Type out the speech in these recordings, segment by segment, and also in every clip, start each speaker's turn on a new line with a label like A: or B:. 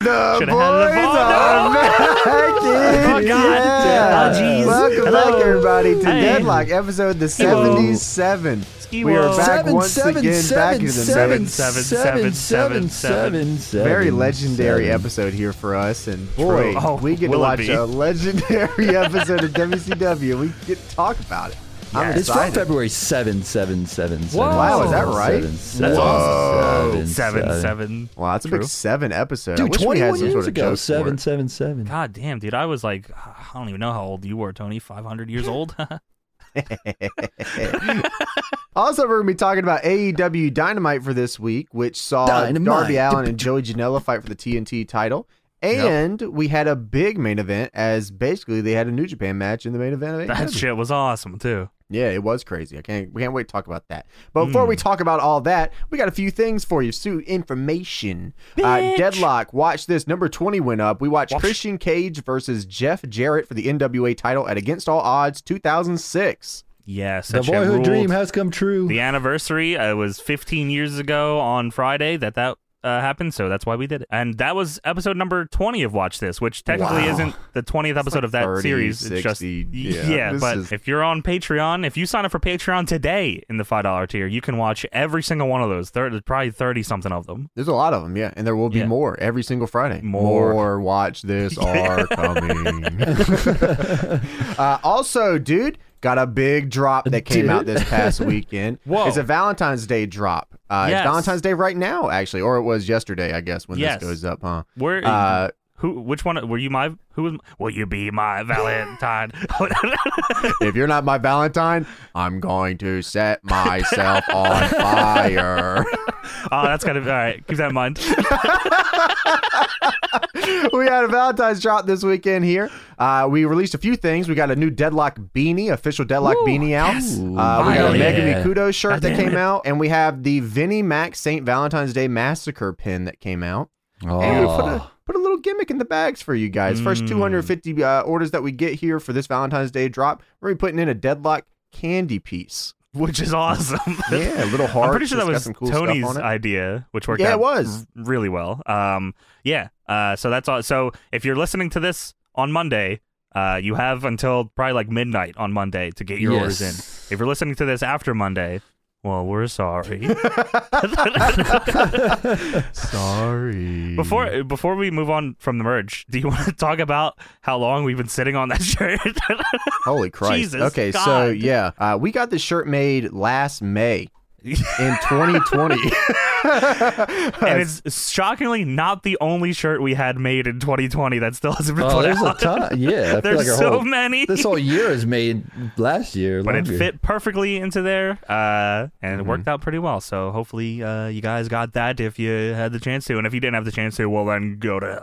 A: The
B: Shoulda
A: boys
B: had
A: are back in.
B: Oh, God.
A: Yeah.
B: Oh, jeez.
A: Welcome
B: Hello.
A: back, everybody, to
B: Hey.
A: Deadlock, episode the
B: Ski-wo.
A: 77.
B: Ski-wo.
A: We are back
C: Seven,
A: once
C: seven,
A: again, back
C: seven,
A: into the
B: Seven,
C: seven, seven,
B: seven, seven,
C: seven,
B: seven,
C: seven,
A: very
C: seven,
A: legendary
C: seven.
A: episode here for us, and boy,
B: True. Oh,
A: we get to
B: will it
A: watch
B: be?
A: a legendary episode of WCW. We get to talk about it. I'm
C: It's from
A: excited.
C: February 7, 7, 7, 7.
A: Wow, is that right?
B: That's
A: awesome.
B: Seven, seven.
A: Wow, that's a big
B: True.
A: seven episode. I
C: Dude,
A: wish we had
C: 21
A: some sort
C: years
A: of
C: ago,
A: joke for
C: 7,
A: it.
C: 7, 7.
B: God damn, dude. I was like, I don't even know how old you were, Tony. 500 years old?
A: Also, we're going to be talking about AEW Dynamite for this week, which saw
C: Dynamite.
A: Darby Allen and Joey Janela fight for the TNT title. And we had a big main event, as basically they had a New Japan match in the main event. Of
B: that
A: AEW.
B: shit was awesome, too.
A: Yeah, it was crazy. I can't we can't wait to talk about that. But before
B: Hmm.
A: we talk about all that, we got a few things for you. Sue information. Uh,
B: Bitch.
A: Deadlock. Watch this. Number twenty went up. We watched
B: Watch.
A: Christian Cage versus Jeff Jarrett for the NWA title at Against All Odds, two thousand six.
B: Yes.
C: The
B: that shit
C: boyhood
B: ruled.
C: dream has come true.
B: The anniversary, uh, was 15 years ago on Friday that that uh, happened, so that's why we did it. And that was episode number 20 of Watch This, which technically
A: Wow.
B: isn't the 20th episode
A: like
B: of that
A: 30,
B: series. it's just,
A: 60, yeah.
B: yeah,
A: This
B: but
A: is-
B: if you're on Patreon, if you sign up for Patreon today in the $5 tier, you can watch every single one of those, thir- probably 30 something of them.
A: There's a lot of them, yeah, and there will be
B: Yeah.
A: more every single Friday.
B: More.
A: watch this are coming. uh, also, dude, got a big drop that came out
C: Dude.
A: this past weekend.
B: Whoa.
A: It's a Valentine's Day drop. Uh,
B: Yes.
A: It's Valentine's Day right now, actually, or it was yesterday, I guess, when
B: Yes.
A: this goes up, huh?
B: Where
A: Uh,
B: who? Which one? Were you my? Who was? Will you be my Valentine? Oh,
A: if you're not my Valentine, I'm going to set myself on fire.
B: oh, that's kind of all right. Keep that in mind.
A: we had a Valentine's drop this weekend here. Uh, we released a few things. We got a new Deadlock beanie, official Deadlock beanie out.
B: yes.
A: Uh, we got a
B: Finally.
A: Megumi
C: Yeah.
A: Kudo shirt
B: God
A: that
B: damn
A: came
B: it.
A: out, and we have the Vinnie Mac St. Valentine's Day Massacre pin that came out. And we put a
C: Oh.
A: put a little gimmick in the bags for you guys. First
B: Mm.
A: 250 uh, orders that we get here for this Valentine's Day drop, we're gonna be putting in a Deadlock candy piece.
B: which is awesome.
A: Yeah, a little hard.
B: I'm pretty sure that was Tony's
A: on it.
B: idea, which worked
A: Yeah, it
B: out
A: was.
B: r- really well. Um, yeah. Uh, so that's all. So if you're listening to this on Monday, uh, you have until probably like midnight on Monday to get your orders in.
C: Yes.
B: If you're listening to this after Monday, well, we're sorry.
A: Sorry.
B: Before
C: Mm-hmm.
B: before we move on from the merge, do you want to talk about how long we've been sitting on that shirt?
A: Holy Christ.
B: Jesus,
A: okay, so
B: God.
A: yeah, uh, we got this shirt made last May in 2020.
B: and it's shockingly not the only shirt we had made in 2020 that still hasn't been
C: Oh,
B: put
C: there's a
B: out.
C: ton. Yeah. I feel
B: There's
C: like our
B: so
C: whole,
B: many.
C: This whole year is made last year.
B: but it
C: longer.
B: fit perfectly into there, uh, and it
C: Mm-hmm.
B: worked out pretty well. So hopefully, uh, you guys got that if you had the chance to, and if you didn't have the chance to, well, then go to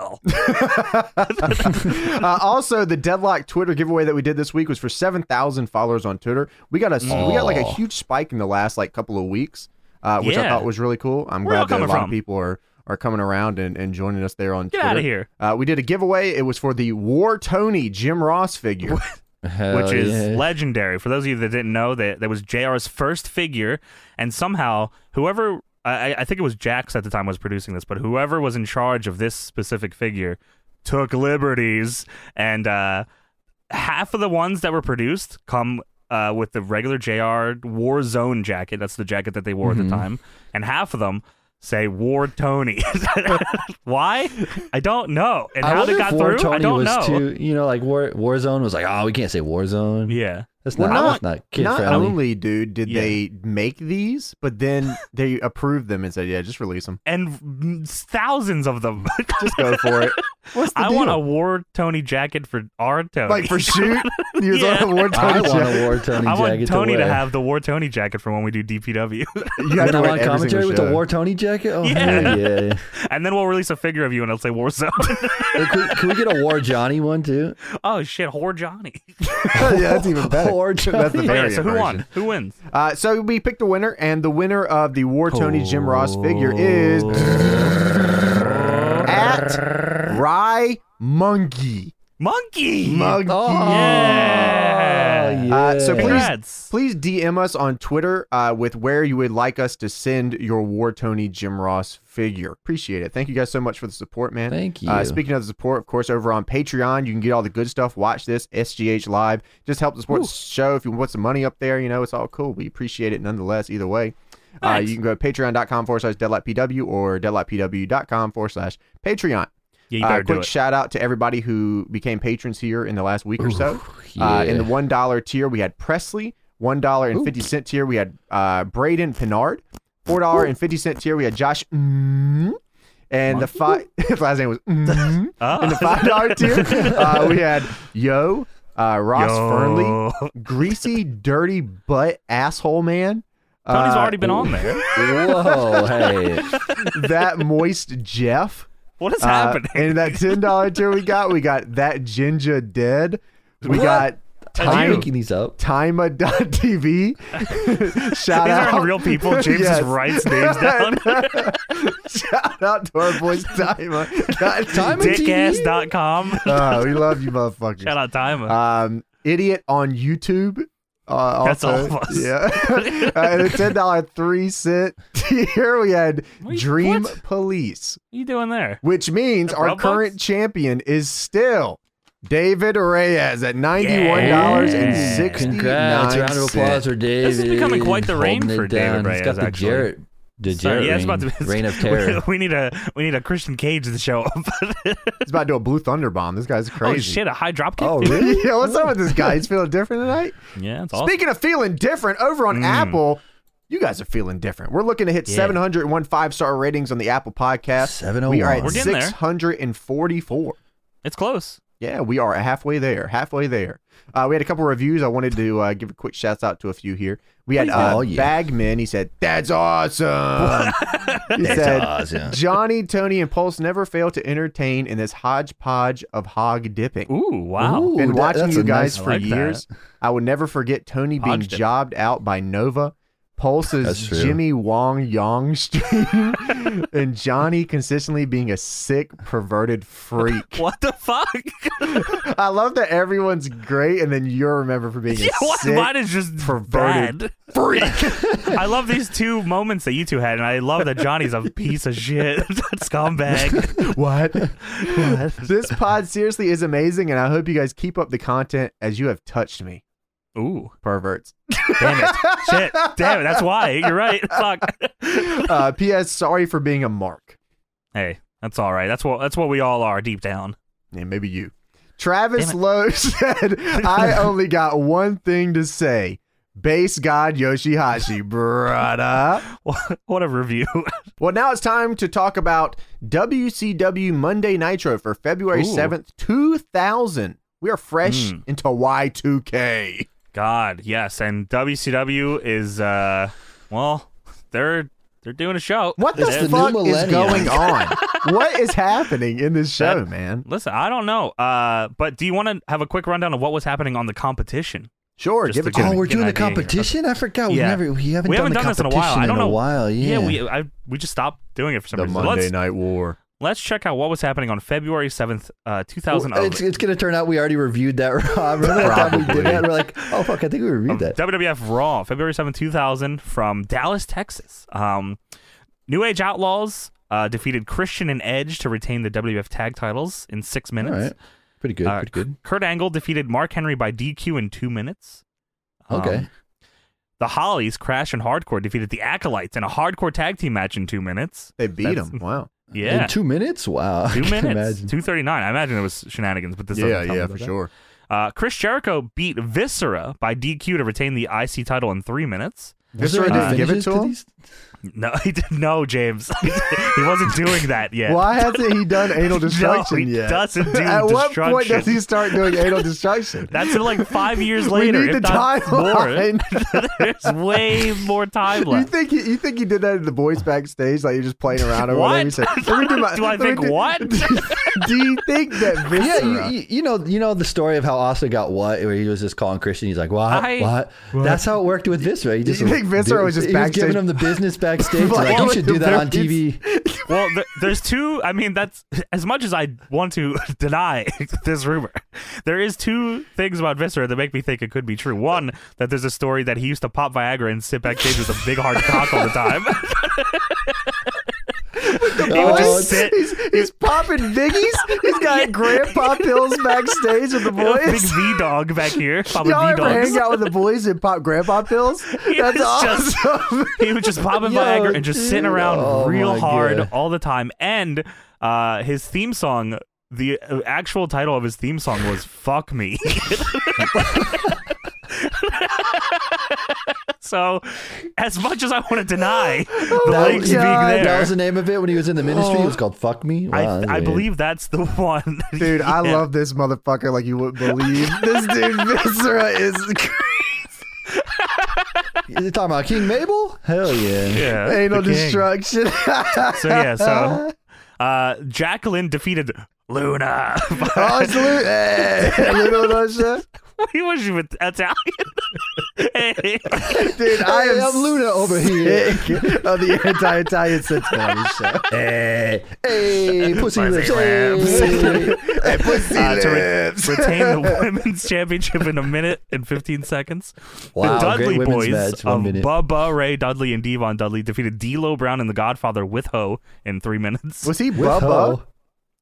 B: hell.
A: uh, also, the deadlock Twitter giveaway that we did this week was for 7,000 followers on Twitter. We got a we got like a
C: Aw.
A: huge spike in the last like couple of weeks, uh, which I
B: Yeah.
A: thought was really cool. I'm
B: Where y'all
A: glad that a
B: coming
A: lot of
B: from?
A: people are are coming around and, and joining us there on
B: Get
A: Twitter.
B: out of here.
A: Uh, we did a giveaway. It was for the War Tony Jim Ross figure.
C: Hell
B: which is
C: yeah.
B: legendary. For those of you that didn't know, that that was JR's first figure, and somehow whoever I, I- I think it was Jax at the time was producing this, but whoever was in charge of this specific figure took liberties, and uh, half of the ones that were produced come. Uh, with the regular JR War Zone jacket, that's the jacket that they wore
C: Mm-hmm.
B: at the time, and half of them say War Tony. Why? I don't know. And how
C: wonder
B: they
C: if
B: got
C: War
B: through,
C: Tony
B: I don't
C: was
B: know.
C: Too, you know, like War Warzone was like, oh, we can't say Warzone.
B: yeah,
C: That's
A: Well,
C: not,
A: not-
C: that's not kid
A: Not
C: friendly.
A: only, dude, did
B: Yeah.
A: they make these, but then they approved them and said, "Yeah, just release them.
B: and thousands of them.
A: Just go for it." What's the
B: I
A: deal?
B: want a war Tony jacket for our Tony.
A: like for shoot. You yeah.
B: Yeah.
A: War
C: I
A: Tony
C: want
A: jacket.
C: a War Tony
B: I want
C: jacket
B: Tony
C: to,
B: to,
C: wear.
B: have the war Tony jacket for when we do DPW,
A: You have to
C: When I'm
A: wear
C: on
A: it every
C: commentary
A: single
C: with the
A: show.
C: War Tony jacket. Oh
B: Yeah.
C: hell yeah.
B: and then we'll release a figure of you, and it'll say Warzone.
C: Hey, can, we- can we get a War Johnny one too?
B: oh shit, whore Johnny.
A: yeah, that's even better.
C: War
A: That's the
C: Johnny.
B: Oh, yeah,
A: variant
B: so who
A: version.
B: won? Who wins?
A: Uh, so we picked a winner, and the winner of the War Tony Jim Ross figure is at Rye Mungie.
B: Monkey.
A: Monkey.
C: Oh,
B: Yeah.
A: Uh, so please-
B: Congrats.
A: Please DM us on Twitter uh, with where you would like us to send your War Tony Jim Ross figure. Appreciate it. Thank you guys so much for the support, man.
C: Thank you.
A: Uh, speaking of the support, of course, over on Patreon, you can get all the good stuff. Watch this SGH live. Just help support the show. If you want some money up there, you know it's all cool. We appreciate it nonetheless. Either way, uh,
B: Thanks.
A: you can go to patreon.com forward slash deadlightpw or deadlightpw.com forward slash Patreon.
B: yeah, you
A: Uh,
B: better do
A: quick
B: it.
A: shout out to everybody who became patrons here in the last week or so. Uh, in the
C: Yeah.
A: one dollar tier, we had Presley. One dollar and fifty cent tier, we had uh, Braden Pinard. Four dollar and fifty cent tier, we had Josh. Mm, and the five his last name was. Mm,
B: Ah.
A: in the five dollar tier, uh, we had Yo, uh, Ross
B: Yo.
A: Fernley, Greasy Dirty Butt Asshole Man.
B: Tony's
A: uh,
B: already been on there.
C: Whoa, hey.
A: that moist Jeff.
B: What is
A: Uh,
B: happening?
A: And that ten dollar tier we got, we got that ginger dead. We
C: What?
A: got
C: Are you
A: time
C: making these up?
A: Tima.tv. Shout
B: These
A: out.
B: aren't real people. James
A: Yes.
B: just writes names down.
A: Shout out to our boys Tima. God, Tima TV.
B: Dickass.com.
A: Oh, we love you, motherfuckers.
B: Shout out Timer.
A: Um, idiot on YouTube. Uh,
B: That's
A: also-
B: all of us.
A: Yeah. uh, and a ten dollar three cent tier, we had
B: Wait,
A: Dream
B: what?
A: Police,
B: what you doing there?
A: which means
B: The
A: our
B: Roblox?
A: current champion is still David Reyes at ninety one dollars and
B: Yeah.
A: sixty
C: Congrats.
A: nine
C: Round of applause
A: cents.
C: for David.
B: is becoming quite the reign
C: Holding it
B: for David
C: down.
B: Reyes,
C: He's got the
B: actually.
C: Jarrett, the
B: Sorry,
C: Jarrett
B: yeah, it's
C: reign,
B: about to be
C: reign of terror.
B: We need a we need a Christian Cage to show up.
A: He's about to do a blue thunder bomb. This guy's crazy.
B: oh shit, a high drop kick.
C: Oh,
B: dude?
C: really?
A: yeah, what's up with this guy? He's feeling different tonight.
B: Yeah, it's awesome.
A: Speaking of feeling different, over on
B: Mm.
A: Apple, you guys are feeling different. We're looking to hit
B: Yeah.
A: 701 five star ratings on the Apple podcast. We are
C: 701.
A: at
B: We're getting there.
A: 644.
B: It's close.
A: Yeah, we are halfway there. Halfway there. Uh, we had a couple reviews. I wanted to uh, give a quick shout out to a few here. We had
C: Please
A: uh,
C: do. Oh, yeah.
A: Bagman. He said, That's awesome. he
C: That's
A: said,
C: awesome.
A: Johnny, Tony, and Pulse never fail to entertain in this hodgepodge of hog dipping.
B: Ooh, wow.
C: Ooh,
A: been
C: that-
A: watching
C: that's
A: you
C: a nice
A: guys
B: I
A: for
B: like that.
A: years. I would never forget Tony being
B: Hodged it.
A: jobbed out by Nova, Pulse's
C: That's true.
A: Jimmy Wong Yang stream, and Johnny consistently being a sick, perverted freak.
B: What the fuck?
A: I love that everyone's great, and then you're remembered for being
B: yeah,
A: a
B: what?
A: sick.
B: Mine is just
A: perverted
B: freak. I love these two moments that you two had, and I love that Johnny's a piece of shit, scumbag.
A: What? this pod seriously is amazing, and I hope you guys keep up the content as you have touched me,
B: Ooh,
A: perverts.
B: damn it, shit, damn it. That's why you're right. Fuck.
A: Uh, P.S. Sorry for being a mark.
B: Hey, that's all right. That's what that's what we all are deep down.
A: And maybe you.
B: Damn
A: Travis
B: it.
A: Lowe said, I only got one thing to say. Base God Yoshihashi, brada.
B: What what a review.
A: Well, now it's time to talk about WCW Monday Nitro for February
B: Ooh.
A: 7th, 2000. We are fresh
B: Mm.
A: into Y2K.
B: God, yes, and WCW is uh, well, they're they're doing a show.
A: What the
C: It's the new
A: fuck is
C: millennium.
A: going on? what is happening in this show,
B: That-
A: man?
B: Listen, I don't know. Uh, but do you want to have a quick rundown of what was happening on the competition?
A: Sure,
B: Just
A: give
B: to
A: it to
B: get
A: me.
C: Oh, we're
B: get an
C: doing the
B: idea here.
C: competition. I forgot. Oh, We
B: Yeah.
C: never. We haven't,
B: We haven't
C: the
B: done this in a while.
C: competition
B: I don't
C: in
B: know.
C: a while. Yeah.
B: we I, we just stopped doing it for some
A: the
B: reason.
A: Monday
B: let's
A: Night War.
B: let's check out what was happening on February seventh, uh, two
C: Well,
B: thousand.
C: It's, it's gonna turn out we already reviewed that. Rob. Remember that time we
A: Probably.
C: did that? We're like, oh fuck, I think we
B: um,
C: reviewed that.
B: WWF Raw, February seventh, two thousand, from Dallas, Texas. Um, New Age Outlaws uh, defeated Christian and Edge to retain the WWF Tag Titles in six
C: All
B: minutes.
C: right, pretty good.
B: Uh,
C: pretty good.
B: Kurt Angle defeated Mark Henry by DQ in two minutes. Um,
C: Okay.
B: the Hollies, Crash and Hardcore defeated the Acolytes in a hardcore tag team match in two minutes.
A: They beat
B: That's-
A: him. Wow.
B: Yeah.
C: In two minutes? Wow. I
B: Two
C: can't
B: minutes,
C: Imagine.
B: two thirty nine. I imagine it was shenanigans, but this
A: Yeah,
B: doesn't tell me
A: yeah,
B: about
A: for
B: that.
A: sure.
B: Uh, Chris Jericho beat Viscera by DQ to retain the IC title in three minutes.
A: Was there
C: any
A: any give it
C: finishes
A: to him?
C: these? Mm.
B: No, he did no, James. he wasn't doing that yet.
A: Why hasn't he done anal destruction
B: he
A: yet?
B: doesn't do
A: At what point
B: destruction.
A: does he start doing anal destruction?
B: That's in like five years later.
A: we need
B: if
A: the
B: not
A: timeline.
B: more. There's way more time
A: You
B: left.
A: think he, you think he did that in the boys backstage, like you're just playing around or whatever?
B: What?
A: You say, "Let me do, my-
B: Do I
A: let me
B: think
A: do-
B: what?
A: Do you think that
C: Yeah,
A: Viscera?
C: you, you, you know, you know the story of how Austin got what, where he was just calling Christian. He's like, what,
B: I-
C: what? That's how it worked with Viscera. He just
A: You think Viscera was just
C: he was
A: backstage-
C: giving him the business backstage. like, you should do that on TV.
B: Well, th- there's two. I mean, that's as much as I want to deny this rumor. There is two things about Viscera that make me think it could be true. One, that there's a story that he used to pop Viagra and sit backstage with a big hard cock all the time. he
C: Oh,
B: would
A: What?
B: just sit.
A: He's, he's popping biggies. He's got grandpa pills backstage with the
B: you know, Big
A: boys.
B: V dog back here, popping
A: Y'all
B: V
A: ever hang
B: dogs.
A: out with the boys and pop grandpa pills?
B: He
A: That's
B: was just-
A: awesome.
B: He was just popping
C: Yo,
B: Viagra and just sitting
C: dude.
B: around
C: Oh
B: real
C: my
B: hard
C: God.
B: all the time. And uh, his theme song, the uh, actual title of his theme song was "Fuck Me." so, as much as I want to deny the
A: my
B: legs being
A: God.
B: there,
C: Oh That was the name of it when he was in the ministry.
A: Oh.
C: It was called "Fuck Me." Wow, that's
B: I, I
C: weird.
B: believe that's the one,
A: Dude, I
B: Yeah.
A: love this motherfucker like you wouldn't believe. This dude Viscera is
C: Is it talking about King Mabel? Hell yeah!
B: Yeah,
A: anal
B: the king.
A: destruction.
B: So yeah, so uh, Jacqueline defeated Luna.
A: oh, it's Lu- eh, Little Russia.
B: he was with Italian. hey.
A: Dude, I
C: Hey,
A: am
C: I'm Luna over here.
A: sick of the anti-Italian sensibility show.
C: Hey, hey, pussy
B: Pussy
C: lips.
B: lips.
C: Hey.
A: Hey, pussy
B: Uh, to re-
A: lips.
B: retain the women's championship in a minute and 15 seconds.
C: Wow,
B: the Dudley
C: great women's
B: boys
C: match. One
B: of
C: minute.
B: Bubba Ray Dudley and Devon Dudley defeated D'Lo Brown and The Godfather with Ho in three minutes.
A: Was he
C: With
A: Bubba?
C: hoe.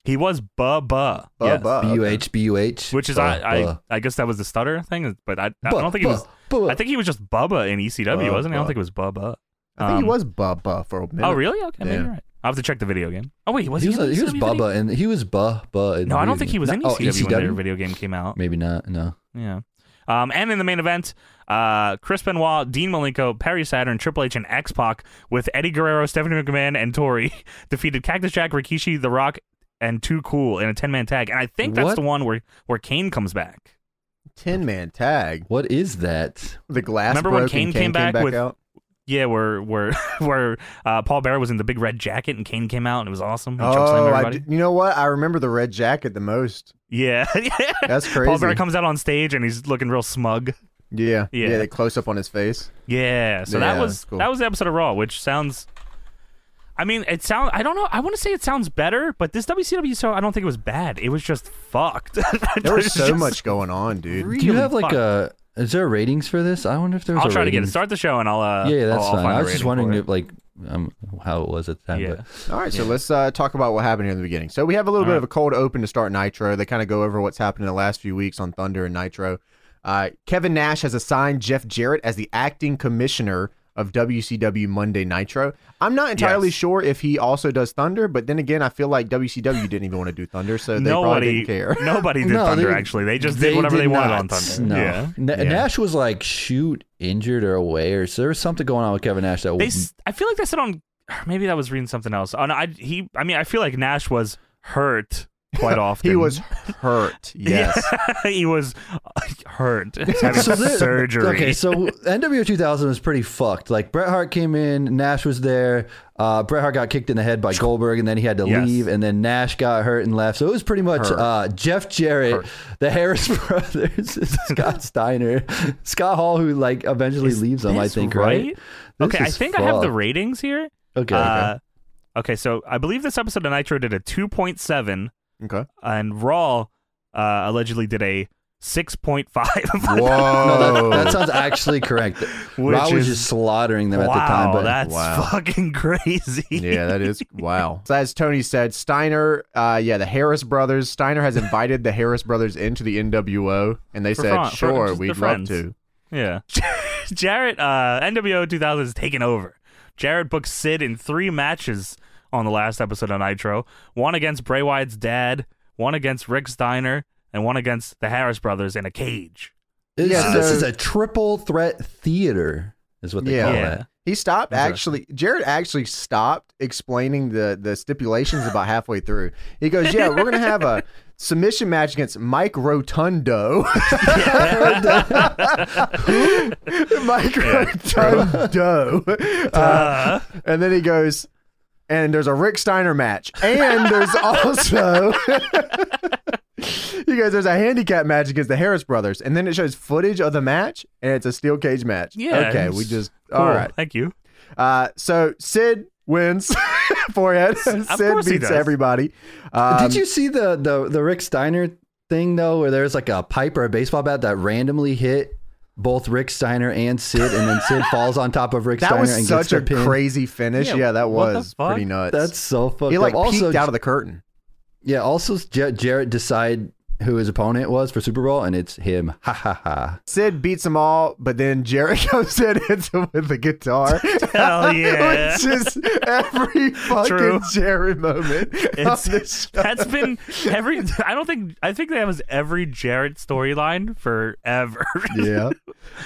B: He was Bubba, yes.
A: Bubba.
C: B U H B U H.
B: which is I, I I guess that was the stutter thing, but I, I don't think he was. I think he was just Bubba in ECW, wasn't he? I don't
C: Bubba.
B: think it was Bubba.
A: I think he
B: Um,
A: was Bubba for a minute.
B: Oh really? Okay, maybe
A: Yeah.
B: you're right. I have to check the video game. Oh wait, was
C: he
B: he?
C: was,
B: in
C: he
B: ECW
C: was
B: video?
C: Bubba, and he was Buh Buh. in
B: No, I
C: the
B: don't think he was in
C: video. oh,
B: ECW, when their
C: ECW?
B: video game came out.
C: Maybe not. No.
B: Yeah. Um, and in the main event, uh, Chris Benoit, Dean Malenko, Perry Saturn, Triple H, and X Pac with Eddie Guerrero, Stephanie McMahon, and Tori defeated Cactus Jack, Rikishi, The Rock, and Too Cool in a ten man tag. And I think that's
C: What?
B: the one where where Kane comes back.
A: Tin Man tag.
C: What is that?
A: The glass.
B: Remember when
A: broke
B: Kane
A: and
B: came back with-
A: out?
B: Yeah, where where where uh, Paul Bearer was in the big red jacket and Kane came out and it was awesome. He
A: Oh,
B: chokeslammed
A: I
B: everybody.
A: d- you know what? I remember the red jacket the most.
B: Yeah.
A: That's
B: Paul
A: crazy.
B: Bearer comes out on stage and he's looking real smug.
A: yeah,
B: Yeah.
A: yeah, The close up on his face.
B: Yeah, so that
A: Yeah,
B: was
A: cool.
B: that was the episode of Raw, which sounds. I mean, it sounds. I don't know. I want to say it sounds better, but this WCW show, I don't think it was bad. It was just fucked.
A: There was
B: It's
A: so
B: just
A: much going on, dude.
B: really
C: Do you have like
B: fucked.
C: a? Is there ratings for this? I wonder if there's.
B: I'll
C: a
B: try to get it.
C: ratings.
B: Start the show, and I'll. Uh,
C: Yeah, yeah, that's
B: I'll, I'll
C: fine.
B: find
C: I
B: a
C: was just
B: rating
C: wondering
B: for it.
C: if, like um, how it was at the time.
B: Yeah.
C: But
A: All right, so let's uh, talk about what happened here in the beginning. So we have a little
B: All
A: bit
B: right.
A: of a cold open to start Nitro. They kind of go over what's happened in the last few weeks on Thunder and Nitro. Uh, Kevin Nash has assigned Jeff Jarrett as the acting commissioner of WCW Monday Nitro. I'm not entirely
B: Yes.
A: sure if he also does Thunder, but then again, I feel like WCW didn't even want to do Thunder, so they probably
B: nobody
A: didn't care.
B: Nobody did
C: No,
B: Thunder.
C: they-
B: actually, they just did whatever they wanted on
C: not.
B: Thunder.
C: No.
B: Yeah.
C: Na-
A: Yeah.
C: Nash was like shoot injured or away or so there was something going on with Kevin Nash that
B: They.
C: was
B: s- I feel like they said on. Maybe that was reading something else. Oh, no, I he. I mean, I feel like Nash was hurt quite often.
A: He was hurt. Yes.
B: Yeah, he was uh, hurt. He's having
C: there-
B: surgery.
C: Okay, so NWO 2000 was pretty fucked. Like Bret Hart came in, Nash was there. Uh, Bret Hart got kicked in the head by Goldberg, and then he had to
B: Yes.
C: leave. And then Nash got hurt and left. So it was pretty much
A: Hurt.
C: uh, Jeff Jarrett, the Harris brothers, Scott Steiner, Scott Hall, who like eventually
B: Is
C: leaves them. I
B: this
C: think right. This
B: Okay, I
C: is
B: think I have the
C: fucked.
B: ratings here.
C: Okay,
B: Uh, okay, so I believe this episode of Nitro did a 2.7,
A: Okay.
B: and Raw uh, allegedly did a 6.5.
A: Whoa.
C: no, that, that sounds actually correct.
B: Which
C: Raw was
B: is-
C: just slaughtering them at the time.
B: wow,
C: But
B: that's
A: Wow.
B: fucking crazy.
A: yeah, that is wow. So as Tony said, Steiner, uh, yeah, the Harris brothers. Steiner has invited the Harris brothers into the NWO, and they
B: For
A: said,
B: fun- for-
A: "Sure,
B: just
A: we'd
B: they're
A: love
B: friends."
A: to."
B: Yeah. Jarrett, uh, NWO 2000 is taking over. Jarrett booked Sid in three matches on the last episode of Nitro one against Bray Wyatt's dad, one against Rick Steiner, and one against the Harris brothers in a cage.
C: This,
A: Yeah,
C: this
A: so-
C: is a triple threat theater, is what they
A: Yeah.
C: call
B: Yeah.
C: that.
A: He stopped
B: Interesting.
A: actually. Jared actually stopped explaining the the stipulations about halfway through. He goes, "Yeah, we're gonna have a submission match against Mike Rotundo." Mike Rotundo. Uh,
B: Uh,
A: And then he goes, and there's a Rick Steiner match. And there's also, he goes, there's a handicap match against the Harris brothers. And then it shows footage of the match, and it's a steel cage match.
B: Yeah,
A: Okay,
B: it's
A: we just,
B: cool.
A: all right.
B: Thank you.
A: Uh, so Sid wins. Forehead. Sid
B: course
A: beats
B: he does.
A: everybody. Um,
C: Did you see the, the the Rick Steiner thing though, where there's like a pipe or a baseball bat that randomly hit both Rick Steiner and Sid, and then Sid falls on top of Rick
A: That
C: Steiner
A: was
C: and
A: such
C: gets
A: a
C: the pin.
A: crazy finish. Yeah,
B: Yeah,
A: that
B: what the
A: was
B: fuck?
A: pretty nuts.
C: That's so fucked
A: he like
C: up. Also,
A: peeked out of the curtain.
C: yeah. Also, J- Jarrett decide who his opponent was for Super Bowl, and it's him. Ha ha ha.
A: Sid beats them all, but then Jared comes in and hits him with the guitar.
B: Hell yeah.
A: Which is every fucking
B: True.
A: Jerry moment of this
B: It's,
A: show.
B: that's been every. I don't think. I think that was every Jarrett storyline forever.
A: Yeah.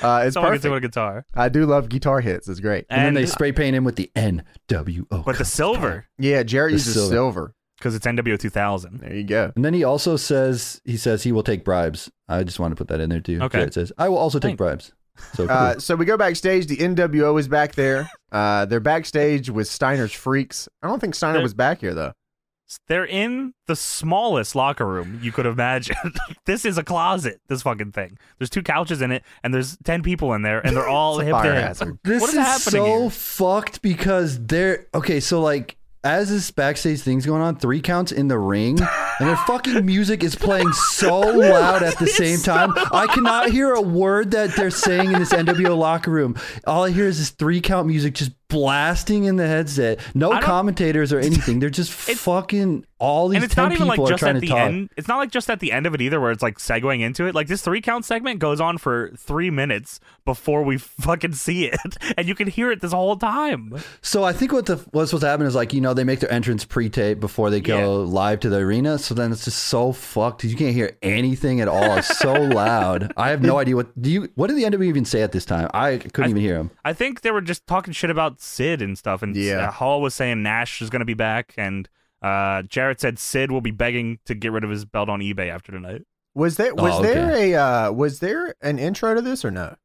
A: Uh, it's
B: Someone gets
A: perfect.
B: hit with a guitar,
A: I do love guitar hits. It's great.
C: And,
B: and,
C: then they spray paint him with the N W O.
B: but the silver
A: Yeah, Jared
C: The
A: uses silver.
C: silver.
B: because it's NWO 2000.
A: There you go.
C: And then he also says he says he will take bribes. I just want to put that in there too.
B: Okay.
C: Jarrett says I will also take
B: Thank-
C: bribes. So cool.
A: Uh, so we go backstage. The NWO is back there. Uh, they're backstage with Steiner's freaks. I don't think Steiner
B: They're-
A: was back here though.
B: They're in the smallest locker room you could imagine. this is a closet. This fucking thing. There's two couches in it, and there's ten people in there, and they're all
A: It's a
B: hip
A: fire
B: to hip.
A: hazard.
C: This
B: What
C: is
B: is happening
C: so
B: here?
C: fucked because they're okay. So like, as this backstage thing's going on, three counts in the ring, and their fucking music is playing so loud at the same time. I cannot hear a word that they're saying in this NWO locker room. All I hear is this three count music just blasting in the headset. No
B: don't-
C: commentators or anything. They're just fucking all these
B: and it's
C: ten
B: not even
C: people
B: like
C: are
B: just
C: trying
B: at the
C: to talk.
B: end. It's not like just at the end of it either, where it's like segueing into it. Like this three count segment goes on for three minutes before we fucking see it, and you can hear it this whole time.
C: So I think what the what's supposed to happen is like you know they make their entrance pre-tape before they go
B: Yeah.
C: live to the arena. So then it's just so fucked. You can't hear anything at all. It's so loud. I have no idea what do you what did the NW even say at this time? I couldn't even hear him.
B: I think they were just talking shit about Sid and stuff, and
A: Yeah.
B: uh, Hall was saying Nash is going to be back, and uh, Jarrett said Sid will be begging to get rid of his belt on eBay after tonight.
A: Was there was
C: Oh, okay.
A: there a uh, was there an intro to this or no?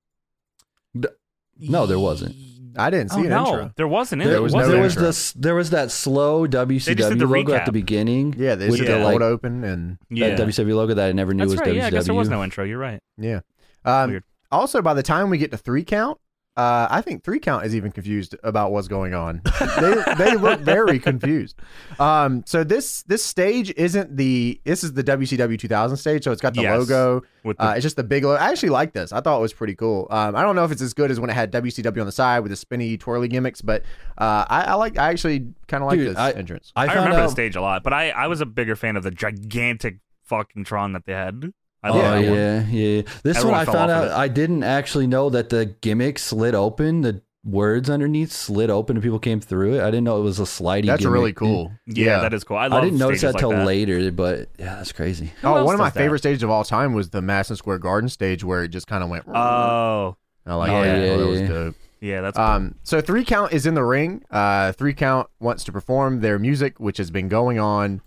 C: No, there wasn't.
A: I didn't see
B: Oh,
A: an
B: no,
A: intro.
B: there wasn't.
A: There
B: There
A: was
B: was,
A: no
C: there was
A: intro.
C: this there was that slow
B: did the
C: WCW logo at
B: recap.
C: the beginning.
A: Yeah, they
C: with
A: just
B: did
A: did a
C: the, like,
A: cold open and
B: yeah.
C: that WCW logo that I never knew
B: That's
C: was E.
B: right.
C: WCW.
B: Yeah, I guess there was no intro. You're right.
A: yeah. Um,
B: Weird.
A: Also, by the time we get to three count, uh, I think three count is even confused about what's going on. they they look very confused. Um, so this this stage isn't the this is the WCW 2000 stage. So it's got the
B: Yes.
A: logo.
B: With the,
A: Uh, it's just the big logo. I actually like this. I thought it was pretty cool. Um, I don't know if it's as good as when it had WCW on the side with the spinny twirly gimmicks, but uh, I, I like. I actually kind of like
C: Dude,
A: this
C: I-
A: entrance.
C: I,
B: I,
C: found
B: remember
C: out,
B: the stage a lot, but I, I was a bigger fan of the gigantic fucking Tron that they had. I
C: Oh
B: love
C: yeah,
B: that one.
C: yeah, This
B: Everyone
C: one I
B: fell
C: found
B: off of
C: out
B: it.
C: I didn't actually know that the gimmick slid open. The words underneath slid open and people came through it. I didn't know it was a sliding.
A: That's
C: gimmick.
A: really cool.
B: Yeah, that is cool. I,
C: I,
B: love
C: didn't notice
B: stages
C: that till
B: like that.
C: later, but yeah, that's crazy.
B: Who
A: oh,
B: else
A: one of my
B: does that?
A: favorite stages of all time was the Madison Square Garden stage where it just kind of went.
B: Oh,
A: I like
C: Oh,
A: that.
C: yeah,
A: I thought that was
C: yeah.
A: dope.
B: yeah, that's cool.
A: Um, so three count is in the ring. Uh, three count wants to perform their music, which has been going on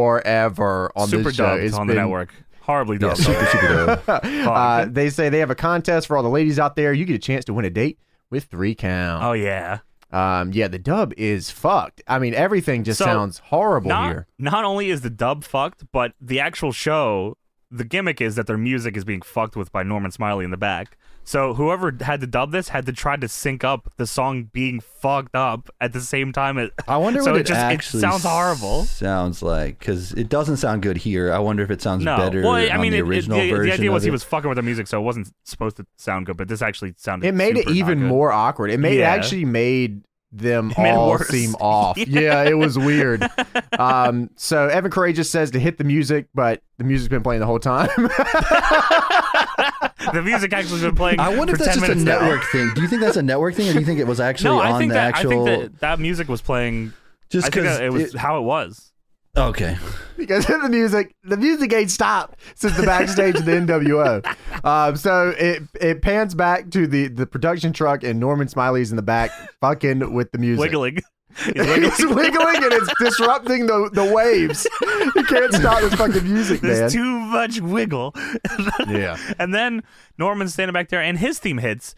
A: forever on
B: super
A: this show.
B: dubbed
A: It's
B: on
A: been,
B: the network. Horribly
C: Yeah,
B: dubbed.
C: super, super dope.
A: uh, they say they have a contest for all the ladies out there. You get a chance to win a date with three count.
B: oh yeah.
A: Um, yeah, the dub is fucked. I mean, everything just
B: So,
A: sounds horrible
B: not,
A: here.
B: Not only is the dub fucked, but the actual show, the gimmick is that their music is being fucked with by Norman Smiley in the back. So whoever had to dub this had to try to sync up the song being fucked up at the same time. It,
C: I wonder
B: so
C: what
B: it just
C: actually
B: it sounds horrible.
C: Sounds like because it doesn't sound good here. I wonder if it sounds
B: No,
C: better
B: well, I
C: on
B: mean,
C: the
B: it- it-
C: original
B: the, the
C: version.
B: idea
C: of
B: was
C: it.
B: he was fucking with the music, so it wasn't supposed to sound good. But this actually sounded.
A: It made it
B: super not
A: even
B: good.
A: more awkward. It made it
B: Yeah.
A: actually made them
B: It made it
A: all
B: worse.
A: seem off. yeah. it was weird. Um, so Evan Courageous says to hit the music, but the music's been playing the whole time.
B: The music actually been playing.
C: I wonder
B: for
C: if that's
B: 10
C: just a
B: minutes now.
C: network thing. Do you think that's a network thing, or do you think it was actually
B: No,
C: on
B: I think
C: the
B: that
C: actual?
B: I think that that music was playing.
C: just
B: I think
C: because
B: that it was how it was.
C: okay.
A: because of the music the music ain't stopped since the backstage of the NWO. Um, so it it pans back to the the production truck and Norman Smiley's in the back fucking with the music.
B: Wiggling. He's wiggling.
A: It's wiggling and it's disrupting the, the waves. You can't stop this fucking music, man.
B: There's too much wiggle.
A: yeah.
B: And then Norman's standing back there, and his theme hits.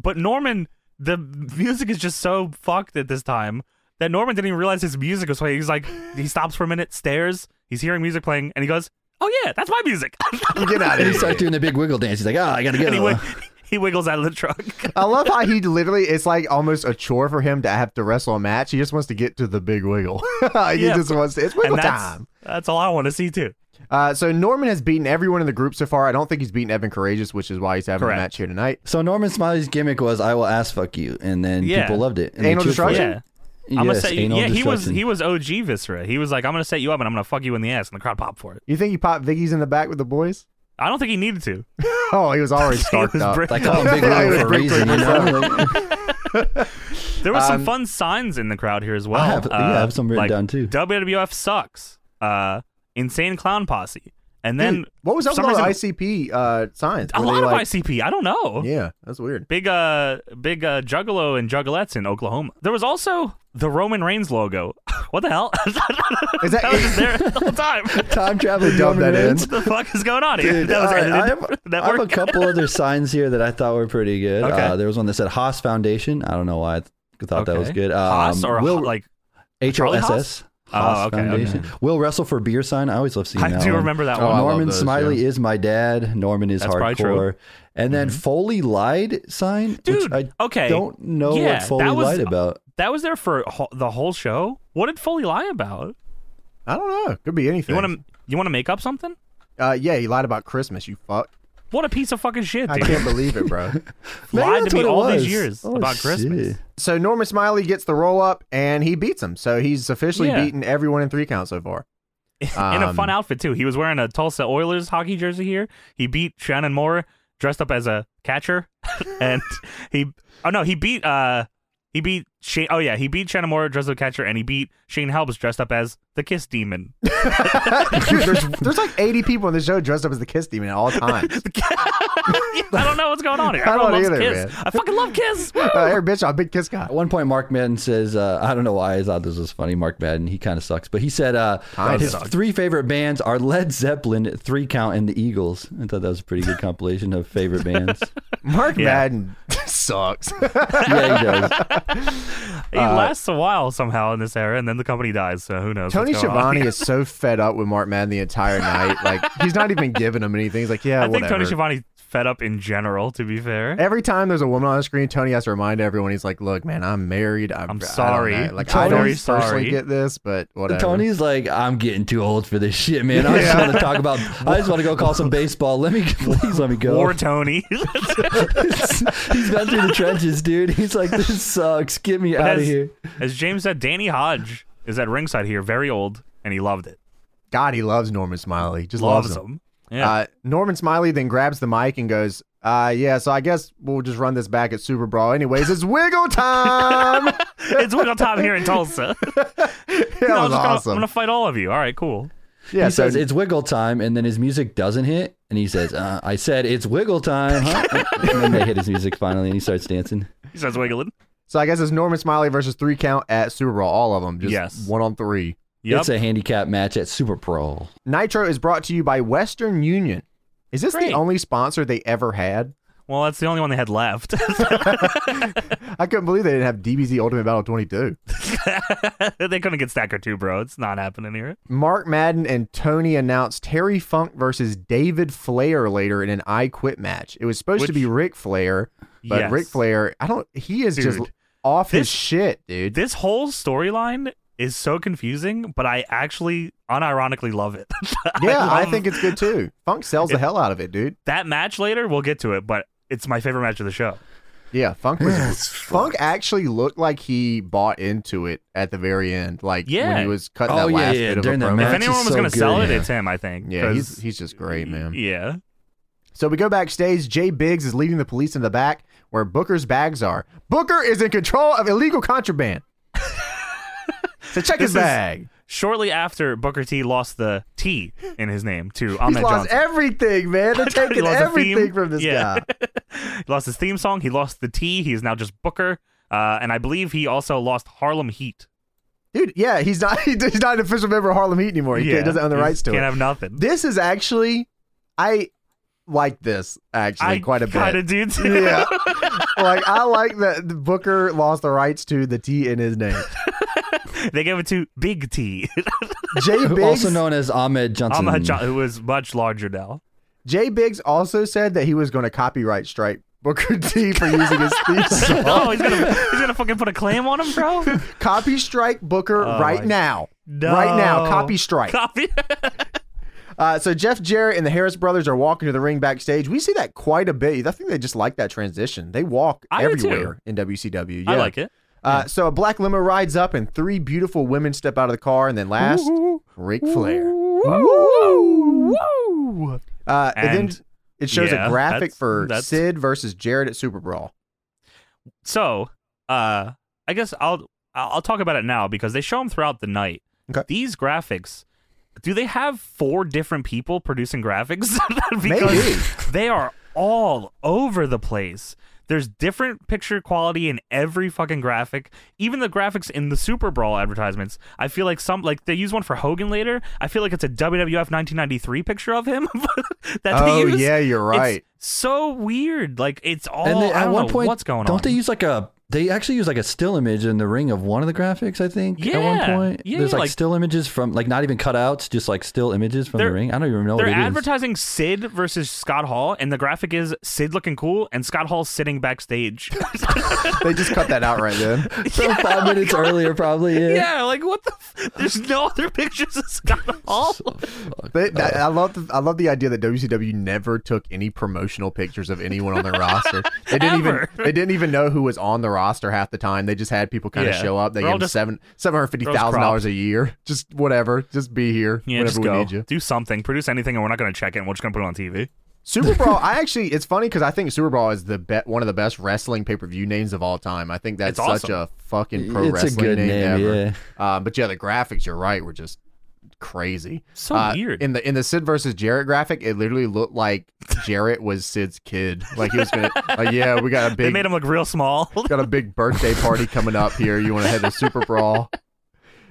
B: But Norman, the music is just so fucked at this time that Norman didn't even realize his music was playing. He's like, he stops for a minute, stares, he's hearing music playing, and he goes, "Oh yeah, that's my music."
A: Get out
C: And
A: of
C: he
A: here.
C: starts doing a big wiggle dance. He's like, "Ah, I gotta go."
B: and he, wig- he wiggles out of the truck.
A: I love how he literally it's like almost a chore for him to have to wrestle a match. He just wants to get to the big wiggle. he
B: Yeah.
A: just wants to, it's wiggle
B: and that's,
A: time.
B: that's all I want to see too.
A: Uh, so Norman has beaten everyone in the group so far. I don't think he's beaten Evan Courageous, which is why he's having
B: Correct.
A: a match here tonight.
C: So Norman Smiley's gimmick was "I will ass fuck you," and then
B: Yeah.
C: people loved it. And they
A: Anal
C: cheered for it.
A: destruction?
B: Yeah. I'm gonna
C: Yes,
B: set you.
C: anal
B: Yeah, he was
C: destruction.
B: he was OG Viscera. He was like, I'm gonna set you up and I'm gonna fuck you in the ass, and the crowd popped for it.
A: You think he popped Vicky's in the back with the boys?
B: I don't think he needed to.
A: Oh, he was already
B: He was
A: scarfed up.
B: bricked
C: I
B: up.
C: call him Big
A: Yeah, it
C: Lou
A: was
C: for a
A: pretty
C: reason, you
A: crazy.
C: know. Like,
B: There were some
A: Um,
B: fun signs in the crowd here as well.
C: I have- yeah, I
B: Uh,
C: have some written
B: like,
C: down, too.
B: WWF sucks. Uh, insane clown posse, and then
A: Dude, what was up
B: for
A: with
B: some
A: all the
B: reason-
A: ICP uh, signs?
B: a
A: Were
B: lot
A: they
B: of
A: like,
B: ICP. I don't know.
A: Yeah, that's weird.
B: Big uh, big uh, Juggalo and Juggalettes in Oklahoma. There was also the Roman Reigns logo. what the hell?
A: Is that-
B: that was just there the whole time?
C: Time traveling.
A: Dub that
C: Norman
A: in.
C: Reedus.
B: what the fuck is going on here?
C: Dude,
B: that was
C: all right,
B: edited.
C: I, have,
B: Did that
C: I have a
B: work?
C: couple other signs here that I thought were pretty good.
B: Okay.
C: Uh, there was one that said Haas Foundation. I don't know why I th- thought that was
B: Okay.
C: good. Um,
B: Haas or
C: Will,
B: Ho- like Charlie Haas?
C: HRSS.
B: Oh, okay, okay.
C: Foundation. Will wrestle for beer sign. I always love seeing
B: I
C: that.
B: do
C: one.
B: remember that
A: Oh, I
B: one.
A: love
C: Norman
A: those,
C: Smiley is my dad. Norman is
B: That's probably true. Mm-hmm.
C: hardcore. And then Foley lied sign,
B: Dude,
C: which I
B: okay.
C: don't know
B: Yeah,
C: what Foley
B: that was-
C: lied about.
B: That was there for ho- the whole show. What did Foley lie about?
A: I don't know. Could be anything.
B: You want to you want to make up something?
A: uh, yeah, he lied about Christmas. You fuck.
B: What a piece of fucking shit,
A: I
B: dude.
A: can't believe it, bro.
C: Maybe
B: lied
C: that's
B: to me
C: what it
B: all these
C: was.
B: years
C: Oh,
B: about Christmas.
C: shit.
A: So Norman Smiley gets the roll up and he beats him. So he's officially
B: Yeah.
A: beaten everyone in three counts so far.
B: in a
A: Um,
B: fun outfit too. He was wearing a Tulsa Oilers hockey jersey here. He beat Shannon Moore dressed up as a catcher, and he oh no he beat uh he beat Shane oh yeah he beat Shannon Moore dressed up as a catcher and he beat Shane Helms dressed up as the Kiss Demon.
A: Um, Dude, there's, there's like 80 people on the show dressed up as the Kiss Demon at all times.
B: I don't know what's going on here.
A: I don't
B: Everyone loves
A: either,
B: Kiss.
A: man.
B: I fucking love Kiss. Woo!
A: Uh, hey, bitch, I'm a big Kiss guy.
C: At one point, Mark Madden says, uh, I don't know why I thought this was funny. Mark Madden, he kind of sucks, but he said uh,
A: Kinda
C: his
A: sucks.
C: three favorite bands are Led Zeppelin, Three Count, and the Eagles. I thought that was a pretty good compilation of favorite bands.
A: Mark
B: Yeah.
A: Madden sucks.
C: yeah, he does.
B: He lasts a while somehow in this era, and then the company dies. So who knows?
A: Tony
B: what's going on.
A: Schiavone is so fed up with Mark Madden the entire night. Like, he's not even giving him anything. He's like, yeah,
B: I think
A: whatever.
B: Tony Schiavone's fed up in general. To be fair,
A: Every time there's a woman on the screen, Tony has to remind everyone. He's like, "Look, man, I'm married. I'm,
B: I'm
A: I don't
B: sorry.
A: know. Like,
B: I'm
A: I don't
B: very
A: personally
B: sorry."
A: get this, but whatever."
C: Tony's like, I'm getting too old for this shit, man. I just want to talk about, I just want to go call some baseball. Let me, please let me go.
B: or Tony.
C: He's been through the trenches, dude. He's like, this sucks. Get me out of
B: as,
C: here.
B: as James said, Danny Hodge is at ringside here, very old, and he loved it.
A: God, he loves Norman Smiley. Just loves,
B: Loves,
A: him.
B: him. Yeah.
A: Uh, Norman Smiley then grabs the mic and goes, uh, "Yeah, so I guess we'll just run this back at Super Brawl, anyways. It's wiggle time." that
B: it's wiggle time here in Tulsa. No, I'm,
A: was
B: just gonna,
A: awesome.
B: I'm gonna fight all of you. All right, cool.
A: yeah,
C: he
A: so
C: says it's wiggle time, and then his music doesn't hit, and he says, uh, "I said it's wiggle time." Huh? and then they hit his music finally, and he starts dancing.
B: He starts wiggling.
A: so I guess it's Norman Smiley versus three count at Super Brawl. All of them, just
B: Yes.
A: one on three.
B: Yep.
C: It's a handicap match at Super Pro.
A: Nitro is brought to you by Western Union. Is this
B: Great.
A: the only sponsor they ever had?
B: well, that's the only one they had left.
A: I couldn't believe they didn't have DBZ Ultimate Battle 22.
B: they couldn't get Stacker 2, bro. It's not happening here.
A: Mark Madden and Tony announced Terry Funk versus David Flair later in an I Quit match. It was supposed to
B: Which-
A: be Ric Flair, but
B: Yes.
A: Ric Flair, I don't. He is just
B: Dude.
A: off his
B: This-
A: shit, dude.
B: This whole storyline is so confusing, but I actually unironically love it.
A: yeah, I,
B: love-
A: think it's good too. Funk sells the hell out of it, dude.
B: that match later, we'll get to it, but it's my favorite match of the show.
A: Yeah, Funk was Funk actually looked like he bought into it at the very end, like when
B: Yeah.
A: he was cutting
C: Oh,
A: that
C: yeah,
A: last
C: yeah,
A: bit of a
C: during that
A: promo.
C: match.
B: if
C: is
B: anyone was
C: so
B: gonna sell
C: good.
B: it,
C: Yeah.
B: it's him, I think.
A: Yeah, he's
B: 'cause-
A: he's just great, man.
B: Yeah.
A: So we go backstage. Jay Biggs is leading the police in the back where Booker's bags are. Booker is in control of illegal contraband. so check his
B: This is-
A: bag.
B: Shortly after Booker T lost the T in his name to
A: He's
B: Ahmed
A: lost
B: Johnson.
A: everything, man. They're
B: He
A: taking
B: lost the theme.
A: everything from this
B: Yeah.
A: guy.
B: he lost his theme song. He lost the T. He is now just Booker. Uh, and I believe he also lost Harlem Heat.
A: Dude, yeah, he's not he's not an official member of Harlem Heat anymore. He
B: yeah,
A: can't, doesn't own the
B: he
A: rights to
B: Can't
A: it.
B: have nothing.
A: This is actually I like this actually
B: I
A: quite a
B: kind
A: bit.
B: of do too.
A: Yeah. like I like that Booker lost the rights to the T in his name.
B: they gave it to Big T,
A: Jay Biggs
C: Also known as Ahmed Johnson.
B: Ahmed Johnson, who is much larger now.
A: Jay Biggs also said that he was going to copyright strike Booker T for using his theme song.
B: Oh, he's gonna he's gonna fucking put a claim on him, bro.
A: Copy strike Booker right
B: Oh my-
A: now. Right now,
B: No.
A: copy strike.
B: Copy.
A: Uh, so Jeff Jarrett and the Harris brothers are walking to the ring backstage. We see that quite a bit. I think they just like that transition. They walk
B: I do too.
A: everywhere in WCW. Yeah.
B: I like it.
A: Uh, so a black limo rides up, and three beautiful women step out of the car, and then last, Ric Flair.
B: Woo! Woo!
A: Uh, and,
B: And-
A: then it shows
B: yeah,
A: a graphic
B: that's-
A: for
B: that's-
A: Sid versus Jared at Super Brawl.
B: So, uh, I guess I'll I'll I'll talk about it now because they show them throughout the night.
A: Okay.
B: These graphics, do they have four different people producing graphics? because they are all over the place. There's different picture quality in every fucking graphic. Even the graphics in the Super Brawl advertisements. I feel like some like they use one for Hogan later. I feel like it's a WWF 1993 picture of him that
A: Oh
B: they use.
A: yeah, you're
B: It's
A: right.
B: so weird. Like it's all.
C: And they,
B: Oh, I
C: at
B: don't
C: one
B: know
C: point,
B: what's going
C: don't
B: on?
C: they use like a? They actually use like a still image in the ring of one of the graphics. I think at one
B: Yeah.
C: point,
B: Yeah,
C: there's
B: yeah,
C: like,
B: like-
C: still images from like not even cutouts, just like still images from the
B: They're-
C: ring. I don't even know what
B: They're
C: it is.
B: advertising Sid versus Scott Hall, and the graphic is Sid looking cool and Scott Hall sitting backstage.
A: They just cut that out right then.
C: From
B: Oh,
C: five minutes earlier, probably. Yeah.
B: yeah, like what the? F- There's no other pictures of Scott Hall.
A: They,
B: Uh,
A: that, I love the I love the idea that WCW never took any promotional pictures of anyone on their roster. They didn't even
B: Ever.
A: they didn't even know who was on the roster half the time. They just had people kind of
B: Yeah.
A: show up. They
B: They're all
A: gave them
B: just-
A: seven seven hundred fifty
B: they're all just
A: thousand dollars a year. Just whatever. Just be here
B: Yeah,
A: whenever
B: just
A: we
B: go.
A: need you.
B: Do something. Produce anything, and we're not going to check it. And we're just going to put it on TV.
A: Super Brawl. I actually, it's funny because I think Super Brawl is the bet one of the best wrestling pay per view names of all time. I think that's
B: It's
A: such
B: awesome.
A: a fucking pro
C: It's a
A: wrestling
C: good
A: name,
C: name,
A: ever.
C: yeah.
A: Uh, but yeah, the graphics. You're right. Were just crazy.
B: So
A: Uh,
B: weird.
A: In the in the Sid versus Jarrett graphic, it literally looked like Jarrett was Sid's kid. Like he was gonna. like, yeah, we got a
B: they
A: big
B: made him look real small.
A: got a big birthday party coming up here. You want to head to Super Brawl?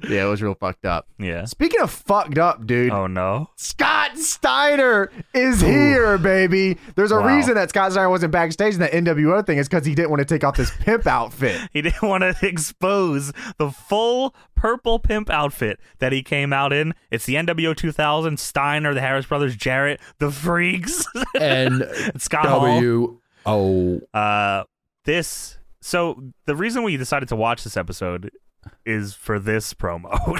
A: Yeah, it was real fucked up.
B: yeah.
A: Speaking of fucked up, dude.
B: Oh no.
A: Scott Steiner is here, baby. There's a
B: Wow.
A: reason that Scott Steiner wasn't backstage in that NWO thing. It's because he didn't want to take off this pimp outfit.
B: He didn't want to expose the full purple pimp outfit that he came out in. It's the NWO 2000, Steiner, the Harris Brothers, Jarrett, the Freaks,
C: And
B: Scott Hall.
C: W O.
B: Uh, this. So the reason we decided to watch this episode is for this promo.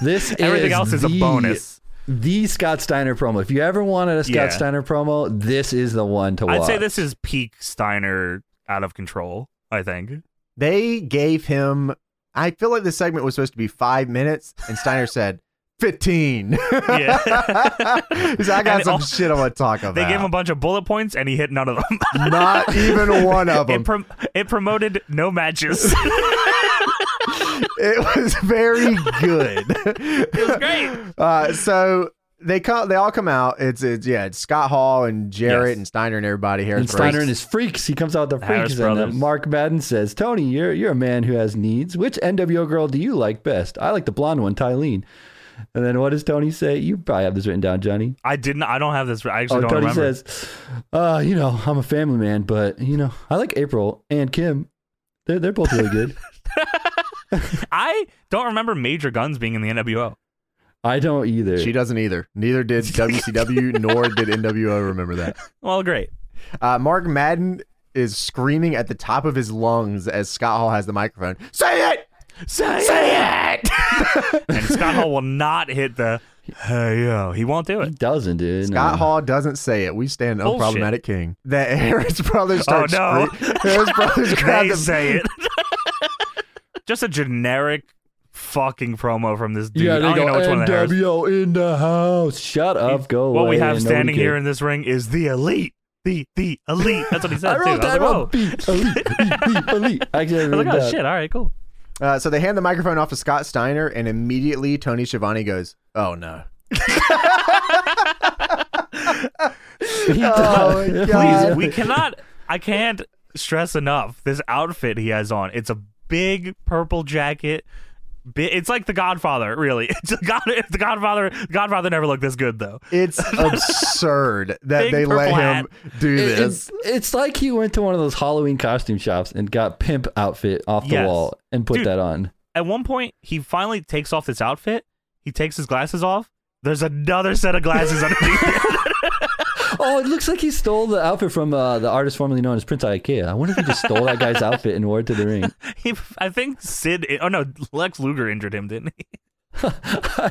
C: This
B: Everything
C: is
B: else is
C: the-
B: a bonus.
C: The Scott Steiner promo. If you ever wanted a Scott
B: Yeah.
C: Steiner promo, this is the one to watch.
B: I'd say this is peak Steiner out of control. I think.
A: They gave him. I feel like this segment was supposed to be five minutes, and Steiner said. 15.
B: Yeah.
A: He's like, I got
B: And
A: some
B: all-
A: shit I want to talk about.
B: They gave him a bunch of bullet points and he hit none of them.
A: Not even one of them.
B: it, prom- it promoted no matches.
A: it was very good.
B: it was great.
A: Uh, so they come, they all come out. It's, it's yeah, it's Scott Hall and Jarrett
B: Yes.
A: and Steiner and everybody here.
C: and Steiner and his freaks. He comes out with the
B: Harris
C: freaks, and uh,
B: Brothers.
C: Mark Madden says, "Tony, you're you're a man who has needs. Which NWO girl do you like best? I like the blonde one, Tylene." And then what does Tony say? You probably have this written down, Johnny.
B: I didn't. I don't have this. I actually
C: Oh,
B: don't
C: Tony
B: remember.
C: says, "Uh, you know, I'm a family man, but you know, I like April and Kim. They're they're both really good.
B: I don't remember Major Guns being in the NWO.
C: I don't either.
A: She doesn't either. Neither did WCW nor did NWO remember that.
B: Well, great.
A: Uh, Mark Madden is screaming at the top of his lungs as Scott Hall has the microphone. Say it!
B: Say,
A: Say it!
B: and Scott Hall will not hit the. Hey yo, he won't do
C: He
B: it.
C: doesn't, dude.
A: Scott
C: no.
A: Hall doesn't say it. We stand
B: Bullshit.
A: unproblematic king. The Harris brothers
B: Oh,
A: start
B: no.
A: scre- Harris brothers grab
B: They
A: the
B: say it. Just a generic fucking promo from this dude. I don't even know which one of the Harris.
C: NWO in the house. Shut up, go
B: What we
C: away.
B: have
C: Nobody
B: standing
C: cares.
B: here in this ring is the elite. The the elite. That's what he said
C: I
B: too.
C: wrote
B: I was like,
C: that one.
B: whoa.
C: Beat, elite, beat, beat, elite. Actually, I
B: I was
C: wrote
B: like, oh
C: that.
B: shit. All right, cool.
A: Uh, so they hand the microphone off to Scott Steiner, and immediately Tony Schiavone goes, "Oh no."
C: He
A: Oh, my
C: does. Please,
A: God.
B: we cannot i can't stress enough this outfit he has on it's a big purple jacket Bi- it's like the godfather really it's the, God, it's the godfather the godfather never looked this good though
A: It's absurd that
B: Big
A: they let
B: purple
A: him do
C: it-
A: this.
C: it's, it's like he went to one of those Halloween costume shops and got pimp outfit off the
B: Yes.
C: wall and put
B: Dude.
C: that on.
B: at one point he finally takes off this outfit he takes his glasses off there's another set of glasses underneath it.
C: Oh, it looks like he stole the outfit from uh, the artist formerly known as Prince Ikea. I wonder if he just stole that guy's outfit and wore it to the ring.
B: He, I think Sid. Oh no, Lex Luger injured him, didn't he?
C: I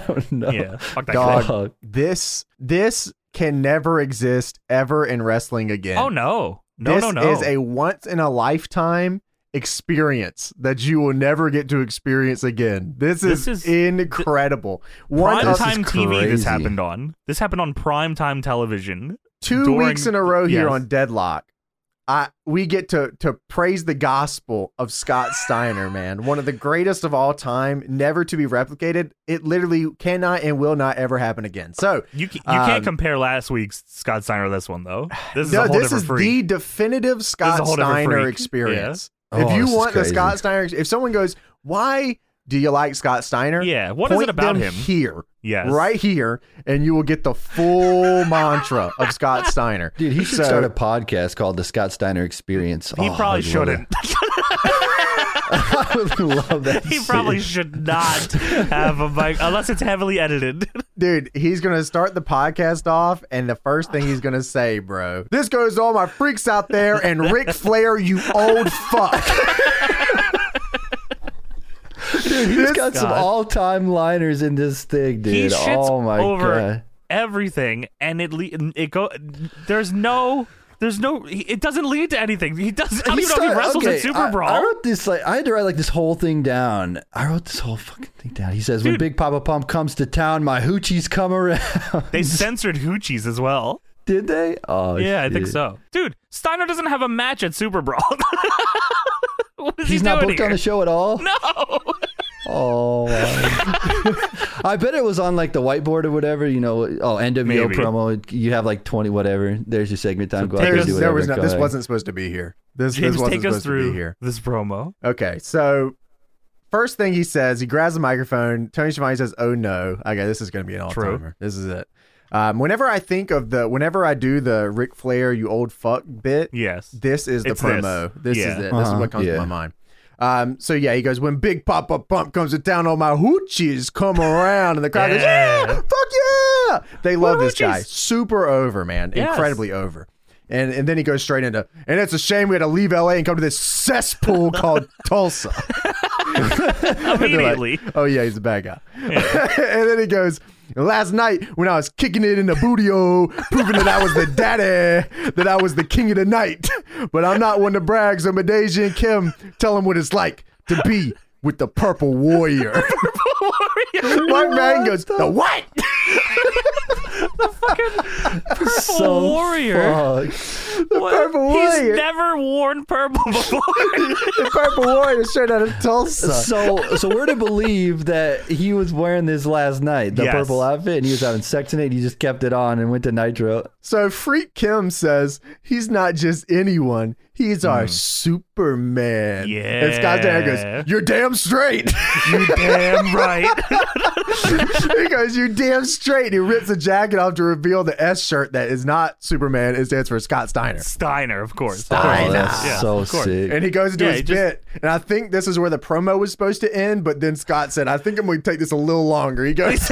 C: don't
A: Oh,
C: know.
B: Yeah, fuck that
A: Dog.
B: guy.
C: Dog.
A: This this can never exist ever in wrestling again.
B: Oh no, no,
A: this
B: no, no.
A: is a once in a lifetime experience that you will never get to experience again. This,
B: This
A: is,
B: is-
A: incredible. One
B: prime
A: of
B: time
C: This is
B: TV. This
C: crazy.
B: happened on. This happened on prime time television.
A: two
B: during-
A: weeks in a row here
B: Yes.
A: on Deadlock. I we get to to praise the gospel of Scott Steiner, man. One of the greatest of all time, never to be replicated. It literally cannot and will not ever happen again. So
B: You ca- you can't
A: Um,
B: compare last week's Scott Steiner to this one though. This is
A: no,
B: a whole
A: this
B: different
A: is
B: freak.
A: the definitive
B: a
A: Scott
B: whole different
A: Steiner
B: freak.
A: experience.
C: Yeah.
A: If
C: Oh,
A: you
C: this is
A: want the
C: crazy.
A: Scott Steiner, if someone goes, why do you like Scott Steiner?
B: yeah. What is
A: Point
B: it about
A: them
B: him?
A: Here,
B: yes.
A: right here, and you will get the full mantra of Scott Steiner.
C: Dude, he should
A: So-
C: start a podcast called The Scott Steiner Experience.
B: He
C: Oh,
B: probably
C: I'd love
B: shouldn't.
C: that. I would love that.
B: he probably
C: shit.
B: should not have a mic unless it's heavily edited.
A: Dude, he's gonna start the podcast off, and the first thing he's gonna say, bro, this goes to all my freaks out there, and Ric Flair, you old fuck.
C: Dude, he's got some
B: God.
C: all-time liners in this thing, dude.
B: he shits
C: oh my
B: over
C: god.
B: everything, and it le- it go. There's no. There's no. he- It doesn't lead to anything. He does. I don't even know
C: He
B: if he
C: started-
B: wrestles
C: okay,
B: at Super
C: I-
B: Brawl.
C: I, wrote this like I had to write like this whole thing down. I wrote this whole fucking thing down. He says, "When
B: Dude.
C: Big Papa Pump comes to town, my hoochies come around."
B: they censored Hoochies as well.
C: Did they? Oh
B: Yeah, I think
C: shit.
B: so. Dude, Steiner doesn't have a match at Super Brawl. what is
C: He's
B: he
C: not
B: doing
C: booked
B: here?
C: on the show at all.
B: no.
C: Oh, wow. I bet it was on like the whiteboard or whatever. You know, oh NWO
B: Maybe.
C: promo. You have like twenty whatever. There's your segment time. Go out
B: take
C: there and
A: There's-
B: us-
C: do
A: there
C: whatever.
A: was no,
C: Go
A: this
C: ahead.
A: wasn't supposed to be here. This, this
B: James,
A: wasn't
B: take us
A: supposed to
B: through
A: be here.
B: this promo.
A: Okay, so first thing he says, he grabs the microphone. Tony Schiavone says, "Oh no, okay, this is going to be an all-timer. This is it." Um, whenever I think of the, whenever I do the Ric Flair, you old fuck bit,
B: Yes.
A: this is the
B: It's this.
A: promo. This, is
B: Yeah.
A: it. This is
C: Uh-huh.
A: what comes to
C: Yeah.
A: my mind. Um, so yeah, he goes when Big Papa Pump comes to town, all my hoochies come around, and the crowd
B: Yeah.
A: goes, "Yeah, fuck yeah!" They love this guy.
B: hoochies.
A: Super over, man.
B: Yes.
A: Incredibly over. And and then he goes straight into, and it's a shame we had to leave LA and come to this cesspool called Tulsa. And they're like,
B: Immediately.
A: oh yeah, he's a bad guy. and then he goes, last night when I was kicking it in the bootio, proving that I was the daddy, that I was the king of the night. But I'm not one to brag, so Medeja and Kim tell him what it's like to be with the purple warrior. Mark Madden goes, the what?
B: Purple
C: So
B: Warrior.
C: fucked.
B: What?
A: Purple Warrior.
B: He's never worn purple before.
A: The purple warrior straight out of Tulsa.
C: So, so we're to believe that he was wearing this last night, the
B: Yes.
C: purple outfit, and he was having sex in it. He just kept it on and went to Nitro.
A: So Freak Kim says he's not just anyone; he's our Superman. And Scott Tanner
B: Hmm. Yeah.
A: goes, "You're damn straight."
B: you damn right.
A: he goes, "You're damn straight." He rips the jacket off to reveal the S shirt that is not Superman. It stands for Scott Steiner.
B: Steiner, of course.
C: Oh,
A: Steiner.
C: that's
B: Yeah,
C: so
B: of course.
C: sick.
A: And he goes into
B: Yeah,
A: his
B: he just-
A: bit, and I think this is where the promo was supposed to end. But then Scott said, "I think I'm going to take this a little longer." He goes,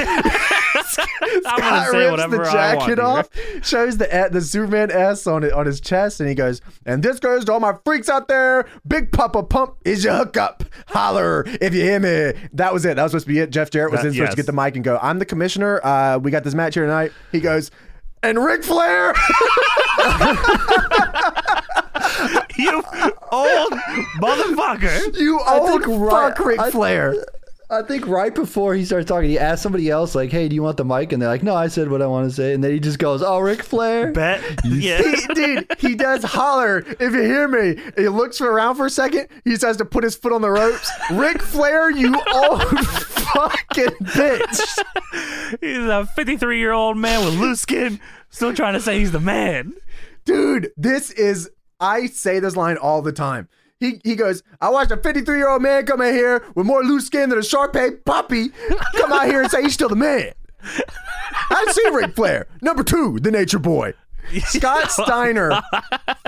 B: I'm
A: Scott
B: gonna say
A: rips
B: whatever
A: the
B: I want.
A: jacket
B: here.
A: off, shows the the Superman S on it on his chest, and he goes, "And this goes to all my freaks out there. Big Papa Pump is your hookup. Holler if you hear me." That was it. That was supposed to be it. Jeff Jarrett was
B: That-
A: then supposed to get
B: yes.
A: the mic and go, "I'm the commissioner. Uh, we got this match here tonight." He goes, "And Ric Flair."
B: You old motherfucker.
A: You old
C: think right-
A: fuck, Ric
C: I-
A: Flair.
C: I think right before he starts talking, he asked somebody else, like, "Hey, do you want the mic?" And they're like, "No, I said what I want to say." And then he just goes, "Oh, Ric Flair."
B: Bet. Yeah.
A: He- dude, he does holler if you hear me. He looks around for a second. He decides to put his foot on the ropes. Ric Flair, you old fucking bitch.
B: He's a 53 year old man with loose skin, still trying to say he's the man.
A: Dude, this is I say this line all the time. He, he goes, I watched a 53 year old man come in here with more loose skin than a Sharpay puppy come out here and say he's still the man. I've seen Ric Flair. Number two, the nature boy. Scott Steiner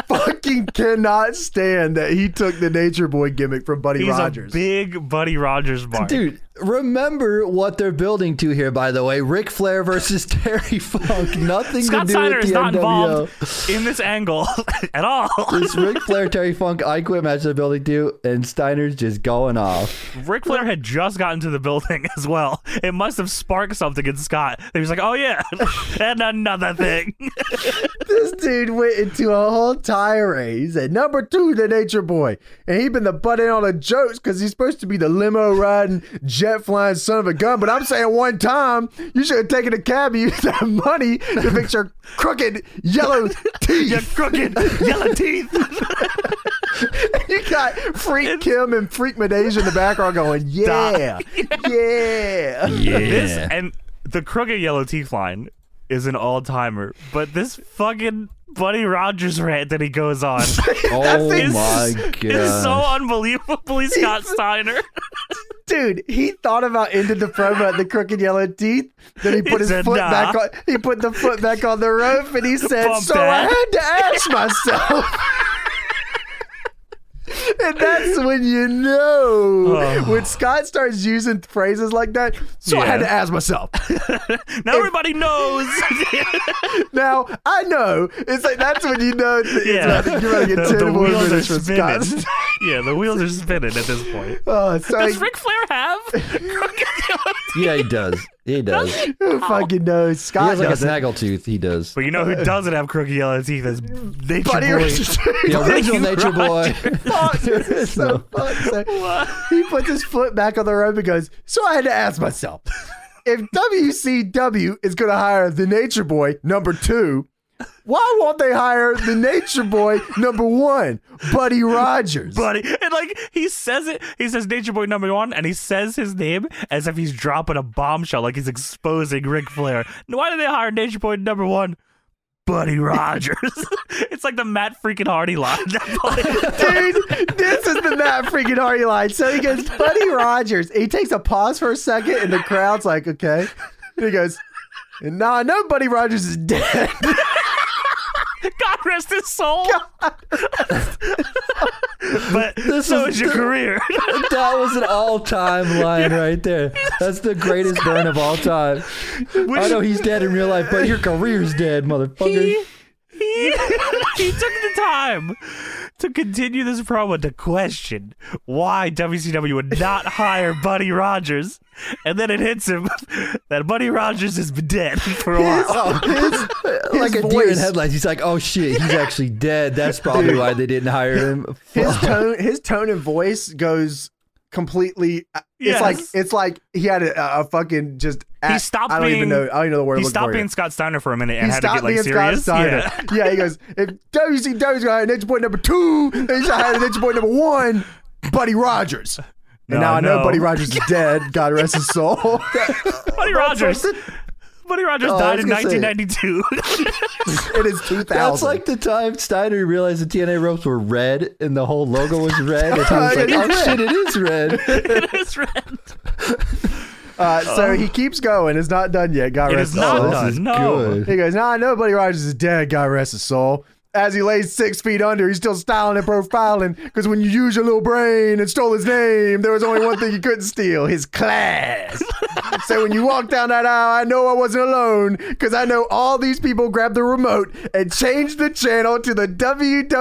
A: fucking fucking cannot stand that he took the Nature Boy gimmick from Buddy
B: He's
A: Rogers.
B: a big Buddy Rogers mark.
C: Dude, remember what they're building to here, by the way. Ric Flair versus Terry Funk. Nothing to
B: Scott
C: do
B: Steiner
C: with
B: is
C: the
B: not
C: NWO.
B: involved in this angle at all.
C: This Ric Flair, Terry Funk, I quit match they're building to, and Steiner's just going off.
B: Ric Flair had just gotten to the building as well. It must have sparked something in Scott. He was like, "Oh yeah," and another thing.
A: This dude went into a whole tirade. He said, number two, the nature boy. And he been the butt end on the jokes because he's supposed to be the limo riding, jet flying son of a gun. But I'm saying one time, you should have taken a cab and used that money to fix your crooked yellow
B: Your
A: teeth.
B: crooked yellow teeth.
A: you got Freak Kim and Freak Medeja in the background going, yeah, yeah.
B: This and the crooked yellow teeth line is an all timer, but this fucking Buddy Rogers rant that he goes on
C: oh
A: thing
C: my god.
B: is so unbelievably Scott Steiner.
A: Dude, he thought about ending the promo at the crooked yellow teeth. Then he put his
B: said,
A: foot
B: "Nah."
A: back on. He put the foot back on the rope, and he said,
B: Bump
A: "So
B: that."
A: I had to ask myself." and that's when you know
B: Oh.
A: when Scott starts using phrases like that. So I had
B: Yeah.
A: to ask myself.
B: Now everybody knows.
A: now I know. It's like that's when you know. That
B: yeah,
A: yeah. you're running
B: the,
A: a ten
B: the
A: more
B: wheels are
A: minutes from
B: spinning.
A: Scott.
B: yeah, the wheels are spinning at this point.
A: Oh, so
B: Does
A: I-
B: Ric Flair have crooked yellow teeth?
C: yeah, he does. He does. He
A: who fucking knows? Scott
C: has like a
A: doesn't.
C: snaggle tooth. He does.
B: But you know who doesn't have crooked yellow teeth is Nature
A: Buddy
B: Boy.
A: Richards.
C: The original Nature Boy.
A: fuck,
C: There
A: this is
C: is
A: so
C: no-
A: fuck's sake. He puts his foot back on the rope and goes, So I had to ask myself if WCW is going to hire the Nature Boy number two, why won't they hire the Nature Boy number one, Buddy Rogers?
B: buddy. And like he says it, he says Nature Boy number one, and he says his name as if he's dropping a bombshell, like he's exposing Ric Flair. Why did they hire Nature Boy number one? Buddy Rogers. it's like the Matt freaking Hardy line.
A: Dude, this is the Matt freaking Hardy line. So he goes, Buddy Rogers. He takes a pause for a second, and the crowd's like, Okay. And he goes, Nah, no, Buddy Rogers is dead.
B: God rest his soul. but so
C: is
B: is your
C: the-
B: career.
C: That was an all-time line right there. That's the greatest burn of all time. I know he's dead in real life, but your career's dead, motherfucker.
B: he, he, he took the time to continue this promo to question why WCW would not hire Buddy Rogers, and then it hits him that Buddy Rogers has been dead for a while.
C: like
A: his
C: a deer in
A: voice.
C: headlights. He's like, oh shit, he's actually dead. That's probably why they didn't hire him.
A: his tone his tone and voice goes completely uh,
B: Yes.
A: it's like it's like he had a, a fucking just
B: He stopped
A: I don't
B: being-
A: even know I don't even know the word I'm looking
B: He
A: for
B: stopped
A: here.
B: being Scott Steiner for a minute and
A: he
B: had to
A: stopped
B: get like
A: being Scott
B: serious.
A: Steiner.
B: Yeah.
A: Yeah. he goes, if WCW's gonna hire Nature Boy number two, they should hire Nature Boy number one, Buddy Rogers.
B: No,
A: and now I know
B: no.
A: Buddy Rogers is dead. God rest his soul.
B: Buddy Rogers. Buddy Rogers
A: Oh, I
B: died
A: was
B: in
A: gonna say-
B: 1992.
A: it is 2000.
C: That's like the time Steiner realized the TNA ropes were red and the whole logo was red. And he was like, oh shit, it is red.
B: it is red.
A: uh, so he keeps going. It's not done yet. God
B: It
A: rest
B: is
A: his
B: not
A: soul.
B: done.
C: Oh, is
B: no.
C: good.
A: He goes, nah, nobody Rogers is dead, God rest his soul. As he lays six feet under, he's still styling and profiling because when you use your little brain and stole his name, there was only one thing you couldn't steal his class. so when you walk down that aisle, I know I wasn't alone because I know all these people grabbed the remote and changed the channel to the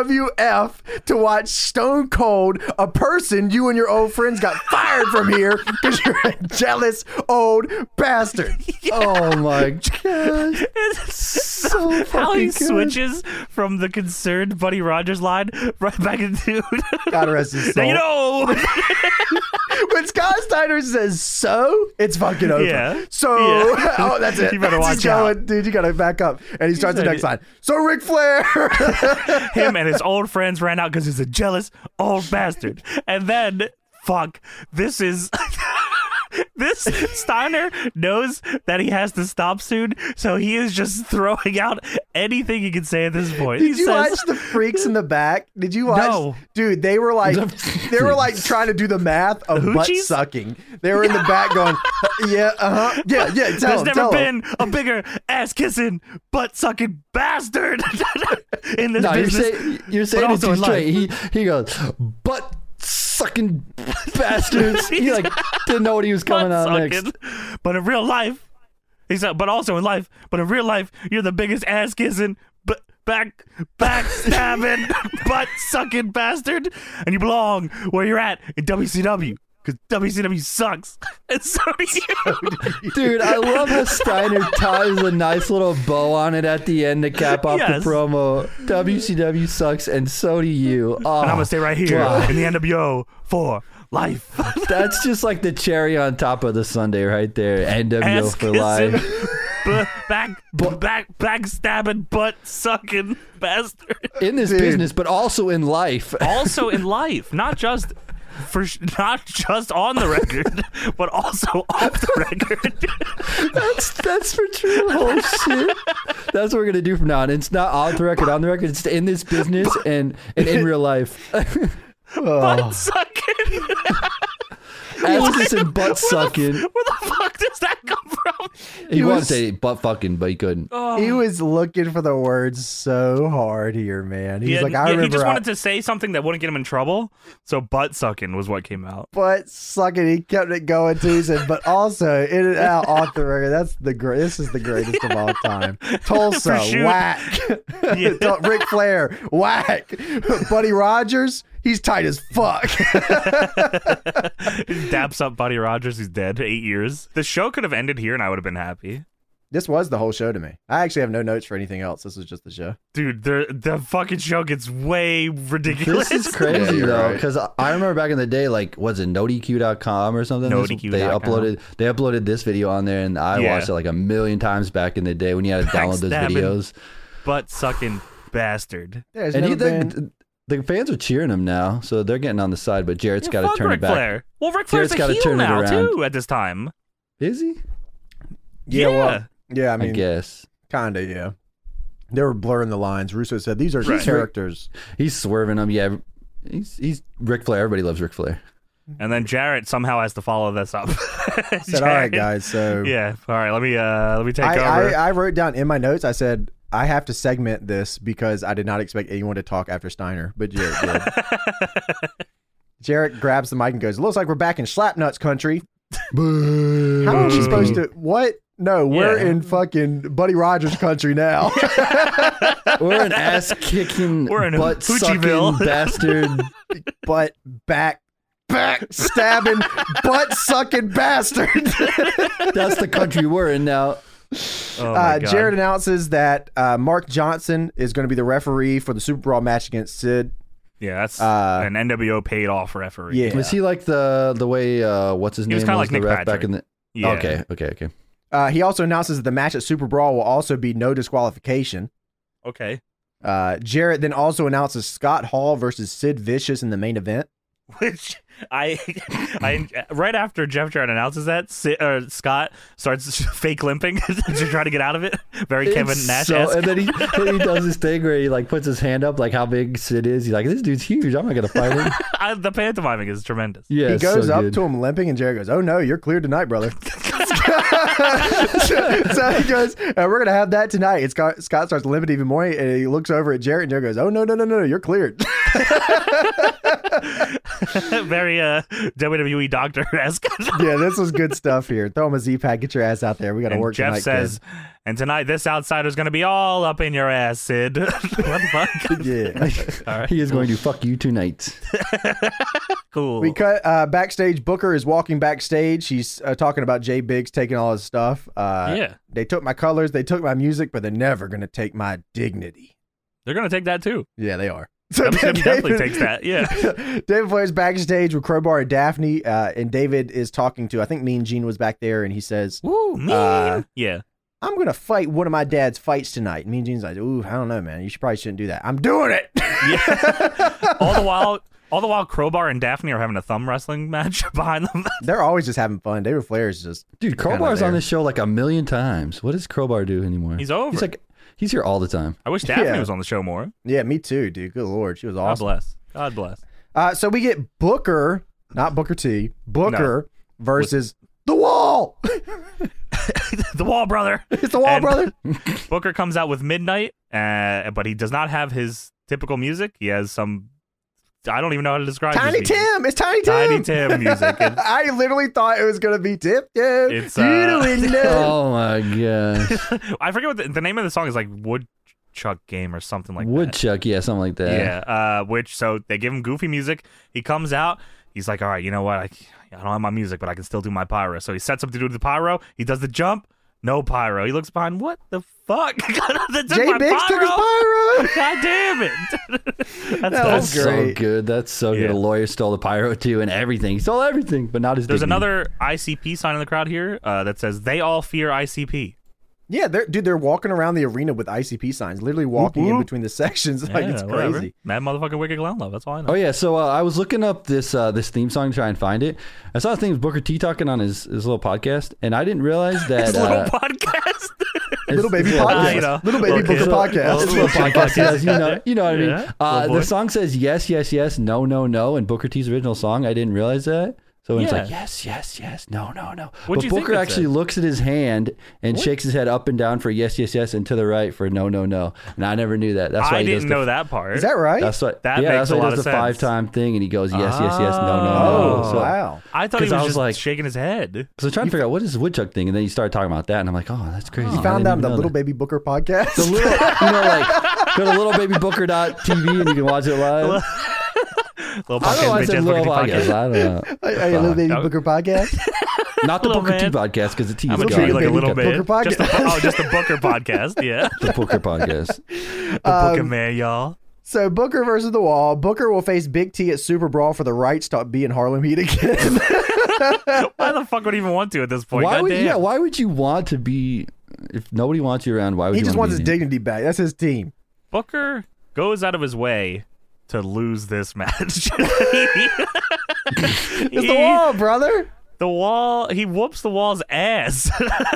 A: WWF to watch Stone Cold, a person you and your old friends got fired from here because you're a jealous old bastard.
C: Oh my gosh.
B: It's
C: So
A: Oh
B: how he
C: fucking good.
B: switches from the concerned Buddy Rogers line right back into
A: God rest his
B: Now
A: soul.
B: you know
A: when Scott Steiner says so, it's fucking over.
B: Yeah.
A: So,
B: Yeah.
A: oh, that's it.
B: You better
A: That's- he's
B: watch out.
A: going- dude. You gotta back up, and he starts the
B: said
A: next
B: it.
A: line. So Ric Flair,
B: him and his old friends ran out because he's a jealous old bastard. And then fuck, this is This Steiner knows that he has to stop soon, so he is just throwing out anything he can say at this point.
A: Did
B: He
A: you
B: says-
A: watch the freaks in the back? Did you watch?
B: No.
A: Dude, they were like,
C: The
A: they were like trying to do the math of
B: The
A: butt
B: hoochies?
A: sucking. They were in the back going, yeah, uh huh, yeah, yeah. Tell
B: There's
A: him,
B: never
A: tell him.
B: been a bigger ass kissing, butt sucking bastard in this
C: No, you're,
B: business.
C: say, you're saying it
B: also
C: too
B: in life.
C: straight. He he goes, butt sucking bastards. He like didn't know what he was coming
B: butt
C: out
B: sucking.
C: next.
B: But in real life, he's like, but also in life, but in real life, you're the biggest ass kissing, b- back, backstabbing, butt sucking bastard, and you belong where you're at in WCW because WCW sucks, and so do you.
C: Dude, I love how Steiner ties a nice little bow on it at the end to cap off
B: Yes.
C: the promo. WCW sucks, and so do you. Oh,
B: and I'm gonna stay right here
C: God.
B: in the NWO for life.
C: That's just like the cherry on top of the Sunday right there. NWO for life.
B: b- back, b- back, backstabbing, butt sucking bastard.
C: In this
A: Dude.
C: business, but also in life.
B: Also in life, not just for sh- not just on the record, but also off the record.
C: That's that's for true. Holy shit. That's what we're gonna do from now on. It's not off the record, on the record. It's in this business and, and in real life.
B: butt sucking.
C: Ass kissing, butt
B: Where
C: sucking.
B: the fuck does that come from?
C: He Oh, wanted to
A: was-
C: say butt fucking, but he couldn't.
A: He was looking for the words so hard here, man. He's
B: yeah,
A: like, I
B: yeah,
A: remember
B: he just
A: I-
B: wanted to say something that wouldn't get him in trouble. So butt sucking was what came out.
A: butt sucking. He kept it going too. He said, but also in and out off the record. That's the great. This is the greatest of all time. Tulsa,
B: Prosciutto.
A: whack.
B: Yeah.
A: Ric Flair, whack. Buddy Rogers, he's tight as fuck.
B: Daps up Buddy Rogers, who's dead eight years. The show could have ended here, and I would have been happy.
A: this was the whole show to me. I actually have no notes for anything else. This was just the show.
B: Dude, the the fucking show gets way ridiculous.
C: This is
A: Yeah,
C: crazy
A: you're
C: though,
A: right.
C: because I remember back in the day, like was it NoDQ.com or something? This- They
B: NoDQ.com.
C: uploaded they uploaded this video on there, and I
B: Yeah.
C: watched it like a million times back in the day when you had to download those
B: Backstabbing.
C: videos.
B: Butt sucking bastard.
A: There's
C: And he,
A: never been-
C: the, the fans are cheering him now, so they're getting on the side. But Jarrett's got
B: fuck
C: to turn
B: Ric
C: it back.
B: Flair. Well, Ric Flair's
C: Jarrett's
B: a
C: gotta
B: heel
C: turn it
B: now
C: around.
B: too. At this time,
C: Is he?
A: yeah, well, yeah. I
C: I
A: mean,
C: guess
A: kinda, yeah. They were blurring the lines. Russo said these are
B: Right.
A: characters.
C: he's swerving him. Yeah, he's he's Ric Flair. Everybody loves Ric Flair.
B: and then Jarrett somehow has to follow this up.
A: Said, all right, guys. So
B: Yeah. All right. Let me uh let me take
A: I,
B: over.
A: I, I wrote down in my notes. I said I have to segment this because I did not expect anyone to talk after Steiner, but Jarrett did. Jarrett grabs the mic and goes, "Looks like we're back in Slapnuts country." How are we
B: Boo.
A: supposed to? What? No, we're
B: Yeah.
A: in fucking Buddy Rogers country now.
C: We're an ass kicking,
B: We're in
C: butt sucking
B: Hoochieville.
C: bastard.
A: butt back, back stabbing, butt sucking bastard.
C: That's the country we're in now.
B: oh my
A: Uh,
B: God.
A: Jared announces that uh, Mark Johnson is going to be the referee for the Super Brawl match against Sid.
B: Yeah, that's
A: uh,
B: an NWO paid off referee.
A: Yeah.
C: Was he like the the way uh, what's his
B: He
C: name
B: was kinda like
C: the
B: Nick
C: ref back
B: Patrick.
C: in the?
B: Yeah.
C: Okay, okay, okay.
A: Uh, he also announces that the match at Super Brawl will also be no disqualification.
B: Okay.
A: Uh, Jarrett then also announces Scott Hall versus Sid Vicious in the main event.
B: Which I, I right after Jeff Jarrett announces that, Si- uh, Scott starts fake limping to try to get out of it. Very Kevin
C: It's
B: Nash.
C: So, and then he, then he does this thing where he like puts his hand up, like how big Sid is. He's like, this dude's huge. I'm not gonna fight him.
B: I, Uh, the pantomiming is tremendous.
C: Yeah,
A: he goes
C: so
A: up
C: good.
A: to him limping, and Jarrett goes, "Oh no, you're clear tonight, brother." so, so he goes, "Uh, "We're gonna have that tonight." And Scott, Scott starts limping even more, and he looks over at Jarrett, and Jarrett goes, "Oh no, no, no, no, you're cleared."
B: Very uh, WWE doctor esque.
A: yeah, this was good stuff here. Throw him a Z pack, get your ass out there. We gotta
B: And
A: work
B: Jeff
A: tonight.
B: says, and tonight this outsider's going to be all up in your ass, Sid. what the fuck?
A: kid. "Yeah."
B: all right.
C: He is going to fuck you tonight.
B: Cool.
A: We cut uh, backstage. Booker is walking backstage. He's uh, talking about Jay Biggs taking all his stuff. Uh,
B: yeah.
A: They took my colors, they took my music, but they're never going to take my dignity.
B: They're going to take that too.
A: Yeah, they are.
B: WCW definitely takes that. Yeah.
A: David Flair's backstage with Crowbar and Daphne, uh, and David is talking to, I think Mean Gene was back there, and he says,
B: Woo, mean.
A: Uh,
B: yeah.
A: I'm going to fight one of my dad's fights tonight. And Mean Gene's like, ooh, I don't know, man. You should probably shouldn't do that. I'm doing it.
B: Yeah. all the while, All the while, Crowbar and Daphne are having a thumb wrestling match behind them.
A: They're always just having fun. David Flair is just
C: Dude, Crowbar's on
A: there.
C: this show like a million times. What does Crowbar do anymore?
B: He's over.
C: He's like he's here all the time.
B: I wish Daphne
A: Yeah.
B: was on the show more.
A: yeah. Me too, dude. Good lord, she was
B: God
A: awesome.
B: bless. God bless.
A: Uh, so we get Booker, not Booker T, Booker versus the Wall.
B: the Wall Brother.
A: it's the Wall,
B: And-
A: brother.
B: Booker comes out with Midnight, uh, but he does not have his typical music. He has some. I don't even know how to describe. his
A: Tiny
B: music.
A: Tim. It's Tiny Tim.
B: Tiny Tim music. It's-
A: I literally thought it was gonna be Tip Tim.
B: It's,
A: You
B: uh,
A: don't know.
C: Oh my gosh.
B: I forget what the, the name of the song is. Like Woodchuck Game or something like that.
C: Woodchuck, yeah, something like that.
B: Yeah. Uh, which so they give him goofy music. He comes out. He's like, all right, you know what? I, I don't have my music, but I can still do my pyro. So he sets up to do the pyro. He does the jump. No pyro. He looks behind. What the fuck? They took
A: Jay
B: my
A: Biggs took his pyro.
B: God damn it! That's
A: That
B: dumb.
C: That's
A: Oh,
C: so
A: great.
C: good. That's so
B: Yeah.
C: good. A lawyer stole the pyro too and everything. He stole everything, but not his
B: There's
C: dignity.
B: another ICP sign in the crowd here uh, that says they all fear ICP.
A: Yeah, they're, dude, they're walking around the arena with ICP signs, literally walking in
B: whoop.
A: between the sections. Like
B: Yeah,
A: it's
B: whatever.
A: crazy.
B: Mad motherfucking wicked clown love. That's all I know.
C: Oh yeah, so uh, I was looking up this uh, this theme song to try and find it. I saw a thing with Booker T talking on his, his little podcast, and I didn't realize that
B: This
C: uh,
B: little podcast.
A: Little baby
C: little
A: podcast.
B: you know,
A: little baby
B: little
A: Booker
B: kid.
A: podcast.
C: It's a little podcast, yes, you know, you know what I
B: Yeah,
C: mean. Uh,
B: little boy.
C: the song says yes, yes, yes, no, no, no, and Booker T's original song. I didn't realize that. So it's
B: Yeah.
C: like yes, yes, yes, no, no, no.
B: What'd you
C: but
B: think
C: Booker
B: it
C: actually
B: said?
C: looks at his hand and shakes his head up and down for yes, yes, yes, and to the right for no, no, no. And I never knew that. That's why
B: I
C: he does
B: didn't
C: the,
B: know that part.
A: Is that right?
C: That's what.
B: That
C: yeah,
B: makes
C: that's
B: a
C: why
B: lot
C: he does
B: of
C: the
B: sense.
C: five time thing, and he goes yes, yes, yes, no, no, no.
A: oh
C: So-
A: wow.
B: I thought he
C: 'Cause I
B: was
C: was
B: just
C: like-
B: shaking his head.
C: So I'm trying to figure out what is the woodchuck thing, and then you start talking about that, and I'm like, oh, that's crazy.
A: You
C: I
A: found
C: didn't
A: out
C: even
A: the
C: know
A: little
C: that.
A: baby Booker podcast.
C: the little, you know, like go to littlebabybooker.tv and you can watch it live.
B: Little
C: I
B: podcast, bitch, ass
C: little
B: fucking
C: podcast.
B: podcast.
C: I don't know.
A: Hey, hey, little baby
B: Fuck.
A: Booker podcast.
C: Not the
B: Little
C: Booker T
B: man.
C: podcast because the T
B: I'm
C: is
B: gonna
C: gone.
B: treat you like a little
A: Booker
B: bit. Just the,
A: podcast.
B: oh, just the Booker podcast. Yeah,
C: the Booker podcast.
B: the Booker man, y'all.
A: So Booker versus the Wall. Booker will face Big T at Super Brawl for the rights to be in Harlem Heat again.
B: Why the fuck would he even want to at this point?
C: Why
B: God
C: would
B: damn.
C: yeah? Why would you want to be if nobody wants you around? Why would
A: he
C: you
A: just
C: want
A: wants
C: to
A: his
C: be in
A: dignity back. That's his team.
B: Booker goes out of his way to lose this match.
A: It's the Wall, brother.
B: The wall. He whoops the wall's ass.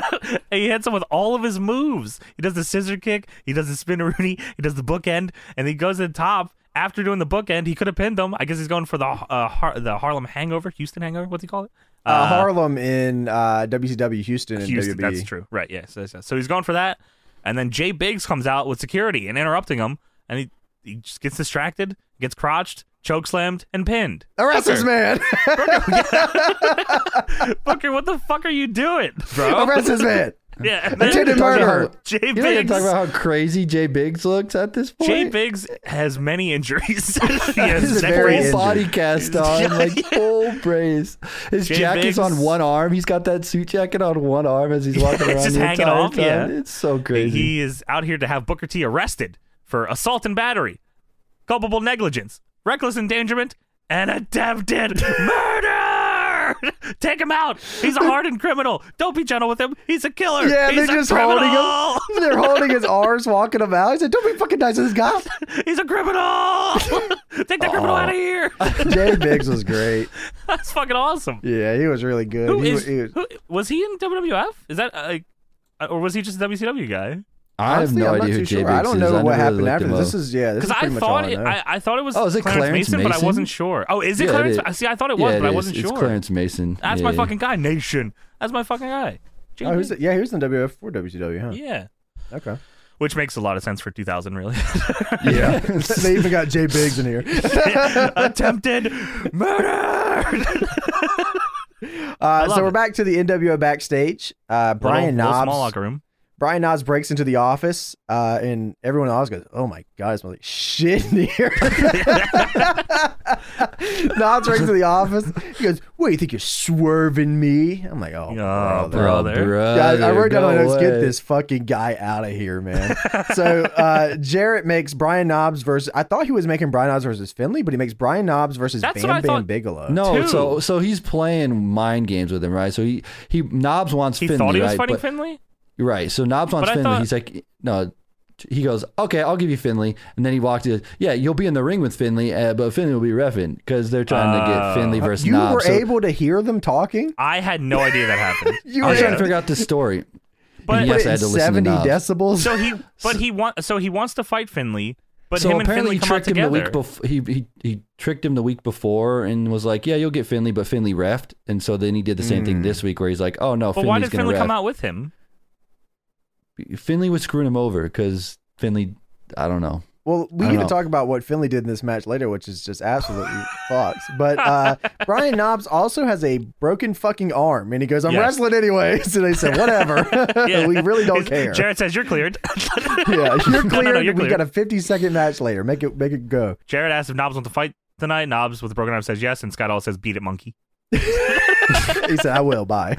B: he hits him with all of his moves. He does the scissor kick. He does the spinneroonie. He does the bookend, and he goes to the top. After doing the bookend, he could have pinned him. I guess he's going for the uh, Har- the Harlem Hangover, Houston Hangover. What do you call it?
A: Uh, Harlem in uh, WCW Houston and
B: Houston.
A: WWE.
B: That's true. Right. Yes. yes, yes. So he's going for that, and then Jay Biggs comes out with security and interrupting him, and he he just gets distracted, gets crotched, choke slammed, and pinned.
A: Arrest this man.
B: Booker, what the fuck are you doing, bro?
A: Arrest this man.
B: yeah. and then-
A: Attempted
C: Talk about
A: murder.
C: how-
B: Jay
C: You know,
B: Biggs.
C: talk about how crazy Jay Biggs looks at this point.
B: Jay Biggs has many injuries. he has
A: This is
B: neck
A: very
B: brace.
A: injured.
C: Full body cast on, like full brace. His
B: Jay
C: jacket's
B: Biggs-
C: on one arm. He's got that suit jacket on one arm as he's walking
B: it's
C: around
B: just
C: the
B: hanging
C: entire
B: off,
C: time.
B: yeah.
C: It's so crazy.
B: He is out here to have Booker T arrested for assault and battery, culpable negligence, reckless endangerment, and attempted murder. Take him out. He's a hardened criminal. Don't be gentle with him. He's a killer.
A: Yeah,
B: He's
A: they're
B: a
A: just
B: criminal.
A: holding him. They're holding his arms, walking him out. He said, "Don't be fucking nice to this guy."
B: He's a criminal. Take that criminal out of here.
A: Jay Biggs was great.
B: That's fucking awesome.
A: Yeah, he was really good.
B: Who
A: he,
B: is?
A: was, he was-
B: who, was he in WWF? Is that uh, like, uh, or was he just a WCW guy?
C: I have
A: honestly,
C: no
A: I'm not
C: idea who
A: too
C: Jay
A: sure.
C: Biggs
A: I don't
C: is.
A: know
C: never
A: what
C: really
A: happened
C: looked
A: after
C: him
A: this.
C: up.
A: This is yeah. This is
B: Because I
A: pretty much all
B: thought
A: I
B: it,
A: know.
B: I, I thought it was.
C: Oh, is it Clarence
B: Mason? But I
C: Mason?
B: wasn't sure. Oh, is it
C: Yeah, it
B: Clarence?
C: is.
B: I see. I thought it
C: Yeah,
B: was, but I
C: is.
B: wasn't
C: It's
B: sure.
C: Clarence Mason.
B: That's
C: Yeah,
B: my
C: yeah.
B: fucking guy, Nation. That's my fucking guy.
A: oh, who's the, yeah, he was in WF for WCW, huh?
B: yeah,
A: Okay.
B: which makes a lot of sense for 2000, really.
C: Yeah.
A: they even got Jay Biggs in here.
B: Attempted murder.
A: Uh,
B: love
A: so we're
B: it.
A: back to the NWO backstage. Uh, Brian
B: little, Little
A: Knobs.
B: small locker room.
A: Brian Knobs breaks into the office, uh, and everyone else goes, "Oh my god, it smells like shit in here." Knobs breaks into the office. He goes, "What do you think you're swerving me?" I'm like, "Oh,
B: Oh,
A: brother."
B: bro,
C: Bro,
B: there.
A: Yeah, I, I wrote down my notes. Get this fucking guy out of here, man. so uh, Jarrett makes Brian Knobs versus. I thought he was making Brian Knobs versus Finley, but he makes Brian Knobs versus
B: That's what I
A: Bam Bam
B: thought.
A: Bigelow.
C: No,
B: Two.
C: so so he's playing mind games with him, right? So he he Knobs wants
B: He
C: Finley,
B: thought he was
C: right?
B: fighting
C: But-
B: Finley.
C: Right. So Knobs wants
B: But I
C: Finley.
B: thought-
C: He's like, no, He goes, okay, I'll give you Finley, and then he walked in. Yeah, you'll be in the ring with Finley, uh, but Finley will be refing because they're trying to
B: Oh.
C: get Finley versus
A: Uh, You
C: Knob.
A: were
C: So
A: able to hear them talking.
B: I had no idea that happened.
A: You
C: I was
A: were
C: trying to figure out the story.
B: But-
C: And
B: Put
C: Oh, yes,
A: Put it
C: I
A: in
C: had to listen
A: seventy
C: to Knob.
A: decibels.
B: So he, but he wants, so he wants to fight Finley. But
C: so
B: him and Finley
C: apparently he
B: come out
C: tricked him
B: together.
C: the week before. He, he he tricked him the week before and was like, "Yeah, you'll get Finley," but Finley refed, and so then he did the same
A: Mm.
C: thing this week where he's like, "Oh no,
B: but why
C: Finley's
B: did
C: going
B: Finley
C: to ref."
B: come out with him?
C: Finley was screwing him over because Finley, I don't know.
A: Well, we
C: I
A: need
C: don't
A: to
C: know.
A: talk about what Finley did in this match later, which is just absolutely fucked. But uh, Brian Knobs also has a broken fucking arm, and he goes, "I'm
B: Yes.
A: wrestling anyways." And they said, "Whatever,
B: Yeah.
A: we really don't care."
B: Jared says you're cleared.
A: yeah, you're
B: No,
A: clear.
B: no, no, you're
A: we
B: clear.
A: got a 50 second match later. Make it, make it go.
B: Jared asks if Knobs wants to fight tonight. Knobs with a broken arm says yes, and Scott all says beat it, monkey.
A: he said, I will. Bye.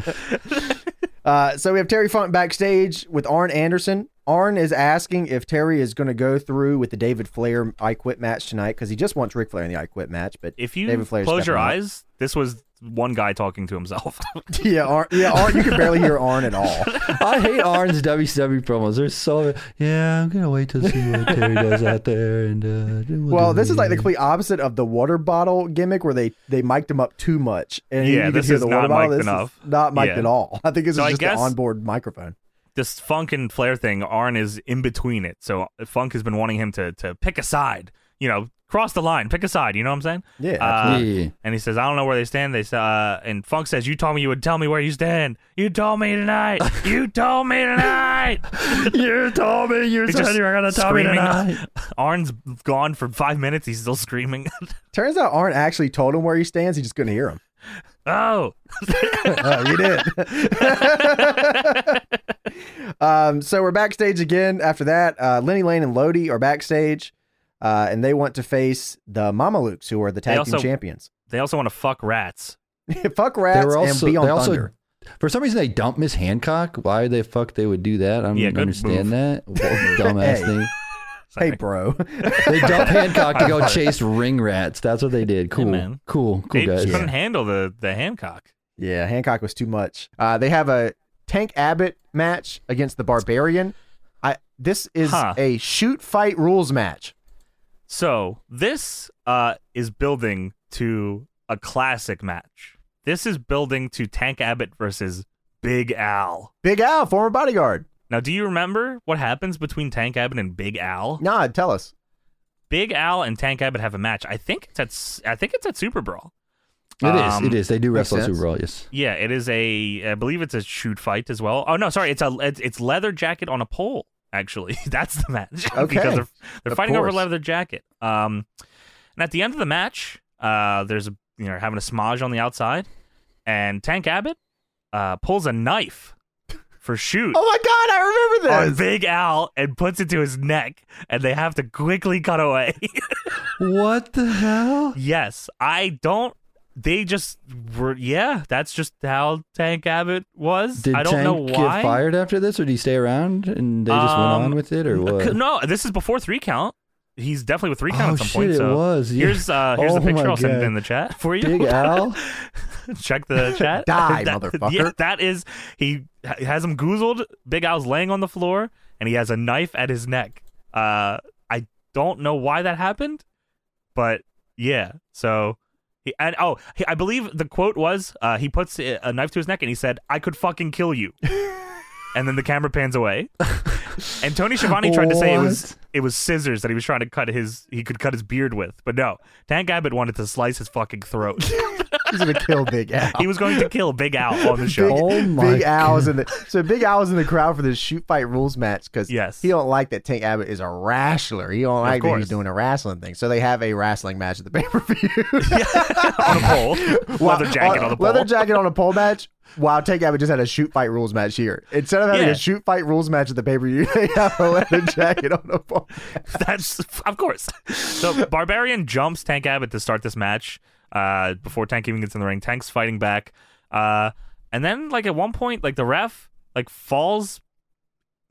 A: Uh, so we have Terry Funk backstage with Arn Anderson. Arn is asking if Terry is going to go through with the David Flair I Quit match tonight because he just wants Ric Flair in the I Quit match. But
B: If you
A: David Flair's
B: close your
A: stepping
B: eyes, this was one guy talking to himself.
A: yeah, Arn, yeah, Arn, you can barely hear Arn at all.
C: I hate Arn's WCW E promos. They're so yeah. I'm gonna wait to see what Terry does out there. And uh, we'll
A: Well,
C: do
A: this is like the
C: it.
A: complete opposite of the water bottle gimmick where they they mic'd him up too much, and
B: Yeah,
A: you could
B: this
A: hear
B: is
A: the water
B: not
A: bottle.
B: mic'd
A: This
B: enough.
A: is not mic'd
B: Yeah.
A: at all. I think this
B: So I
A: is just
B: guess-
A: the onboard microphone.
B: this Funk and Flair thing, Arn is in between it. So Funk has been wanting him to to pick a side. You know, cross the line, pick a side. You know what I'm saying?
A: Yeah,
B: Uh,
C: Yeah.
B: and he says, "I don't know where they stand." They say, uh, and Funk says, "You told me you would tell me where you stand. You told me tonight. you told me tonight.
C: you told me you
B: He's just screaming. Arn's gone for five minutes. He's still screaming.
A: Turns out Arn actually told him where he stands. He just couldn't hear him.
B: oh,
A: Oh, you did. um, so we're backstage again. After that, uh, Lenny Lane and Lodi are backstage, uh, and they want to face the Mamalukes, who are the tag
B: They
A: team
B: also-
A: champions.
B: they also want to fuck rats.
A: Fuck
C: They
A: rats
C: were also.
A: and be on
C: they also.
A: thunder.
C: For some reason, they dumped Miss Hancock. Why the fuck they would do that? I don't
B: Yeah, good
C: understand that. What a dumbass
A: Hey.
C: thing.
A: Hey, bro.
C: They dumped Hancock to go chase ring rats. That's what they did. Cool,
B: man.
C: cool, cool
B: they
C: guys.
B: just couldn't handle the the Hancock.
A: Yeah, Hancock was too much. Uh, they have a Tank Abbott match against the Barbarian. I this is
B: Huh.
A: a shoot fight rules match.
B: So this uh, is building to a classic match. This is building to Tank Abbott versus Big Al.
A: Big Al, former bodyguard.
B: Now, do you remember what happens between Tank Abbott and Big Al?
A: Nah, tell us.
B: Big Al and Tank Abbott have a match. I think it's at S- I think it's at Super Brawl.
C: It is.
B: Um,
C: It is. They do
A: makes
C: wrestle
A: sense.
C: Super Bowl. Yes.
B: Yeah, it is a I believe it's a shoot fight as well. Oh no, sorry, it's a it's, it's leather jacket on a pole. Actually, that's the match
A: Okay.
B: because they're, they're
A: Of
B: fighting over
A: course.
B: leather jacket. Um, and at the end of the match, uh, there's a you know having a smudge on the outside, and Tank Abbott uh pulls a knife for shoot.
A: Oh my God, I remember this.
B: On Big Al and puts it to his neck, and they have to quickly cut away.
C: What the hell?
B: Yes, I don't. They just were. Yeah, that's just how Tank Abbott was.
C: Did
B: I don't
C: Tank
B: know
C: get
B: why.
C: fired after this, or did he stay around and they just went
B: Um,
C: on with it, or
B: Uh,
C: what?
B: c- No, this is before three count. He's definitely with three count
C: oh
B: at some
C: shit!
B: point.
C: it
B: so
C: was. Yeah.
B: here's uh here's
C: Oh
B: the picture.
C: my
B: I'll send it
C: God.
B: in the chat for you.
C: Big Al.
B: Check the chat.
A: Die,
B: That-
A: motherfucker.
B: Yeah, that is. He ha- has him goozled. Big Al's laying on the floor, and he has a knife at his neck. Uh, I don't know why that happened, but yeah. So, he, and oh, he, I believe the quote was uh, he puts a a knife to his neck and he said, "I could fucking kill you." and then the camera pans away. and Tony Schiavone tried to say it was it was scissors that he was trying to cut his he could cut his beard with, but no, Tank Abbott wanted to slice his fucking throat.
A: He's gonna kill Big Al.
B: he was going to kill Big Al on the show.
A: Big,
C: Oh my
A: Big Al was in the so Big Al was in the crowd for this shoot fight rules match because
B: Yes.
A: he don't like that Tank Abbott is a wrestler. He don't like that
B: course.
A: he's doing a wrestling thing. So they have a wrestling match at the pay per view.
B: on a pole. Leather jacket on the pole.
A: uh, Leather jacket on a pole match. Wow, Tank Abbott just had a shoot fight rules match here. Instead of having
B: Yeah.
A: a shoot fight rules match at the pay per view, they have a leather jacket on a pole.
B: That's of course. So Barbarian jumps Tank Abbott to start this match. Uh, before Tank even gets in the ring, Tank's fighting back. Uh, and then like at one point, like the ref like falls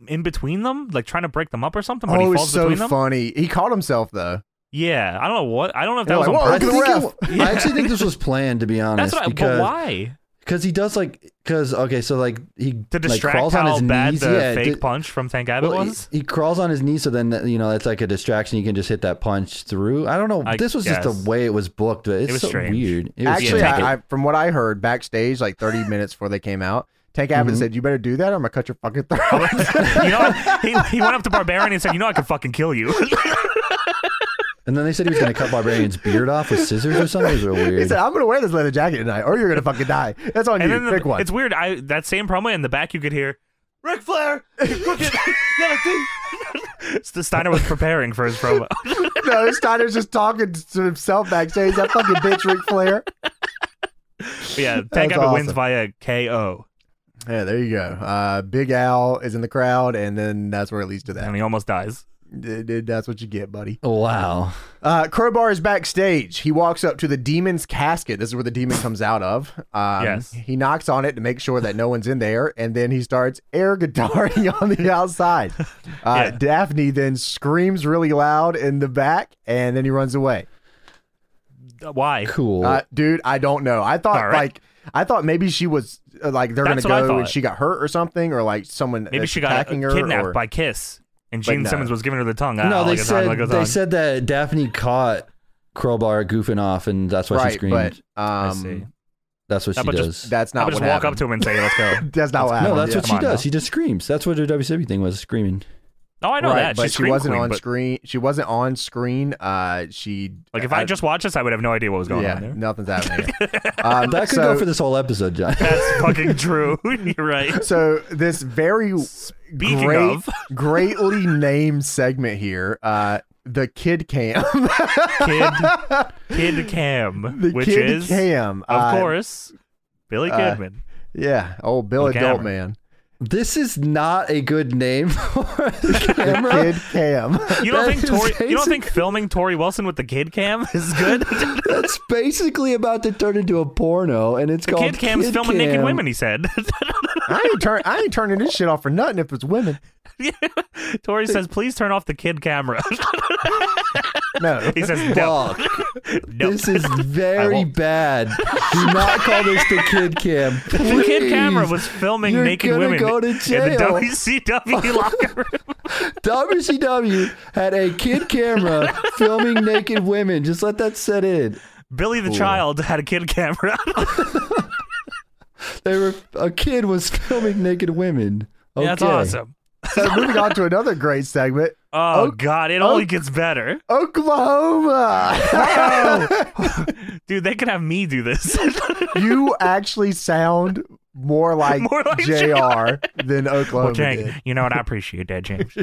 B: in between them, like trying to break them up or something. But
A: Oh,
B: he
A: it's
B: falls
A: so
B: between them.
A: funny. He caught himself though.
B: Yeah, I don't know what. I don't know if that
A: They're
B: was
A: like,
B: on
A: "Whoa,
C: I,
B: purpose.
A: look at the
C: think it-
A: ref.
C: I actually think this was planned, to be honest.
B: That's what. I,
C: because
B: but why?
C: because he does like because okay, so like he
B: to
C: like,
B: distract
C: crawls
B: how
C: on his
B: bad
C: knees.
B: the
C: yeah,
B: fake
C: di-
B: punch from Tank Abbott
C: well,
B: was.
C: he, he crawls on his knee, so then you know that's like a distraction. You can just hit that punch through. I don't know.
B: I
C: this was just
B: guess.
C: the way it was booked. But it's
B: was
C: so
B: strange.
C: weird. It was
A: Actually,
C: strange.
A: I, I, from what I heard backstage, like 30 minutes before they came out, Tank
B: Mm-hmm.
A: Abbott said, "You better do that, or I'm gonna cut your fucking throat."
B: you know, he, he went up to Barbarian and said, "You know, I could fucking kill you."
C: and then they said he was going to cut Barbarian's beard off with scissors or something. It was real
A: he
C: weird.
A: said, "I'm gonna wear this leather jacket tonight, or you're gonna fucking die." That's on
B: and
A: you.
B: then the-
A: Pick one.
B: it's weird. I that same promo in the back, you could hear Ric Flair. crooked, not a thing." St- Steiner was preparing for his promo.
A: no, Steiner's just talking to himself backstage. That fucking bitch, Ric Flair.
B: But yeah, Tank
A: That's
B: Abbott wins
A: awesome.
B: via KO,
A: Yeah, there you go. Uh, Big Al is in the crowd, and then that's where it leads to that.
B: and he almost dies.
A: D- d- That's what you get, buddy.
C: wow.
A: Uh, Crowbar is backstage. He walks up to the demon's casket. This is where the demon comes out of. Um,
B: Yes.
A: He knocks on it to make sure that no one's in there, and then he starts air guitaring on the outside. Uh,
B: Yeah.
A: Daphne then screams really loud in the back, and then he runs away.
B: Why?
C: Cool.
A: Uh, dude, I don't know. I thought
B: All right.
A: like I thought maybe she was uh, like they're
B: That's
A: gonna
B: what I
A: go and
B: thought.
A: she got hurt or something, or like someone
B: Maybe
A: is
B: she got uh,
A: attacking her,
B: kidnapped
A: or-
B: by Kiss, and Gene
A: no.
B: Simmons was giving her the tongue.
C: no,
B: Ah,
C: they
B: like a tongue,
C: said
B: like a
C: they
B: tongue.
C: said that Daphne caught Crowbar goofing off, and that's why she
A: right,
C: screamed.
A: but
B: I see.
A: um,
C: that's what
B: Yeah,
C: she
B: but
C: does.
B: just-
A: that's
B: I
A: not
B: would just
A: what
B: walk up
A: happened.
B: to him and say, "Let's go."
A: That's not what
C: no,
A: happened.
C: that's
A: yeah.
C: what
B: Come
C: she
B: on,
C: does.
B: now.
C: She just screams. That's what her WCW thing was screaming.
B: Oh, I know
A: right,
B: that.
A: but
B: She's
A: she
B: Scream
A: wasn't
B: Queen,
A: on
B: but-
A: screen. She wasn't on screen. Uh, she
B: Like if I, just watched this, I would have no idea what was going
A: yeah,
B: on there.
A: nothing's happening. um,
C: That could
A: so,
C: go for this whole episode, John.
B: That's fucking true. You're right.
A: so this very
B: Speaking
A: great,
B: of
A: greatly named segment here. Uh, the kid cam,
B: kid, kid cam,
A: the
B: which
A: kid
B: is
A: cam,
B: of
A: Uh,
B: course Billy
A: uh,
B: Kidman.
A: yeah, old Bill
B: Look at
A: Adult
B: her.
A: Man,
C: This is not a good name for a
A: the
C: camera.
A: kid cam.
B: You don't
C: that
B: think
C: is
B: Tori? You don't
C: basic-
B: think filming Tori Wilson with the kid cam is good?
C: That's basically about to turn into a porno, and it's called
B: kid cam's
C: Kid
B: filming naked
C: Cam.
B: women. He said.
A: I ain't turn, I ain't turning this shit off for nothing if it's women.
B: Tori says, "Please turn off the kid camera."
A: No,
B: he says, "No,
C: Fuck,
B: no."
C: this is very
B: won't.
C: bad. Do not call this the kid cam.
B: The kid camera
C: please.
B: was filming
C: You're
B: naked
C: gonna
B: women
C: go to
B: in the
C: jail.
B: WCW locker room.
C: WCW had a kid camera filming naked women. Just let that set in.
B: Billy the Child had a kid camera.
C: They were a kid was filming naked women. Okay.
B: Yeah, That's awesome.
A: so moving on to another great segment.
B: Oh,
A: Oh,
B: God, it
A: oh.
B: only gets better.
A: Oklahoma,
B: Dude, they could have me do this.
A: you actually sound more like,
B: More like
A: Jr. than Oklahoma.
B: well, Jake,
A: did.
B: you know what? I appreciate that, James.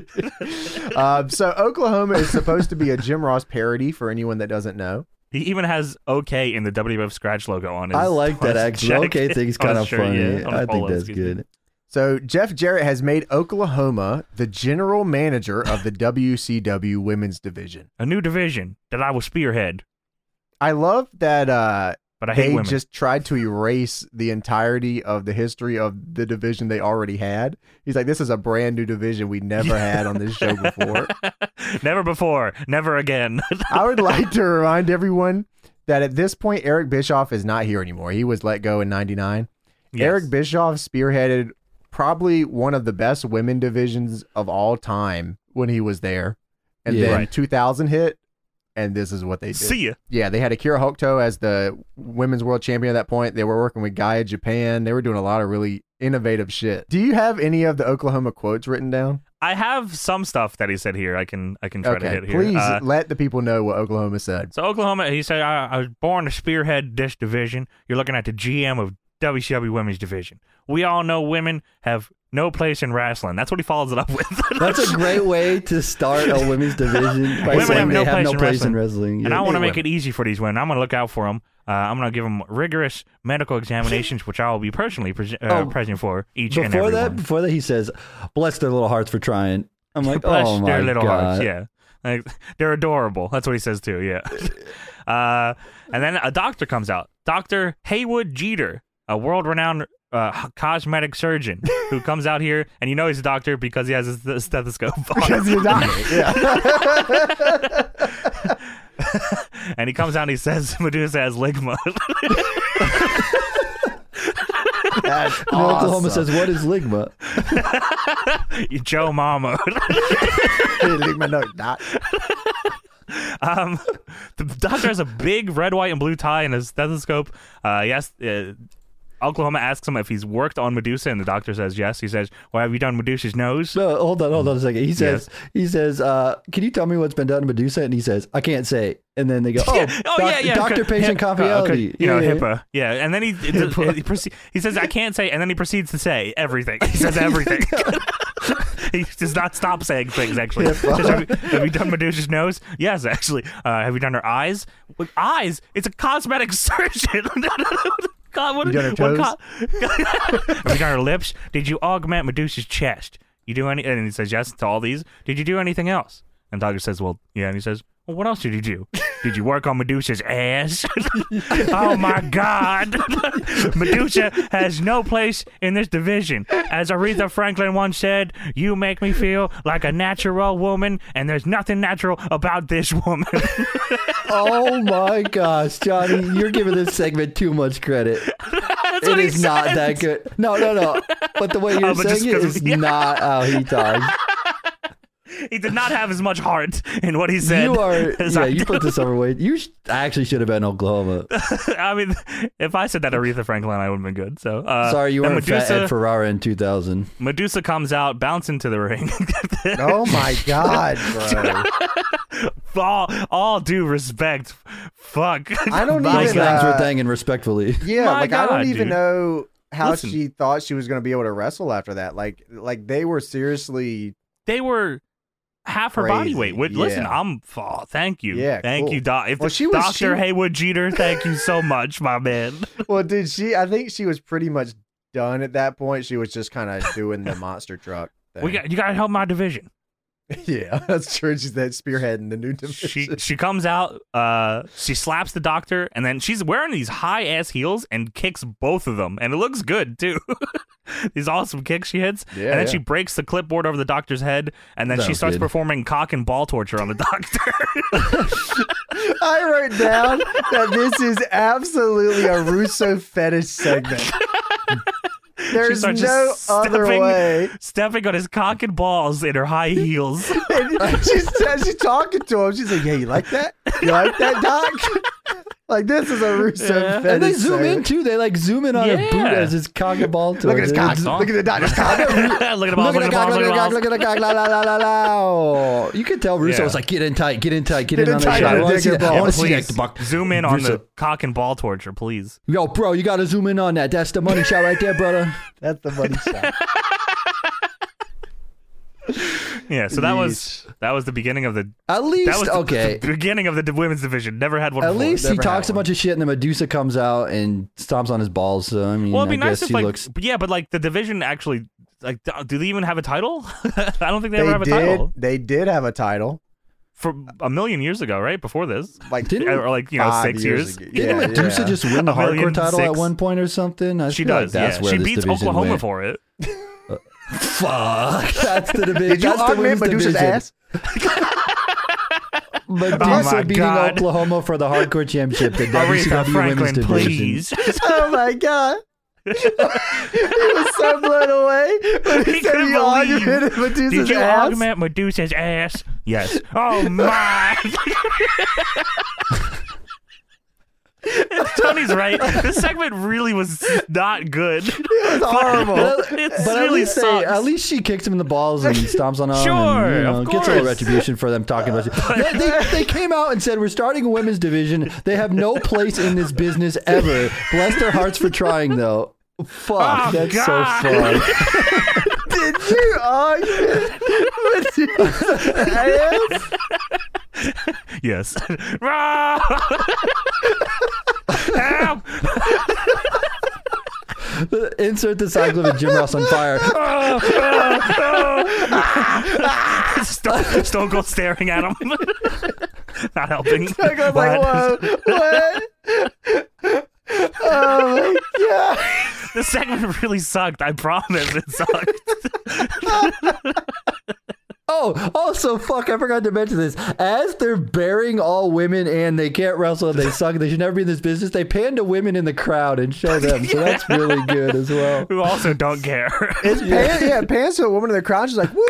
A: Um, so Oklahoma is supposed to be a Jim Ross parody for anyone that doesn't know.
B: he even has OK in the WWF Scratch logo on his.
C: I like
B: on
C: that
B: his
C: actually.
B: jacket,
C: Okay, thing's
B: on his
C: kind of
B: shirt,
C: funny.
B: yeah, on his
C: I think
B: polo,
C: that's
B: excuse me.
C: good.
A: So Jeff Jarrett has made Oklahoma the general manager of the WCW women's division.
B: A new division that I will spearhead,
A: I love that uh,
B: but I hate
A: they
B: women.
A: just tried to erase the entirety of the history of the division they already had. He's like, this is a brand new division we never had on this show before.
B: never before, never again.
A: I would like to remind everyone that at this point, Eric Bischoff is not here anymore. He was let go in 99.
B: Yes.
A: Eric Bischoff spearheaded probably one of the best women divisions of all time when he was there. And
C: Yeah.
A: then
B: Right.
A: 2000 hit, and this is what they did.
B: See ya.
A: Yeah, they had Akira Hokuto as the women's world champion at that point. They were working with Gaia Japan. They were doing a lot of really innovative shit. Do you have any of the Oklahoma quotes written down?
B: I have some stuff that he said here. I can I can try to
A: Okay,
B: hit here.
A: please
B: Uh,
A: let the people know what Oklahoma said.
B: so Oklahoma, he said, I, I was born to spearhead this division. You're looking at the GM of WCW Women's Division. We all know women have no place in wrestling. That's what he follows it up with.
C: That's a great way to start a women's division by
B: Women
C: saying
B: have
C: they
B: no
C: have
B: place
C: no
B: in
C: place in wrestling.
B: And
C: Yeah.
B: I want to make it easy for these women. I'm going to look out for them. Uh, I'm going to give them rigorous medical examinations, which I will be personally pres- uh, present for each and
C: Oh, before
B: every
C: that,
B: one.
C: before that, he says, "Bless their little hearts for trying." I'm like,
B: Bless
C: "Oh my
B: their little
C: god!"
B: hearts. Yeah. Like, they're adorable. That's what he says too. Yeah. uh, and then a doctor comes out. Dr. Haywood Jeter, a world renowned uh, cosmetic surgeon who comes out here, and you know he's a doctor because he has his th- stethoscope on.
A: Because he's not. yeah.
B: and he comes out and he says Medusa has ligma.
A: That's
C: And Oklahoma
A: awesome.
C: says, "What is ligma?"
B: Joe Mama.
A: Leave my note, Doc.
B: Um, the doctor has a big red, white, and blue tie and a stethoscope. Uh, yes. Uh, Oklahoma asks him if he's worked on Medusa, and the doctor says yes. He says, "Well, have you done Medusa's nose?"
C: No, hold on, hold on a second. He says, he says, uh, "Can you tell me what's been done to Medusa?" And he says, "I can't say." And then they go, "Oh, doc- doctor
B: okay,
C: patient
B: hip- uh,
C: confidentiality."
B: okay, you know,
C: Yeah, yeah, yeah.
B: HIPAA. Yeah, and then he he, proce- he says, "I can't say," and then he proceeds to say everything. He says everything. he does not stop saying things. Actually, Says, have, you, have you done Medusa's nose? Yes, actually. Uh, have you done her eyes? With eyes, it's a cosmetic surgeon. God, what,
A: You done her
B: what
A: toes?
B: have you done her lips? Did you augment Medusa's chest? You do any? And he says yes to all these. Did you do anything else? And Doctor says, well, yeah. And he says, well, what else did you do? Did you work on Medusa's ass? oh my God! Medusa has no place in this division. As Aretha Franklin once said, "You make me feel like a natural woman, and there's nothing natural about this woman."
C: Oh my gosh, Johnny, you're giving this segment too much credit. it
B: what he
C: is not that good. No, no, no. But the way you're
B: Oh, but just
C: saying it
B: 'cause-
C: is
B: yeah.
C: not how he talks.
B: he did not have as much heart in what he said.
C: You are,
B: as
C: yeah.
B: I Uh,
C: You
B: did.
C: put this over way. You sh- actually should have been in Oklahoma.
B: I mean, if I said that Aretha Franklin, I would have been good. So uh,
C: Sorry, you
B: then
C: weren't
B: Medusa,
C: Fat Ed Ferrara in 2000.
B: Medusa comes out, bounce into the ring.
A: Oh my god, bro.
B: all, all due respect. Fuck.
A: I don't
B: My
C: Those
A: even
C: things
A: uh,
B: God.
C: were thanging respectfully.
A: Yeah,
B: My
A: like I
B: God,
A: don't even
B: dude.
A: know how
B: Listen.
A: she thought she was going to be able to wrestle after that. Like, like they were seriously.
B: They were half her body
A: Crazy,
B: weight. Which, Listen,
A: yeah.
B: I'm. Oh, thank you.
A: Yeah,
B: thank
A: cool.
B: you, Doc. If
A: Well, she was-
B: Doctor
A: she-
B: Haywood Jeter, thank you so much, my man.
A: Well, dude, she? I think she was pretty much done at that point. She was just kind of doing the monster truck. Thing.
B: We got you. Got to help my division.
A: yeah, that's true. She's that spearheading the new
B: She
A: division.
B: she comes out. Uh, she slaps the doctor, and then she's wearing these high ass heels and kicks both of them, and it looks good too. these awesome kicks she hits.
A: yeah,
B: and then
A: yeah.
B: she breaks the clipboard over the doctor's head, and then
C: That
B: she
C: was
B: starts
C: good.
B: performing cock and ball torture on the doctor.
A: I wrote down that this is absolutely a Russo fetish segment. There's
B: starts
A: no
B: just
A: other
B: stepping-
A: way.
B: Stepping on his cock and balls in her high heels.
A: And she's, she's talking to him. She's like, "Yeah, you like that? You like that, Doc? like this is a Russo
B: Yeah.
A: fetish."
C: And they zoom
A: segment.
C: in too. They like zoom in on her
B: Yeah.
C: boot as it's cock and ball.
A: Look at his cock.
C: towards it.
B: Huh?
A: Look at the doctor's cock.
B: look at the balls, look at the balls, look at the balls.
C: look at the cock, la la la la la. la. You could tell Russo
B: Yeah.
C: was like, get in tight, get in tight, get,
A: Get
C: in,
A: in
C: on
A: tight,
C: that shot. I
A: yeah,
C: want to
A: dig
C: see
A: your
C: that. I want to
A: balls.
C: see
B: Please,
C: that. buck.
B: zoom in on the
C: Russo.
B: cock and ball torture, please.
C: Yo, bro, you gotta zoom in on that. That's the money shot right there, brother.
A: That's the money shot.
B: Yeah, so that was that was the beginning of the
C: At
B: that
C: least
B: was the-
C: okay.
B: the beginning of the d- women's division. Never had one.
C: At
B: before.
C: least he
A: Never had
C: talks a
A: one.
C: bunch of shit, and then Medusa comes out and stomps on his balls. So I mean,
B: Well, it'd
C: I
B: be nice
C: guess
B: if
C: he
B: like
C: looks.
B: yeah, but like the division actually like do- do they even have a title? I don't think they,
A: They
B: ever have a
A: did.
B: title
A: They did have a title.
B: for a million years ago, right? Before this,
A: Like
C: Didn't-
B: or like you know
A: five
B: six years.
A: ago.
C: Didn't
A: Yeah,
C: Medusa
A: yeah.
C: just win the
B: A million
C: hardcore title at
B: six.
C: one point or something? I
B: She
C: feel like
B: does.
C: that's
B: yeah,
C: where
B: she
C: this
B: beats
C: division
B: Oklahoma
C: went.
B: for it.
C: Fuck. That's the division.
A: Did you
C: that's the
A: augment
C: women's
A: Medusa's
C: division.
A: ass?
C: Medusa
B: Oh my
C: beating
B: God.
C: Oklahoma for the hardcore championship. The
B: Aretha
C: WCW
B: Franklin,
C: women's division.
B: please.
A: Oh my god. he was so blown away when he,
B: He
A: said
B: couldn't
A: he
B: believe.
A: augmented Medusa's
B: Did you
A: ass.
B: augment Medusa's ass? Yes. Oh my! Tony's right. This segment really was not good.
A: It was horrible.
C: But,
B: It
C: but at,
B: really
C: least they,
B: sucks.
C: at least she kicks him in the balls and stomps on him.
B: Sure,
C: and, you know,
B: of
C: gets a little
B: course.
C: retribution for them talking about you. They, they, they came out and said, "We're starting a women's division. They have no place in this business ever. Bless their hearts for trying, though." Fuck,
B: Oh,
C: that's
B: God.
C: so fun.
A: Did you augment Medusa's ass?
B: Yes. Rah! Help!
C: Insert the cycle of Jim Ross on fire.
B: Oh, oh, oh. Stone, Stone Cold staring at him. Not helping.
A: I was like, whoa, what? oh my god.
B: The segment really sucked. I promise it sucked.
C: Oh, also, fuck, I forgot to mention this. As they're burying all women and they can't wrestle and they suck, they should never be in this business, they pan to women in the crowd and show them. So that's really good as well.
B: who also don't care.
A: It's pants, yeah, pants to a woman in the crowd. She's like, woo!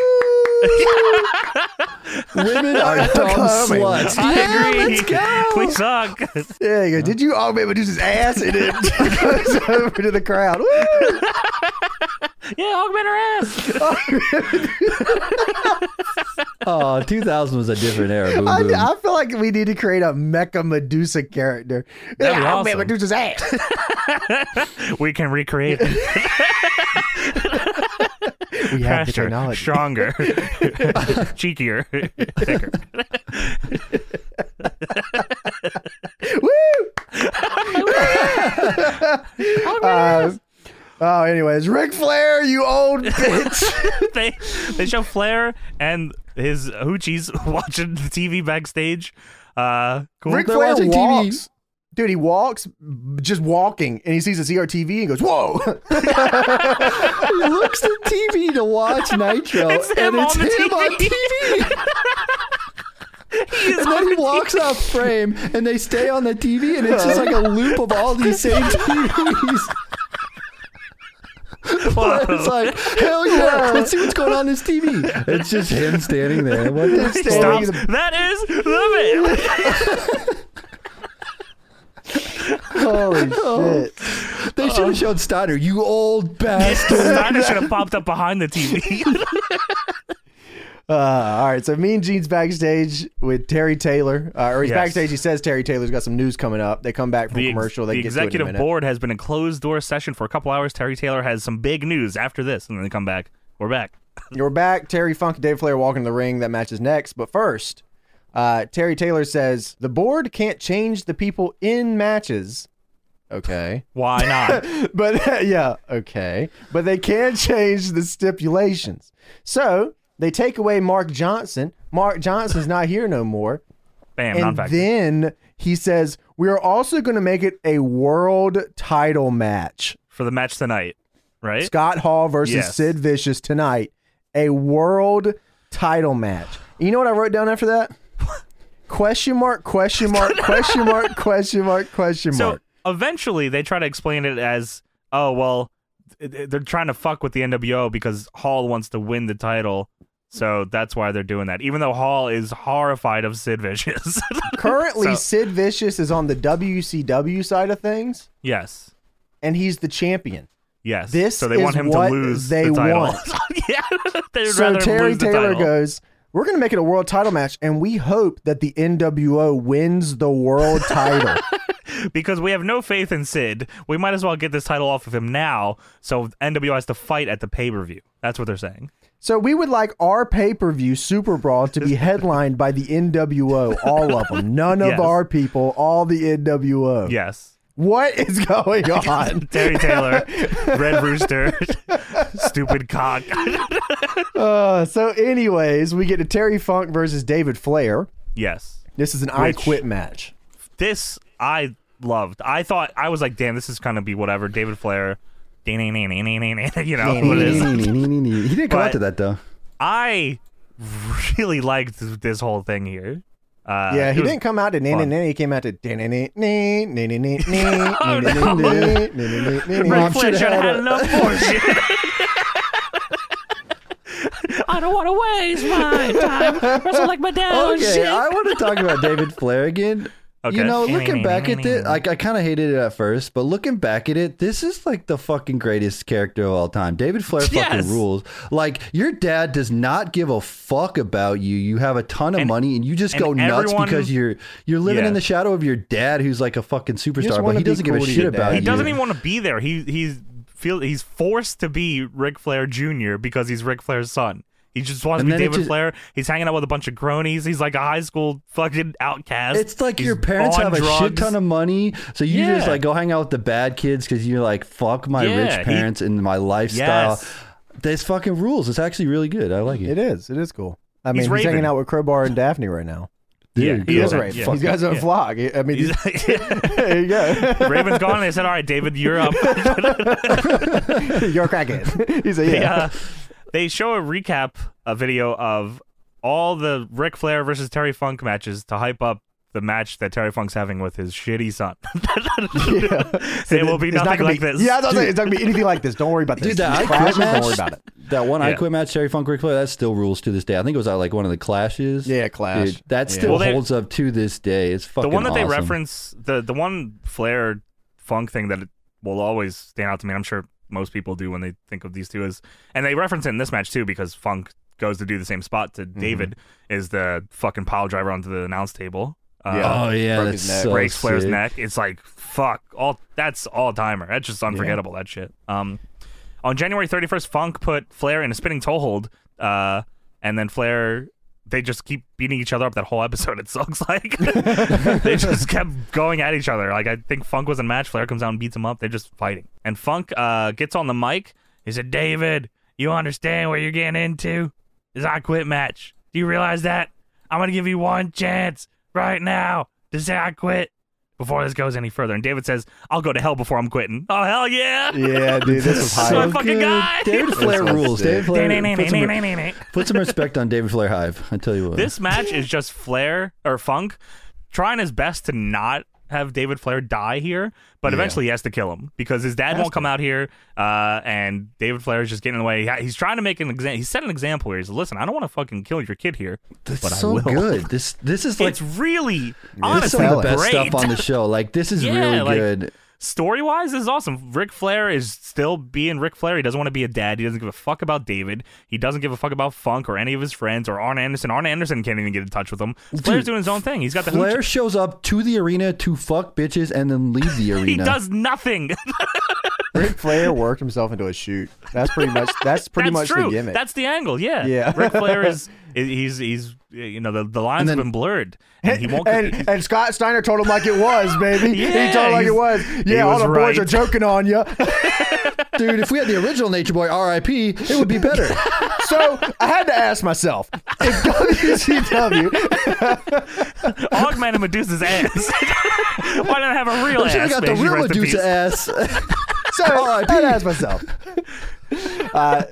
C: Women are dumb
A: Coming.
C: sluts.
B: I
C: Yeah,
B: agree.
C: let's go.
B: We suck.
A: Yeah, you go, did you? Oh, baby, Medusa's ass in it. goes over to the crowd. Woo!
B: yeah, augment her ass.
C: Oh, 2000 was a different era. Boom,
A: I,
C: boom.
A: I feel like we need to create a Mecha Medusa character.
B: That'd be
A: Yeah, oh,
B: awesome.
A: man, Medusa's ass.
B: We can recreate it
A: We have the
B: faster,
A: technology.
B: stronger, cheekier, thicker.
A: Woo! Uh, oh, anyways, Ric Flair, you old bitch.
B: they they show Flair and his hoochies watching the TV backstage. Uh, cool.
A: Ric
C: They're
A: Flair
C: watching TV.
A: walks. Dude, he walks, just walking, and he sees a CRTV and goes, "Whoa!"
C: he looks at TV to watch Nitro,
B: It's him
C: and it's
B: on the
C: him on
B: TV.
C: TV. and then he walks off frame, and they stay on the TV, and it's just like a loop of all these same TVs. it's like hell yeah! Let's see what's going on this TV. It's just him standing there. What the
A: Just
C: fuck?
A: standing
B: Stops. That is the man.
A: Holy shit!
C: They
B: Uh,
C: should have showed Steiner. You old bastard.
B: Steiner should have popped up behind the TV.
A: Uh, all right, so Mean Gene's backstage with Terry Taylor, uh, or he's
B: Yes.
A: backstage. He says Terry Taylor's got some news coming up. They come back from
B: the ex-
A: commercial. They
B: the
A: get to it in a
B: executive
A: minute.
B: board has been in closed door session for a couple hours. Terry Taylor has some big news after this, and then they come back. We're back.
A: You're back. Terry Funk and Dave Flair walk into the ring. That match is next. But first, uh, Terry Taylor says the board can't change the people in matches. Okay.
B: Why not?
A: but yeah, okay. But they can change the stipulations. So they take away Mark Johnson. Mark Johnson's not here no more.
B: Bam, non
A: And
B: factor.
A: then he says, We are also going to make it a world title match.
B: for the match tonight, right?
A: Scott Hall versus
B: Yes.
A: Sid Vicious tonight. A world title match. You know what I wrote down after that? question mark, question mark, question mark, question mark, question
B: so
A: mark.
B: eventually they try to explain it as, oh well, th- th- they're trying to fuck with the NWO because Hall wants to win the title. So that's why they're doing that. Even though Hall is horrified of Sid Vicious.
A: Currently,
B: so-
A: Sid Vicious is on the WCW side of things,
B: yes.
A: and he's the champion.
B: Yes.
A: This
B: so they
A: is
B: want him
A: what
B: to lose
A: they
B: the title.
A: want.
B: yeah. They'd
A: So
B: rather him
A: Terry
B: lose the
A: Taylor
B: title.
A: goes, We're going to make it a world title match, and we hope that the NWO wins the world title.
B: because we have no faith in Sid. We might as well get this title off of him now. So NWO has to fight at the pay per view. That's what they're saying.
A: So we would like our pay per view Super Brawl to be headlined by the NWO, all of them. None of
B: Yes.
A: our people, all the NWO.
B: Yes.
A: What is going on?
B: Terry Taylor, Red Rooster, stupid cock.
A: uh, so, anyways, we get to Terry Funk versus David Flair.
B: yes.
A: This is an I
B: Which-
A: Quit match.
B: This I loved. I thought I was like, damn, this is gonna be whatever. David Flair. You know what it is.
C: he didn't come
B: But-
C: out to that though.
B: I really liked this whole thing here. Uh,
A: Yeah, he
B: it was-
A: didn't come out to
B: fun.
A: nanny. He came out to nanny
B: Red Flair
A: nanny
B: should have had enough bullshit.
D: I don't want to waste my time. Wrestle like my dad. Oh,
C: Okay,
D: shit.
B: uh,
C: I want to talk about David Flair again.
B: Okay.
C: You know, looking back at it, like I kind of hated it at first, but looking back at it, this is like the fucking greatest character of all time. David Flair fucking
B: Yes.
C: rules. Like your dad does not give a fuck about you. You have a ton of
B: And-
C: money, and you just
B: and
C: go nuts
B: everyone-
C: because you're you're living
B: Yeah.
C: in the shadow of your dad, who's like a fucking superstar, but
A: wanna
C: he
A: be
C: doesn't give
A: cool
C: a
A: to
C: shit
A: your dad.
C: about
B: He
C: you.
B: doesn't even want to be there. He he's feel he's forced to be Ric Flair Jr. because he's Ric Flair's son. He just wants to
C: And
B: be
C: then it
B: David
C: just-
B: Flair. He's hanging out with a bunch of cronies. He's like a high school fucking outcast.
C: It's like
B: He's
C: your parents
B: on
C: have a
B: drugs.
C: shit ton of money, so you just
B: Yeah.
C: like go hang out with the bad kids because you're like, fuck my
B: Yeah, he-
C: rich parents and my lifestyle.
B: Yes.
C: This fucking rules. It's actually really good. I like it.
A: It is. It is cool. I mean,
B: He's
A: he's,
B: raving.
A: hanging out with Crowbar and Daphne right now.
B: Yeah,
C: Dude,
B: he
A: He
C: go.
A: is
B: Yeah.
A: raving.
B: Yeah.
A: He's got his own
B: Yeah.
A: vlog. I mean, he's,
B: He's like,
A: there you go.
B: Raven's gone. And they said, "All right, David, you're up."
A: You're a crackhead. He's like, yeah.
B: They, uh, they show a recap, a video of all the Ric Flair versus Terry Funk matches to hype up the match that Terry Funk's having with his shitty son. It will be
A: It's not
B: nothing
A: gonna
B: like
A: be-
B: this.
A: Yeah, I was like, it's not gonna be anything like this. Don't worry about this.
C: Dude, that
A: These
C: I
A: crashes,
C: quit match.
A: Don't worry about it.
C: That one I
B: Yeah.
C: quit match, Terry Funk, Ric Flair, that still rules to this day. I think it was at like one of the clashes.
A: Yeah, Clash.
C: Dude, that still
B: Well, they-
C: holds up to this day. It's fucking
B: the one that they
C: awesome.
B: reference the the one Flair Funk thing that will always stand out to me. I'm sure most people do when they think of these two is, and they reference it in this match too because Funk goes to do the same spot to
C: Mm-hmm.
B: David is the fucking pile driver onto the announce table. Uh,
A: Yeah.
C: Oh yeah,
A: Broke
C: that's
A: his neck.
C: so
B: breaks Flair's
C: sick.
B: neck. It's like fuck. All that's all timer. That's just unforgettable. That shit. Um, on January 31st, Funk put Flair in a spinning toe hold. Uh, and then Flair, they just keep beating each other up that whole episode. It sucks. Like they just kept going at each other. Like I think Funk was in a match. Flair comes out and beats him up. They're just fighting. And Funk uh gets on the mic. He said, "David, you understand what you're getting into? Is I quit match. Do you realize that? I'm gonna give you one chance right now to say I quit." Before this goes any further, and David says, "I'll go to hell before I'm quitting." Oh hell yeah!
A: Yeah, dude, this is
B: So
A: high.
B: fucking guy.
C: David Flair
A: That's
C: rules.
A: sick.
C: David Flair. Put some, re-
B: This
C: put some respect on David Flair Hive. I tell you what.
B: match is just Flair or Funk trying his best to not have David Flair die here, but eventually he has to kill him because his dad won't come out here, uh, and David Flair is just getting in the way. He- He's trying to make an example. He set an example here. He said, "Listen, I don't want to fucking kill your kid here."
C: That's
B: but I
C: so
B: will.
C: good. This this is like
B: it's really
C: this is
B: honestly
C: some of the best
B: great.
C: stuff on the show. Like this is
B: Yeah,
C: really
B: like-
C: good.
B: story wise, this is awesome. Ric Flair is still being Ric Flair. He doesn't want to be a dad. He doesn't give a fuck about David. He doesn't give a fuck about Funk or any of his friends or Arn Anderson. Arn Anderson can't even get in touch with him. Flair's doing his own thing. He's got the
C: Flair
B: hooch.
C: shows up to the arena to fuck bitches and then leave the arena.
B: He does nothing.
A: Ric Flair worked himself into a shoot. That's pretty much. That's pretty much
B: That's true.
A: the gimmick.
B: That's the angle. Yeah.
A: Yeah.
B: Ric Flair is he's he's you know the, the lines
C: And then-
B: have been blurred and he won't.
A: and, and Scott Steiner told him like it was, baby. he
B: Yeah,
A: told him like it
B: he's-
A: was.
B: he
A: Yeah, all
B: was
A: the boys
B: right.
A: are joking on you.
C: Dude, if we had the original Nature Boy R.I.P., it would be better.
A: So I had to ask myself if WCW
B: augment and Medusa's ass. Why didn't I have a real
C: I should
B: ass?
C: have got the
B: man? She
C: real
B: rest in peace.
C: Medusa ass.
A: So Oh, I
C: R.I.P..
A: did ask myself. Uh,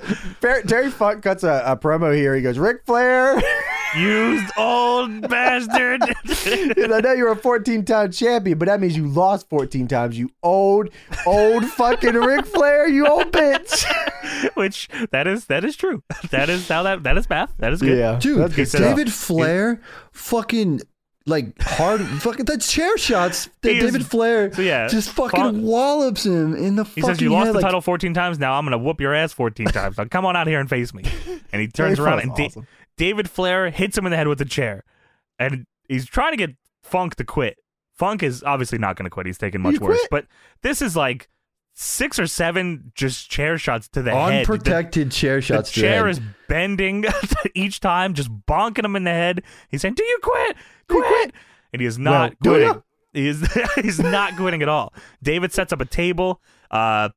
A: Fer- Terry Funk cuts a, a promo here. He goes, Ric Flair,
B: Used old bastard.
A: I know you're a 14 time champion, but that means you lost 14 times. You old, old fucking Ric Flair, you old bitch.
B: Which that is that is true. That is how that that is math. That is good.
A: Yeah.
C: Dude,
A: that's good stuff.
C: David Flair fucking like hard fucking the chair shots that
B: He is-
C: David Flair
B: so yeah,
C: just fucking
B: Fon-
C: wallops him in the
B: He
C: fucking
B: says you lost
C: head,
B: the
C: like,
B: title 14 times. Now I'm gonna whoop your ass 14 times. Now come on out here and face me. And he turns
A: Very
B: around
A: fun.
B: and Da-
A: Awesome.
B: David Flair hits him in the head with a chair, and he's trying to get Funk to quit. Funk is obviously not gonna quit. He's taken much worse. But this is like six or seven just chair shots to the head. The-
C: unprotected chair
B: The
C: shots. to the
B: chair
C: head.
B: is bending each time, just bonking him in the head. He's saying, "Do you quit? Quit!" And he is not
A: do ya?
B: quitting. He is he's not quitting at all. David sets up a table. Uh,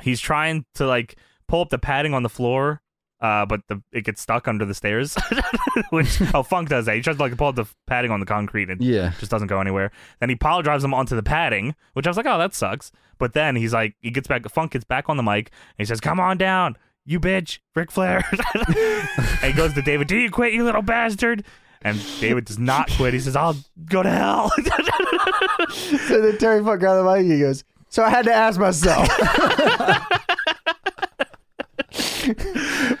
B: he's trying to like pull up the padding on the floor. Uh, but the it gets stuck under the stairs, which oh Funk does that. He tries to like pull up the padding on the concrete and
C: yeah.
B: just doesn't go anywhere. Then he pile drives him onto the padding, which I was like, oh, that sucks. But then he's like, he gets back, Funk gets back on the mic, and he says, come on down, you bitch, Ric Flair. and he goes to David, do you quit, you little bastard? And David does not quit. He says, I'll go to hell.
A: So then Terry Funk got on the mic. He goes, So I had to ask myself.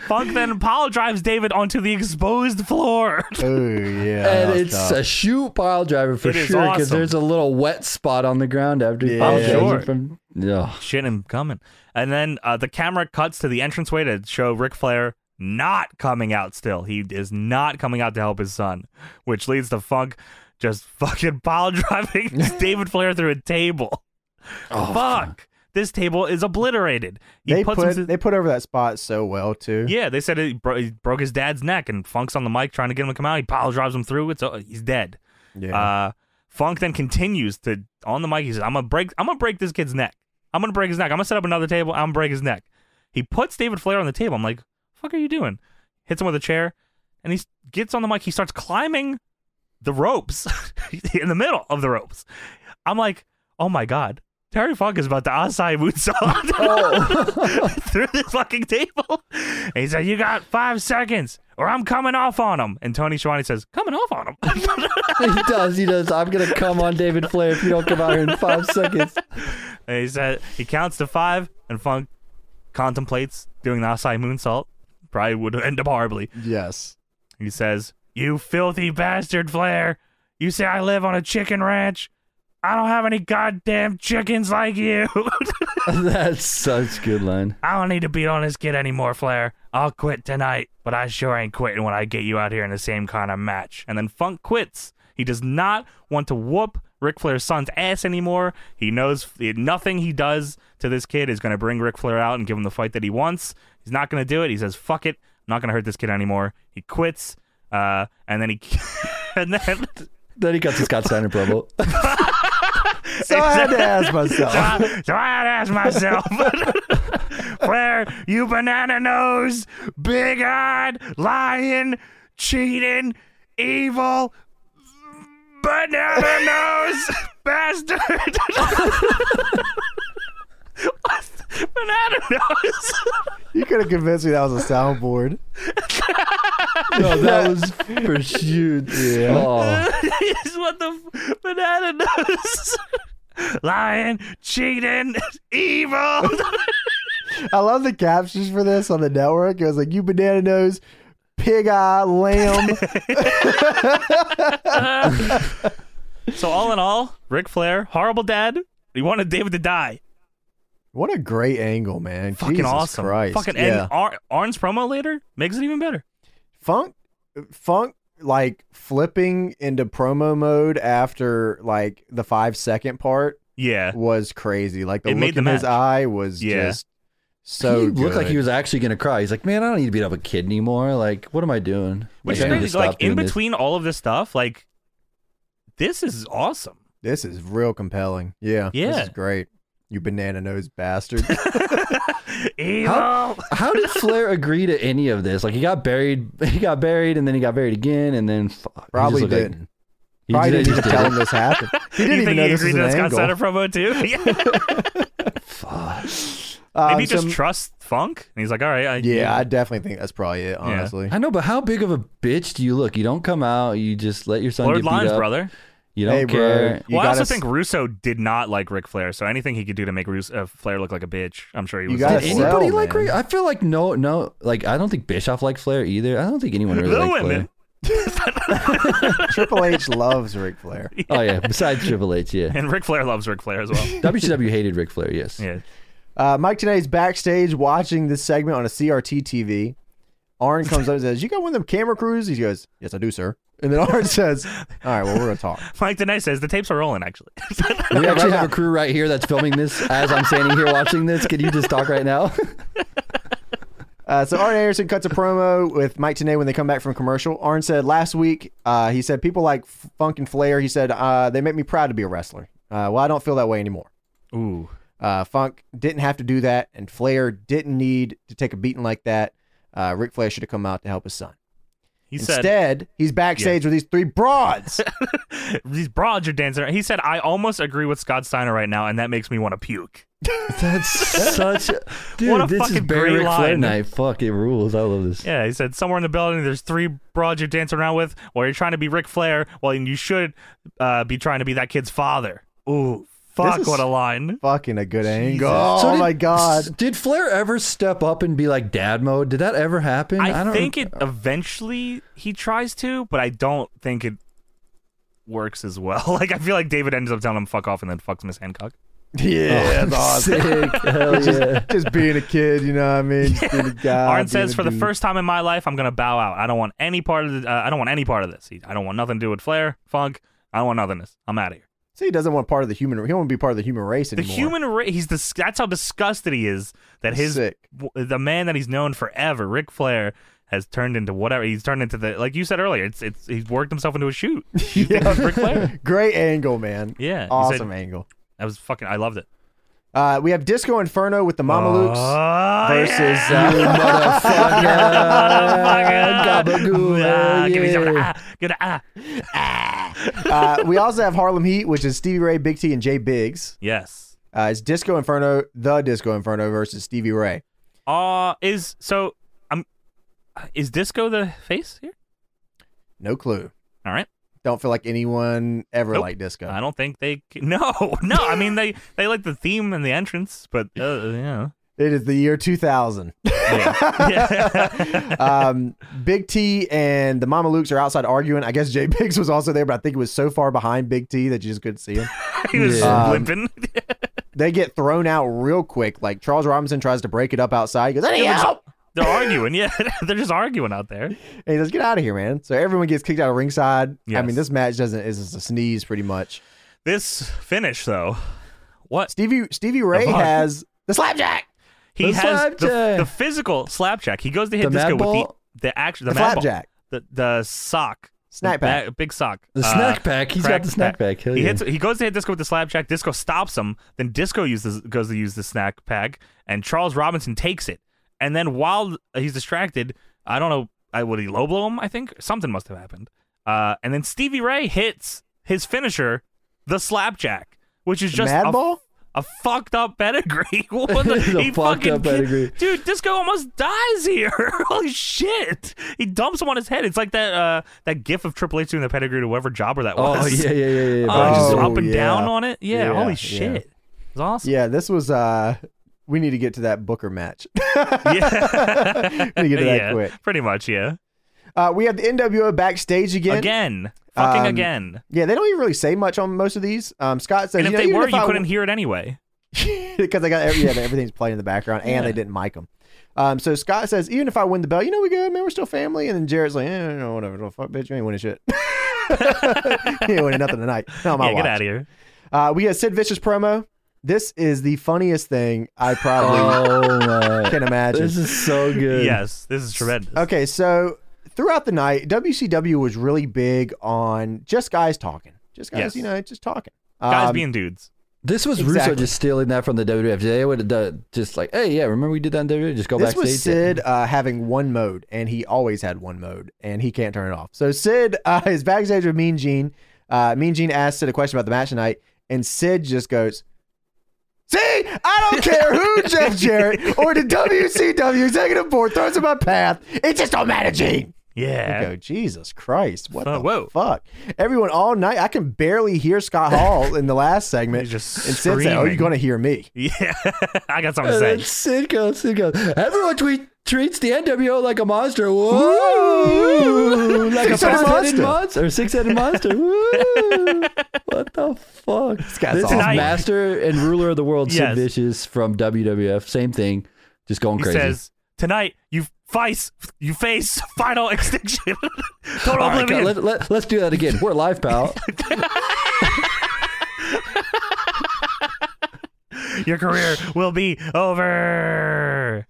B: Funk then pile drives David onto the exposed floor.
A: oh, yeah. that
C: And
A: was
C: it's
A: tough.
C: a shoot pile driver for
B: It is
C: sure because
B: awesome.
C: there's a little wet spot on the ground after he
A: Yeah.
C: pile
A: I'm
C: drives
B: sure.
C: it from. Yeah.
B: Shit, I'm coming. And then uh, the camera cuts to the entranceway to show Ric Flair not coming out still. He is not coming out to help his son, which leads to Funk just fucking pile driving David Flair through a table. fuck. This table is obliterated. He
A: Oh, they
B: puts
A: put
B: him to-
A: they put over that spot so well too.
B: yeah, they said he, bro- he broke his dad's neck, and Funk's on the mic trying to get him to come out. He pile drives him through. It's uh, he's dead. Uh, Funk then continues to on the mic. He says, "I'm gonna break. I'm gonna break this kid's neck. I'm gonna break his neck. I'm gonna set up another table. I'm gonna break his neck." He puts David Flair on the table. I'm like, "Fuck, are you doing?" Hits him with a chair, and he s- gets on the mic. He starts climbing the ropes in the middle of the ropes. I'm like, "Oh my god." Terry Funk is about to acai moonsault
C: Oh.
B: through this fucking table. And he's like, "You got five seconds. or I'm coming off on him. And Tony Schiavone says, coming off on him.
C: he does. He does. I'm gonna come on David Flair if you don't come out here in five seconds.
B: and he said he counts to five, and Funk contemplates doing the acai moonsault. Probably would end up horribly.
C: Yes.
B: He says, "You filthy bastard, Flair! You say I live on a chicken ranch? I don't have any goddamn chickens like you.
C: That's such a good line.
B: I don't need to beat on this kid anymore, Flair. I'll quit tonight, but I sure ain't quitting when I get you out here in the same kind of match." And then Funk quits. He does not want to whoop Ric Flair's son's ass anymore. He knows nothing he does to this kid is going to bring Ric Flair out and give him the fight that he wants. He's not going to do it. He says, "Fuck it, I'm not going to hurt this kid anymore." He quits, uh, and then he and then
C: Then he cuts his Scott Steiner promo.
A: So I had to ask myself.
B: so I had to ask myself, Flair, you banana nose, big eyed, lying, cheating, evil, banana nose bastard. banana nose.
A: You could have convinced me that was a soundboard.
C: no, that was for shoot. Yeah.
D: Oh,
B: is what the f- banana nose. lying, cheating, evil.
A: I love the captions for this on the network. It was like, you banana nose, pig eye, lamb.
B: So all in all, Ric Flair, horrible dad. He wanted David to die.
A: what a great angle, man.
B: Fucking
A: Jesus
B: awesome.
A: Christ.
B: Fucking
A: yeah.
B: and Ar- Arn's promo later makes it even better.
A: Funk, Funk, like flipping into promo mode after like the five second part
B: Yeah.
A: was crazy. Like the
B: It
A: look
B: made the
A: in his
B: match.
A: eye was
B: Yeah.
A: just so
C: he looked like
A: good.
C: he was actually gonna cry. He's like, man, I don't need to beat up a kid anymore. Like, what am I doing?
B: Which
C: Like, I need
B: is
C: to
B: crazy. Like
C: stop
B: in
C: doing this.
B: between all of this stuff, like this is awesome.
A: This is real compelling. Yeah.
B: Yeah.
A: This is great. You banana nose bastard.
B: Evil.
C: How did Flair agree to any of this? Like, he got buried. He got buried, and then he got buried again, and then fuck, he just
A: Probably
C: looked like-
A: didn't.
C: he
A: Probably
C: just-
A: didn't
C: he
A: even
C: just
A: tell
C: did
A: him this happened. He didn't
B: you
A: even
B: think
A: know
B: he
A: this
B: agreed
A: was
B: to
A: an
B: the Scott
A: angle.
B: Steiner promo too? Yeah.
C: it. Fuck.
A: Um,
B: Maybe he just
A: so-
B: trust Funk, and he's like, "All right, I,
A: yeah, I definitely think that's probably it. Honestly,
C: I know, but how big of a bitch do you look? You don't come out. You just let your son
B: blurred
C: get beat
B: lines,
C: up.
B: brother."
C: You don't
A: Hey, bro.
C: care.
A: You
B: well, I
A: gotta
B: also
A: s-
B: think Russo did not like Ric Flair, so anything he could do to make Russo, uh, Flair look like a bitch, I'm sure he
A: You
B: was.
A: gotta
C: Did
A: That's
C: anybody
A: Flair,
C: like?
A: man.
C: Rick? I feel like no, no. Like I don't think Bischoff liked Flair either. I don't think anyone really
B: The
C: liked
B: women.
C: Flair.
A: Triple H loves Ric Flair.
C: Oh yeah, besides Triple H, yeah.
B: and Ric Flair loves Ric Flair as well.
C: WCW hated Ric Flair. Yes.
B: yeah.
A: Uh, Mike today's backstage watching this segment on a CRT TV. Arn comes up and says, "You got one of them camera crews?" He goes, "Yes, I do, sir." And then Arn says, "All right, well, we're gonna talk."
B: Mike Denay says the tapes are rolling. Actually,
C: We actually have a crew right here that's filming this as I'm standing here watching this. Can you just talk right now?
A: Uh, so Arn Anderson cuts a promo with Mike Tenay when they come back from commercial. Arn said last week, uh, he said people like Funk and Flair. He said uh, they make me proud to be a wrestler. Uh, well, I don't feel that way anymore.
B: ooh,
A: Uh, Funk didn't have to do that, and Flair didn't need to take a beating like that. Uh, Rick Flair should have come out to help his son.
B: he said
A: Instead, he's backstage with these three broads.
B: these broads are dancing. around. He said, "I almost agree with Scott Steiner right now, and that makes me want to puke."
C: That's such. A, dude,
B: What a
C: this is
B: fucking
C: Barry
B: great
C: Ric Flair
B: line.
C: night. Fuck, it rules. I love this.
B: Yeah, he said somewhere in the building, there's three broads you're dancing around with, while you're trying to be Ric Flair, while you should uh, be trying to be that kid's father. Ooh, fuck,
A: is-
B: what a line!
A: Fucking a good angle. Oh
C: So did-
A: my god.
C: Did Flair ever step up and be like dad mode? Did that ever happen?
B: I, think it eventually he tries to, but I don't think it works as well. Like I feel like David ends up telling him "fuck off" and then fucks Miss Hancock.
A: Yeah, that's awesome.
C: Sick. Hell yeah.
A: Oh, Just being a kid, you know what I mean? Just being a guy.
B: Arn
A: being
B: says,
A: a
B: "For the
A: dude."
B: first time in my life, I'm gonna bow out. I don't want any part of the, uh, I don't want any part of this. He- I don't want nothing to do with Flair, Funk. I don't want nothingness. I'm out of here."
A: See, he doesn't want part of the human. He don't want to be part of the human race
B: The
A: anymore.
B: human race. He's dis- that's how disgusted he is that his
A: Sick.
B: w- the man that he's known forever, Ric Flair, has turned into whatever he's turned into. The like you said earlier, it's it's he's worked himself into a shoot. You think it's Ric Flair?
A: Great angle, man.
B: Yeah, he said-
A: Awesome angle.
B: That was fucking. I loved it.
A: Uh, we have Disco Inferno with the Mamalukes
B: Oh,
A: versus
B: yeah.
A: uh,
B: Motherfucker.
C: Gabagool,
B: Ah, give me some of the
C: yeah.
B: ah, give me the ah.
A: uh, we also have Harlem Heat, which is Stevie Ray, Big T, and Jay Biggs.
B: Yes.
A: Uh, it's Disco Inferno, the Disco Inferno versus Stevie Ray.
B: Uh is so I'm Is Disco the face here?
A: No clue.
B: All right.
A: Don't feel like anyone ever
B: Nope.
A: liked disco.
B: I don't think they. c- No, no. I mean, they they like the theme and the entrance, but uh, yeah.
A: It is the year 2000.
B: Yeah.
A: um, Big T and the Mama Lukes are outside arguing. I guess Jay Biggs was also there, but I think it was so far behind Big T that you just couldn't see him.
B: he was
A: Yeah.
B: limping.
A: they get thrown out real quick. Like Charles Robinson tries to break it up outside. He goes, "Hey,
B: Yeah,
A: help!"
B: They're arguing. Yeah, they're just arguing out there.
A: And he says, "Get out of here, man!" So everyone gets kicked out of ringside. I
B: Yes.
A: mean, this match doesn't is just a sneeze pretty much.
B: This finish though, what
A: Stevie Stevie Ray
B: fuck?
A: has the slapjack,
B: he
C: The
B: has the,
C: slapjack.
B: the physical slapjack. He goes to hit
C: The
B: Disco
C: mad
B: with
C: ball?
B: the the action
A: the,
B: the, mad ball.
A: flapjack,
B: the the sock
A: Snack
B: The
A: pack.
B: ba- big sock
C: The
B: Uh,
C: snack pack. He's got
B: crack
C: the snack pack. Hell
B: He
C: yeah.
B: hits. He goes to hit Disco with the slapjack. Disco stops him. Then Disco uses goes to use the snack pack, and Charles Robinson takes it. And then while he's distracted, I don't know. I would he low blow him? I think something must have happened. Uh, and then Stevie Ray hits his finisher, the slapjack, which is just a,
A: Madball.
B: a fucked up pedigree. What the-
C: It's a
B: he
C: fucked
B: fucking
C: up
B: ki-
C: pedigree.
B: Dude, Disco almost dies here. Holy shit! He dumps him on his head. It's like that uh, that gif of Triple H doing the pedigree to whoever jobber that
C: Oh
B: was.
C: yeah, yeah, yeah, yeah.
B: Oh,
C: Brian
B: just
C: Dole.
B: up and
A: yeah.
B: down on it. Yeah,
A: Yeah, yeah.
B: holy shit, it's awesome.
A: Yeah, this was. uh We need to get to that Booker match.
B: Yeah,
A: Let me get to that
B: Yeah,
A: quick.
B: Pretty much, yeah.
A: Uh, we have the NWO backstage again.
B: Again, fucking
A: Um,
B: again.
A: Yeah, they don't even really say much on most of these. Um, Scott says,
B: And
A: you
B: if
A: know,
B: they
A: even
B: were,
A: if
B: you
A: I
B: couldn't hear it anyway.
A: because I got every, yeah, everything's playing in the background, and they didn't mic them. Um, so Scott says, even if I win the belt, you know we good, man. We're still family. And then Jared's like, eh, no, whatever, don't fuck, bitch. You ain't winning shit. you ain't winning nothing tonight. Not on my
B: yeah, get
A: watch.
B: out of here.
A: Uh, we got Sid Vicious promo. This is the funniest thing I probably
C: Oh my.
A: can imagine.
C: This is so good.
B: Yes, this is tremendous.
A: Okay, so throughout the night, WCW was really big on just guys talking, just guys,
B: Yes.
A: you know, just talking.
B: Guys
A: Um,
B: being dudes.
C: This was
A: Exactly.
C: Russo just stealing that from the WWF. They would have done just like, hey, yeah, remember we did that in WWE? Just go
A: This
C: backstage.
A: was Sid uh, having one mode, and he always had one mode, and he can't turn it off. So Sid uh, is backstage with Mean Gene. Uh, mean Gene asks Sid a question about the match tonight, and Sid just goes, "See, I don't care who Jeff Jarrett or the WCW executive board throws in my path. It just don't matter, Gene." You
B: Yeah.
A: go, Jesus Christ, what
B: Fuck,
A: the
B: whoa.
A: fuck? Everyone all night. I can barely hear Scott Hall in the last segment,
B: He's just
A: and Sid said, "Oh, you're
B: screaming.
A: gonna hear me."
B: Yeah. I got something
C: And
B: to
C: then
B: say.
C: Sid goes, Sid goes, oh. everyone tweet, treats the NWO like a monster. Woo! like a
A: Six-headed monster.
C: five-headed monster. Or six-headed monster. Woo! What the fuck? This,
A: guy's
C: is
A: awesome.
C: master and ruler of the world,
B: Yes.
C: Sid Vicious from WWF. Same thing, just going
B: He
C: crazy.
B: says, Tonight you face you face final extinction. Total
C: All right,
B: oblivion.
C: let, let, let's do that again. We're live, pal.
B: Your career will be over.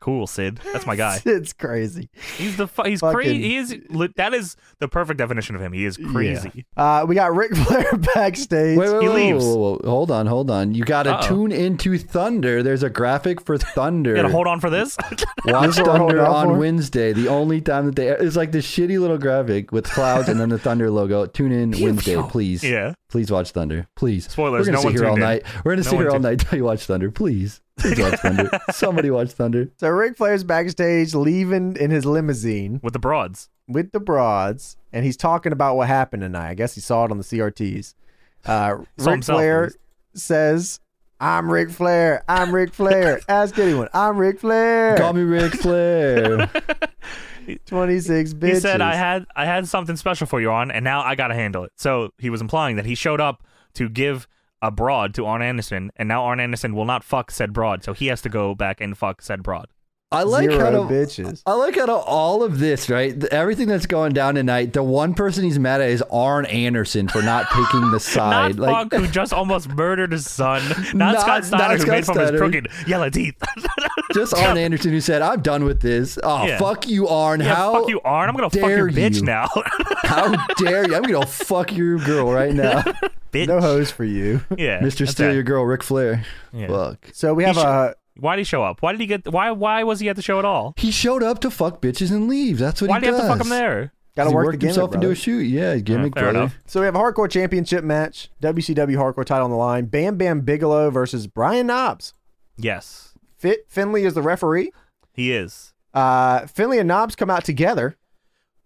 B: Cool, Sid. That's my guy.
A: Sid's crazy.
B: He's the fu- he's
A: Fucking-
B: crazy. He is li- that is the perfect definition of him. He is crazy.
A: Uh, we got Ric Flair backstage.
C: Wait, wait,
B: He
C: wait,
B: leaves.
C: whoa, whoa, whoa. Hold on, hold on. You got to
B: Uh-oh.
C: tune into Thunder. There's a graphic for Thunder.
B: You gotta hold on for this.
A: what
C: Watch
A: we're holding
C: Thunder
A: out
C: on
A: for?
C: Wednesday. The only time that they it's like this shitty little graphic with clouds and then the Thunder logo. Tune in Wednesday, please.
B: yeah.
C: Please watch Thunder. Please.
B: Spoilers,
C: We're gonna
B: no
C: sit
B: one
C: here all
B: tuned in.
C: night. We're
B: No
C: gonna sit here
B: one
C: all
B: tuned-
C: night till you watch Thunder. Please. Please watch Thunder. Somebody watch Thunder.
A: So Ric Flair's backstage, leaving in his limousine
B: With the broads.
A: with the broads, and he's talking about what happened tonight. I guess he saw it on the CRTs. Uh,
B: Saw
A: Ric
B: himself, at
A: Flair
B: least.
A: says, "I'm Ric Flair. I'm Ric Flair. Ask anyone. I'm Ric
C: Call
A: Flair.
C: me Ric Flair.
A: Twenty six bitches."
B: He said I had I had something special for you on and now I gotta handle it. So he was implying that he showed up to give a broad to Arn Anderson and now Arn Anderson will not fuck said broad, so he has to go back and fuck said broad.
C: I like
A: Zero
C: how to,
A: bitches.
C: I like out of all of this, right? th- Everything that's going down tonight, the one person he's mad at is Arn Anderson for not taking the
B: Not
C: side. like,
B: Funk, who just almost murdered his son. Not,
C: Not-
B: Scott Steiner,
C: not
B: who
C: Scott
B: made fun of his
C: Steiner.
B: crooked yellow teeth.
C: just Arn Anderson who said, "I'm done with this." Oh,
B: Yeah.
C: fuck you, Arn.
B: yeah,
C: how
B: fuck you, Arn. I'm gonna fuck your
C: dare
B: bitch
C: you.
B: now.
C: How dare you? I'm gonna fuck your girl right now,
B: bitch.
A: No hose for you.
B: yeah,
C: Mister
B: that's
C: Steal
B: it.
C: Your Girl, Ric Flair.
B: Yeah.
C: Fuck.
A: So we have
B: should-
A: a
B: Why did he show up? Why did he get? Why? Why was he at the show at all?
C: He showed up to fuck bitches and leave. That's what
B: Why
C: he
B: did he have
C: does.
B: to fuck him there?
A: gotta
C: he
A: work the
C: worked
A: gimmick,
C: himself into
A: brother.
C: a shoot. Yeah, gimmick,
B: fair
C: brother.
B: enough.
A: So we have a hardcore championship match, WCW hardcore title on the line. Bam Bam Bigelow versus Brian Knobs.
B: Yes,
A: Fit Finley is the referee.
B: he is.
A: Uh, Finley and Knobs come out together.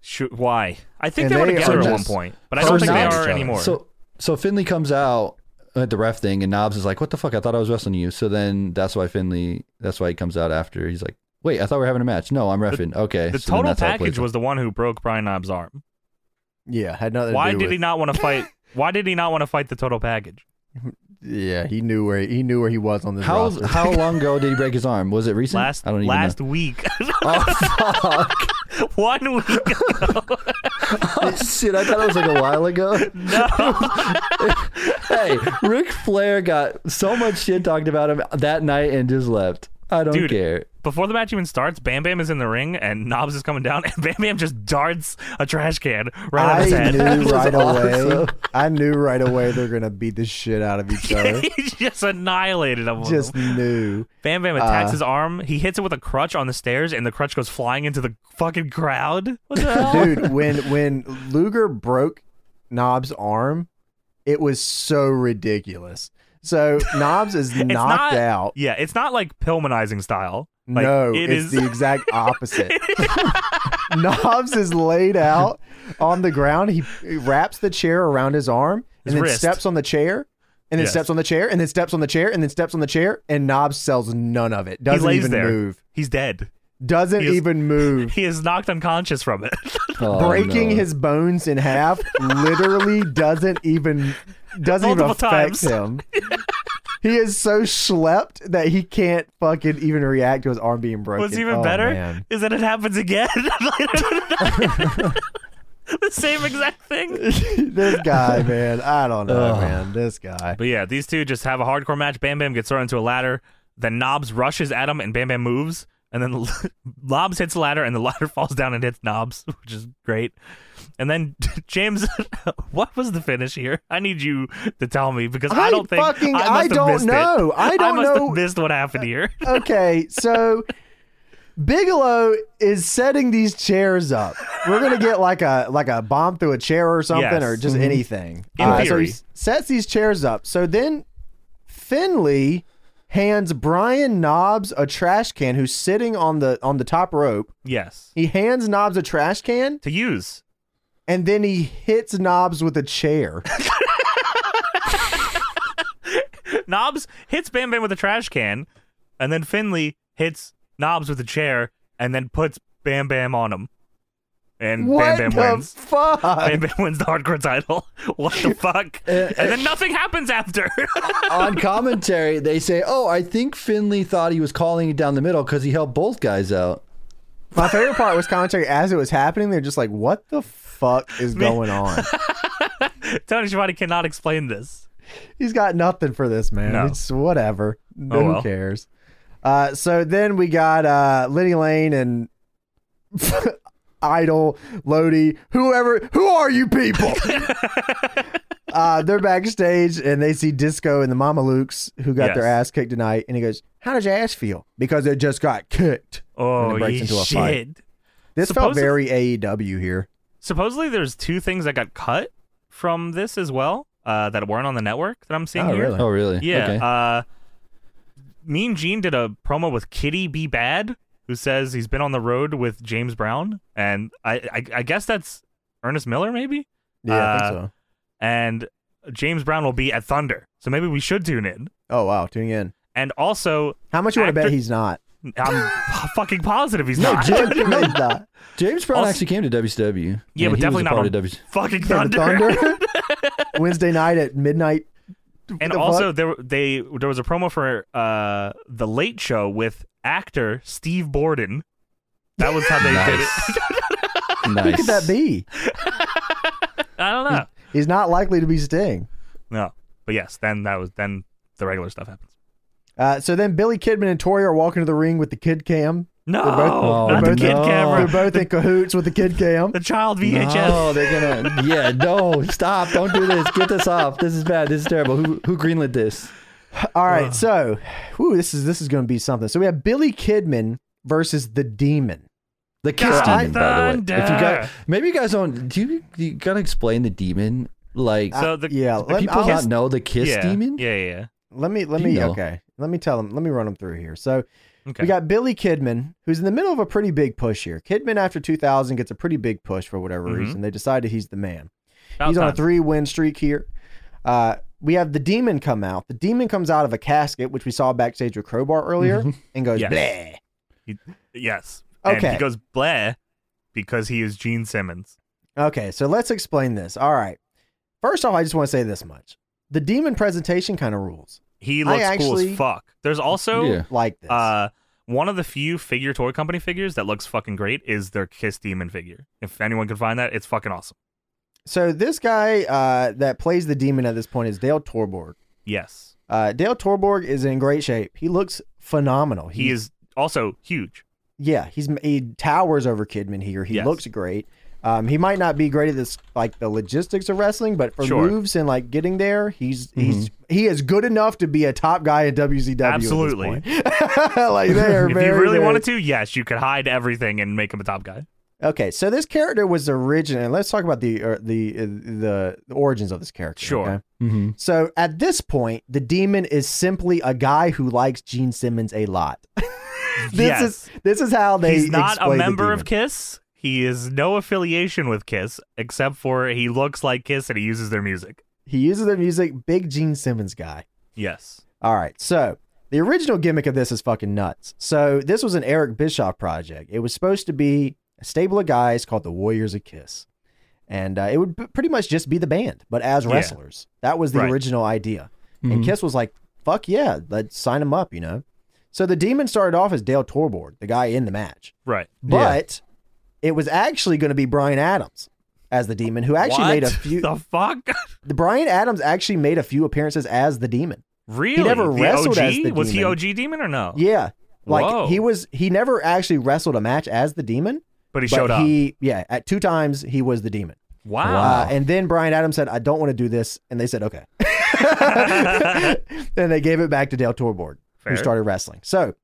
B: Sh- why? I think
A: And
B: they were
A: they
B: together
A: are
B: at one
C: just
B: point, but I don't think they
C: Knobs-
B: are anymore.
C: So so Finley comes out at the ref thing, and Knobs is like, "What the fuck? I thought I was wrestling you." So then that's why Finley. That's why he comes out after. He's like, "Wait, I thought we were having a match. No, I'm refing." okay.
B: the
C: so then
B: total
C: that's how it plays
B: package
C: out.
B: was the one who broke Brian Knob's arm.
A: Yeah, had nothing.
B: Why
A: to do
B: did
A: with,
B: he not want to fight? Why did he not want to fight the total package?
A: Yeah, he knew where he knew where he was on this
C: How
A: roster.
C: how long ago did he break his arm? Was it recent?
B: Last
C: I don't even
B: last week,
C: know. Oh
B: one week.
C: fuck! Shit, I thought it was like a while ago.
B: No,
C: Hey, Ric Flair got so much shit talked about him that night and just left. I don't
B: Dude.
C: care.
B: before the match even starts, Bam Bam is in the ring and Knobs is coming down, and Bam Bam just darts a trash can right on his
A: I
B: head.
A: knew
C: That
A: right
C: was
A: away.
C: awesome.
A: I knew right away they're gonna beat the shit out of each other.
B: he just annihilated him.
A: Just knew.
B: Bam Bam attacks
A: Uh,
B: his arm. He hits it with a crutch on the stairs, and the crutch goes flying into the fucking crowd. What the hell?
A: dude when when luger broke knob's arm it was so ridiculous so knobs is knocked
B: not-
A: out
B: Yeah, it's not like Pillmanizing style. Like,
A: no
B: it
A: it's
B: is-
A: the exact opposite knobs is laid out on the ground he he wraps the chair around his arm
B: His
A: and then
B: wrist.
A: steps on the chair and then
B: Yes.
A: steps on the chair and then steps on the chair and then steps on the chair and knobs sells none of it
B: He
A: doesn't
B: lays
A: even
B: there.
A: move
B: He's dead.
A: doesn't
B: He is-
A: even move
B: He is knocked unconscious from it.
C: Oh,
A: breaking
C: no.
A: his bones in half literally doesn't even doesn't even
B: Multiple
A: affect
B: times.
A: him. He is so schlepped that he can't fucking even react to his arm being broken.
B: What's even
A: Oh,
B: better
A: man.
B: is that it happens again. the same exact thing.
A: this guy, man. I don't know,
C: Ugh.
A: man. This guy.
B: But yeah, these two just have a hardcore match. Bam Bam gets thrown into a ladder. Then Knobs rushes at him, and Bam Bam moves. And then Knobs hits the ladder, and the ladder falls down and hits Knobs, which is great. And then James, what was the finish here? I need you to tell me because I,
A: I
B: don't think
A: fucking-
B: I,
A: I
B: must have
A: don't
B: missed it.
A: know. I don't
B: must
A: know.
B: have missed what happened here.
A: Okay, so Bigelow is setting these chairs up. We're gonna get like a like a bomb through a chair or something,
B: Yes. Mm-hmm.
A: or just anything.
B: In
A: So
B: theory.
A: he s- sets these chairs up. So then Finley hands Brian Knobs a trash can who's sitting on the on the top rope.
B: yes,
A: He hands Knobs a trash can
B: to use.
A: and then he hits Knobs with a chair.
B: Knobs hits Bam Bam with a trash can, and then Finley hits Knobs with a chair, and then puts Bam Bam on him, and
A: what
B: Bam Bam
A: the
B: wins.
A: fuck?
B: Bam Bam wins the hardcore title. What the fuck?
A: Uh,
B: and then nothing happens after.
C: on commentary, they say, "Oh, I think Finley thought he was calling it down the middle because he helped both guys out."
A: My favorite part was commentary as it was happening. They're just like, "What the fuck is going on?"
B: Tony Schiavone cannot explain this.
A: He's got nothing for this, man.
B: No. Oh,
A: It's whatever. Who
B: well.
A: cares? Uh, so then we got uh, Lenny Lane and Idol, Lodi, whoever. Who are you people? uh, they're backstage and they see Disco and the Mama Lukes who got their
B: Yes.
A: ass kicked tonight. And he goes, How does your ass feel? Because it just got kicked.
B: Oh,
A: it breaks into a
B: shit.
A: fight. This felt
B: Supposedly-
A: very AEW here.
B: Supposedly, there's two things that got cut from this as well uh, that weren't on the network that I'm seeing
A: Oh,
B: here.
A: really?
C: Oh, really?
B: Yeah.
C: Okay.
B: Uh, mean Gene did a promo with Kitty Be Bad, who says he's been on the road with James Brown, and I I, I guess that's Ernest Miller, maybe.
A: Yeah, I think
B: Uh,
A: so.
B: And James Brown will be at Thunder, so maybe we should tune in.
A: Oh, wow. Tuning in.
B: And also,
A: How much you want to
B: actor-
A: bet he's not?
B: I'm fucking positive he's
A: No,
B: not.
A: James Brown's not.
C: James Brown
B: Also-
C: actually came to WCW.
B: Yeah,
C: Man,
B: but
C: he was
B: definitely
C: a
B: not
C: part
B: on
C: of WCW.
B: fucking
A: Yeah, the
B: Thunder.
A: Thunder. Wednesday night at midnight.
B: And
A: the
B: also, there they there was a promo for uh the Late Show with actor Steve Borden. That was how they did it.
C: Nice.
A: Who could that be?
B: I don't know.
A: He's not likely to be Sting.
B: No, but yes, then that was then the regular stuff happens.
A: Uh, so then Billy Kidman and Tori are walking to the ring with the kid cam.
B: No,
A: They're both-
C: Oh,
B: not the
A: they're
B: kid
C: both-
A: They're
B: camera.
A: both in cahoots with the kid cam.
B: The child VHS.
C: No, they're gonna. Yeah, no, stop! Don't do this. Get this off. This is bad. This is terrible. Who who greenlit this?
A: All
B: Uh.
A: right, so whew, this is this is going to be something. So we have Billy Kidman versus the Demon.
C: The kiss
B: God,
C: demon, by the way. If you
B: Thunder.
C: got, maybe you guys don't. Do you, you gotta explain the demon? Like,
B: So the
A: Yeah,
B: the
A: let,
C: people
A: I'll-
C: not know the kiss
B: yeah,
C: demon?
B: Yeah, yeah, yeah.
A: let me let
C: Do you
A: me
C: know?
A: okay. Let me tell them. Let me run them through here. So
B: Okay.
A: We got Billy Kidman, who's in the middle of a pretty big push here. Kidman, after 2000, gets a pretty big push for whatever
B: Mhm.
A: reason. They decided he's the man.
B: About
A: he's on a
B: time.
A: three win streak here. Uh, we have the demon come out. The demon comes out of a casket, which we saw backstage with Crowbar earlier, and goes,
B: Mm-hmm. Yes.
A: bleh.
B: Yes. And
A: Okay.
B: he goes bleh because he is Gene Simmons.
A: Okay, so let's explain this. All right. First off, I just want to say this much. The demon presentation kind of rules
B: He
A: I
B: looks cool
A: actually-
B: as fuck. There's also
C: Yeah.
A: like this.
B: uh one of the few figure toy company figures that looks fucking great is their Kiss Demon figure. If anyone can find that, it's fucking awesome.
A: so this guy uh, that plays the demon at this point is Dale Torborg.
B: Yes.
A: Uh, Dale Torborg is in great shape. He looks phenomenal.
B: He is also huge.
A: Yeah, he's he towers over Kidman here. He
B: Yes.
A: looks great. Um, he might not be great at this, like the logistics of wrestling, but for
B: Sure. Mm-hmm.
A: moves and like getting there, he's he's he is good enough to be a top guy in WCW. at this
B: Absolutely.
A: point. like they are
B: If
A: very,
B: you really
A: very-
B: wanted to, yes, you could hide everything and make him a top guy.
A: Okay, so this character was originally. Let's talk about the uh, the uh, the the origins of this character.
B: Sure.
A: okay?
C: Mm-hmm.
A: So at this point, the demon is simply a guy who likes Gene Simmons a lot. this
B: Yes.
A: is this is how they.
B: He's not a
A: explain the
B: member
A: demon.
B: of Kiss. He is no affiliation with Kiss except for he looks like Kiss and he uses their music.
A: He uses their music. Big Gene Simmons guy.
B: Yes.
A: All right. So the original gimmick of this is fucking nuts. So this was an Eric Bischoff project. It was supposed to be a stable of guys called the Warriors of Kiss. And uh, it would p- pretty much just be the band, but as
B: Yeah.
A: wrestlers. That was the
B: Right. Mm-hmm.
A: original idea. And Kiss was like, fuck yeah, let's sign him up, you know? So the demon started off as Dale Torborg, the guy in the match.
B: Right.
A: But it was actually going to be Brian Adams as the demon, who actually made a
B: What
A: few.
B: The fuck?
A: the Brian Adams actually made a few appearances as the demon.
B: really?
A: never
B: The
A: wrestled
B: OG?
A: as the
B: Was he
A: demon.
B: OG Demon or no?
A: Yeah, like
B: Whoa.
A: he was. He never actually wrestled a match as the demon.
B: But he
A: but
B: showed up. Oh.
A: He yeah, at two times he was the demon.
B: Wow.
A: Uh, and then Brian Adams said, "I don't want to do this," and they said, "Okay." and they gave it back to Dale Torborg,
B: Fair.
A: who started wrestling. So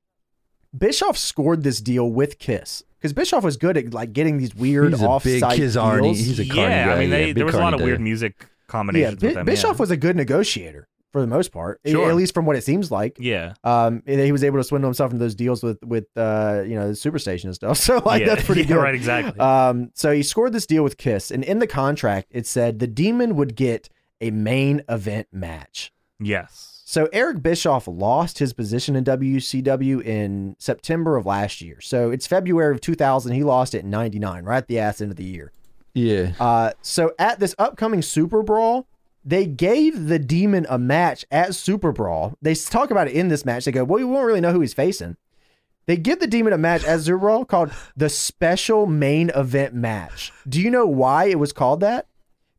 A: Bischoff scored this deal with Kiss because Bischoff was good at like getting these weird
C: He's a
A: offside
C: big Kiz Arnie.
A: deals.
C: He's a carny
B: yeah,
C: guy.
B: I mean, they,
C: yeah, big
B: there was a lot of
C: carny
B: weird
C: guy.
B: music combinations
A: Bi-
B: with them.
A: Bischoff
B: yeah.
A: was a good negotiator for the most part, a-
B: Sure.
A: at least from what it seems like.
B: Yeah.
A: Um, and he was able to swindle himself into those deals with with uh, you know, the Superstation and stuff. So like
B: yeah.
A: that's pretty
B: yeah,
A: good.
B: Right, exactly.
A: Um, so he scored this deal with Kiss, and in the contract it said the Demon would get a main event match.
B: yes.
A: So Eric Bischoff lost his position in WCW in September of last year. So it's February of 2000. He lost it in 99, right at the ass end of the year.
C: Yeah.
A: Uh, so at this upcoming Super Brawl, they gave the demon a match at Super Brawl. They s- talk about it in this match. They go, well, we won't really know who he's facing. They give the demon a match at Super Brawl called the Special Main Event Match. Do you know why it was called that?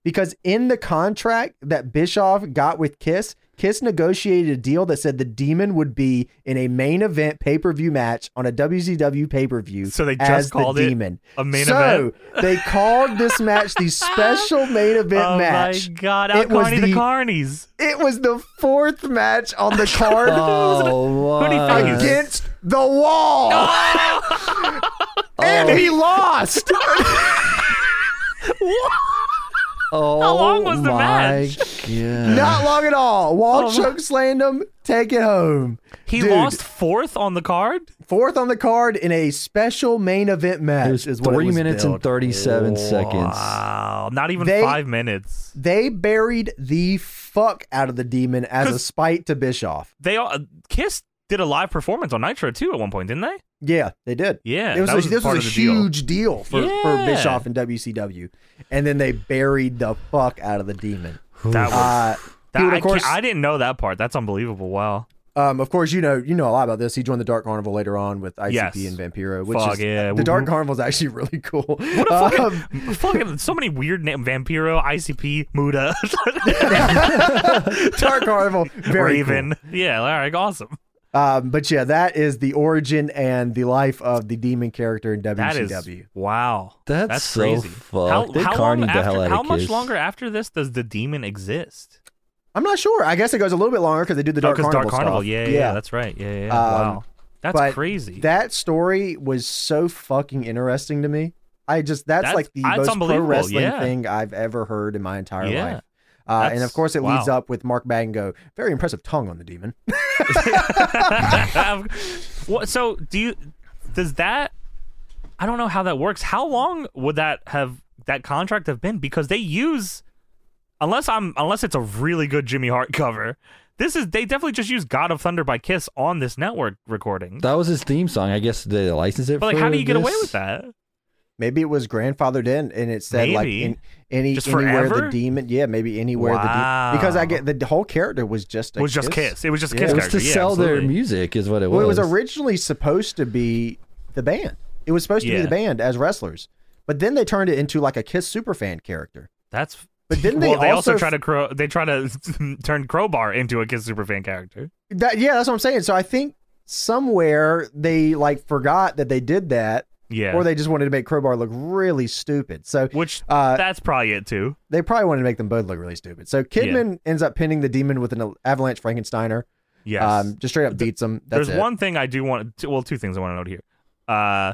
A: Because in the contract that Bischoff got with Kiss, Kiss negotiated a deal that said the demon would be in a main event pay per view match on a WCW pay per view.
B: So they just
A: as
B: called
A: the
B: it
A: demon.
B: a main
A: so they called this match the special main event
B: oh
A: match.
B: my god,
A: It was
B: Alcarney the
A: the-
B: Carnies.
A: It was the fourth match on the card
C: Oh,
B: Who do you
C: my.
B: think he is?
A: against the wall, and he lost.
C: Oh,
B: How long was the
C: my
B: match?
C: God.
A: Not long at all. Wall choke slammed him. Take it home.
B: He
A: Dude.
B: lost fourth on the card?
A: Fourth on the card in a special main event match
C: It was
A: is what it
C: three
A: was
C: minutes
A: billed.
C: and 37 seconds.
B: Wow. Not even
A: They-
B: five minutes.
A: They buried the fuck out of the demon as a spite to Bischoff.
B: They all, uh, Kiss did a live performance on Nitro too at one point, didn't they?
A: Yeah, they did.
B: Yeah.
A: it was,
B: that
A: a-
B: was
A: this
B: part
A: was a
B: of the deal.
A: huge deal, for, for
B: Yeah.
A: Bischoff and WCW, and then they buried the fuck out of the demon.
B: That was
A: Uh,
B: That,
A: he would,
B: I,
A: of course,
B: can't- I didn't know that part. That's unbelievable. Wow.
A: um, of course, you know, you know a lot about this. He joined the Dark Carnival later on with ICP
B: Yes.
A: and Vampiro, which
B: Fuck
A: is
B: yeah. Mm-hmm.
A: the Dark Carnival is actually really cool.
B: What a fucking,
A: Um,
B: fucking so many weird names. Vampiro, ICP, Muda,
A: Dark Carnival, very
B: Raven. Yeah, all right, awesome.
A: cool. Um, but yeah, that is the origin and the life of the demon character in WCW.
B: That is wow.
C: That's so
B: crazy.
C: fucked.
B: How,
C: They
B: how long
C: carnied the
B: after,
C: hell outta
B: how much
C: Kiss.
B: longer after this does the demon exist?
A: I'm not sure. I guess it goes a little bit longer because they do the Dark
B: oh, 'cause
A: Carnival.
B: Dark Carnival.
A: stuff.
B: Yeah, yeah, that's right. Yeah, yeah. yeah.
A: Um,
B: wow, that's
A: but
B: crazy.
A: That story was so fucking interesting to me. I just that's,
B: That's-
A: like the
B: that's
A: most pro
B: unbelievable,
A: wrestling
B: yeah.
A: thing I've ever heard in my entire
B: Yeah.
A: life. Uh, and of
B: That's-
A: course, it leads
B: wow.
A: up with Mark Bango. Very impressive tongue on the demon.
B: What? So do you? Does that? I don't know how that works. How long would that have that contract have been? Because they use, unless I'm unless it's a really good Jimmy Hart cover. This is they definitely just use God of Thunder by Kiss on this network recording.
C: That was his theme song. I guess they licensed it.
B: But like,
C: for
B: how do you get away
C: this?
B: with that?
A: Maybe it was grandfathered in, and it said like
B: Maybe.
A: in, any
B: Just
A: anywhere
B: forever?
A: the demon. Yeah, maybe anywhere
B: Wow.
A: the de- because I get the whole character was just a
B: It was just
A: kiss.
B: Kiss. It was just
A: Yeah.
B: Kiss.
A: It
C: It was to
B: character. Yeah,
C: sell their
B: absolutely.
C: music, is what it was.
A: Well, it was originally supposed to be the band. It was supposed to be
B: Yeah.
A: the band as wrestlers, but then they turned it into like a Kiss superfan character.
B: That's.
A: But didn't they
B: well, they also,
A: also
B: try to crow, they try to turn Crowbar into a Kiss superfan character.
A: That yeah, that's what I'm saying. So I think somewhere they like forgot that they did that,
B: Yeah.
A: or they just wanted to make Crowbar look really stupid. So
B: Which
A: uh,
B: that's probably it too.
A: they probably wanted to make them both look really stupid. So Kidman ends up pinning the demon with an avalanche Frankensteiner.
B: Yes.
A: Um, just straight up beats him. That's
B: There's
A: it.
B: one thing I do want. Two, well, two things I want to note here. Uh,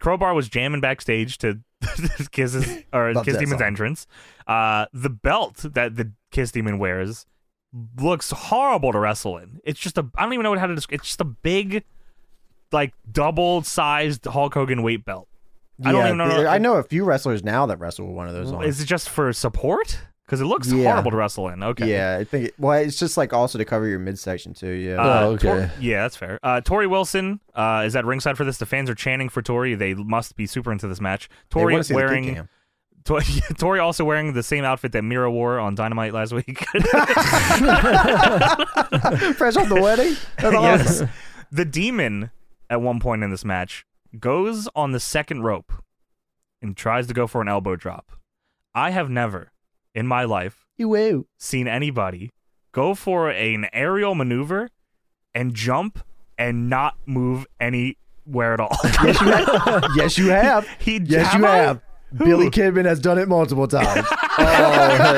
B: Crowbar was jamming backstage to Kiss's or
A: Love
B: Kiss
A: that
B: Demon's
A: song.
B: entrance. Uh, the belt that the Kiss Demon wears looks horrible to wrestle in. It's just a. I don't even know how to describe. It's just a big, like double-sized Hulk Hogan weight belt. I don't
A: Yeah,
B: even know.
A: I know a few wrestlers now that wrestle with one of those on.
B: Is it just for support? Because it looks
A: Yeah.
B: horrible to wrestle in. Okay.
A: Yeah, I think. It, well, it's just like also to cover your midsection too. Yeah.
B: Uh,
C: Oh, okay.
B: Tor- yeah, that's fair. Uh, Tori Wilson uh, is at ringside for this. The fans are chanting for Tori. They must be super into this match.
A: They
B: Tori
A: wanna see the kick
B: wearing
A: cam.
B: Tori, Tori also wearing the same outfit that Mira wore on Dynamite last week.
A: fresh off the wedding. That's
B: yes.
A: awesome.
B: The demon at one point in this match goes on the second rope and tries to go for an elbow drop. I have never in my life
A: You woo.
B: seen anybody go for an aerial maneuver and jump and not move anywhere at all.
A: Yes, you have. yes, you have.
B: He
A: Yes,
B: have
A: you
B: I?
A: have. Billy Kidman has done it multiple times.
C: Oh,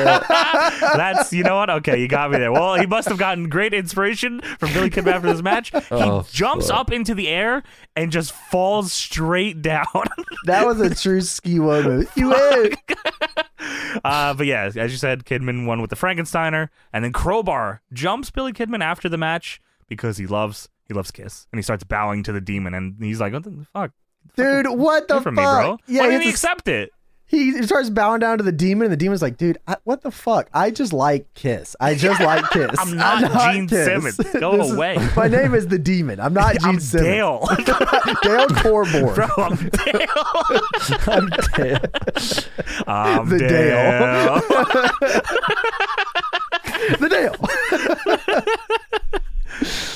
B: That's you know what? Okay, you got me there. Well, he must have gotten great inspiration from Billy Kidman after this match. He
C: Oh,
B: jumps
C: fuck.
B: up into the air and just falls straight down.
A: that was a true ski moment. You woo.
B: uh, but yeah, as you said, Kidman won with the Frankensteiner, and then Crowbar jumps Billy Kidman after the match because he loves he loves Kiss, and he starts bowing to the demon, and he's like, "What the fuck?"
A: Dude, what the
B: Good for
A: fuck?
B: me, bro.
A: Yeah,
B: Why
A: he,
B: didn't he
A: has to-
B: accept it?
A: he he starts bowing down to the demon, and the demon's like, "Dude, I, what the fuck? I just like Kiss. I just like Kiss.
B: I'm not Gene Simmons. Go
A: This is-
B: away."
A: my name is the demon. I'm not Gene
B: I'm
A: Simmons.
B: Dale,
A: Dale, Corborn.
B: bro. I'm Dale.
A: I'm Dale.
B: I'm
A: The Dale.
B: Dale.
A: the Dale.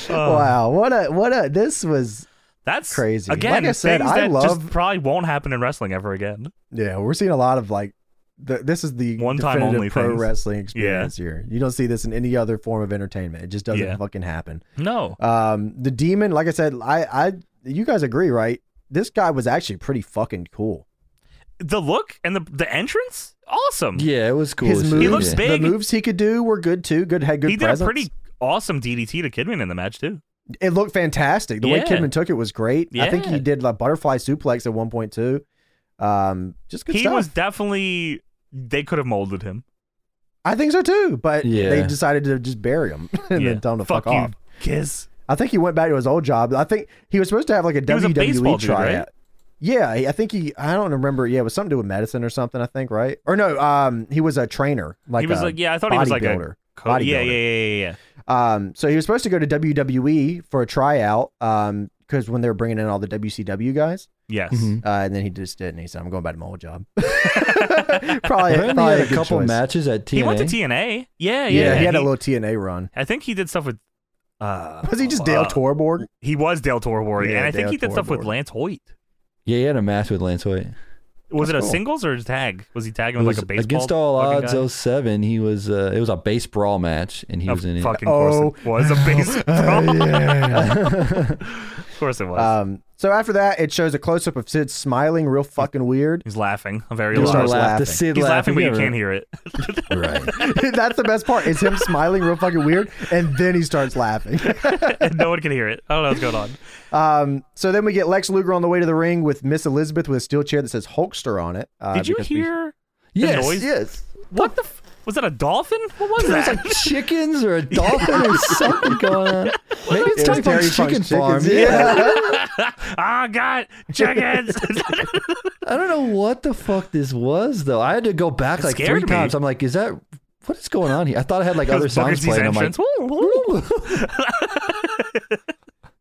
A: Wow, what a what a this was.
B: That's
A: Crazy. Like
B: Again,
A: I said,
B: things
A: I
B: that just
A: love-
B: probably won't happen in wrestling ever again.
A: Yeah, we're seeing a lot of like. The, this is the
B: One time
A: definitive
B: only
A: pro
B: things.
A: wrestling experience here. You don't see this in any other form of entertainment. It just doesn't
B: Yeah.
A: fucking happen.
B: No,
A: Um, the demon, like I said, I, I, you guys agree, right? This guy was actually pretty fucking cool.
B: the look and the the entrance, awesome.
C: Yeah, it was cool.
A: His
C: as
A: moves,
C: shit,
B: He looks
C: yeah.
B: big.
A: the moves he could do were good too. Good had good.
B: he did
A: presence.
B: a pretty awesome DDT to Kidman in the match too.
A: It looked fantastic. The way
B: Yeah.
A: Kidman took it was great. I think
B: Yeah.
A: he did like butterfly suplex at one point too. Um, just good
B: he
A: stuff.
B: was definitely. They could have molded him.
A: I think so too, but
C: Yeah.
A: they decided to just bury him and
B: yeah.
A: then tell him to fuck,
B: you,
A: off.
B: Kiss.
A: I think he went back to his old job. I think he was supposed to have like a
B: was a baseball
A: WWE
B: dude, right?
A: tryout. Yeah, he- I think he. I don't remember. Yeah, it was something to do with medicine or something. I think right or no. Um, he was a trainer. Like
B: he was
A: a
B: like, yeah, I thought he was like
A: bodybuilder.
B: a co- yeah, yeah,
A: Bodybuilder.
B: yeah, yeah, yeah.
A: Um, so he was supposed to go to WWE for a tryout. Um, because when they were bringing in all the WCW guys,
B: Yes.
C: Mhm.
A: uh, and then he just didn't. He said, "I'm going back to my old job." probably, probably
C: Apparently, he had
A: a
C: a
A: good
C: couple
A: choice.
C: matches at TNA.
B: He went to TNA. Yeah, yeah.
A: Yeah, he had
B: He-
A: a little TNA run.
B: I think he did stuff with. Uh,
A: Was he just Dale
B: uh,
A: Torborg?
B: He was Dale Tor Warrior,
A: Yeah,
B: and I think
A: Dale
B: he did stuff with
A: Torborg.
B: Lance Hoyt.
C: yeah, he had a match with Lance Hoyt.
B: Was it a
A: cool.
B: singles or a tag? Was he tagging
C: It
B: with
C: was
B: like a baseball?
C: against all
B: fucking
C: odds,
B: guy?
C: 07, He was. Uh, it was a base brawl match, and he
B: Of
C: was in it.
B: fucking course
A: Oh.
B: it was a baseball. of course it was.
A: Um, so after that, it shows a close up of Sid smiling real fucking weird.
B: He's laughing. I'm very
A: He
C: Just
B: loud.
A: was
C: laugh.
A: starts
C: The
A: laughing.
C: Sid
B: He's laughing, but you
C: yeah,
B: can't hear it.
C: Right.
A: That's the best part. Is him smiling real fucking weird, and then he starts laughing.
B: no one can hear it. I don't know what's going on.
A: Um, so then we get Lex Luger on the way to the ring with Miss Elizabeth with a steel chair that says Hulkster on it. Uh,
B: Did you
A: because we-
B: hear?
C: Yes.
B: noise?
C: Yes.
B: What the? F- Was that a dolphin? What was
C: There's
B: that?
C: like chickens or a dolphin or something going on. Maybe it's
A: It was
C: Terry Funk's
A: Terry Funk's
C: chicken farm.
A: chickens,
C: Yeah.
B: ah, God, chickens.
C: I don't know what the fuck this was though. I had to go back like
B: scared
C: three
B: me.
C: times. I'm like, is that what is going on here? I thought I had like
B: It
C: other
B: was Booker
C: songs
B: T's
C: playing. I'm like,
B: entrance. Woo, woo.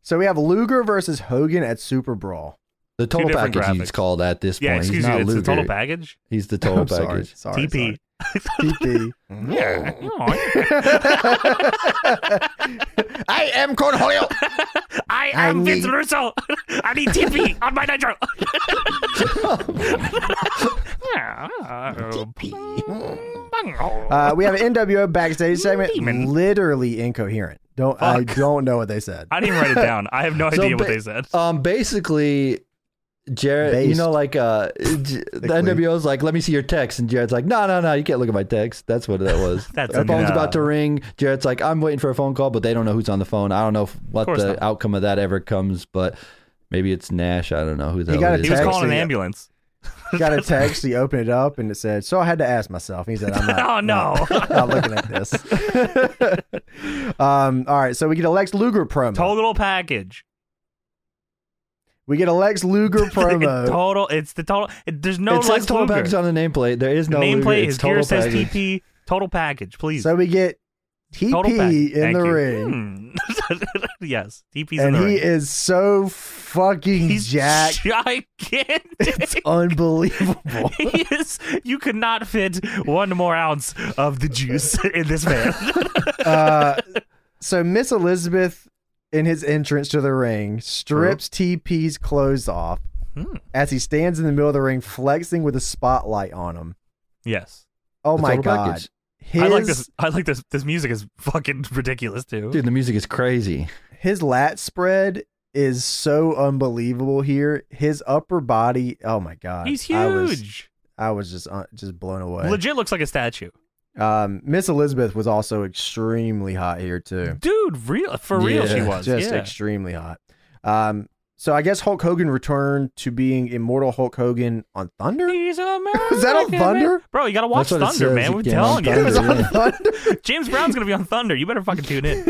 A: So we have Luger versus Hogan at Super Brawl.
C: the total
B: different
C: package
B: graphics.
C: he's called at this
B: Yeah,
C: point.
B: excuse
C: he's
B: me.
C: not
B: It's
C: Luger.
B: the total package.
C: He's the total
A: I'm sorry,
C: package.
A: sorry,
B: TP.
A: sorry. TP.
B: Yeah.
A: I am Cornholio.
B: I
A: I
B: am Vince
A: need-
B: Russo. I need TP on my nitro. Yeah, uh,
A: Uh, we have an NWO backstage segment.
B: Demon.
A: Literally incoherent. Don't I don't know what they said.
B: I didn't write it down. I have no
C: So
B: idea what
C: ba-
B: they said.
C: Um, basically, Jared, you
A: Based.
C: know, like uh, J- the NWO's like, let me see your text, and Jared's like, no, no, no, you can't look at my text. That's what that was.
B: That's
C: the phone's
B: enough.
C: about to ring. Jared's like, I'm waiting for a phone call, but they don't know who's on the phone. I don't know if, what
B: course
C: the
B: not.
C: outcome of that ever comes, but maybe it's Nash. I don't know who that
A: got a
B: He was
A: text
B: calling an
A: and-
B: ambulance.
A: Got a text. He opened it up and it said, "So I had to ask myself." And he said, "I'm not."
B: Oh no!
A: not looking at this. um, all right, so we get a Lex Luger promo.
B: total package.
A: we get a Lex Luger
B: It's
A: promo.
B: total. It's the total. It, there's no
C: it's
B: Lex
C: like total
B: Luger.
C: package on the nameplate. There is
B: The
C: no Luger.
B: nameplate.
C: It's
B: His gear
C: total
B: says
C: package.
B: TP. Total package, please.
A: so we get
B: total
A: TP
B: package.
A: in
B: Thank
A: the
B: you.
A: ring,
B: Hmm. yes, TP's in
A: and
B: the
A: he
B: ring.
A: is so fucking
B: He's
A: jacked,
B: gigantic.
A: unbelievable.
B: he is. You could not fit one more ounce of the juice in this man.
A: uh, so Miss Elizabeth, in his entrance to the ring, strips TP's clothes off
B: Hmm.
A: as he stands in the middle of the ring, flexing with a spotlight on him.
B: yes,
A: Oh
C: The
A: my
C: total
A: god!
C: package.
A: His
B: I like this. I like this. This music is fucking ridiculous too.
C: Dude, the music is crazy.
A: his lat spread is so unbelievable here. His upper body, oh my god,
B: He's
A: I was,
B: huge.
A: I was just uh, just blown away.
B: Legit looks like a statue.
A: Um, Miss Elizabeth was also extremely hot here too.
B: Dude, real for real, she
C: Yeah,
B: was.
A: just
B: yeah.
A: extremely hot. Um, so I guess Hulk Hogan returned to being immortal Hulk Hogan on Thunder.
B: He's an American.
A: Was that on Thunder?
B: Man. Bro, you gotta watch
C: That's what it
B: Thunder,
C: says
B: man. We're
C: again on
B: telling you.
A: It was
C: Thunder,
A: on
C: yeah.
A: Thunder.
B: James Brown's gonna be on Thunder. You better fucking tune in.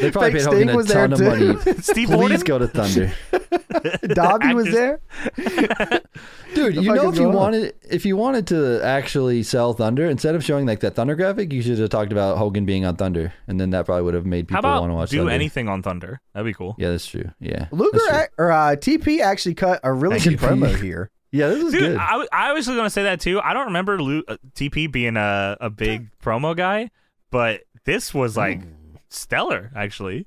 C: They probably
A: Fake
C: paid
A: Sting
C: Hogan a
A: was there,
C: ton of
A: too.
C: money.
B: Steve Borden.
C: Please go to Thunder.
A: Dobby was
B: Actors-
A: there.
C: Dude, you
A: fuck
C: know
A: is
C: if you
A: going on?
C: wanted if you wanted to actually sell Thunder, instead of showing like that Thunder graphic, you should have talked about Hogan being on Thunder, and then that probably would have made
B: How
C: people want to
B: about
C: watch
B: do
C: Thunder.
B: anything on Thunder? That'd be cool.
C: Yeah, that's true. Yeah,
A: Luger
C: That's true.
A: ac- or uh, TP actually cut a really
B: Thank
A: good
C: you.
A: promo here.
C: yeah, this is
B: Dude,
C: good.
B: I, I was going to say that too. I don't remember Lu- uh, TP being a, a big promo guy, but this was like stellar, actually.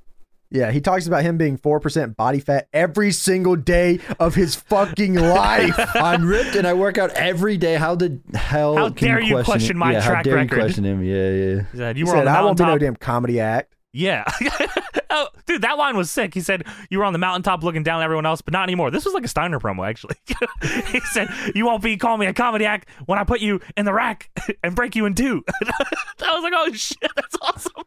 A: Yeah, he talks about him being 4% body fat every single day of his fucking life.
C: I'm ripped and I work out every day. How the hell?
B: How
C: can
B: dare you
C: question
B: question
C: him?
B: my
C: yeah, how
B: track
C: dare
B: record?
C: You question him? Yeah, yeah.
B: He said, You
A: He
B: were on
A: said,
B: the
A: I won't be no
B: mountaintop.
A: damn comedy act.
B: yeah. oh, dude, that line was sick. He said, You were on the mountaintop looking down at everyone else, but not anymore. This was like a Steiner promo, actually. he said, You won't be calling me a comedy act when I put you in the rack and break you in two. I was like, Oh, shit, that's awesome.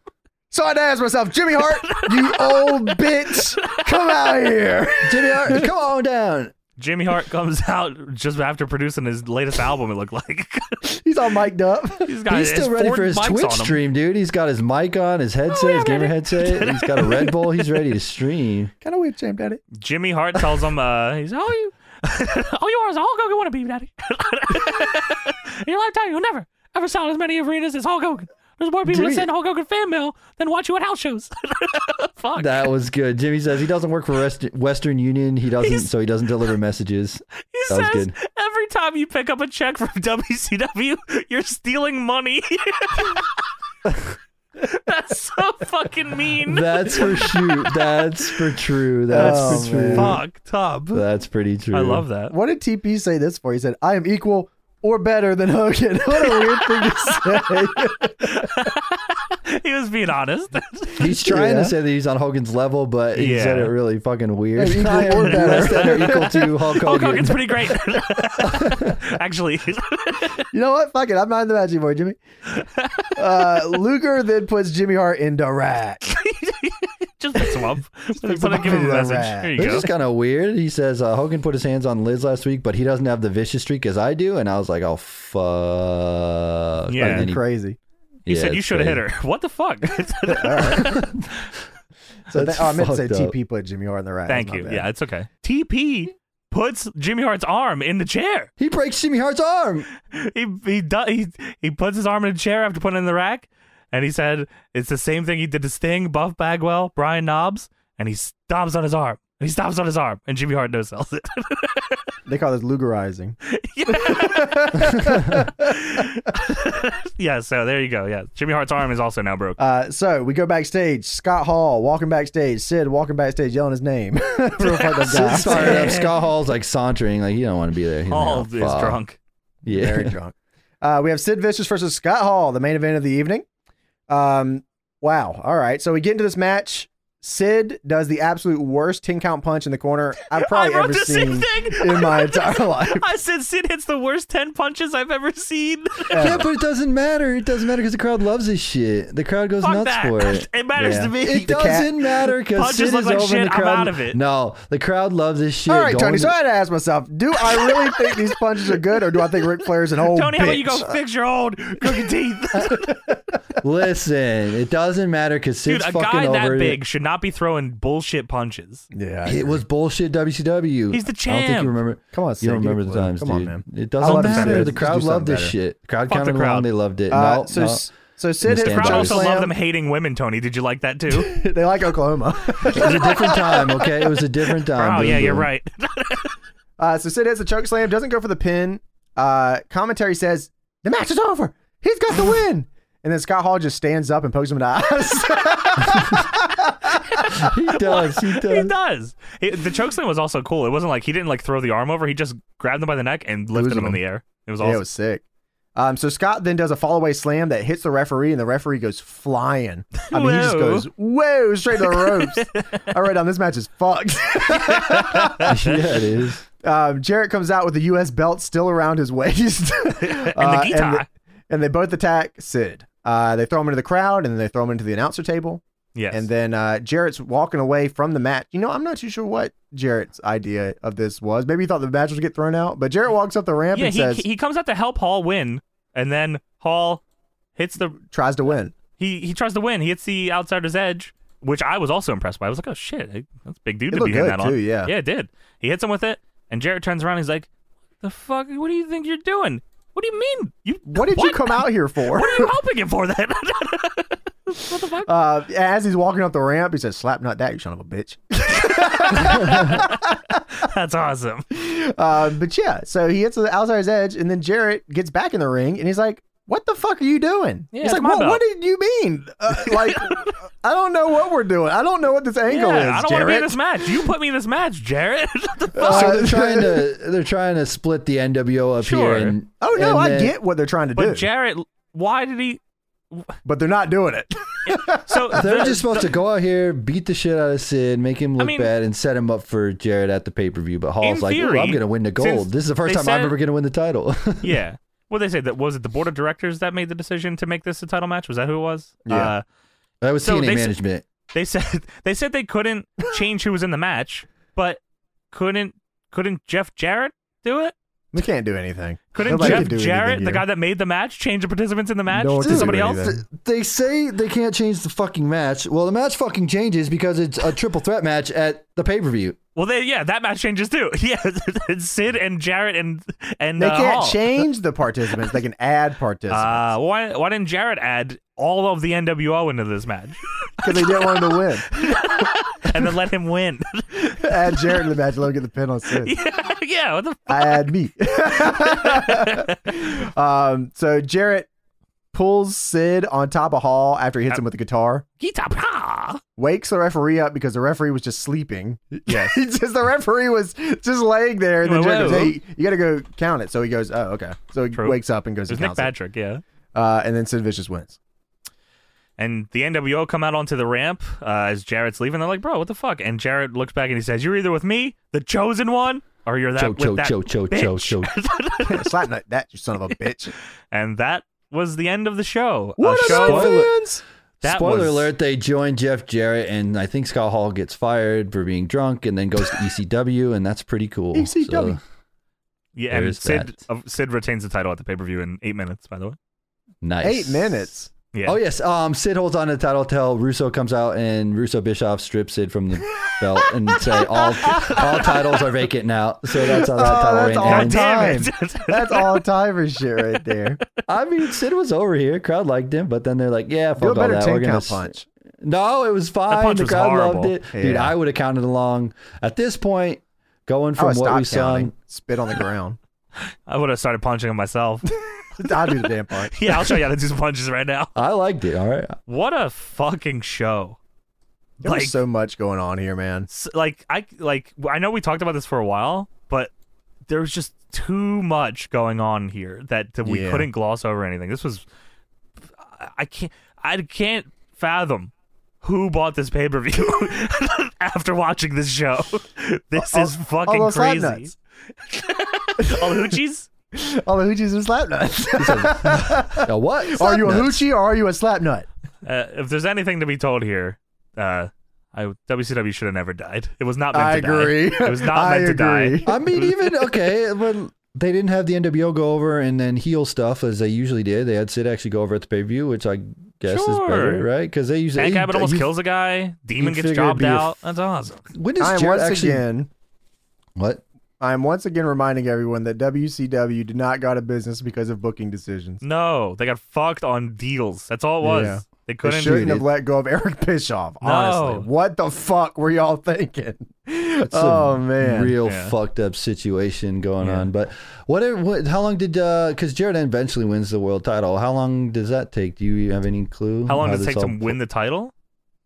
A: So I had to ask myself, Jimmy Hart, you old bitch, come out here.
C: Jimmy Hart, come on down.
B: Jimmy Hart comes out just after producing his latest album, it looked like.
A: He's all mic'd up.
B: He's got
C: He's
B: his
C: still ready
B: Ford
C: for his
B: mics
C: Twitch
B: on him. Oh,
C: stream, dude. He's got his mic on, his headset, his gamer headset. He's got a Red Bull. He's ready to stream.
A: kind of weird, Jam Daddy.
B: Jimmy Hart tells him, uh, he's oh you, oh you are as a Hulk Hogan wannabe, daddy. In your lifetime, you'll never ever sell as many arenas as Hulk Hogan. There's more people that
A: Jimmy-
B: send Hulk Hogan fan mail than watch you at house shows. Fuck.
C: That was good. Jimmy says he doesn't work for Rest- Western Union. He doesn't,
B: He's-
C: so he doesn't deliver messages.
B: he
C: that was
B: says
C: good.
B: every time you pick up a check from WCW, you're stealing money. That's so fucking mean.
C: That's for shoot. That's for true. That's
A: Oh,
C: for true.
B: Fuck, Tub.
C: That's pretty true.
B: I love that.
A: What did TP say this for? He said, I am equal or better than Hogan. What a weird thing to say.
B: He was being honest.
C: He's trying
A: Yeah.
C: to say that he's on Hogan's level, but he
B: Yeah.
C: said it really fucking weird.
A: Equal
C: I am
A: or better.
C: less than or equal to Hulk
B: Hulk
C: Hogan.
B: Hogan's pretty great. Actually,
A: You know what? Fuck it. I'm not in the match anymore, Jimmy. Uh, Luger then puts Jimmy Hart in the rack.
B: just fix him up.
A: fix
B: Put
A: him
B: a,
A: up
B: give him a
A: with a
B: message.
A: rat.
B: There you
C: This
B: go.
C: is kind of weird. He says uh, Hogan put his hands on Liz last week, but he doesn't have the vicious streak as I do. And I was like, oh fuck.
B: Yeah.
C: And then he
A: Crazy.
B: He
C: Yeah,
B: said you
C: it's
B: should have hit
C: crazy.
B: her. What the fuck?
A: So that,
C: That's
A: oh, I meant to say
C: fucked up.
A: TP put Jimmy Hart in the rat.
B: Thank
A: That's
B: you.
A: my bad.
B: Yeah, it's okay. TP puts Jimmy Hart's arm in the chair.
C: He breaks Jimmy Hart's arm.
B: He he do, he he puts his arm in a chair after putting it in the rack, and he said it's the same thing he did to Sting, Buff Bagwell, Brian Knobs, and he stomps on his arm. He stomps on his arm, and Jimmy Hart no sells it.
A: They call this lugerizing.
B: yeah, so there you go. Yeah, Jimmy Hart's arm is also now broke.
A: Uh, so we go backstage. Scott Hall walking backstage. Sid walking backstage, yelling his name. Real fucked up guy.
C: Sid started up. Scott Hall's like sauntering, like he don't want to be there. He's
B: All
C: like,
B: is
C: oh, fuck.
B: drunk.
A: Very
C: Yeah.
A: drunk. Uh, we have Sid Vicious versus Scott Hall, the main event of the evening. Um, wow. All right. So we get into this match. Sid does the absolute worst 10 count punch in the corner I've probably
B: I wrote
A: ever
B: the same
A: seen
B: thing.
A: in my entire life.
B: I said Sid hits the worst ten punches I've ever seen.
C: Yeah, but it doesn't matter. It doesn't matter because the crowd loves this shit. The crowd goes
B: Fuck
C: nuts
B: that.
C: for it.
B: It matters
A: Yeah.
B: to me.
C: It
A: The cat-
C: doesn't matter because
B: Punches
C: Sid is
B: look like
C: over and
B: shit.
C: the
B: I'm
C: crowd.
B: out of it.
C: No, the crowd loves this shit.
A: All right, Tony.
C: Going-
A: So I had to ask myself: Do I really think these punches are good, or do I think Ric Flair's an old
B: Tony,
A: bitch?
B: how about you go fix your old crooked teeth?
C: Listen, it doesn't matter because
B: Dude,
C: Sid's
B: a
C: fucking
B: guy
C: over
B: that
C: it.
B: big should not be throwing bullshit punches.
A: Yeah,
C: It was bullshit. WCW.
B: He's the
C: I don't think
B: champ.
C: you remember.
A: Come on,
C: you
A: Sid,
C: don't
A: give
C: remember
A: it
C: the
A: to him.
C: times,
A: Come
C: dude.
A: on, man.
C: It
A: I
C: doesn't
A: love
C: matter.
A: Sid.
C: The
A: Just
C: crowd
A: do
C: loved this
A: something
C: shit. Crowd
B: Fuck the
C: counted along.
B: crowd.
C: They loved it.
A: Uh,
C: no,
A: so
C: no.
A: so Sid hit
C: The
A: for
B: Crowd
C: Joe
B: also
A: slam.
B: love them hating women, Tony. Did you like that too? Oh,
A: they like Oklahoma.
C: It was a different time, okay? It was a different time.
B: oh,
C: Boom,
B: yeah, you're
C: boom.
B: right.
A: Uh, so Sid hits a choke slam, doesn't go for the pin. Uh, commentary says the match is over. He's got the win. And then Scott Hall just stands up and pokes him in the eyes.
C: He does. He
B: he
C: does.
B: does. It, the chokeslam was also cool. It wasn't like he didn't like throw the arm over. He just grabbed him by the neck and lifted
A: Losing
B: him in
A: him.
B: the air. It was
A: yeah,
B: awesome.
A: it was sick. Um, so Scott then does a fallaway slam that hits the referee, and the referee goes flying. I mean, he just
B: Whoa.
A: goes whoa straight to the ropes. All right, on this match is fucked.
C: yeah, it is.
A: Um, Jarrett comes out with the U.S. belt still around his waist. Uh, and
B: guitar.
A: th- and they both attack Sid. Uh, they throw him into the crowd and then they throw him into the announcer table.
B: yes.
A: And then uh, Jarrett's walking away from the match. You know, I'm not too sure what Jarrett's idea of this was. Maybe he thought the match was get thrown out, but Jarrett walks up the ramp
B: yeah,
A: and
B: he,
A: says,
B: he comes out to help Hall win, and then Hall hits the
A: tries to win.
B: he he tries to win. He hits the outsider's edge, which I was also impressed by. I was like, oh shit, that's a big dude
A: It
B: to be
A: looked
B: hitting
A: good,
B: that on.
A: too, yeah.
B: yeah, it did. He hits him with it, and Jarrett turns around. He's like, the fuck? What do you think you're doing? What do you mean? You
A: What did you come out here for?
B: What are you helping him for then? what the fuck?
A: Uh, as he's walking up the ramp, he says, slap not that, you son of a bitch.
B: That's awesome.
A: Uh, but yeah, so he hits the outsider's edge, and then Jarrett gets back in the ring, and he's like, "What the fuck are you doing?"
B: Yeah,
A: he's
B: it's
A: like,
B: my
A: "What?
B: belt."
A: What did you mean? Uh, like, I don't know what we're doing. I don't know what this angle is."
B: Yeah, I don't want to
A: Jarrett.
B: be in this match. You put me in this match, Jarrett. What the fuck?
C: So
A: Uh,
C: they're trying to they're trying to split the NWO up
B: Sure.
C: here. And,
A: oh no,
C: and
A: I
C: then-
A: get what they're trying to do,
B: but Jarrett, why did he?
A: but they're not doing it.
B: So
C: They're
B: the-
C: just supposed to go out here, beat the shit out of Sid, make him look
B: mean-
C: bad, and set him up for Jared at the pay per view. But Hall's
B: In
C: like, "Ooh,
B: theory,
C: I'm going to win the gold.
B: since
C: This is the first
B: they
C: time
B: said-
C: I'm ever going to win the title.
B: yeah. What they say that was it the board of directors that made the decision to make this a title match? Was that who it was?
A: Yeah.
B: Uh,
C: that was
B: So
C: TNA
B: they s-
C: management.
B: they said they said they couldn't change who was in the match, but couldn't couldn't Jeff Jarrett do it?
A: We can't do anything.
B: Couldn't
A: Nobody
B: Jeff
A: can do anything
B: Jarrett, the
A: here.
B: guy that made the match, change the participants in the match
A: No one
B: to
A: can do
B: somebody else?
A: anything.
C: They say they can't change the fucking match. Well, the match fucking changes because it's a triple threat match at the pay per view.
B: Well, they, yeah, that match changes too. Yeah, Sid and Jarrett and and
A: They
B: uh,
A: can't
B: Hall.
A: change the participants. They can add participants
B: Uh, why why didn't Jarrett add all of the NWO into this match
A: because they didn't want him to win.
B: and then let him win?
A: add Jarrett to the match. Let him get the pin on Sid.
B: yeah, yeah, what the f-
A: I had me. um, so Jarrett pulls Sid on top of Hall after he
B: Uh.
A: hits him with the guitar.
B: Gita pa.
A: Wakes the referee up because the referee was just sleeping. Yeah, just the referee was just laying there. And then
B: Whoa,
A: Jarrett goes,
B: whoa.
A: "Hey, you got to go count it." So he goes, "Oh, okay." So he
B: True.
A: wakes up and goes
B: It was
A: to
B: Nick
A: count it.
B: Patrick, yeah.
A: Uh, and then Sid Vicious wins.
B: And the NWO come out onto the ramp uh, as Jarrett's leaving. They're like, "Bro, what the fuck?" And Jarrett looks back and he says, "You're either with me, the chosen one, or you're that
C: Cho,
B: with
C: cho,
B: that
C: cho, cho,
B: bitch."
C: cho, cho.
A: Slap nut that, you son of a bitch.
B: And that was the end of the show.
A: What
B: a
A: are
B: show
A: those
C: Spoiler-
A: fans?
B: that
C: Spoiler
B: was-
C: alert: They join Jeff Jarrett, and I think Scott Hall gets fired for being drunk, and then goes to ECW, and that's pretty cool.
E: E
A: ECW.
C: So,
B: Yeah, and
C: There's
B: Sid
C: that.
B: uh, Sid retains the title at the pay per view in eight minutes. By the way,
C: nice.
A: Eight minutes.
B: Yeah.
C: Oh yes, um, Sid holds on to the title till Russo comes out and Russo Bischoff strips Sid from the belt and say all all titles are vacant now. So that's how that
E: Oh,
C: title
E: that's
C: reign
E: all
B: God
C: ends.
B: damn it.
E: That's all timer shit right there.
C: I mean, Sid was over here, crowd liked him, but then they're like, yeah, fuck
E: Do a
C: all
E: better
C: that. We're
E: ten
C: gonna
E: count
C: s-
E: punch.
C: No, it was fine.
B: punch
C: the
B: was
C: crowd
B: horrible.
C: loved it, dude.
E: Yeah.
C: I would have counted along. At this point, going
E: I
C: from
E: would
C: what we
E: stop
C: saw,
E: counting. Spit on the ground.
B: I would have started punching him myself.
E: I'll do the damn punch.
B: yeah, I'll show you how to do some punches right now.
C: I liked it. All right,
B: What a fucking show.
E: There's
B: Like-
E: so much going on here, man.
B: S- Like I like I know we talked about this for a while, but there was just too much going on here that, that we
E: Yeah.
B: couldn't gloss over anything. This was I- I can't I can't fathom who bought this pay per view after watching this show. This is fucking
E: those slap
B: crazy.
E: nuts.
B: all the hoochies?
C: Oh,
E: All the hoochies and slap nuts.
C: Now what?
E: are you a
C: Slapnuts.
E: hoochie or are you a slap nut?
B: Uh, if there's anything to be told here, uh, I, WCW should have never died. It was not meant
E: I
B: to die.
E: agree.
B: It was not
E: I
B: meant to
E: agree.
B: die.
C: I mean, even okay, but they didn't have the NWO go over and then heel stuff as they usually did. They had Sid actually go over at the pay per view, which I guess
B: Sure.
C: is better, right? Because they usually
B: Tank Abbott almost
C: you-
B: kills a guy. Demon
C: you
B: gets
C: figure
B: jobbed
C: it'd be a f-
B: out. That's awesome.
C: When does
E: I am
C: Jarrett
E: once
C: actually?
E: again.
C: What?
E: I am once again reminding everyone that WCW did not go out of business because of booking decisions.
B: No, they got fucked on deals. That's all it was.
E: Yeah.
B: They
E: They
B: couldn't.
E: shouldn't have
C: it.
E: let go of Eric Bischoff. Honestly,
B: No.
E: what the fuck were y'all thinking?
C: It's a
E: oh man,
C: real
B: Yeah.
C: fucked up situation going
B: Yeah.
C: on. But what? What? How long did? Because Jarrett eventually wins the world title. How long does that take? Do you have any clue?
B: How long does it
C: this
B: take to
C: all-
B: win the title?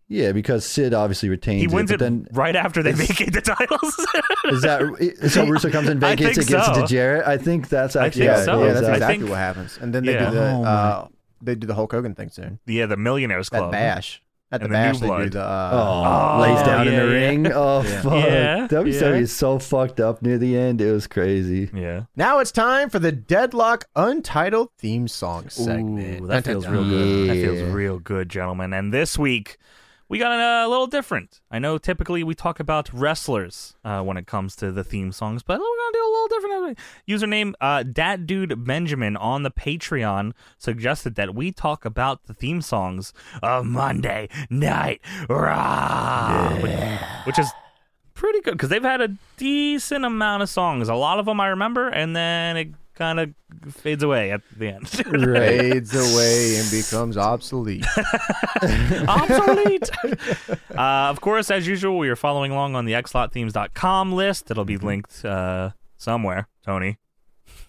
C: Yeah, because Sid obviously retains.
B: He wins
C: it.
B: it
C: But then
B: right after they vacate the titles.
C: is that so? Russo comes in,
B: I
C: vacates,
B: think
C: it, gives it
B: so.
C: to Jarrett. I think that's
B: I
C: actually
B: think
C: how it
B: so.
C: plays
E: yeah, that's
C: out.
B: I
E: exactly
B: think-
E: what happens. And then they
B: Yeah.
E: do the
C: Oh, my.
E: uh, they do the Hulk Hogan thing soon.
B: yeah, the Millionaires
E: That
B: Club.
E: bash at
B: And
E: the,
B: the New
E: bash they do
B: Blood.
E: the uh,
C: Oh,
B: Oh,
C: lays down in
B: yeah,
C: the
B: yeah.
C: ring. Oh, fuck.
B: Yeah,
C: WCW
B: yeah.
C: is so fucked up near the end. It was crazy.
B: Yeah.
E: Now it's time for the Deadlock Untitled theme song segment.
B: Ooh, that
E: Dun,
B: feels
E: dun,
B: real
E: dun.
B: good. That
C: Yeah.
B: feels real good, gentlemen. And this week, we got a little different. I know typically we talk about wrestlers uh, when it comes to the theme songs, but we're gonna do a little different. Username uh, dat dude Benjamin on the Patreon suggested that we talk about the theme songs of Monday Night Raw, which, which is pretty good because they've had a decent amount of songs. A lot of them I remember, and then it kind of fades away at the end.
C: Right.
E: Fades away and becomes obsolete.
B: obsolete. uh, of course, as usual, we are following along on the xlotthemes.com list. It'll
C: Mm-hmm.
B: be linked uh, somewhere, Tony.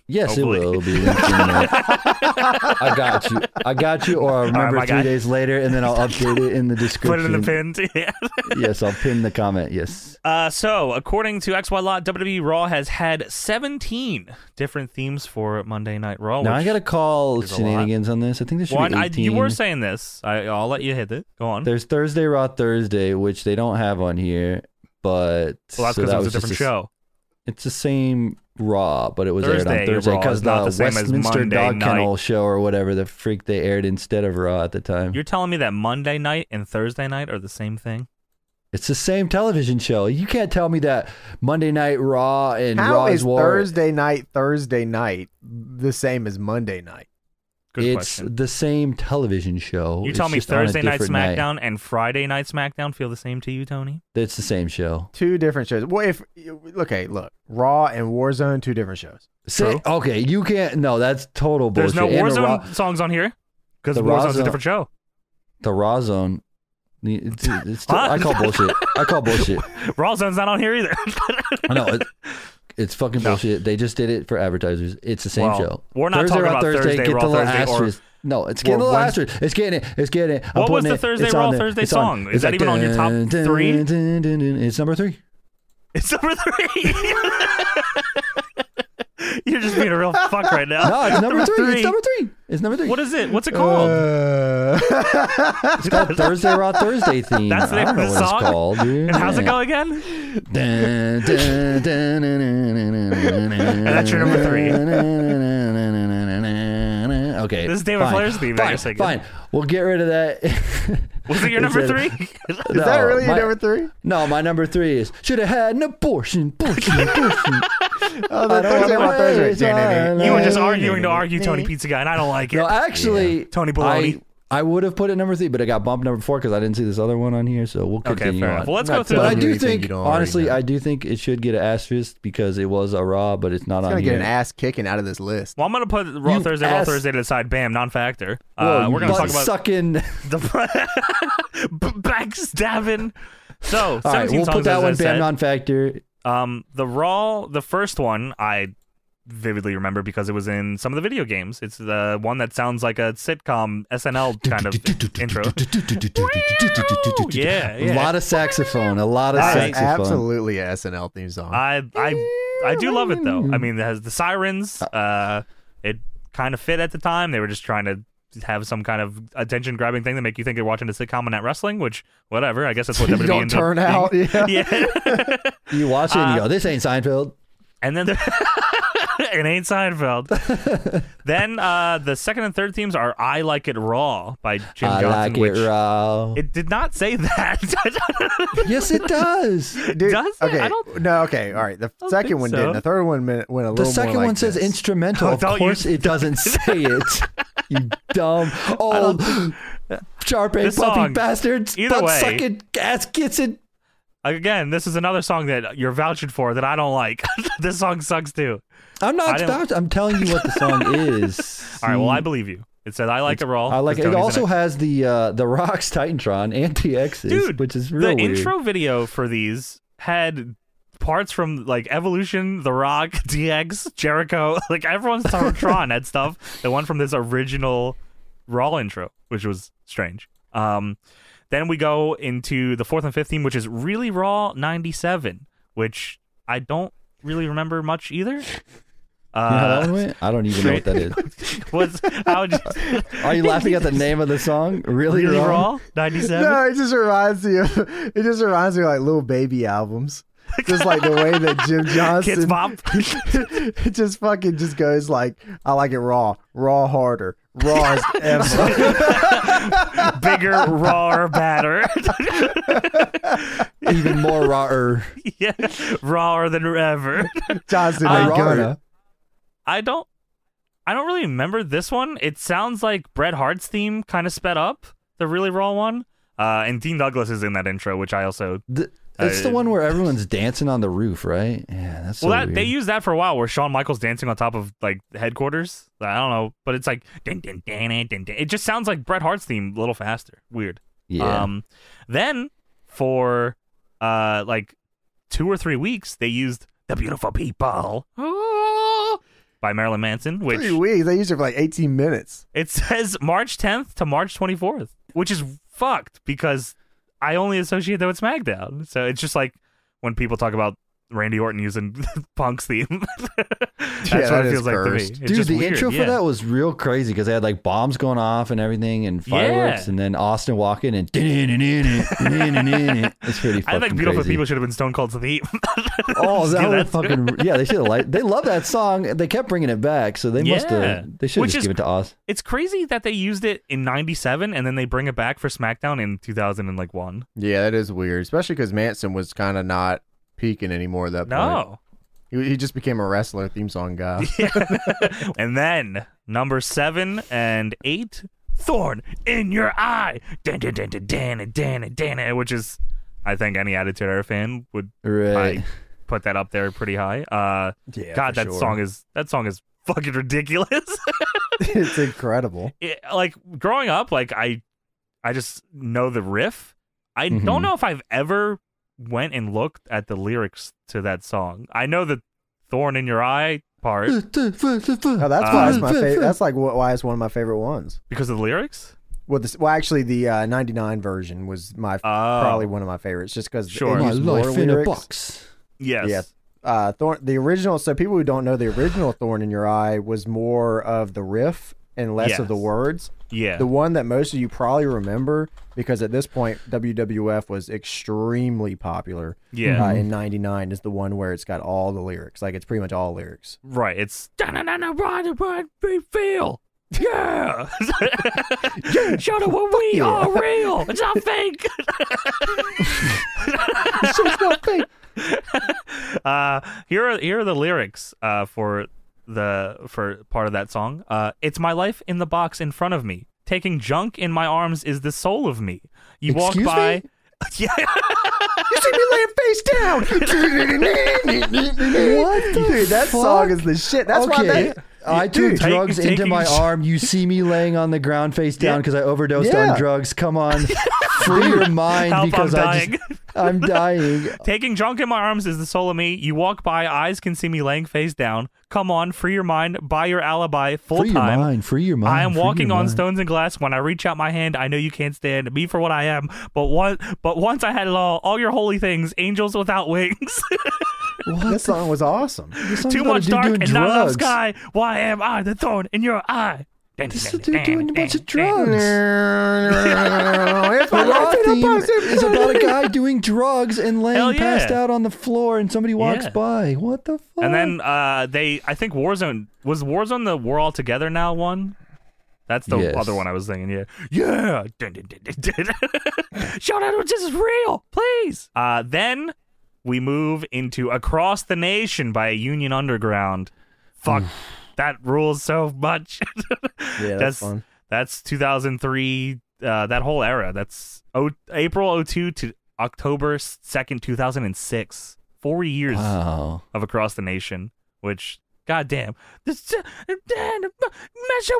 C: Yes,
B: Hopefully.
C: it will be. linked in there. I got you. I got you. Or I'll remember
B: Oh my
C: three
B: guy.
C: days later, and then I'll update it in the
B: Put it
C: description.
B: in the pin. Yeah.
C: Yes, I'll pin the comment. Yes.
B: Uh, so, according to XY Lot, WWE E Raw has had 17 different themes for Monday Night Raw.
C: now I
B: Oh, which-
C: gotta call
B: There's a lot.
C: shenanigans on this. I think there should
B: one.
C: be
B: I,
C: eighteen.
B: you were saying this. I, I'll let you hit it. Go on.
C: There's Thursday Raw Thursday, which they don't have on here, but
B: Well, that's
C: so
B: because
C: that
B: it was a
C: just
B: different
C: s-
B: show.
C: It's the same Raw, but it was aired
B: Thursday
C: on Thursday
B: Raw
C: because
B: is not the same as
C: Westminster
B: Monday
C: Dog
B: night.
C: Kennel show or whatever the freak they aired instead of Raw at the time.
B: You're telling me that Monday night and Thursday night are the same thing?
C: It's the same television show. You can't tell me that Monday Night Raw and
E: How
C: Raw
E: is
C: War.
E: Thursday night Thursday night the same as Monday night?
B: Good
C: it's
B: question.
C: the same television show.
B: You
C: It's
B: tell me
C: just on a
B: Thursday night
C: different night.
B: SmackDown and Friday night SmackDown feel the same to you, Tony?
C: It's the same show.
E: Two different shows. Well, if okay, look, Raw and Warzone, two different shows.
C: Say, okay, you can't. No, that's total
B: There's
C: bullshit.
B: no
C: And the
B: Warzone
C: Raw,
B: songs on here because
C: The Raw
B: Warzone's a
C: Zone-
B: different show.
C: the Raw Zone. It's, it's-
B: Huh?
C: I call bullshit. I call bullshit.
B: Raw Zone's not on here either.
C: I know. It, it's fucking
B: No.
C: bullshit. They just did it for advertisers. It's the same
B: Well,
C: show.
B: we're not
C: Thursday
B: talking
C: Raw
B: about
C: Thursday.
B: Thursday
C: get
B: Raw
C: the little
B: Thursday or-
C: asterisk. no, it's getting the little
B: Wednes-
C: asterisk. It's getting it. It's getting it. I'm
B: What was
C: putting
B: the
C: it-
B: Thursday
C: it's
B: Raw
C: on there.
B: Thursday
C: It's on.
B: song? Is
C: It's
B: that
C: like
B: even on your top
C: dun, dun,
B: three?
C: dun, dun, dun. It's number three.
B: it's number three. You're just being a real fuck right now.
C: No, it's number three. It's number three. It's number three.
B: What is it? What's it
C: Um,
B: called?
E: Uh,
C: It's called Thursday Raw Thursday theme.
B: That's the
C: I
B: name
C: don't
B: of
C: know
B: the
C: what
B: song?
C: it's called, dude.
B: and how's it go again?
C: Dun, dun, dun, dun, dun, dun, dun, dun,
B: that's your number three.
C: dun, dun, dun, dun, dun, dun. Okay.
B: This is David
C: fine.
B: Flair's theme that
C: Fine,
B: you're singing.
C: fine. We'll get rid of that.
B: Was it your number three?
E: is that really
C: my,
E: your number three?
C: No, my number three is should have had an abortion. Abortion. Abortion.
E: Oh, the
C: don't
E: Thursday
C: know.
E: Raw Thursday.
C: It's all right.
B: you were just arguing to argue Tony Pizza Guy, and I don't like it.
C: No, actually,
B: Tony Baloney.
C: I, I would have put it number three, but it got bumped number four because I didn't see this other one on here. So we'll
B: Okay,
C: continue
B: fair
C: on.
B: enough. Well, let's
A: I'm
B: go
A: not
B: through.
C: But I
A: telling you
C: do
A: anything
C: think,
A: you don't already
C: honestly,
A: know.
C: I do think it should get an asterisk because it was a raw, but it's not
A: It's
C: on
A: gonna
C: here.
A: get an ass kicking out of this list.
B: Well, I'm gonna put Raw
C: You've
B: Thursday, Raw
C: asked-
B: Thursday to the side. Bam, non-factor.
C: Well,
B: uh, we're gonna
C: butt
B: talk about
C: sucking.
B: the b- backstabbing. So,
C: All right,
B: 17
C: we'll
B: songs,
C: put that
B: as I
C: one
B: said.
C: bam non-factor.
B: Um, the Raw, the first one, I vividly remember because it was in some of the video games. It's the one that sounds like a sitcom SNL kind of intro. Oh, Yeah,
C: A
B: yeah.
C: lot of saxophone. A lot of
B: All right,
A: That's
C: saxophone.
A: absolutely an SNL theme song.
B: I I I do love it though. I mean, it has the sirens. Uh, it kind of fit at the time. They were just trying to have some kind of attention grabbing thing to make you think you're watching a sitcom and not wrestling. Which, whatever. I guess that's what WWE
A: don't
B: ended up
A: turn
B: being.
A: out. Yeah.
B: Yeah.
C: You watch it
B: Uh,
C: and you go, "This ain't Seinfeld."
B: And then it ain't Seinfeld. then uh, the second and third themes are "I Like It Raw" by Jim
C: I
B: Johnson,
C: like
B: which
C: it raw.
B: it did not say that.
C: yes, it does.
A: Dude,
B: does it?
A: okay.
B: I don't-
A: No, okay. All right. The
B: don't
A: second
B: think
A: one
B: so.
A: didn't. The third one went, went a little
C: The
A: more
C: second
A: like
C: one says
A: this.
C: instrumental.
B: Oh,
C: of
B: don't you-
C: course, it doesn't say it. you dumb old sharp
B: This
C: ass puppy
B: song,
C: bastards.
B: either
C: Butt
B: way-
C: sucking ass gets it.
B: Again, this is another song that you're vouching for that I don't like. this song sucks too.
C: I'm
B: I
C: not.
B: don't-
C: Stopped. I'm telling you what the song is.
B: All right, well I believe you. It said "I Like It Raw."
C: Hmm. I Uh, like it.
B: with
C: It
B: Tony's in
C: also has the uh, the Rock's Titantron anti-X's,
B: Dude,
C: which is
B: the
C: real weird.
B: intro video for these had parts from like Evolution, The Rock, DX, Jericho, like everyone's on Tron had stuff. The one from this original Raw intro, which was strange. Um, then we go into the fourth and fifth theme, which is really Raw '97, which I don't really remember much either.
C: You know how that
B: Uh,
C: one went? I don't even know what that is.
B: what's how
C: Are you laughing at the name of the song? Really,
B: really Raw
C: wrong?
B: '97?
A: No, it just reminds me of it just reminds me of like little baby albums. Just like the way that Jim Johnson
B: Kids Bop.
A: it just fucking just goes like I like it raw, raw harder, raw as ever.
B: bigger, rawer, badder.
C: Even more er, rawer.
B: yeah, rawer than ever.
A: Johnson
B: Uh,
A: ain't
C: Rawer.
A: gonna.
B: I don't, I don't really remember this one. It sounds like Bret Hart's theme, kind of sped up, the really raw one. Uh, and Dean Douglas is in that intro, which I also.
C: Th- it's the
B: I-
C: one where everyone's dancing on the roof, right? Yeah, that's so
B: well, that
C: weird.
B: they used that for a while, where Shawn Michaels dancing on top of like headquarters. I don't know, but it's like dun, dun, dun, dun, dun, dun. it just sounds like Bret Hart's theme, a little faster. Weird.
C: yeah.
B: Um, then for uh like two or three weeks, they used "The Beautiful People" oh, by Marilyn Manson,
A: Three
B: which
A: weeks. They used it for like 18 minutes.
B: it says March 10th to March 24th, which is fucked because I only associate that with SmackDown. So it's just like when people talk about Randy Orton using Punk's theme. That's
A: Yeah,
B: what
A: that
B: it
A: is
B: feels like to me.
A: cursed.
B: It's
C: Dude,
B: just
C: the
B: weird,
C: intro for
B: yeah.
C: that was real crazy because they had like bombs going off and everything, and fireworks,
B: Yeah.
C: and then Austin walking and it's pretty. Fucking
B: I think Beautiful
C: crazy.
B: People should have been Stone Cold's theme.
C: Oh, that
B: Dude,
C: would
B: that's-
C: fucking yeah! They should have liked. They love that song. They kept bringing it back, so they must
B: Yeah.
C: have. They should
B: Which
C: just
B: is-
C: give it to us.
B: It's crazy that they used it in '97 and then they bring it back for SmackDown in 2000 and like one.
A: Yeah, that is weird, especially because Manson was kind of not peaking anymore at that
B: No,
A: He, he just became a wrestler theme song guy.
B: and then number seven and eight, Thorn in Your Eye, dan dan dan dan dan dan dan, dan, which is, I think any Attitude Era fan would
C: Right.
B: I put that up there pretty high. Uh,
A: Yeah,
B: God,
A: for
B: that
A: sure.
B: song is that song is fucking ridiculous.
A: it's incredible.
B: it, like growing up, like I, I just know the riff. I
A: Mm-hmm.
B: don't
C: Mhm.
B: know if I've ever went and looked at the lyrics to that song. I know the "Thorn in Your Eye" part
A: Oh, that's
B: Uh,
A: why it's my favorite. That's like wh- why it's one of my favorite ones.
B: because of the lyrics.
A: Well, this, well, actually, the uh, '99 version was my
B: Oh.
A: probably one of my favorites, just because
B: Sure.
C: My
A: it used more
C: life in a
A: lyrics.
C: box.
B: Yes.
A: Yeah. Uh, Thorn, the original. So people who don't know, the original "Thorn in Your Eye" was more of the riff and less of the
B: Yes.
A: words.
B: Yeah.
A: The one that most of you probably remember, because at this point WWF was extremely popular.
B: Yeah.
A: Uh, in '99 is the one where it's got all the lyrics, like it's pretty much all lyrics.
B: right. It's feel. Yeah.
D: Show them what we are real. It's not fake.
B: Uh, here are here are the lyrics uh, for the for part of that song. Uh, it's my life in the box in front of me. taking junk in my arms is the soul of me. You
C: Excuse
B: walk by.
C: me?
B: Yeah.
A: You see me laying face down.
C: What the
A: Dude, that
C: fuck?
A: song is the shit. That's why
C: okay.
A: that.
C: I took
B: Dude, take-
C: drugs into
B: taking
C: my
B: sh-
C: arm. You see me laying on the ground face down because I overdosed
A: Yeah.
C: on drugs. Come on, free your mind
B: Help, I'm
C: because I just,
B: dying.
C: I'm dying.
B: Taking junk in my arms is the soul of me. You walk by, eyes can see me laying face down. Come on, free your mind, buy your alibi full
C: Free your
B: time.
C: mind. Free your mind.
B: I am
C: free your
B: walking on
C: mind.
B: stones and glass. When I reach out my hand, I know you can't stand me for what I am. But one, but once I had it all, all your holy things, angels without wings.
A: That song was awesome.
C: This song's
B: Too
C: about a
B: much
C: dude
B: dark
C: doing
B: and not enough
C: drugs.
B: sky. Why am I the thorn in your eye?
C: This is a dude doing a bunch of drugs.
A: If
C: The
A: I
C: raw
A: left it up,
C: theme
A: I said-
C: is about a guy doing drugs and
B: Hell
C: laying
B: yeah.
C: passed out on the floor, and somebody walks
B: Yeah.
C: by. What the fuck?
B: And then uh, they, I think Warzone was Warzone the We're All Together Now one. That's the
C: Yes.
B: other one I was thinking. Yeah, yeah. Dun, dun, dun, dun, dun.
D: Shout out if this is real, please.
B: uh, then we move into Across the Nation by Union Underground. Fuck, that rules so much.
E: Yeah, that's fun.
B: That's 2003. Uh, that whole era. That's o- April 02 to October 2nd, 2006. Four years
C: wow.
B: of Across the Nation, which, goddamn, this measure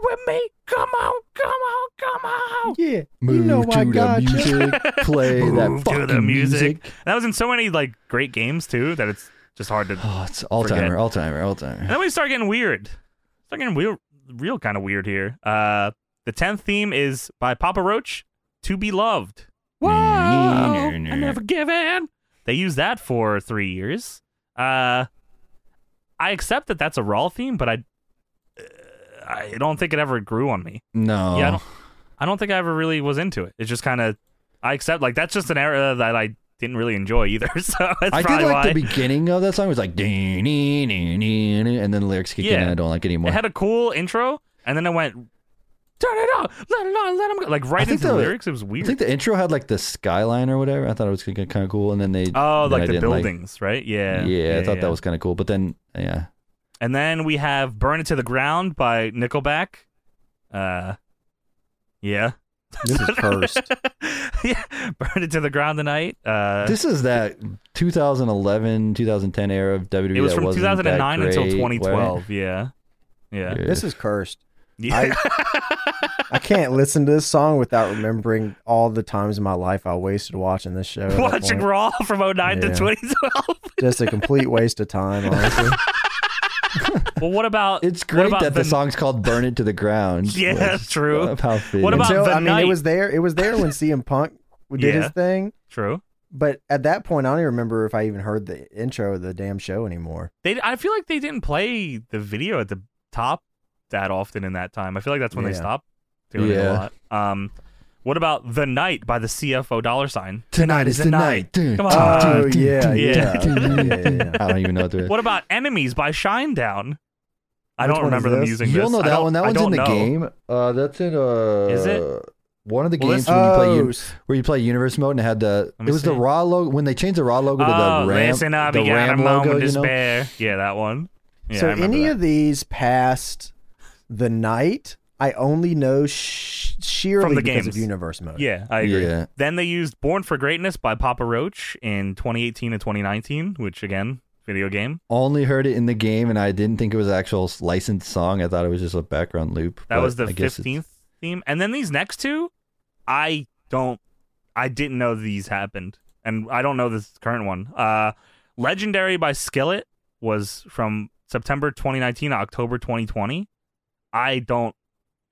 B: with me. Come on, come on, come on.
A: Yeah.
C: Move
A: know I
C: to the
A: got you.
C: music. Play that
B: Move to the
C: fucking
B: music.
C: music.
B: And that was in so many like great games too that it's just hard to.
C: Oh, it's all timer, all timer, all timer.
B: And then we start getting weird. Start getting real, real kind of weird here. Uh, the tenth theme is by Papa Roach, "To Be Loved."
D: Whoa,
B: Mm-hmm.
C: Nah, nah, nah.
D: I never give in.
B: They used that for three years. Uh, I accept that that's a raw theme, but I, uh, I don't think it ever grew on me.
C: No.
B: Yeah, I don't, I don't think I ever really was into it. It's just kind of, I accept like that's just an era that I didn't really enjoy either. So that's
C: I
B: probably
C: did like
B: why.
C: the beginning of that song. It was like, "Dee, nee, nee, nee, nee," and then the lyrics kick in,
B: Yeah.
C: and I don't like it anymore.
B: It had a cool intro, and then it went, turn it on, let it on, let him go. Like
C: I
B: right
C: think
B: into the
C: the-
B: lyrics, it was
C: I
B: weird.
C: think the intro had like the skyline or whatever. I thought it was kind of cool, and then they
B: oh,
C: then I
B: like the
C: didn't
B: buildings, right? Yeah.
C: Yeah, I thought
B: yeah.
C: that was kind of cool, but then yeah,
B: And then we have "Burn It to the Ground" by Nickelback. Uh, yeah,
E: This is cursed.
B: yeah, "Burn It to the Ground" tonight. Uh,
C: this is that 2011, 2010 era of WWE.
B: it was
C: that
B: from
C: wasn't that
B: 2009 until
C: great,
B: 2012.
C: right?
B: Yeah, yeah,
C: Yeah.
E: This is cursed.
B: yeah.
E: I can't listen to this song without remembering all the times in my life I wasted watching this show. at that
B: Watching
E: point.
B: Raw from 09 to
E: Yeah.
B: 2012.
E: Just a complete waste of time, honestly.
B: well, what about
C: It's
B: what
C: great
B: about
C: that the,
B: the
C: song's called "Burn It to the Ground."
B: Yeah,
C: Like,
B: that's true.
C: of How
B: What about-
E: Until,
B: the
E: I mean,
B: night-
E: it was there. It was there when CM Punk did
B: Yeah.
E: his thing.
B: True.
E: But at that point, I don't even remember if I even heard the intro of the damn show anymore.
B: They, I feel like they didn't play the video at the top that often in that time. I feel like that's when they
E: Yeah.
B: stopped doing it
C: Yeah.
B: a lot. Um, what about "The Night" by the CFO Dollar Sign?
C: tonight is the night? Dude,
B: Come
C: dude,
B: on.
C: dude,
E: Oh,
C: dude,
E: yeah,
C: dude,
B: yeah.
C: dude, dude,
E: Yeah,
C: dude.
E: yeah, yeah.
C: I don't even know what to.
B: What about "Enemies" by Shinedown? I
E: Which
B: don't
E: one
B: remember
E: is
B: them
E: this?
B: using
C: You'll
B: this.
C: know
B: I
C: that
B: don't-
C: one. That
B: I
C: one's in
B: don't
C: the
B: know.
C: game. Uh, that's in uh,
B: Is it?
C: one of the
B: Well,
C: games
B: that's-
C: when you play uni-
E: s-
C: where you play universe mode and it had the
B: Let me
C: it was the
B: see.
C: raw logo when they changed the raw logo to
B: oh,
C: the ram
B: listen up,
C: the
B: you got a
C: ram
B: moment
C: logo
B: of
C: you know
B: despair. Yeah, that one. Yeah,
E: so
B: I remember
E: any
B: that.
E: of these past the night, I only know sh- sheerly
B: From the
E: because
B: games.
E: of universe mode.
B: Yeah, I agree.
C: Yeah.
B: Then they used Born for Greatness by Papa Roach in 2018 and 2019, which again, video game.
C: only heard it in the game and I didn't think it was an actual s- licensed song I thought it was just a background loop
B: That
C: but
B: was the
C: I guess it's-
B: 15th theme. And then these next two, I don't I didn't know these happened. And I don't know this current one. Uh Legendary by Skillet was from September 2019 to October 2020. I don't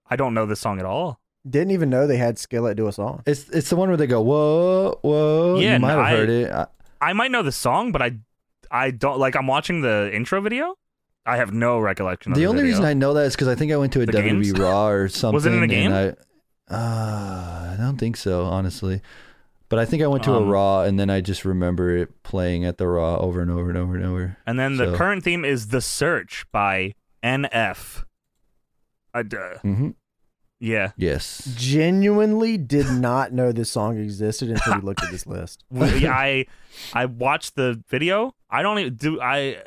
B: I don't know this song at all.
E: Didn't even know they had Skillet do a song.
C: it's it's the one where they go whoa whoa
B: Yeah,
C: you might
B: no,
C: have
B: I-
C: heard it I,
B: I might know the song, but I I don't like I'm watching the intro video. I have no recollection of
C: the only
B: video.
C: reason I know that is because I think I went to a
B: The
C: WWE
B: games?
C: Raw or something
B: in a
C: and
B: game?
C: I, uh, I don't think so honestly but I think I went to a
B: Um,
C: Raw and then I just remember it playing at the Raw over and over and over and over
B: And then the
C: So-
B: current theme is The Search by NF. I, uh,
C: hmm
B: yeah.
C: yes
E: Genuinely did not know this song existed until we looked at this list.
B: We- I I watched the video. I don't even do I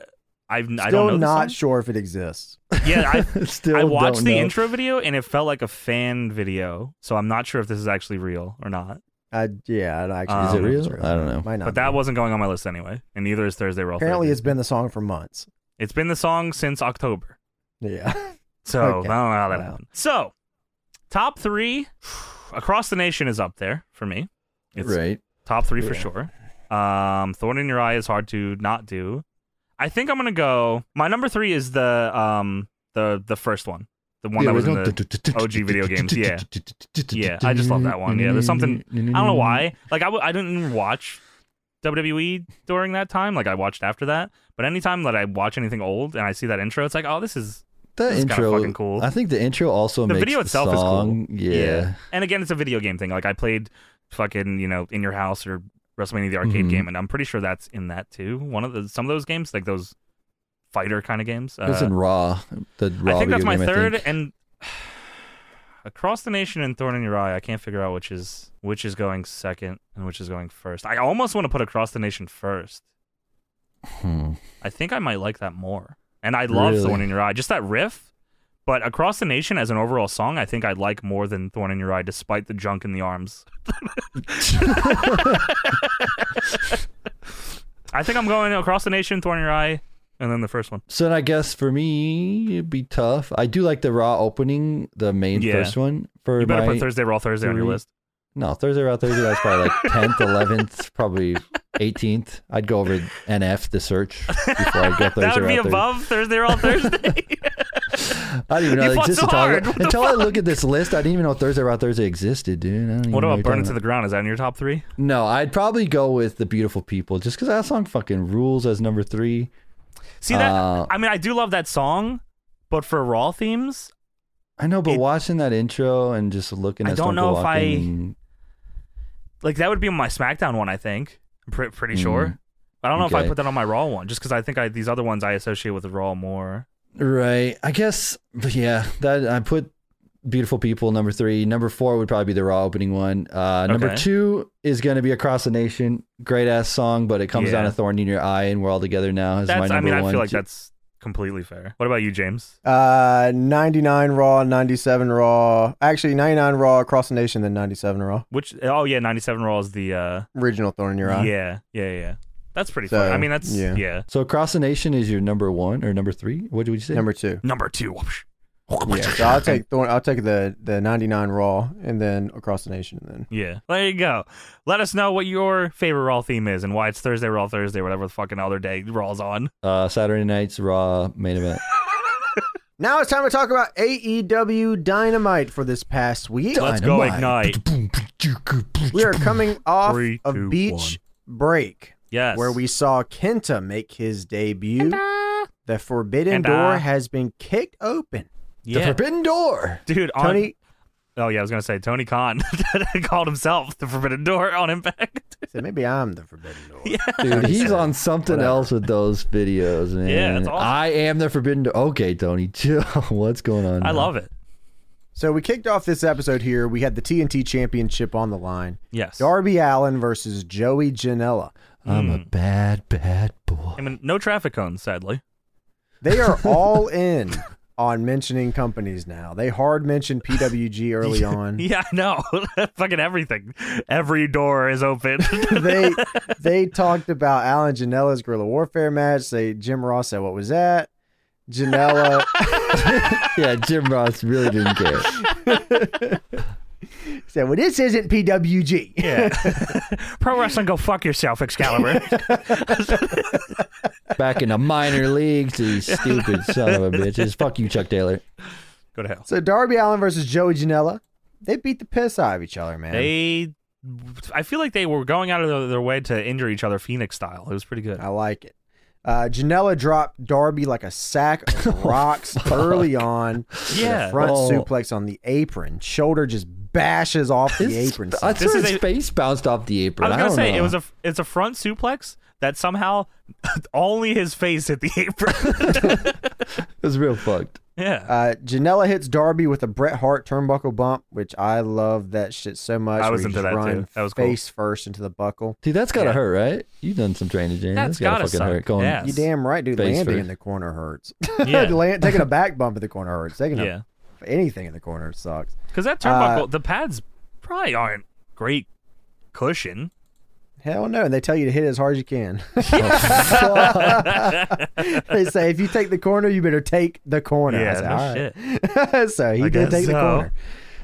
B: I've, I
A: Still
B: don't know. this
A: not
B: song.
A: sure if it exists.
B: Yeah, I,
C: Still,
B: I watched
C: don't
B: the
C: know.
B: intro video and it felt like a fan video, so I'm not sure if this is actually real or not.
A: I, yeah, I don't actually.
B: Um,
A: know
B: Is it
A: if it's
C: I don't know.
A: Might not.
B: But
A: be.
B: that wasn't going on my list anyway, and neither is Thursday Roll.
A: apparently
B: Thursday.
A: it's been the song for months.
B: it's been the song since October,
A: Yeah.
B: so I don't
A: Okay.
B: know how that
A: Wow.
B: happened. So, top three across the nation is up there for me. It's
C: Right.
B: top three for sure. Um, Thorn in Your Eye is hard to not do. I think I'm gonna go. My number three is the um the the first one, the one
C: Yeah,
B: that was in
C: we
B: the
C: don't-
B: OG video games, yeah. Yeah, I just love that one. Yeah, there's something-
C: I
B: I don't know why. Like I, w- I didn't even watch WWE during that time. Like I watched after that. But anytime that I watch anything old and I see that intro, it's like, oh, this is.
C: That
B: It's kinda
C: intro,
B: fucking cool.
C: I think the intro also
B: The
C: makes
B: video itself
C: the
B: is cool.
C: song, Yeah.
B: And again, it's a video game thing. Like I played fucking you know in your house or WrestleMania the arcade
C: Mhm.
B: game, and I'm pretty sure that's in that too. One of the some of those games, like those fighter kind of games. uh,
C: it's in Raw. The Raw
B: I think that's
C: video
B: my
C: game, I
B: third
C: think.
B: and across the nation and thorn in your eye. I can't figure out which is which is going second and which is going first. I almost want to put across the nation first.
C: Hmm.
B: I think I might like that more. And I love
C: Really?
B: Thorn in Your Eye, just that riff. But across the nation as an overall song, I think I like more than Thorn in Your Eye, despite the junk in the arms. I think I'm going across the nation, Thorn in Your Eye, and then the first one.
C: So then I guess for me, it'd be tough. I do like the Raw opening, the main
B: Yeah.
C: first one. For
B: You better
C: my,
B: put Thursday Raw Thursday on your
C: three-
B: list.
C: No, Thursday Raw Thursday. That's probably like 10th, 11th, probably 18th. I'd go over NF, the search, before I go Thursday
B: that would be
C: Raw Thursday.
B: above Thursday Raw Thursday.
C: I didn't even know
B: You
C: it
B: fought so
C: existed.
B: hard.
C: Until,
B: What the
C: until I look at this list, I didn't even know Thursday Raw Thursday existed, dude. I don't even
B: what
C: know
B: about
C: you're
B: Burn It
C: talking
B: to the Ground? Is that in your top three?
C: No, I'd probably go with the beautiful people just because that song fucking rules as number three.
B: See that?
C: Uh,
B: I mean, I do love that song, but for Raw themes,
C: I know, but
B: It-
C: watching that intro and just looking
B: I
C: at
B: don't
C: Stone
B: know
C: Cold
B: if I-
C: walking-
B: like that would be my SmackDown one, I think. I'm pre- pretty
C: Mm.
B: sure. I don't know if I
C: Okay.
B: put that on my Raw one, just because I think I these other ones I associate with Raw more.
C: right. I guess, but yeah, that I put beautiful people number three. Number four would probably be the raw opening one. Uh, number
B: Okay.
C: two is going to be across the nation. Great ass song, but it comes
B: Yeah.
C: down to thorn in your eye, and we're all together now. Is my
B: That's,
C: number
B: I mean, I
C: one.
B: feel like that's completely fair. What about you, James?
A: Uh, 99 Raw, 97 Raw. Actually, 99 Raw across the nation, then 97 Raw.
B: Which? Oh yeah, ninety-seven Raw is the. Uh,
A: Original Thorn in Your Eye.
B: yeah, yeah, yeah. That's pretty.
A: So,
B: fair. I mean, that's yeah.
A: yeah.
C: So across the nation is your number one or number three? What did you say?
A: Number two.
B: Number two.
A: Yeah, so I'll take Thorn. I'll take the the 99 Raw, and then across the nation, and then
B: Yeah, there you go. Let us know what your favorite Raw theme is and why it's Thursday Raw Thursday, whatever the fucking other day Raw's on.
C: uh, Saturday night's Raw main event.
A: now it's time to talk about AEW Dynamite for this past week.
B: Let's go ignite.
A: We are coming off
B: Three,
A: of
B: two,
A: beach break.
B: Yes,
A: where we saw Kenta make his debut. The forbidden
B: Kenta.
A: door has been kicked open.
B: yeah,
C: Forbidden Door.
B: dude. On,
A: Tony
B: Oh yeah, I was gonna say Tony Khan called himself the Forbidden Door on Impact.
A: said, "Maybe I'm the forbidden door."
C: Dude, he's on something
A: Whatever.
C: else with those videos, man.
B: Yeah, it's awesome.
C: I am the Forbidden Door. Okay, Tony, chill. What's going on?
B: I
C: now?
B: love it.
A: So we kicked off this episode here. We had the TNT Championship on the line:
B: Yes.
A: Darby Allen versus Joey Janela.
C: I'm
B: Mm.
C: a bad, bad boy.
B: I mean, no traffic cones, sadly.
A: They are all in on mentioning companies now. They hard mentioned PWG early on.
B: Yeah, I know. Fucking everything. Every door is open.
A: they they talked about Alan Janela's guerrilla warfare match. They Jim Ross said, "What was that?" Janela
C: yeah, Jim Ross really didn't care.
A: said, "Well, this isn't PWG."
B: yeah. Pro wrestling, go fuck yourself, Excalibur.
C: Back in the minor leagues, these stupid son of a bitches. Fuck you, Chuck Taylor.
B: go to hell.
A: So Darby Allen versus Joey Janela, they beat the piss out of each other, man.
B: They, I feel like they were going out of their- their way to injure each other, Phoenix style. It was pretty good.
A: I like it. Uh, Janela dropped Darby like a sack of rocks early on. with a
B: Yeah.
A: front
C: Oh.
A: suplex on the apron. Shoulder just bashes off the
C: His-
A: apron.
C: I
B: This
C: swear
B: is
C: his
B: a-
C: face bounced off the apron.
B: I was gonna
C: don't
B: say
C: know.
B: it was a it's a front suplex that somehow only his face hit the apron.
C: it was real fucked.
B: Yeah.
A: Uh, Janela hits Darby with a Bret Hart turnbuckle bump, which I love that shit so much.
B: I
A: where
B: was
A: you just
B: into that,
A: run
B: too. That was cool.
A: face first into the buckle.
C: Dude, that's gotta
B: Yeah.
C: hurt, right? You've done some training, James.
B: That's
C: gotta,
B: gotta
C: fucking
B: suck.
C: hurt. Going,
B: Yeah.
A: You damn right, dude.
C: Face
A: Landing
C: first.
A: in the corner hurts.
B: Yeah.
A: Land, taking a back bump in the corner hurts. Taking a,
B: yeah.
A: anything in the corner sucks.
B: Because that
A: Uh,
B: turnbuckle, the pads probably aren't great cushion.
A: Hell no. And they tell you to hit it as hard as you can. they say, if you take the corner, you better take the corner. I
B: yeah.
A: said,
B: no
A: "All right."
B: shit.
A: so he
B: I
A: did
B: guess
A: take the
B: so.
A: corner.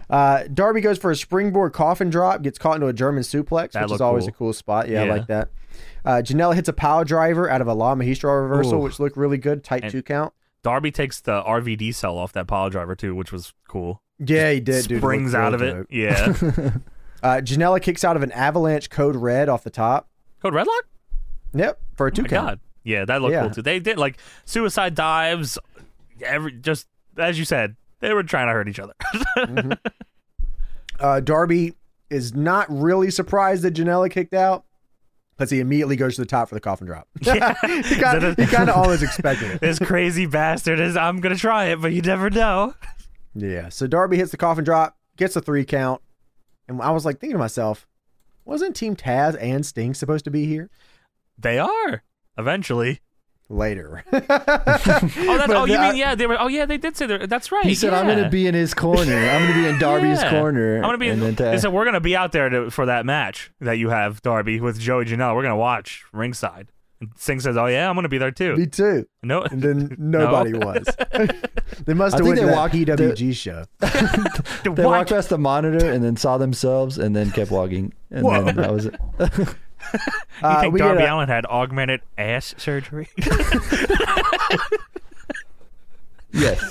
A: Uh, Darby goes for a springboard coffin drop, gets caught into a German suplex,
B: That
A: which is
B: looked
A: always
B: cool.
A: a cool spot. Yeah, I
B: Yeah.
A: like that. Uh, Janela hits a power driver out of a La Mahistra reversal,
B: Ooh.
A: which looked really good. Tight
B: And-
A: two count.
B: Darby takes the RVD cell off that pile driver too, which was cool.
A: Yeah, he did. dude.
B: Springs
A: Looked real
B: out of it.
A: dope.
B: Yeah.
A: Uh, Janela kicks out of an avalanche code red off the top.
B: Code Redlock.
A: Yep, for a two
B: Oh My
A: count.
B: God. Yeah, that looked
A: Yeah.
B: cool too. They did like suicide dives. Every just as you said, they were trying to hurt each other.
A: Uh, Darby is not really surprised that Janela kicked out because he immediately goes to the top for the coffin drop. he kind
B: That
A: of
B: is-
A: always expected it.
B: this crazy bastard is. I'm gonna try it, but you never know.
A: Yeah. So Darby hits the coffin drop, gets a three count, and I was like thinking to myself, wasn't Team Taz and Sting supposed to be here
B: They are eventually.
A: later?
B: Oh, that's, oh, you
A: I-
B: mean yeah? They were. Oh, yeah, they did say they're. That's right.
C: He said, "I'm
B: yeah.
C: gonna be in his corner. I'm gonna be in Darby's
B: Yeah.
C: corner.
B: I'm gonna be.
C: And then
B: they
C: to,
B: said we're gonna be out there to, for that match that you have, Darby, with Joey Janela. We're gonna watch ringside. And Singh says, "Oh yeah, I'm gonna be there too."
A: Me too.
B: No,
A: And then nobody was. they must have
C: think
A: went to
C: they
A: that
C: walked-
A: PWG show.
C: they
B: What?
C: walked past the monitor and then saw themselves and then kept walking. And
B: Whoa.
C: then that was it.
B: You
A: Uh,
B: think
A: we get
B: Darby
A: a-
B: Allen had augmented ass surgery?
C: yes.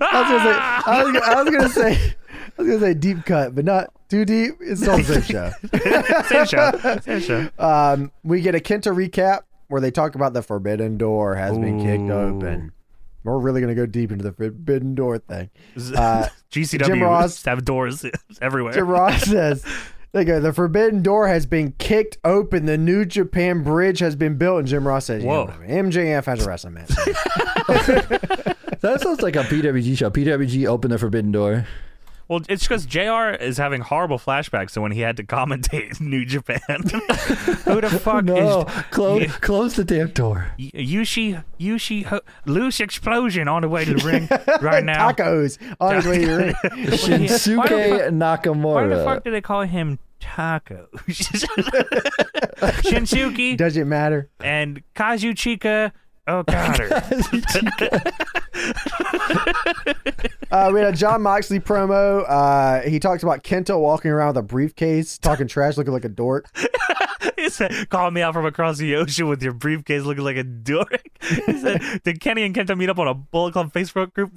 A: I was gonna say, I was, gonna- I was gonna say, I was gonna say deep cut, but not too deep. It's all the same show.
B: Same show. Same show.
C: Uh,
A: Um, we get a Kenta recap where they talk about the forbidden door has been kicked
B: Ooh.
A: open. We're really gonna go deep into the forbidden door thing. Uh,
B: GCW
A: Jim Ross-
B: have doors everywhere.
A: Jim Ross says, they go, the forbidden door has been kicked open. The New Japan Bridge has been built. And Jim Ross says, "Yeah,
B: Whoa.
A: whatever. MJF has a wrestling match.
C: That sounds like a PWG show. PWG opened the forbidden door.
B: Well, it's because JR is having horrible flashbacks to when he had to commentate New Japan. Who the fuck
C: No,
B: is
C: close,
B: Yeah.
C: close the damn door.
B: Y- Yushi Yushi Ho- loose explosion on the way to the ring right now?
A: Tacos. Honestly, you're right.
B: Why the
C: Shinsuke
B: fuck- Why the
C: Nakamura.
B: fuck do they call him Taco? Shinsuke
A: does it matter?
B: and Kazuchika Okada.
A: Uh, we had a John Moxley promo. Uh, he talks about Kenta walking around with a briefcase, talking trash, looking like a dork.
B: he said, "Call me out from across the ocean with your briefcase looking like a dork." He said, "Did Kenny and Kenta meet up on a Bullet Club Facebook group?"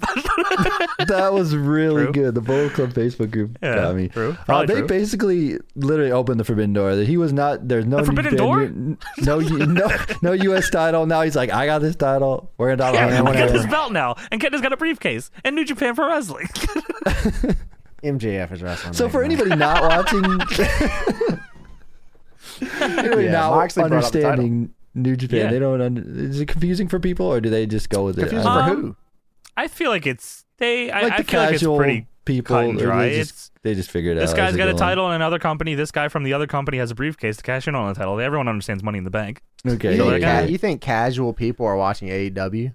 C: that was really
B: True.
C: good. The Bullet Club Facebook group
B: Yeah,
C: got me.
B: true.
C: Uh,
B: Probably
C: they
B: true.
C: basically literally opened the forbidden door. That he was not. There's no
B: The forbidden door?
C: No, U- no, no U.S. title. Now he's like, I got this title. We're gonna
B: Yeah,
C: title.
B: I got this
C: whatever.
B: belt now, and Kenta's got a briefcase, and New Japan Pro Wrestling.
A: MJF is wrestling.
C: So
A: match,
C: for
A: man.
C: anybody not watching, anybody
A: Yeah,
C: not
A: Moxley brought up the title.
C: understanding New Japan,
B: Yeah.
C: they don't. Under, is it confusing for people, or do they just go with it?
A: Confusing
C: I
A: for
B: Um,
C: don't know.
A: who?
B: I feel like it's they. I,
C: Like
B: I
C: the
B: feel like it's
C: casual
B: pretty.
C: people,
B: cut and
C: or
B: dry.
C: They
B: It's-
C: just, they just figured it
B: This
C: out. as
B: guy's
C: they
B: got a
C: go along.
B: title in another company. This guy from the other company has a briefcase to cash in on the title. Everyone understands Money in the Bank.
C: Okay,
B: You
C: yeah,
B: like
C: yeah,
B: that?
C: yeah.
F: you think casual people are watching E AEW?
C: Hey, you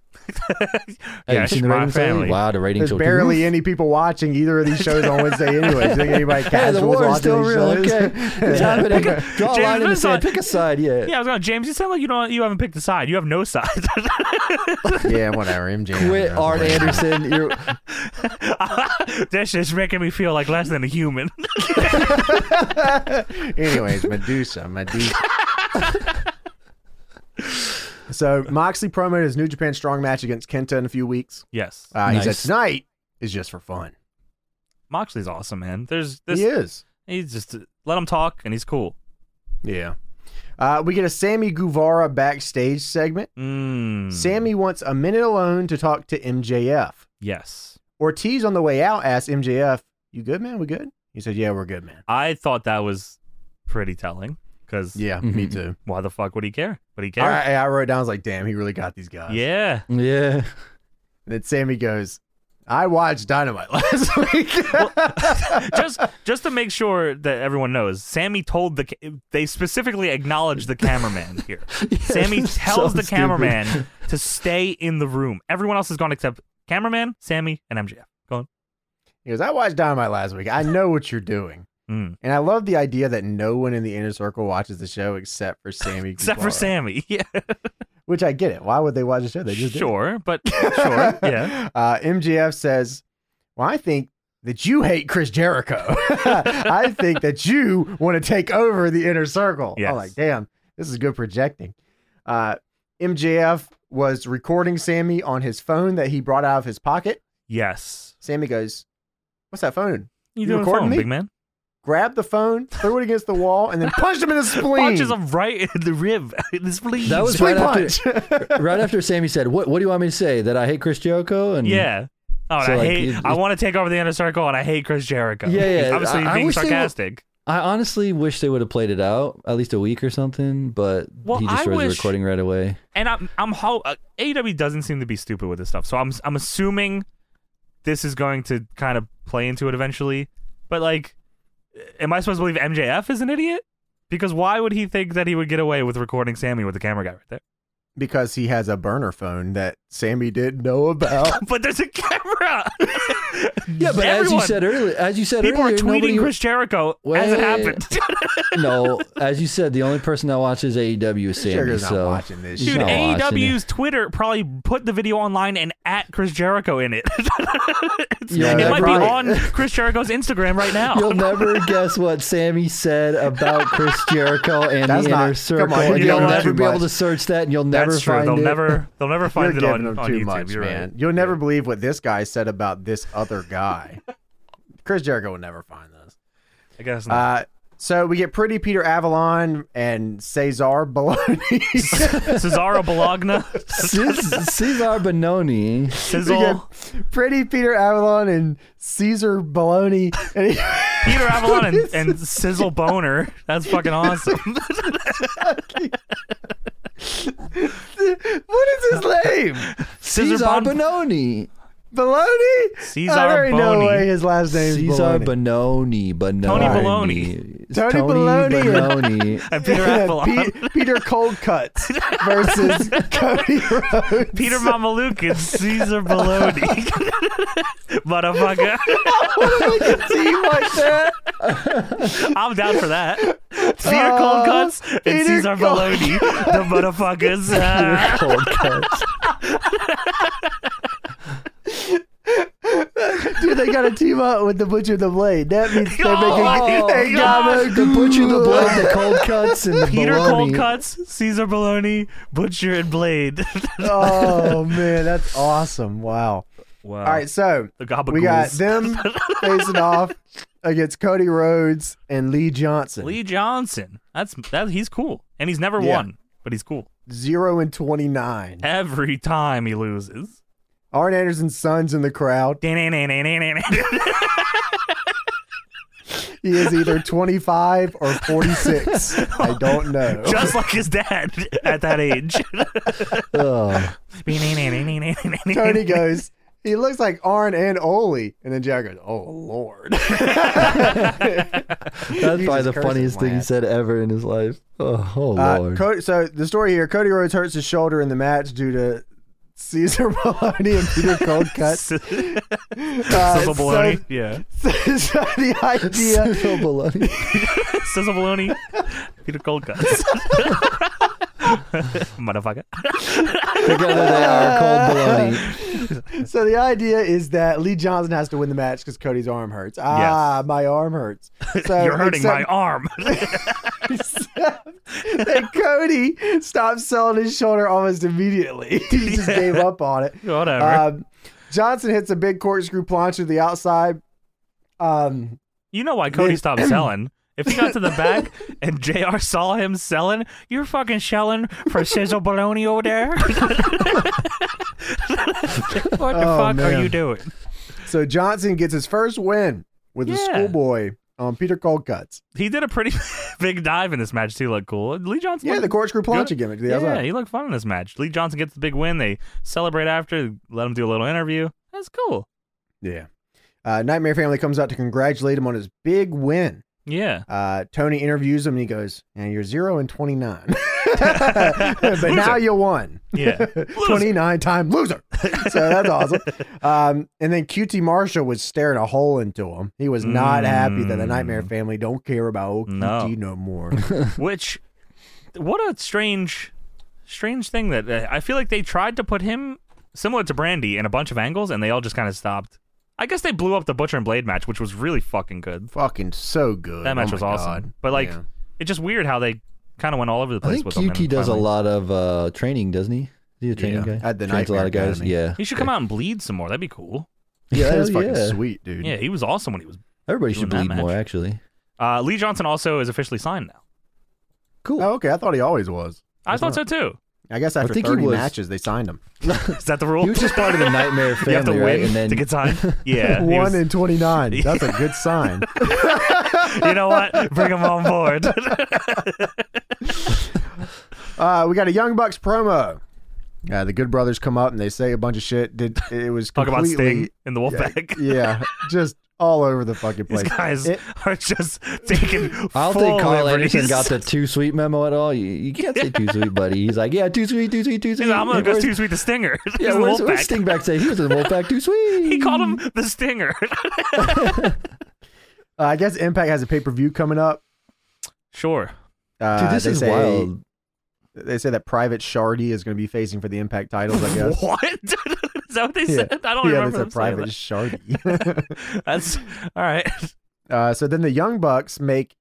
B: yeah,
C: seen the
B: my
C: ratings lately?
B: family.
C: Wow, the ratings
A: There's
C: are
A: barely any people watching either of these shows on Wednesday anyway. Do you think anybody
C: Yeah, the
A: casual is
C: war is
A: watching
C: still
A: these
C: real.
A: shows?
C: Okay, it's happening. Draw a
B: James
C: line in the
B: Vince
C: sand.
B: on-
C: Pick a side. Yeah.
B: Yeah, I was going. James, you sound like you don't. You haven't picked a side. You have no side.
F: Yeah, whatever. MJF.
C: Quit Arn Anderson. You're,
B: That's just making me feel like less than a human.
F: Anyways, Medusa. Medusa.
A: So Moxley promoted his New Japan Strong match against Kenta in a few weeks.
B: yes,
A: Uh, He said
C: Nice.
A: tonight is just for fun.
B: Moxley's awesome, man. There's this.
A: he is.
B: He's just let him talk, and he's cool.
A: Yeah. Uh, we get a Sammy Guevara backstage segment.
B: Mm.
C: Hmm.
A: Sammy wants a minute alone to talk to MJF.
B: Yes,
A: Ortiz on the way out asked MJF, "You good, man? We good?" He said, "Yeah, we're good, man."
B: I thought that was pretty telling. Because
A: Yeah, me too.
B: why the fuck would he care? But he
A: All
B: cared.
A: right, I wrote down. I was like, "Damn, he really got these guys."
B: Yeah.
C: yeah.
A: And then Sammy goes, I watched Dynamite last week.
B: just just to make sure that everyone knows, Sammy told the ca- they specifically acknowledge the cameraman here. Sammy
C: it's
B: tells
C: so
B: the cameraman to stay in the room. Everyone else is gone except cameraman, Sammy, and MJF. Going,
A: he goes, I watched Dynamite last week. I know what you're doing.
B: mm.
A: And I love the idea that no one in the inner circle watches the show except for Sammy.
B: except for
A: Guevara.
B: Sammy. Yeah,
A: Which I get it. Why would they watch the show? They just do.
B: sure, but sure, yeah.
A: Uh, MGF says, Well, I think that you hate Chris Jericho. I think that you want to take over the inner circle.
B: Yes.
A: I'm like, damn, this is good projecting. Uh, MJF was recording Sammy on his phone that he brought out of his pocket.
B: Yes,
A: Sammy goes, What's that phone?
B: you,
A: You
B: doing
A: recording
B: phone,
A: me?
B: big man?
A: Grabbed the phone, threw it against the wall, and then punched him in the spleen.
B: Punches him right in the rib. this bleeds.
C: That was
A: Spleen
C: right after,
A: punch.
C: right after Sammy said, "What What do you want me to say? That I hate Chris Jericho?" And
B: yeah. Oh, and
C: So,
B: I
C: like,
B: hate.
C: it-
B: I want to take over the inner circle, and I hate Chris Jericho.
C: Yeah, yeah,
B: He's obviously
C: I- I
B: being
C: wish they were-
B: sarcastic.
C: I honestly wish they would have played it out at least a week or something, but
B: Well,
C: he
B: I
C: just was
B: wish-
C: recording right away.
B: and I'm I'm ho- uh, AEW doesn't seem to be stupid with this stuff, so I'm I'm assuming this is going to kind of play into it eventually. But like, am I supposed to believe MJF is an idiot? Because why would he think that he would get away with recording Sammy with the camera guy right there?
A: because he has a burner phone that Sammy didn't know about.
B: But there's a camera.
C: Yeah, but as you
B: Everyone-
C: said earlier, as you said
B: people
C: earlier,
B: are tweeting
C: nobody,
B: Chris Jericho as
C: Wait.
B: it happened.
C: no, as you said, the only person that watches AEW is Sammy.
A: Jericho's not
C: so
A: watching this
C: He's
A: shit.
B: Dude,
C: not watching
B: AEW's E Twitter probably put the video online and at Chris Jericho in it. It's-
C: Yeah,
B: it
C: they're
B: might
C: probably-
B: be on Chris Jericho's Instagram right now.
C: You'll never guess what Sammy said about Chris Jericho and
A: That's
C: the
A: not-
C: inner
A: come
C: circle.
A: on,
C: and
B: you're
C: you'll
B: giving
C: never
A: too
C: be able
A: much.
C: to search that, and you'll never
B: That's true.
C: find
B: They'll
C: it.
B: never they'll never find
A: You're
B: it on,
A: giving them
B: on
A: too
B: YouTube.
A: much,
B: You're right.
A: man. You'll never believe what this guy said about this other guy. Chris Jericho will never find this.
B: I guess not.
A: Uh, so we get pretty Peter Avalon and Cesar Baloney.
B: Cesaro Bologna,
C: Cis- Cesar Bononi.
A: We get
B: Sizzle,
A: pretty Peter Avalon and Caesar Baloney. And he-
B: Peter Avalon, and, and Sizzle Boner. That's fucking awesome.
A: what is his name?
B: Scissor
C: Cesar
B: Bon-
C: Bononi.
A: Baloney?
B: Caesar
A: there ain't no
B: Boney.
A: way his last name is
C: Cesar
A: Baloney.
C: Bononi. Bononi.
B: Baloney.
C: It's
A: Tony
C: Tony
A: Baloney.
C: Baloney.
B: and Peter
A: Yeah,
B: Avalon,
A: Pe- Peter Coldcuts versus Cody Rhodes.
B: Peter Mamaluke, and Caesar Bologna. Motherfucker,
A: team like that.
B: I'm down for that. Peter
A: Aw,
B: Cold Cuts
A: Uh, Peter
B: and Caesar
A: Cold-
B: Bologna, the motherfuckers. Uh,
C: Cold cuts.
A: Dude, they gotta team up with the Butcher and the Blade. That means they're
B: Oh,
A: making they
B: my
A: gotta
C: The butcher, the blade, the cold cuts, and the
B: Peter
C: Baloney.
B: Cold Cuts, Caesar Bologna, Butcher and Blade.
A: Oh man, that's awesome! Wow.
B: wow.
A: All right, so
B: the Gobble
A: we got them facing off against Cody Rhodes and Lee Johnson.
B: Lee Johnson. That's that. He's cool, and he's never
A: Yeah.
B: won, but he's cool.
A: Zero and twenty nine.
B: Every time he loses,
A: Arn Anderson's son's in the crowd. He is either twenty five or forty six. I don't know.
B: just like his dad at that age.
C: Ugh.
A: Tony goes, he looks like Arn and Ole. And then Jack goes, oh, Lord.
C: That's
A: You
C: probably
A: just
C: the
A: cursed
C: funniest
A: him,
C: thing he
A: lad.
C: said ever in his life. Oh, oh
A: Uh,
C: lord.
A: Co- so the story here Cody Rhodes hurts his shoulder in the match due to Caesar Maloney and Peter Coldcut. Uh,
B: Sizzle bologna, yeah.
A: So, so the idea.
C: Cesar Bononi.
B: Sizzle bologna, Peter Cold Cuts. Motherfucker.
C: Together they are cold baloney.
A: So the idea is that Lee Johnson has to win the match because Cody's arm hurts. Ah, my arm hurts. So
B: You're hurting
A: Uh, except-
B: my arm.
A: except that Cody stopped selling his shoulder almost immediately. he just gave up on it.
B: Whatever.
A: Um, Johnson hits a big corkscrew planche to the outside. Um,
B: You know why Cody stopped selling. If he got to the back and JR saw him selling, you're fucking shelling for sizzle bologna over there. what the
A: Oh,
B: fuck
A: man.
E: Oh,
B: are you doing?
A: so Johnson gets his first win with a
B: Yeah.
A: schoolboy
E: on Peter Cole Cuts.
B: He did a pretty big dive in this match too. Looked cool. Lee Johnson.
E: Yeah,
B: looked
E: the corkscrew plancha gimmick. The
B: Yeah,
E: outside.
B: he looked fun in this match. Lee Johnson gets the big win. They celebrate after, let him do a little interview. That's cool.
E: Yeah. Uh, Nightmare Family comes out to congratulate him on his big win.
B: Yeah.
E: Uh, Tony interviews him and he goes, "Yeah, you're zero and twenty nine, but now you won.
B: Yeah.
E: twenty nine time loser." So that's awesome. Um, and then QT Marshall was staring a hole into him. He was not happy that the Nightmare
B: Mm.
E: Family don't care about old
B: No.
E: QT no more.
B: Which, what a strange, strange thing that uh, I feel like they tried to put him similar to Brandy in a bunch of angles, and they all just kind of stopped. I guess they blew up the Butcher and Blade match, which was really fucking good.
A: Fucking so good.
B: That match
A: Oh
B: was
A: my
B: awesome.
A: God.
B: But like,
A: Yeah.
B: it's just weird how they kind of went all over the
C: I
B: place.
C: think
B: with him and
C: QT does a
B: finally-
C: lot of uh, training, doesn't he? Is he a training
A: Yeah.
C: guy?
A: At the
C: Trains a lot
A: Nightmare
C: of guys.
A: Academy.
C: Yeah.
B: He should come out and bleed some more. That'd be cool.
A: yeah, that
C: Hell
A: is fucking
C: yeah.
A: sweet, dude.
B: Yeah, he was awesome when he was.
C: Everybody
B: Doing
C: should
B: that
C: bleed more,
B: match.
C: actually.
B: Uh, Lee Johnson also is officially signed now.
C: Cool.
A: Oh, okay. I thought he always was.
B: I thought so too.
A: I guess after
C: think he
A: 30
C: was-
A: matches, they signed him.
B: Is that the rule?
C: He was just part of the Nightmare family,
B: you have to win
C: right? And then
B: to get signed. Yeah, he
A: One
B: was-
A: in 29. That's a good sign.
B: you know what? Bring him on board.
A: Uh, we got a Young Bucks promo. Uh, the Good Brothers come up and they say a bunch of shit. Did it was
B: Talk about
A: completely,
B: Sting in the Wolfpack.
A: Yeah, just all over the fucking
B: These
A: place.
B: guys
A: It-
B: are just taking.
C: I don't
B: full
C: think Carl Anderson
B: liberties.
C: got the too sweet memo at all. You, you can't say too sweet, buddy. He's like, yeah, too sweet, too sweet, too
B: He's
C: sweet.
B: like, I'm gonna
C: Yeah,
B: go
C: where's-
B: too sweet the Stinger. He's
C: Yeah,
B: in the
C: where's, where's
B: Wolfpack.
C: Sting backstage? He was in the Wolfpack, too sweet.
B: He called him the Stinger.
A: uh, I guess Impact has a pay per view coming up.
B: sure.
A: Uh,
C: Dude, this
A: they
C: is
A: say,
C: wild.
A: They say that Private Shardy is going to be facing for the Impact titles. I guess.
B: What? Is that what they
A: Yeah.
B: said? I don't
A: yeah, they
B: remember.
A: said
B: them
A: Private
B: saying
A: Shardy.
B: that. That's all right.
A: uh, so then the Young Bucks make.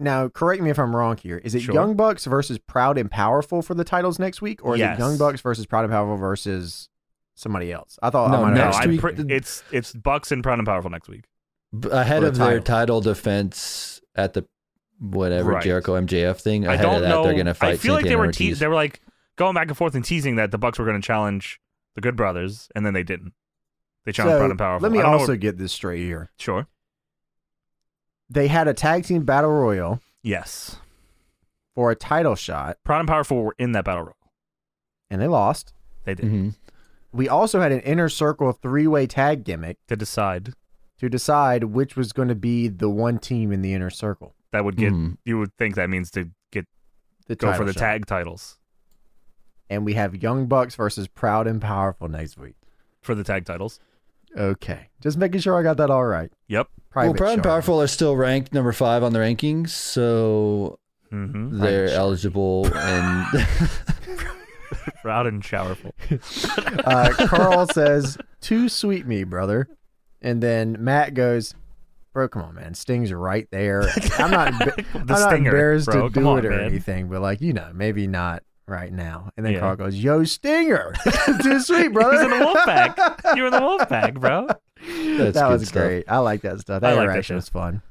A: Now, correct me if I'm wrong here. Is it
B: Sure.
A: Young Bucks versus Proud and Powerful for the titles next week, or is
B: Yes.
A: it Young Bucks versus Proud and Powerful versus somebody else? I thought I
C: No,
A: might have
B: No,
C: Next
B: I'm
C: week-
B: pre- it's it's Bucks and Proud and Powerful next week.
C: B- ahead
A: for the
C: of their title defense at the whatever
B: Right.
C: Jericho MJF thing.
B: I
C: Ahead
B: don't
C: of that,
B: know.
C: they're gonna fight.
B: I feel like
C: Santana
B: they were
C: and Ortiz.
B: they were like going back and forth and teasing that the Bucks were going to challenge the Good Brothers, and then they didn't. They challenged
A: So,
B: Proud and Powerful.
A: Let me
B: I don't know
A: also
B: where-
A: get this straight here.
B: sure.
A: They had a tag team battle royal
B: Yes,
A: for a title shot,
B: Proud and Powerful were in that battle royal.
A: and they lost.
B: They did
C: Mhm.
A: We also had an inner circle three way tag gimmick
B: to decide
A: to decide which was going to be the one team in the inner circle.
B: that would get.
C: Mhm.
B: You would think that means to get
A: The Hmm.
B: go for
A: title
B: the
A: shot.
B: tag titles
A: And we have Young Bucks versus Proud and Powerful next week.
B: for the tag titles.
A: Okay. Just making sure I got that all right.
B: Yep.
A: Private
C: well, Proud and
A: Shardy.
C: Powerful are still ranked number five on the rankings, so
B: Mm-hmm.
C: they're eligible. And
B: Proud and Powerful.
A: Uh, Carl says, too sweet me, brother. And then Matt goes, bro, come on, man. Sting's right there. I'm not, emb- I'm not
B: stinger,
A: embarrassed
B: bro.
A: to
B: Come
A: do
B: on,
A: it or
B: man.
A: anything, but like, you know, maybe not right now. And then
B: Yeah.
A: Carl goes, yo, Stinger. too sweet,
B: He's in
A: brother.
B: the Wolfpack. You're in the Wolfpack, bro.
C: that's
A: that
C: good
A: was
C: stuff.
A: great. I like that stuff. That
B: I like that
A: interaction
B: too.
A: was fun.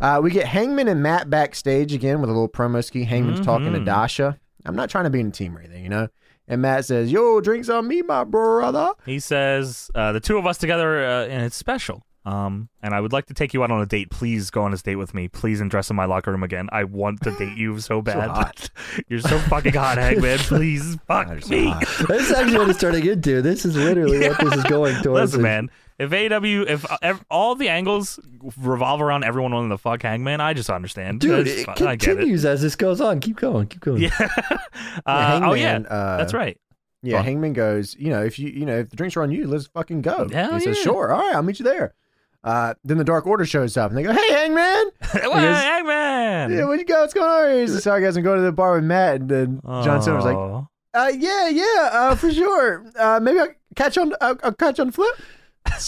A: Uh, we get Hangman and Matt backstage again with a little promo ski. Hangman's talking to
B: Mhm.
A: Dasha. I'm not trying to be in a team or anything, you know? And Matt says, Yo, drinks on me, my brother.
B: He says, uh, "The two of us together, uh, and it's special. Um, and I would like to take you out on a date. Please go on this date with me. Please and dress in my locker room again. I want to date you so bad.
A: hot.
B: You're so fucking hot, Hagman. Please
A: That
B: fuck
A: is
B: me.
A: hot.
C: That's actually what it's turning into. This is literally what this is going towards.
B: Listen, man. If AW, if, uh, ev- all the angles revolve around everyone wanting to fuck Hagman, I just understand.
C: Dude,
B: It's
C: it
B: fine. I get it.
C: continues as this goes on. Keep going. Keep going.
B: Yeah. Uh, oh yeah,
A: Hangman, uh,
B: that's right.
A: Yeah,
B: Fuck.
A: Hangman goes, you know, if you you know if the drinks are on you, let's fucking go.
B: Hell
A: he says,
B: yeah.
A: sure, all right, I'll meet you there. Uh, then the Dark Order shows up and they go, hey Hangman,
B: Well, Hangman.
A: yeah, where you go? What's going on? here?" He says, sorry guys, I'm going to the bar with Matt. And then John Silver's like,
B: Oh.
A: uh, yeah, yeah, uh, for sure. Uh, maybe I'll catch on. I'll, I'll catch on flip.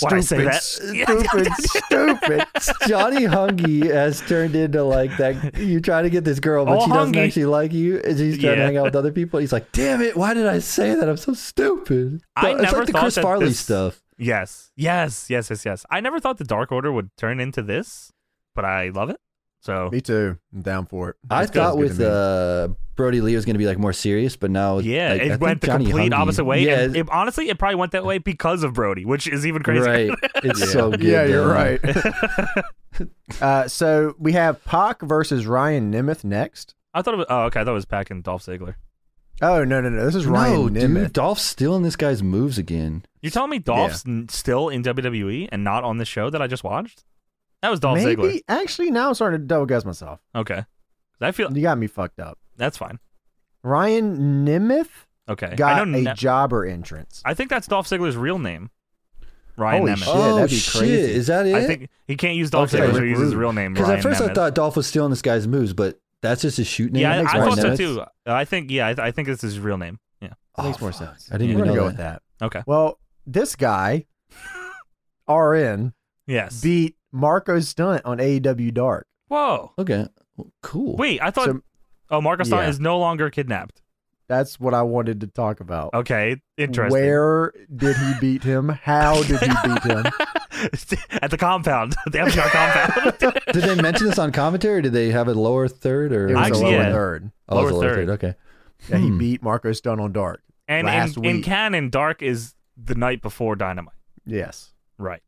B: Why'd I say
A: Stupid,
B: that?
A: Stupid, stupid.
C: Johnny Hungy has turned into like that. You try to get this girl, but
B: Oh,
C: she doesn't
B: Hungy.
C: actually like you. And she's trying to
B: Yeah.
C: hang out with other people. He's like, "Damn it! Why did I say that? I'm so stupid."
B: I
C: it's
B: never
C: like the
B: thought
C: Chris
B: that
C: Farley
B: this-
C: stuff.
B: Yes. Yes. Yes. Yes. Yes. I never thought the Dark Order would turn into this, but I love it. So
A: Me too. I'm down for it.
C: I
A: It's good.
C: thought
A: It's
C: with
A: good to me.
C: uh, Brody Lee was going to be like more serious, but now
B: yeah,
C: like, I
B: it
C: think
B: went the
C: Johnny
B: complete
C: Hungy-
B: opposite way.
C: Yeah,
B: and it, honestly, it probably went that way because of Brody, which is even crazier.
C: right. It's so good.
A: yeah, you're
C: though.
A: right. Uh, so we have Pac versus Ryan Nemeth next.
B: I thought it was. Oh, okay. I thought it was Pac and Dolph Ziggler.
A: Oh no no no! This is Ryan
C: no,
A: Nemeth.
C: dude, Dolph's stealing this guy's moves again.
B: You're telling me Dolph's n- still in WWE and not on the show that I just watched? That was Dolph
A: Maybe
B: Ziggler.
A: actually now I'm starting to double guess myself.
B: Okay. I feel
A: You got me fucked up.
B: that's fine.
A: Ryan Nemeth
B: Okay. I
A: got
B: know.
A: a
B: Ne-
A: jobber entrance.
B: I think that's Dolph Ziggler's real name. Ryan
A: Holy
B: Nemeth.
A: shit.
C: oh
A: that'd be
C: shit,
A: crazy.
C: is that it?
B: I think he can't use Dolph
C: Okay.
B: Ziggler or use his
A: Rude.
B: real name.
C: because
B: Ryan
C: at first
B: Nemeth.
C: I thought Dolph was stealing this guy's moves, but that's just his shoot name.
B: Yeah,
C: That makes
B: I, I
C: more
B: thought so
C: sense.
B: too. I think yeah, I, th- I think this is his real name. Yeah.
A: That makes
C: Oh,
A: more
C: fuck.
A: sense.
C: I didn't
A: We're
C: even
A: gonna
C: know
A: go
C: that.
A: with that.
B: Okay.
A: Well, this guy, RN,
B: Yes.
A: beat Marco Stunt on AEW Dark.
B: Whoa.
C: Okay, well, cool.
B: Wait, I thought.
A: So-
B: oh, Marcus Stein
A: Yeah.
B: is no longer kidnapped.
A: That's what I wanted to talk about.
B: Okay, Oh, interesting.
A: Where did he beat him? How did he beat him?
B: At the compound, the FTR compound.
C: did they mention this on commentary? Or did they have a lower third or
A: It was
B: Actually,
A: a lower
B: yeah.
A: third.
C: Oh, it was a
B: Lower
C: lower
B: third.
C: third. Okay.
A: Yeah, he
C: Hmm.
A: beat Marco Stunt on Dark.
B: and
A: Last
B: in, in
A: week.
B: canon, Dark is the night before Dynamite.
A: Yes.
B: Right.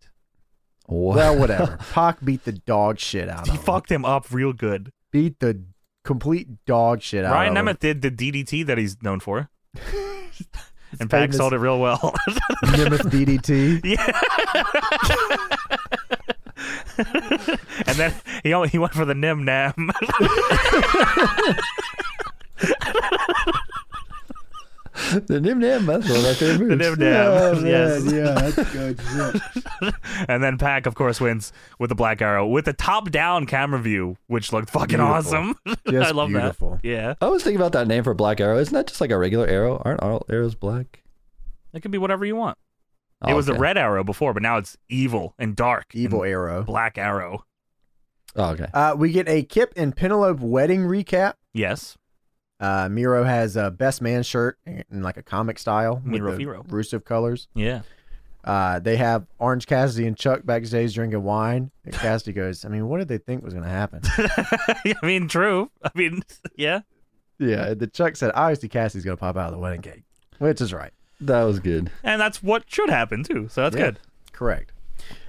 C: Wow.
A: Well, whatever. Pac beat the dog shit out
B: He
A: of him.
B: fucked him up real good.
A: Beat the complete dog shit out
B: Ryan
A: of him.
B: Nemeth did the DDT that he's known for. and Pac
A: famous.
B: sold it real well.
A: Nemeth DDT.
B: yeah. and then he only, he went for the Nim Nam.
C: the Nim Nam, that's one of my favorite
B: the Nim
C: moves.
B: Nam. yes.
A: Oh, yeah, that's good shit.
B: And then Pac, of course, wins with the Black Arrow with the top down camera view, which looked fucking
A: Beautiful.
B: awesome.
A: Just
B: I love
A: beautiful.
B: that. Yeah.
C: I was thinking about that name for Black Arrow. Isn't that just like a regular arrow? Aren't all arrows black?
B: It could be whatever you want.
C: Oh,
B: it was the
C: okay.
B: red arrow before, but now it's evil and dark.
A: Evil
B: and
A: Arrow.
B: Black arrow.
C: Oh, okay.
A: Uh, we get a Kip and Penelope wedding recap.
B: Yes.
A: Uh, Miro has a best man shirt in like a comic style with
B: Miro
A: the
B: Firo.
A: Rusev colors.
B: Yeah.
A: Uh, they have Orange Cassidy and Chuck backstage drinking wine. And Cassidy goes, "I mean, what did they think was going to happen?"
B: I mean, true. I mean, yeah.
A: yeah, the Chuck said, "Obviously, Cassidy's going to pop out of the wedding cake," which is right.
C: That was good.
B: And that's what should happen, too. So that's
A: Yeah.
B: good.
A: Correct.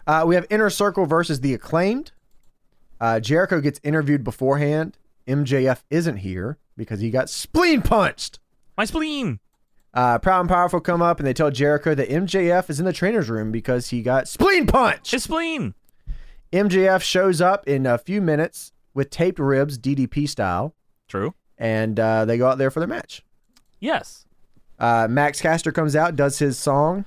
A: Uh, we have Inner Circle versus the Acclaimed. Uh, Jericho gets interviewed beforehand. MJF isn't here because he got spleen punched.
B: My spleen.
A: Uh, Proud and Powerful come up and they tell Jericho that MJF is in the trainer's room because he got spleen punched.
B: His spleen.
A: MJF shows up in a few minutes with taped ribs, DDP style,
B: True.
A: and uh, they go out there for their match.
B: Yes.
A: Uh, Max Caster comes out, does his song,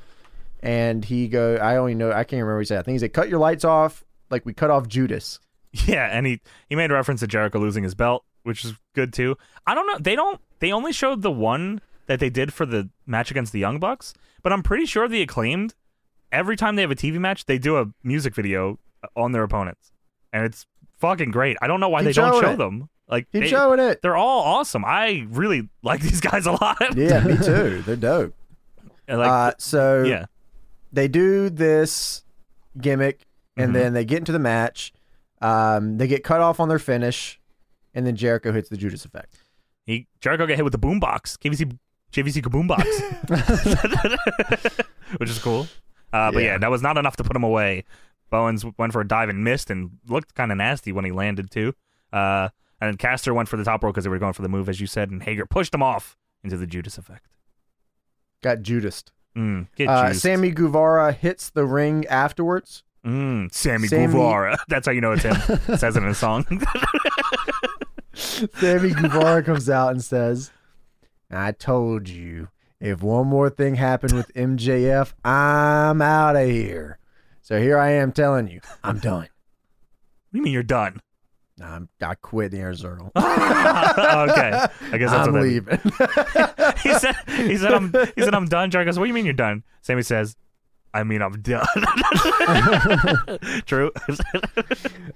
A: and he go. I only know I can't remember what he said. I think he said, "Cut your lights off," like we cut off Judas.
B: Yeah. And he, he made reference to Jericho losing his belt, which is good, too. I don't know. They don't, they only showed the one that they did for the match against the Young Bucks, but I'm pretty sure the acclaimed, every time they have a TV match, they do a music video uh, on their opponents. And it's fucking great. I don't know why
A: Keep
B: they don't
A: showing
B: show
A: it.
B: them. Like,
A: Keep
B: they-
A: showing it.
B: they're all awesome. I really like these guys a lot.
A: Yeah, me too. They're dope.
B: And, like,
A: uh, so
B: yeah.
A: they do this gimmick and then they get into the match. Um, they get cut off on their finish, and then Jericho hits the Judas effect.
B: He Jericho got hit with the boombox. KVC JVC boombox, which is cool. Uh, but yeah. that was not enough to put him away. Bowens went for a dive and missed, and looked kind of nasty when he landed too. Uh, and then Caster went for the top rope because they were going for the move, as you said, and Hager pushed him off into the Judas effect.
A: Got Judas.
B: Mm, get
A: Uh,
B: juiced.
A: Sammy Guevara hits the ring afterwards.
B: Mm, Sammy,
A: Sammy-
B: Guevara. That's how you know it's him. It says it in a song.
A: Sammy Guevara comes out and says, "I told you, if one more thing happened with MJF, I'm out of here." So here I am telling you, I'm done.
B: you mean you're done?
A: I'm, I quit the Arizona.
B: okay, I guess that's
A: I'm
B: what
A: leaving.
B: that means. he said, he said, I'm, he said, I'm done. Jerry goes, what do you mean you're done? Sammy says, I mean, I'm done. True.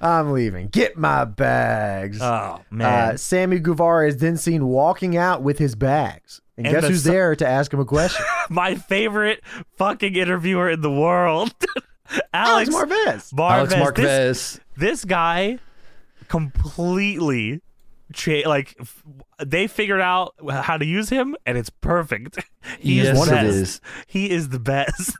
A: I'm leaving. Get my bags.
B: oh man.
A: Uh, Sammy Guevara is then seen walking out with his bags. And,
B: And
A: guess
B: the
A: who's
B: so-
A: there to ask him a question?
B: My favorite fucking interviewer in the world,
A: Alex
B: Alex,
A: Marvez.
B: Marvez.
C: Alex
B: This,
C: Marquez.
B: this guy completely. Cha- like f- they figured out how to use him, and it's perfect. He
C: Yes,
B: is the
C: it
B: best.
C: is.
B: He is the best.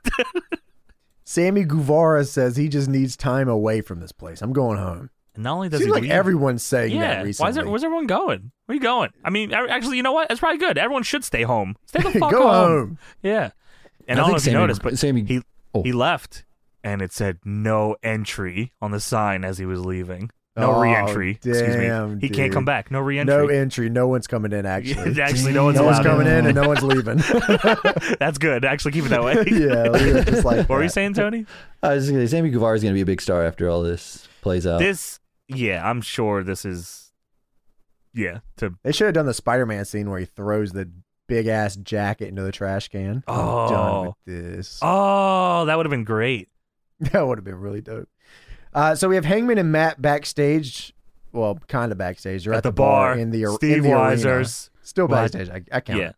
A: Sammy Guevara says he just needs time away from this place. I'm going home.
B: And not only does
A: Seems
B: he
A: like
B: leave,
A: everyone's saying
B: yeah.
A: that
B: Why
A: recently.
B: is it, where's everyone going? Where are you going? I mean, e- actually, you know what? It's probably good. Everyone should stay home. Stay the fuck
A: Go
B: home.
A: home.
B: Yeah. And
C: I
B: I, don't know
C: think
B: if
C: Sammy-
B: you noticed, but
C: Sammy-
B: he
C: oh.
B: he left, and it said no entry on the sign as he was leaving. No
A: Oh,
B: re-entry. Excuse me.
A: damn,
B: He can't come
A: dude.
B: back. No re-entry.
A: No entry. No one's coming in. Actually,
B: actually, no one's
A: no one's
B: allowed
A: coming
B: in.
A: in and no one's leaving.
B: That's good. Actually, keep it that way.
A: yeah, leave it just like
B: What were you
A: that.
B: saying, Tony?
C: I was just gonna say Sammy Guevara is gonna be a big star after all this plays
A: Uh,
C: out.
B: This, yeah, I'm sure this is, yeah, to
A: They should have done the Spider-Man scene where he throws the big ass jacket into the trash can. I'm done with
B: oh,
A: this.
B: oh, that would have been great.
A: That would have been really dope. Uh, so we have Hangman and Matt backstage. Well, kind of backstage. They're at,
B: At the bar,
A: in the ar-
B: Steve
A: in the arena.
B: Weiser's.
A: Still
B: Well, I-
A: backstage. I, I count.
B: Yeah,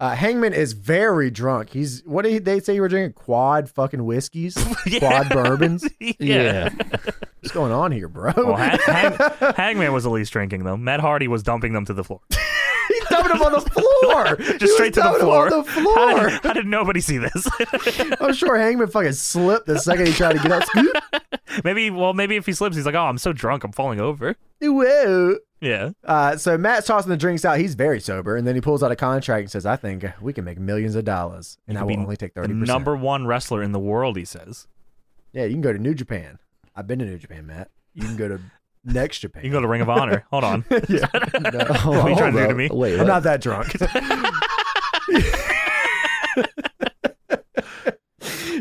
A: Uh, Hangman is very drunk. He's what did they say you were drinking? Quad fucking whiskeys, quad bourbons.
B: yeah.
A: What's going on here, bro?
B: Well, hang, hang, Hangman was at least drinking them. Matt Hardy was dumping them to the floor,
A: He's dumping him on the floor. He was
B: just straight to the
A: dumping him
B: floor.
A: On the
B: How
A: floor.
B: did, how did nobody see this?
A: I'm sure Hangman fucking slipped the second he tried to get up. Scoop.
B: maybe, well, maybe if he slips, he's like, "Oh, I'm so drunk, I'm falling over."
A: Whoa.
B: Yeah,
A: Uh, so Matt's tossing the drinks out. He's very sober, and then he pulls out a contract and says, "I think we can make millions of dollars, and I
B: could
A: will
B: be
A: only take
B: the
A: thirty percent."
B: number one wrestler in the world. He says,
A: Yeah, you can go to New Japan. I've been to New Japan, Matt. You can go to next Japan.
B: "You can go to Ring of Honor." Hold on.
A: yeah. No.
B: What are you trying to do
C: hold
B: to
C: up.
B: me?
C: Wait,
A: I'm
C: what?
A: not that drunk.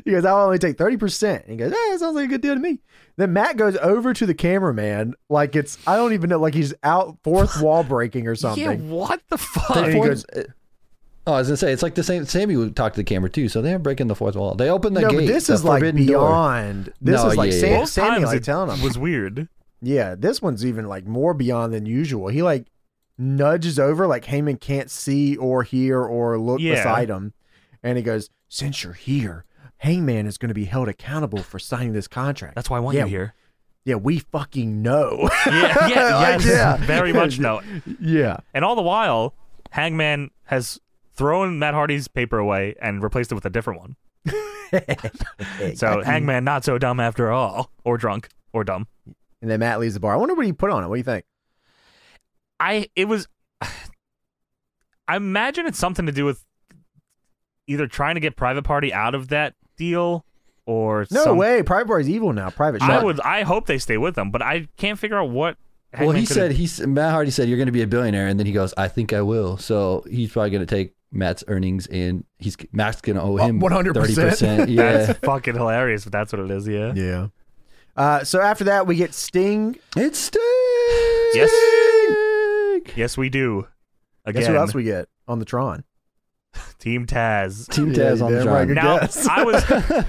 A: he goes, I'll only take 30%. And he goes, eh, that sounds like a good deal to me. Then Matt goes over to the cameraman, like it's, I don't even know, like he's out fourth wall breaking or
B: Yeah,
A: something.
B: what the
C: The
B: fuck?
A: And he
C: fourth-
A: goes-
C: oh, I was gonna say it's like the same. Sammy would talk to the camera too, so they aren't breaking the fourth wall. They open the
A: no,
C: gate.
A: but this
C: the
A: is like
C: forbidden door.
A: beyond. This
C: No,
A: is like
C: yeah,
A: Sam,
C: yeah.
B: Both
A: Sammy,
B: times
A: like
B: it
A: telling him.
B: was weird.
A: Yeah, this one's even like more beyond than usual. He like nudges over, like Heyman can't see or hear or look
B: Yeah.
A: beside him. And he goes, Since you're here, Hangman is going to be held accountable for signing this contract.
B: That's why I want
A: yeah,
B: you here.
A: Yeah, we fucking know.
B: Yeah, yeah,
A: Like,
B: yes,
A: yeah.
B: very much no.
A: yeah.
B: And all the while, Hangman has thrown Matt Hardy's paper away and replaced it with a different one. So Hangman not so dumb after all, or drunk, or dumb.
A: And then Matt leaves the bar. I wonder what he put on it. What do you think?
B: I it was. I imagine it's something to do with either trying to get Private Party out of that deal, or
A: No
B: some-
A: way. Private Bar is evil now. Private
B: I
A: Shark.
B: would. I hope they stay with them, but I can't figure out what.
C: Well,
B: Hangman
C: he
B: could've-
C: said he's Matt Hardy said you're going to be a billionaire, and then he goes, "I think I will." So he's probably going to take Matt's earnings, and he's Matt's going to owe
A: Uh,
C: him
A: 100%.
C: percent. Yeah,
B: That's fucking hilarious, but that's what it is, yeah.
A: Yeah. Uh, so after that, we get Sting.
C: it's Sting.
B: Yes. Yes, we do. Again,
A: Guess who else we get on the Tron?
B: Team Taz.
C: Team
A: Yeah,
C: Taz on the
A: damn right,
C: drum.
A: good
B: Now,
A: guess.
B: I was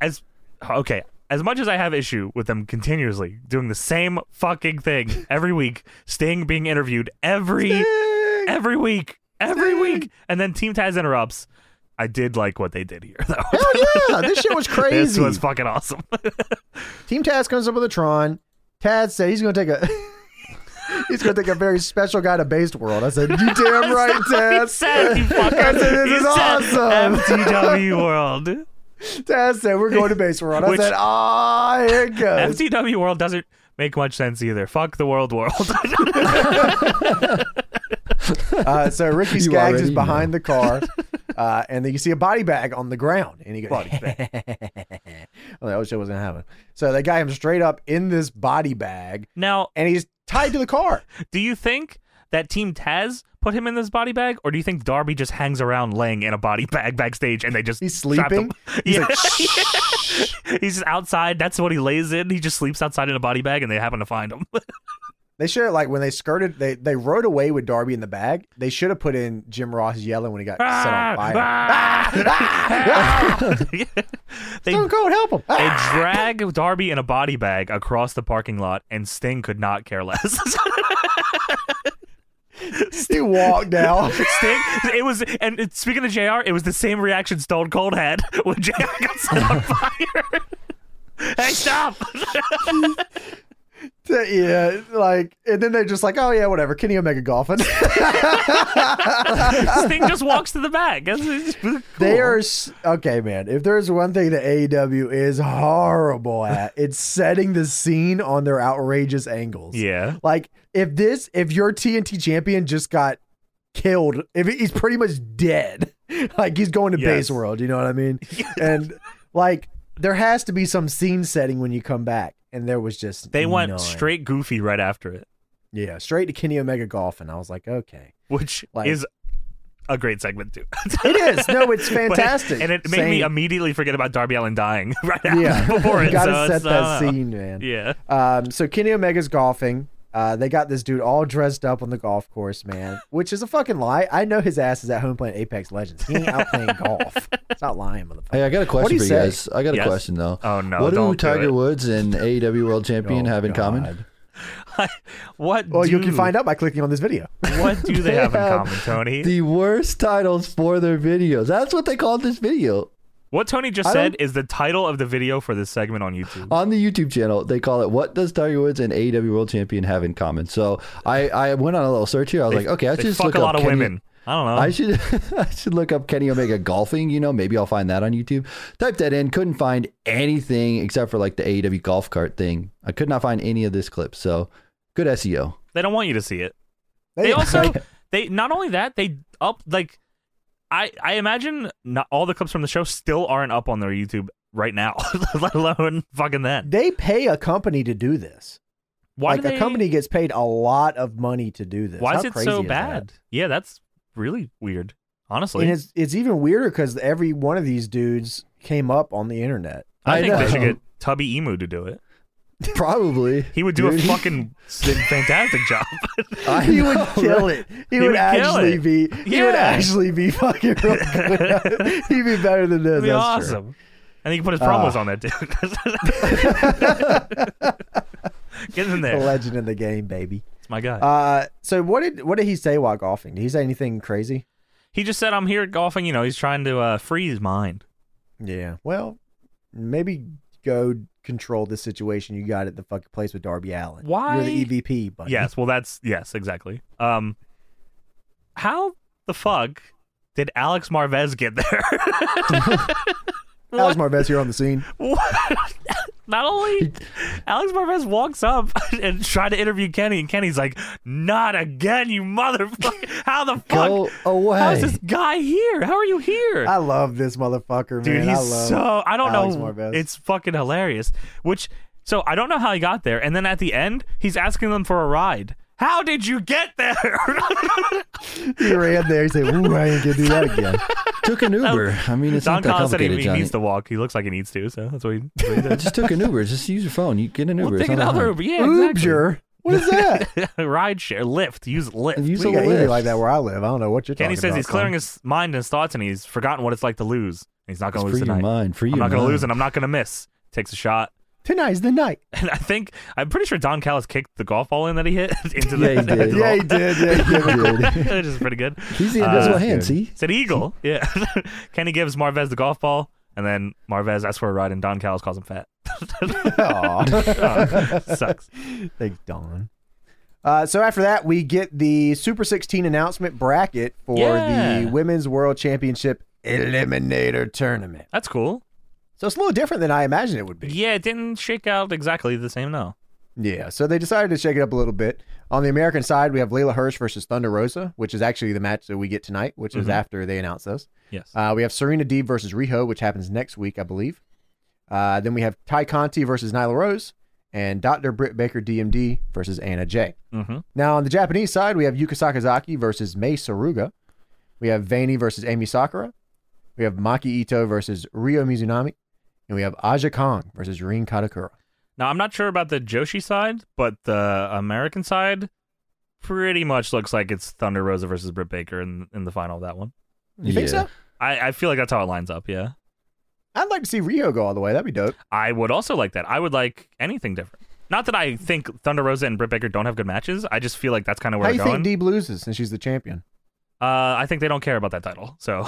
B: as okay. As much as I have issue with them continuously doing the same fucking thing every week, Sting being interviewed every every week, every week, and then Team Taz interrupts. I did like what they did here, though.
A: yeah, this shit was crazy.
B: this was fucking awesome.
A: Team Taz comes up with a Tron. Taz said he's going to take a. He's gonna take a very special guy to Based World. I said, "You damn right,
B: he
A: Taz."
B: said, "You fucker."
A: This is
B: he
A: awesome.
B: Said, FTW World.
A: Taz said, "We're going to Based World." I
B: Which-
A: said, "Ah, here it goes."
B: FTW World doesn't make much sense either. Fuck the World World.
A: Uh, so Ricky
C: You
A: Skaggs is
C: already
A: behind the car, uh, and then you see a body bag on the ground, and he goes,
B: Body
A: "Oh, that shit wasn't happening." So they got him straight up in this body bag,
B: now,
A: and he's tied to the car.
B: Do you think that Team Taz put him in this body bag, or do you think Darby just hangs around laying in a body bag backstage and they just
A: He's
B: trapped
A: sleeping.
B: Him?
A: He's
B: yeah.
A: like,
B: He's just outside. That's what he lays in. He just sleeps outside in a body bag, and they happen to find him.
A: They should have like when they skirted, they they rode away with Darby in the bag. They should have put in Jim Ross yelling when he got set on fire.
B: Ah! Yeah. they
A: Stone Cold, help him! Ah,
B: they drag Darby in a body bag across the parking lot, and Sting could not care less.
A: he walked out.
B: Sting, it was, and it- speaking of JR, it was the same reaction Stone Cold had when JR got set on fire. hey, stop!
A: yeah, like, and then they're just like, oh yeah, whatever. Kenny Omega golfing.
B: Sting just walks to the back. That's- it's cool.
A: They are s- okay, man. If there's one thing that AEW is horrible at, it's setting the scene on their outrageous angles.
B: Yeah.
A: Like if this, if your TNT champion just got killed, if he- he's pretty much dead, like he's going to
B: Yes.
A: base world. You know what I mean? And like there has to be some scene setting when you come back, and there was just
B: They went
A: none.
B: straight goofy right after it,
A: yeah, straight to Kenny Omega golf, and I was like, okay,
B: which
A: Like-
B: is a great segment too.
A: it is. No, it's
B: But-
A: fantastic,
B: and it made me
A: Saying-
B: immediately forget about Darby Allen dying right after
A: yeah.
B: before
A: you
B: it.
A: gotta
B: so
A: set
B: it's,
A: that
B: uh,
A: scene, man.
B: Yeah.
A: Um, so Kenny Omega's golfing. Uh, they got this dude all dressed up on the golf course, man, which is a fucking lie. I know his ass is at home playing Apex Legends. He ain't out playing golf. It's not lying, motherfucker.
C: Hey, I got a
A: do
C: question
A: you
C: for you
A: say?
C: guys. I got
B: Yes.
C: a question though.
B: Oh, no,
C: What
B: don't
C: do
B: do
C: Tiger
B: it. Oh,
C: Woods and AEW World Champion have in common?
A: Oh, God.
B: What?
A: Well,
B: do,
A: you can find out by clicking on this video.
B: What do they have in
C: Yeah.
B: common, Tony?
C: The worst titles for their videos. That's what they called this video
B: what Tony just said is the title of the video for this segment on
A: Oh,
B: YouTube.
C: on the YouTube channel. They call it "What Does Tiger Woods and AEW World Champion Have in Common?" So I, I went on a little search here. I was like, okay, I
B: they
C: should just
B: fuck
C: look
B: a
C: up
B: lot of
C: Kenny-
B: women. I don't know.
C: I should I should look up Kenny Omega golfing. You know, maybe I'll find that on YouTube. Typed that in, couldn't find anything except for like the AEW golf cart thing. I could not find any of this clip. So good E SEO.
B: they don't want you to see it.
A: Hey,
B: They also they not only that they up like I I imagine not all the clips from the show still aren't up on their YouTube right now, let alone fucking then.
A: they pay a company to do this.
B: Why
A: like
B: do they,
A: a company gets paid a lot of money to do this.
B: Why
A: How
B: is it
A: crazy
B: so
A: that?
B: bad? Yeah, that's really weird. Honestly,
A: And it's it's even weirder because every one of these dudes came up on the internet.
B: I,
C: I
B: think they
C: know.
B: should get Tubby Emu to do it.
C: Probably.
B: He would do
C: Dude,
B: a fucking fantastic job.
C: I
A: he would
C: know,
A: kill
C: right?
A: it. He, would,
B: would kill
A: actually
B: it.
A: be. He would
B: Yeah.
A: actually be fucking. Real good. He'd be better than this.
B: That'd
A: that's
B: be
A: true. Ah.
B: awesome. And he can put his promos on that dude. Get in
A: A
B: there.
A: legend in the game, baby.
B: It's my guy.
A: Uh, so what did what did he say while golfing? Did he say anything crazy?
B: he just said, "I'm here golfing." You know, he's trying to uh, free his mind.
A: Yeah. Well, maybe go control the situation you got at the fucking place with Darby Allen.
B: Why-
A: You're the EVP, buddy.
B: Yes. Well, that's yes, exactly. Um, how the fuck did Alex Marvez get there?
A: Alex Marvez here on the scene.
B: What? Not only Alex Marvez walks up and try to interview Kenny, and Kenny's like, "Not again, you motherfucker! How the fuck?
C: Go away.
B: How is this guy here? How are you here?"
A: I love this motherfucker,
B: Dude,
A: Ah, man.
B: he's
A: I love.
B: so I don't
A: Alex
B: know.
A: Marvez.
B: It's fucking hilarious. Which so I don't know how he got there, and then at the end, he's asking them for a ride. How did you get there?
A: he ran there. He said, "Ooh, I ain't gonna do that again."
C: Took an Uber. I mean, it's
B: Don
C: not that
B: Collins said he,
C: complicated,
B: he
C: Johnny.
B: needs to walk. He looks like he needs to, so that's what he. That's what he
C: I
B: did.
C: just took an Uber. Just use your phone. You get an Uber.
B: well,
C: It's
B: take
C: not that
B: another
C: hard.
B: Uber. Yeah,
A: Uber. What is that?
B: exactly. ride share, Lyft. Use Lyft.
C: And Use
A: we
C: a
A: got
C: lift.
A: anything like that where I live. I don't know what you're
B: Kenny
A: talking
B: says
A: about.
B: he's clearing his mind and his thoughts, and he's forgotten what it's like to lose. He's not going to
C: Free
B: lose
C: your
B: tonight.
C: mind. Free
B: I'm
C: your
B: not going to
C: mind.
B: lose, and I'm not going to miss. Takes a shot,
A: Tonight's the night.
B: and I think I'm pretty sure Don Callis kicked the golf ball in that he hit into the.
C: Yeah, he did.
A: Yeah, he did. Yeah, he did.
B: Which is pretty good.
C: He's the
B: Uh,
C: invisible hand. See,
B: It's an eagle. Yeah. Kenny gives Marvez the golf ball, and then Marvez asks for a ride, and Don Callis calls him fat.
A: Aw.
B: Oh, sucks.
A: Thanks, Don. Uh, so after that, we get the Super 16 announcement bracket for
B: Yeah.
A: the Women's World Championship Eliminator Tournament.
B: That's cool.
A: So it's a little different than I imagined it would be.
B: Yeah, it didn't shake out exactly the same, no.
A: Yeah, so they decided to shake it up a little bit. On the American side, we have Layla Hirsch versus Thunder Rosa, which is actually the match that we get tonight, which is
B: Mhm.
A: after they announce this.
B: Yes.
A: Uh, we have Serena Deeb versus Riho, which happens next week, I believe. Uh, then we have Ty Conti versus Nyla Rose and Dr. Britt Baker DMD versus Anna Jay.
B: hmm
A: Now, on the Japanese side, we have Yuka Sakazaki versus Mei Saruga. We have Vani versus Amy Sakura. We have Maki Ito versus Ryo Mizunami. And we have Aja Kong versus Rin Katakura.
B: Now, I'm not sure about the Joshi side, but the American side pretty much looks like it's Thunder Rosa versus Britt Baker in, in the final of that one.
A: You think
C: Yeah.
A: so?
B: I, I feel like that's how it lines up, yeah.
A: I'd like to see Ryo go all the way. That'd be dope.
B: I would also like that. I would like anything different. Not that I think Thunder Rosa and Britt Baker don't have good matches. I just feel like that's kind of where
A: How
B: we're
A: you
B: going.
A: think Deeb loses since she's the champion?
B: Uh, I think they don't care about that title. So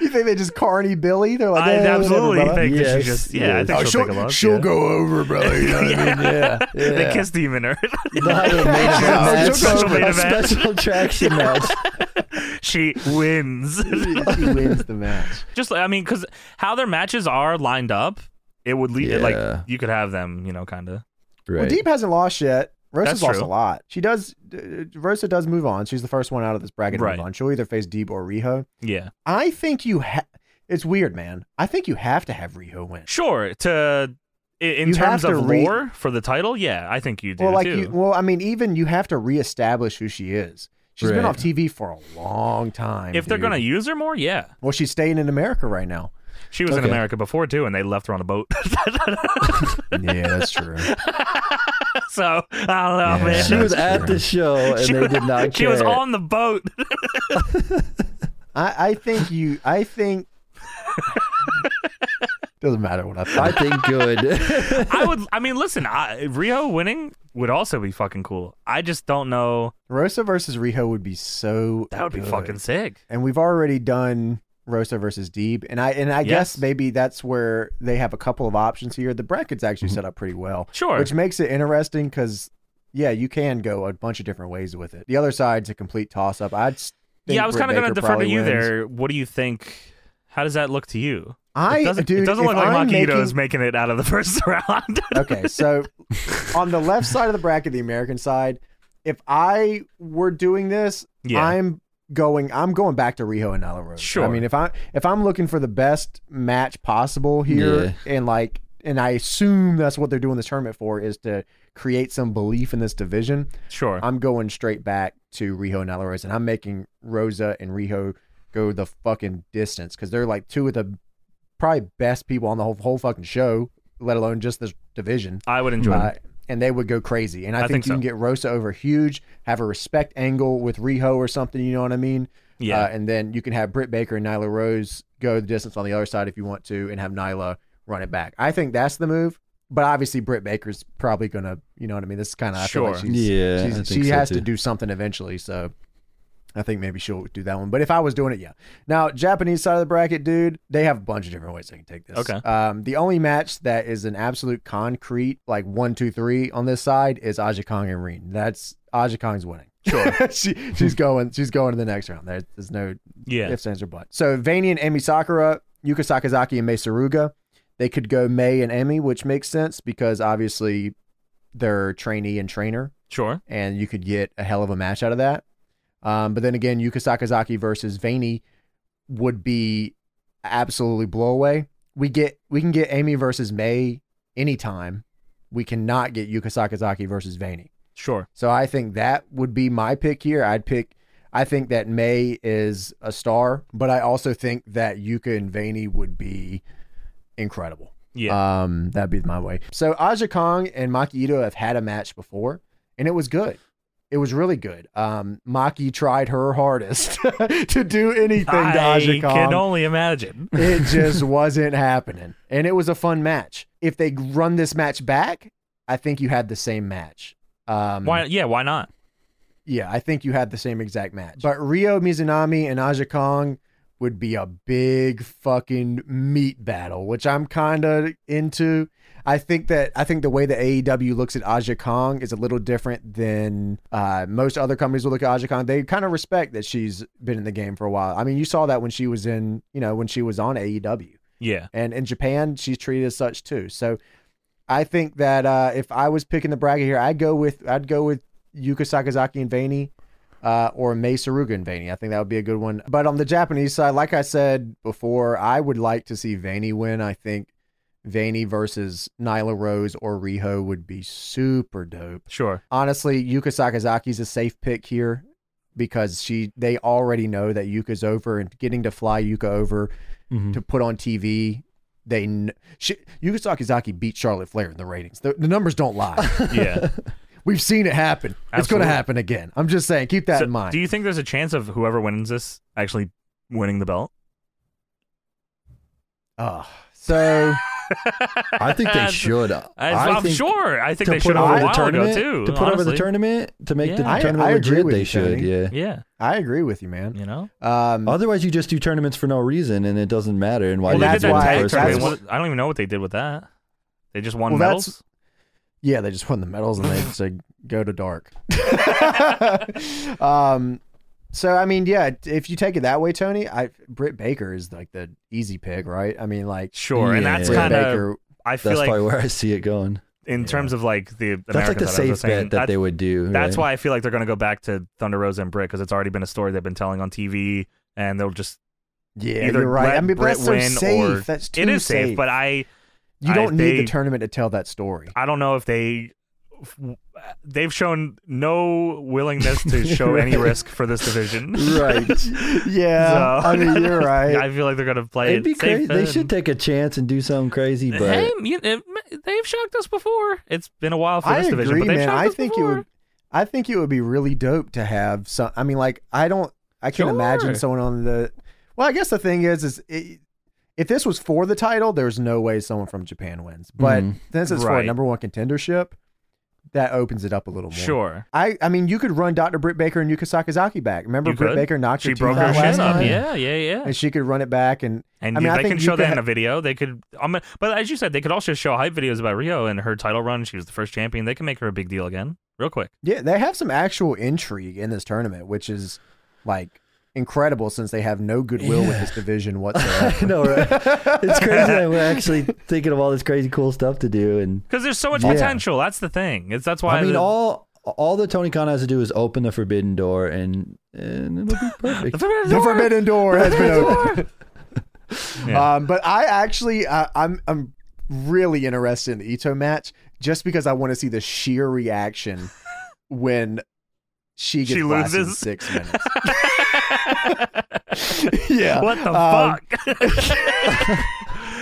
A: You think they just carny Billy? They're like,
B: I
A: "Eh, whatever,
B: absolutely
A: brother."
B: think that
C: Yes,
B: she just yeah. I
A: Oh,
B: think
C: yes.
B: she'll,
G: she'll,
B: take a look.
G: she'll
B: yeah.
G: go over, brother. You know what I mean?
C: Yeah,
B: They
C: yeah.
B: kissed Demon Earth.
C: They'll have a main event
G: Yeah.
C: match,
B: Special main
C: a
B: event.
C: special attraction match.
B: she wins.
A: He wins the match.
B: just I mean, because how their matches are lined up, it would lead
C: Yeah.
B: like you could have them, you know, kind of.
C: Right.
A: Well, Deep hasn't lost yet. Rosa's
B: That's
A: lost
B: true.
A: a lot. She does. Uh, Rosa does move on. She's the first one out of this bracket to
B: Right.
A: move on. She'll either face Deep or Riho.
B: Yeah,
A: I think you. Ha- it's weird, man. I think you have to have Riho win.
B: sure. To i- in
A: You
B: terms
A: have to
B: of
A: re-
B: lore for the title, yeah, I think you do
A: Well, like,
B: too.
A: you, well, I mean, even you have to reestablish who she is. She's
C: Right.
A: been off TV for a long time.
B: if they're
A: dude.
B: gonna use her more, yeah,
A: well, she's staying in America right now.
B: she was in
C: Okay.
B: America before too, and they left her on a boat.
A: yeah, that's true.
B: so I don't know,
A: Yeah.
B: man.
C: she was at
A: Sure.
C: the show and
B: She
C: they
B: was-
C: did not
B: she
C: care.
B: was on the boat.
A: I, I think you. I think. Doesn't matter what I
C: I
A: thought.
C: think good.
B: I would. I mean, listen, I, Rio winning would also be fucking cool. I just don't know.
A: Rosa versus Riho would be so.
B: That would be
A: good.
B: fucking sick.
A: and we've already done Rosa versus Deeb, and I and I
B: Yes.
A: guess maybe that's where they have a couple of options here. The bracket's actually set up pretty well,
B: Mm-hmm. Sure.
A: which makes it interesting because yeah, you can go a bunch of different ways with it. The other side's a complete toss up. I'd s- think
B: yeah, I was
A: Britt
B: kind of
A: Baker
B: going to defer to
A: probably
B: you
A: wins.
B: there. What do you think? How does that look to you?
A: I
B: it doesn't,
A: dude,
B: it doesn't
A: if
B: look like
A: I'm
B: Makito
A: making-
B: is making it out of the first round.
A: okay, so on the left side of the bracket, the American side, if I were doing this,
B: Yeah.
A: I'm going I'm going back to Riho and Nyla Rose.
B: Sure.
A: I mean, if I if I'm looking for the best match possible here
C: Yeah.
A: and like and I assume that's what they're doing this tournament for is to create some belief in this division.
B: sure.
A: I'm going straight back to Riho and Nyla Rose and I'm making Rosa and Riho go the fucking distance cuz they're like two of the probably best people on the whole whole fucking show, let alone just this division.
B: I would enjoy
A: Uh,
B: it.
A: and they would go crazy. And I,
B: I
A: think,
B: think
A: you
B: so.
A: can get Rosa over huge, have a respect angle with Riho or something. You know what I mean?
B: Yeah.
A: Uh, and then you can have Britt Baker and Nyla Rose go the distance on the other side if you want to, and have Nyla run it back. I think that's the move. But obviously, Britt Baker's probably gonna, you know what I mean. This is kind of I feel like
B: Sure.
A: she's,
C: Yeah, I
A: she's-
C: think
A: she
C: so,
A: has
C: too.
A: to do something eventually. So I think maybe she'll do that one. But if I was doing it, yeah. Now, Japanese side of the bracket, dude, they have a bunch of different ways they can take this.
B: Okay.
A: Um, the only match that is an absolute concrete, like one, two, three on this side is Aja Kong and Reen. That's Aja Kong's winning. Sure. she, she's going she's going to the next round. There, there's no
B: yeah.
A: ifs, ands, or buts. So Vani and Amy Sakura, Yuka Sakazaki and Mei Saruga. They could go May and Amy, which makes sense because obviously they're trainee and trainer
B: sure.
A: and you could get a hell of a match out of that. Um, but then again, Yuka Sakazaki versus Vaney would be absolutely blowaway. We get we can get Amy versus May anytime. We cannot get Yuka Sakazaki versus Vaney.
B: Sure.
A: So I think that would be my pick here. I'd pick. I think that May is a star, but I also think that Yuka and Vaney would be incredible.
C: Uh,
B: Yeah.
A: Um, that'd be my way. So Aja Kong and Maki Ito have had a match before, and it was good. It was really good. Um, Maki tried her hardest to do anything to
B: I
A: Aja
B: can
A: Kong.
B: only imagine.
A: It just wasn't happening. And it was a fun match. If they run this match back, I think you had the same match.
C: Hmm.
A: Um,
B: Why? Yeah. Why not?
A: yeah, I think you had the same exact match. But Rio Mizunami and Aja Kong would be a big fucking meat battle, which I'm kind of into. I think that I think the way that AEW looks at Aja Kong is a little different than uh, most other companies will look at Aja Kong. They kind of respect that she's been in the game for a while. I mean, you saw that when she was in, you know, when she was on E AEW.
B: Yeah.
A: And in Japan, she's treated as such too. So I think that uh, if I was picking the bracket here, I'd go with I'd go with Yuka Sakazaki and Vaney. Uh, or Mei Saruga and Vaney. I think that would be a good one. But on the Japanese side, like I said before, I would like to see Vaney win. I think Vaney versus Nyla Rose or Riho would be super dope
B: Sure.
A: honestly, Yuka Sakazaki's a safe pick here because she they already know that Yuka's over and getting to fly Yuka over
C: Mhm.
B: Hmm.
A: to put on TV. They kn- she, Yuka Sakazaki beat Charlotte Flair in the ratings. The, the numbers don't lie.
B: Yeah.
A: We've seen it happen. It's going
B: Absolutely.
A: to happen again. I'm just saying, keep that
B: So,
A: in mind.
B: do you think there's a chance of whoever wins this actually winning the belt?
A: Ugh. so
C: I think they should. I,
B: I, am
C: think
B: sure. I think
C: to
B: they
C: put
B: should have
C: over
B: a
C: the
B: while ago
C: tournament
B: too.
C: to put over the
B: honestly.
C: tournament to make the
B: Yeah.
A: I-
C: tournament
A: I
C: legit.
A: agree with
C: they
A: you,
C: should,
A: Tony.
C: yeah.
B: Yeah,
A: I agree with you, man.
B: you know. Oh.
A: Um,
C: Otherwise, you just do tournaments for no reason and it doesn't matter. And why
A: Well,
C: do you
A: that's
C: do it
A: why-
C: in the first
A: that's
C: place?
A: why-
B: I don't even know what they did with that. They just won
A: Well, that's-
B: medals.
A: yeah, they just won the medals and they said go to dark. um, so I mean, yeah, if you take it that way, Tony, I Britt Baker is like the easy pick, right? I mean, like
B: Sure, and
C: Yeah.
B: that's
A: Britt
B: kind of.
A: Baker.
B: I feel
C: That's
B: like
C: probably where I see it going.
B: in terms of like the American
C: That's like the safe bet that they would do.
B: That's
C: right?
B: why I feel like they're going to go back to Thunder Rosa and Britt because it's already been a story they've been telling on TV, and they'll just
A: Yeah,
B: either
A: you're right.
B: let
A: I mean, but
B: Britt
A: that's so
B: win or
A: safe. That's too
B: it is safe. But I,
A: you
B: I-
A: don't need
B: they-
A: the tournament to tell that story.
B: I don't know if they, they've shown no willingness to show any risk for this division.
C: Right.
A: Yeah,
B: So-
A: I mean, you're right.
B: I feel like they're going to play
C: It'd
B: it
C: be
B: safe
C: crazy. They
B: and-
C: should take a chance and do something crazy, but
B: Hey, you- it- they've shocked us before. It's been a while for
A: I
B: this
A: agree,
B: division, but they've
A: man.
B: shocked
A: I
B: us
A: think
B: before.
A: it would. I think it would be really dope to have some. I mean, like I don't. I can't
B: Sure.
A: imagine someone on the. Well, I guess the thing is, is it, if this was for the title, there's no way someone from Japan wins. But
C: Mhm.
A: since it's for a
B: Mm-hmm. Right.
A: number one contendership, that opens it up a little more.
B: Sure.
A: I. I mean, you could run Dr. Britt Baker and Yuka Sakazaki back. Remember,
B: You
A: Britt
B: could.
A: Baker knocked
B: She
A: her teeth
B: broke her
A: out last
B: shin up.
A: time?
B: Yeah, yeah, yeah.
A: and she could run it back and
B: And
A: I mean,
B: you-
A: I
B: they can
A: think you
B: show that
A: could
B: in
A: ha-
B: a video. They could, I mean, but as you said, they could also show hype videos about Rio and her title run. She was the first champion. They can make her a big deal again, real quick.
A: Yeah, they have some actual intrigue in this tournament, which is like incredible since they have no goodwill with
C: Yeah.
A: this division
C: I
A: whatsoever.
C: know, right? it's crazy that we're actually thinking of all this crazy cool stuff to do and
B: Because there's so much
C: Yeah.
B: potential. That's the thing. It's that's why
C: I mean
B: the,
C: all all that Tony Khan has to do is open the forbidden door and and it'll be perfect.
B: the forbidden
A: the
B: door.
A: forbidden door has been opened.
B: Yeah.
A: Um, but I actually, I, I'm, I'm really interested in the Ito match just because I want to see the sheer reaction when she gets
B: She
A: blasted in
B: loses?
A: six minutes. yeah.
B: What the
A: Um,
B: fuck?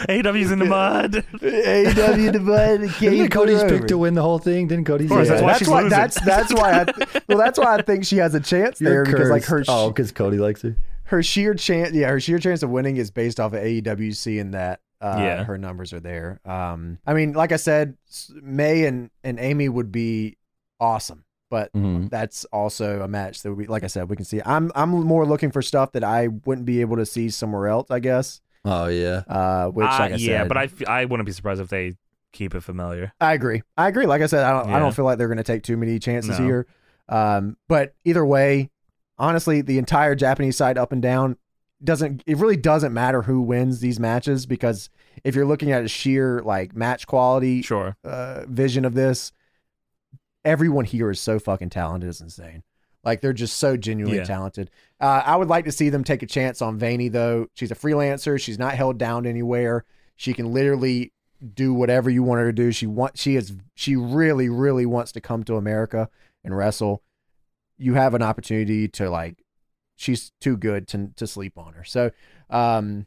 B: AW's in the mud.
A: AEW E divided.
C: Isn't it Cody's pick
A: over.
C: to win the whole thing? Didn't Cody's?
B: course,
A: Yeah,
B: that's why she's losing.
A: That's that's why. I th- well, that's why I think she has a chance
C: You're
A: there because like her
C: cursed. oh, because Cody likes her.
A: her sheer chance. Yeah, her sheer chance of winning is based off of AEW seeing that. Uh,
B: Yeah.
A: her numbers are there. Um, I mean, like I said, s- May and and Amy would be awesome, but
C: Mhm.
A: that's also a match that we, like I said, we can see. I'm I'm more looking for stuff that I wouldn't be able to see somewhere else. I guess.
C: Oh yeah.
A: Uh, which
B: Uh,
A: like I
B: yeah,
A: said,
B: but I, f- I wouldn't be surprised if they keep it familiar.
A: I agree. I agree. Like I said, I don't. I
B: Yeah.
A: don't feel like they're going to take too many chances
B: No.
A: here. Um, but either way, honestly, the entire Japanese side up and down doesn't. It really doesn't matter who wins these matches because if you're looking at a sheer like match quality
B: Sure.
A: uh, vision of this, everyone here is so fucking talented. It's insane. Like they're just so genuinely
B: Yeah.
A: talented. Uh, I would like to see them take a chance on Vaney though. She's a freelancer. She's not held down anywhere. She can literally do whatever you want her to do. She want she is she really really wants to come to America and wrestle. You have an opportunity to like. She's too good to to sleep on her. So, um,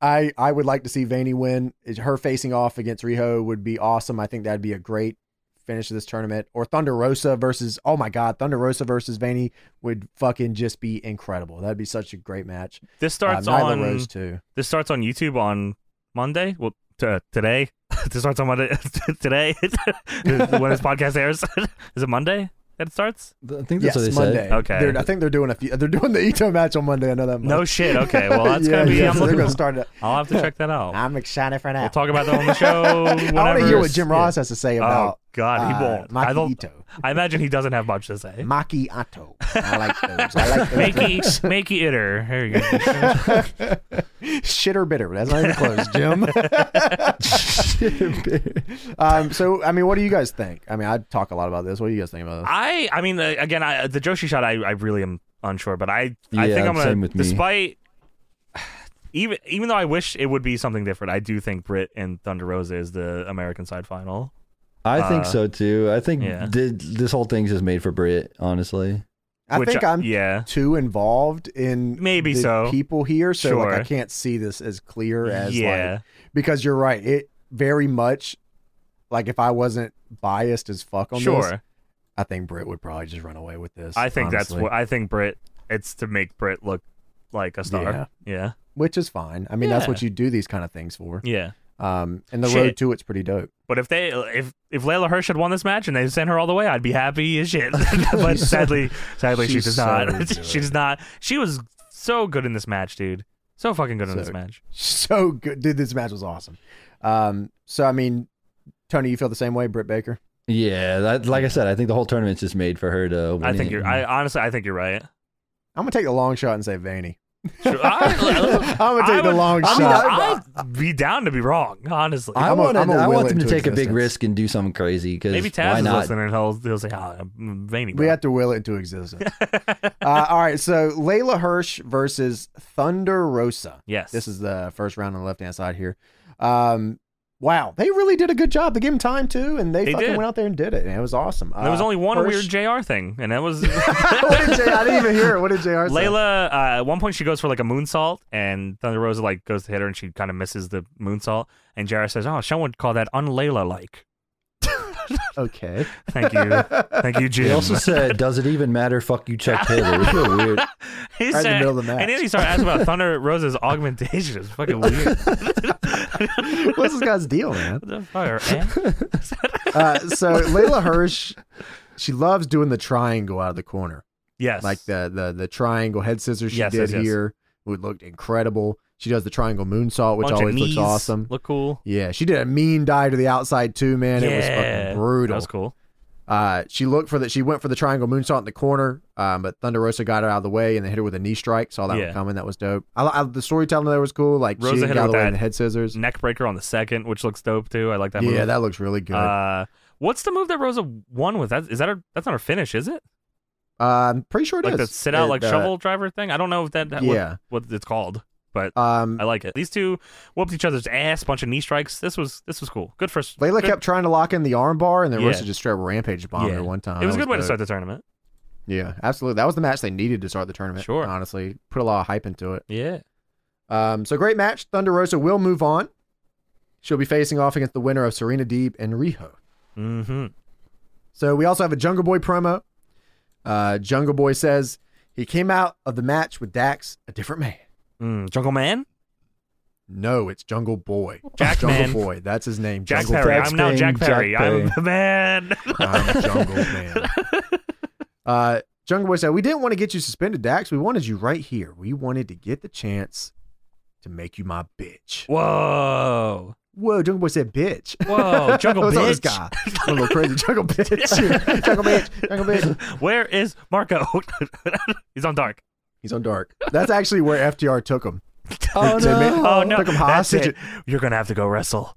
A: I I would like to see Vaney win. Is- Her facing off against Riho would be awesome. I think that'd be a great finish to this tournament. Or Thunder Rosa versus oh my god, Thunder Rosa versus Vaney would fucking just be incredible. That'd be such a great match.
B: This
A: Uh,
B: starts
A: Nyla
B: on
A: Rose too.
B: This starts on YouTube on Monday. Well, t- uh, today. this starts on Monday. today, when this podcast airs, is it Monday that it starts?
C: I think
A: Yes,
C: that's what they
A: Monday.
C: said.
B: Okay.
A: They're- I think they're doing a few. They're doing the Ito match on Monday. I know that.
B: No
A: much.
B: shit. Okay. Well, that's
A: yeah,
B: gonna be.
A: yeah,
B: I'm
A: so they're
B: looking,
A: gonna start it.
B: I'll have to check that out.
A: I'm excited for
B: We'll
A: that.
B: talk about that on the show.
A: I want to hear what Jim
B: whenever.
A: Ross has to say about.
B: Oh God, he
A: uh,
B: won't. I
A: Maki
B: don't.
A: Ito.
B: I imagine he doesn't have much to say.
A: Maki Ato. I like those. I like those.
B: Makey, Makey Itter. Here you go.
A: Shit or bitter. That's not even close, Jim. um, so, I mean, what do you guys think? I mean, I talk a lot about this. What do you guys think about this?
B: I I mean uh, again I, the Joshi shot I, I really am unsure but I I
C: Yeah,
B: think I'm gonna
C: same with me.
B: despite even even though I wish it would be something different I do think Britt and Thunder Rosa is the American side final
C: I think
B: Uh,
C: so too. I think
B: yeah.
C: thi- this whole thing's just made for Brit, honestly.
A: I
B: which
A: think I, am
B: yeah
A: too involved in
B: Maybe
A: the
B: so.
A: people here, so like I
B: Sure.
A: can't see this as clear as
B: yeah
A: like because you're right. It very much like if I wasn't biased as fuck on
B: sure
A: this, I think Britt would probably just run away with this.
B: I think that's
A: honestly.
B: what I think Britt it's to make Britt look like a star yeah yeah
A: which is fine. I mean, that's
B: Yeah.
A: what you do these kind of things for.
B: yeah,
A: Um, and the
B: Shit.
A: road to it's pretty dope.
B: But if they if if Layla Hirsch had won this match and they sent her all the way, I'd be happy as shit. but sadly, sadly, she
C: she's
B: does
C: so
B: not.
C: into
B: she
C: it.
B: does not. She was so good in this match, dude. So fucking good in this
A: So-
B: match.
A: So good, dude. This match was awesome. Um, so I mean, Tony, you feel the same way, Britt Baker?
C: Yeah, that, like I said, I think the whole tournament's just made for her to. Win
B: I think
C: it.
B: you're. I honestly, I think you're right.
A: I'm gonna take the long shot and say Vaney.
B: Sure. I,
A: I'm gonna
B: I
A: take the
B: would-
A: long
C: I mean,
A: shot.
B: I, would be down to be wrong, honestly.
C: I
A: I'm a-
C: want.
A: I'm a
C: I
A: will
C: want them
A: it
C: to
A: to
C: take a big
A: existence.
C: risk and do something crazy because
B: Maybe
C: why
B: Taz is
C: not?
B: listening and he'll, he'll say, "Ah, I'm veiny."
A: we
B: bro."
A: have to will it into existence. uh, all right, so Layla Hirsch versus Thunder Rosa.
B: yes.
A: This is the first round on the left hand side here. Um, wow, they really did a good job. They gave him time too, and they,
B: They
A: fucking
B: did.
A: went out there and did it. And it was awesome.
B: And there was
A: Uh,
B: only one
A: Hirsch-
B: weird JR thing, and that was
A: what did J- I didn't even hear it. What did Jr. say?
B: Layla, uh, at one point, she goes for like a moonsault, and Thunder Rosa like goes to hit her, and she kind of misses the moonsault. And Jarrah says, "Oh, someone would call that unlayla like."
A: Okay.
B: Thank you, thank you, Jim.
C: He also said, "Does it even matter? Fuck you, Chuck Taylor." It's real weird.
B: He
A: Right in the
B: said-
A: middle of the
B: And then
A: match.
B: he started asking about Thunder Rosa's augmentation. It's fucking weird. what
A: What's this guy's deal, man?
B: the fuck? eh?
A: Uh, so Layla Hirsch, she loves doing the triangle out of the corner,
B: Yes,
A: like the the the triangle head scissors she
B: Yes,
A: did
B: yes, yes.
A: here. It looked incredible. She does the triangle moonsault, which
B: Bunch of
A: always
B: knees
A: looks awesome.
B: Look cool.
A: Yeah, she did a mean dive to the outside too, man. it was
B: Yeah.
A: fucking brutal.
B: That was cool.
A: Uh, she looked for that. She went for the triangle moonsault in the corner, um, but Thunder Rosa got her out of the way and then hit her with a knee strike. Saw that
B: Yeah.
A: one coming. That was dope. I, I, the storytelling there was cool. Like
B: Rosa
A: she
B: hit
A: didn't
B: her
A: got out of
B: with
A: the way
B: that Mm,
A: in the head scissors.
B: Neck breaker on the second, which looks dope too. I like that.
A: yeah,
B: move.
A: that looks really good. Uh,
B: Uh, what's the move that Rosa won with? That is that her? That's not her finish, is it?
A: I'm Um, pretty sure it
B: like
A: is.
B: the sit out
A: It,
B: like
A: uh,
B: shovel driver thing. I don't know if that what-
A: Yeah.
B: what, it's called, but
A: Um,
B: I like it. These two whooped each other's ass, bunch of knee strikes. This was this was cool. Good first.
A: Layla
B: good-
A: kept trying to lock in the arm bar, and then
B: Yeah.
A: Rosa just straight rampage bombed
B: Yeah.
A: her one time.
B: It was
A: Oh,
B: a
A: That
B: good way to
A: dope.
B: start the tournament.
A: Yeah, absolutely. That was the match they needed to start the tournament.
B: Sure.
A: honestly, put a lot of hype into it.
B: Yeah,
A: Um, so great match. Thunder Rosa will move on. She'll be facing off against the winner of Serena Deeb and Riho.
B: mm-hmm.
A: So we also have a Jungle Boy promo. Uh, Jungle Boy says he came out of the match with Dax a different man.
B: Mm, Jungle Man,
A: No, it's Jungle Boy.
B: Jack
A: Jungle
B: Man.
A: Boy. That's his name.
B: Jack
A: Jungle
B: Perry.
C: Jack
B: I'm now Jack
C: Bang, Jack
B: Perry. I'm
C: Bang.
B: the man.
A: I'm Jungle Man. Uh, Jungle Boy said, "We didn't want to get you suspended, Dax. We wanted you right here. We wanted to get the chance to make you my bitch."
B: Whoa,
A: Whoa, Jungle Boy said, "Bitch."
B: whoa, Jungle
A: What's up, this
B: bitch.
A: guy? I'm a little crazy. Jungle bitch. jungle bitch. Jungle bitch.
B: Where is Marco? He's on dark.
A: He's on dark. That's actually where FTR took him.
C: Oh
A: They made-
B: Oh no,
A: Took him
B: that's
A: hostage.
B: it. You're gonna have to go wrestle.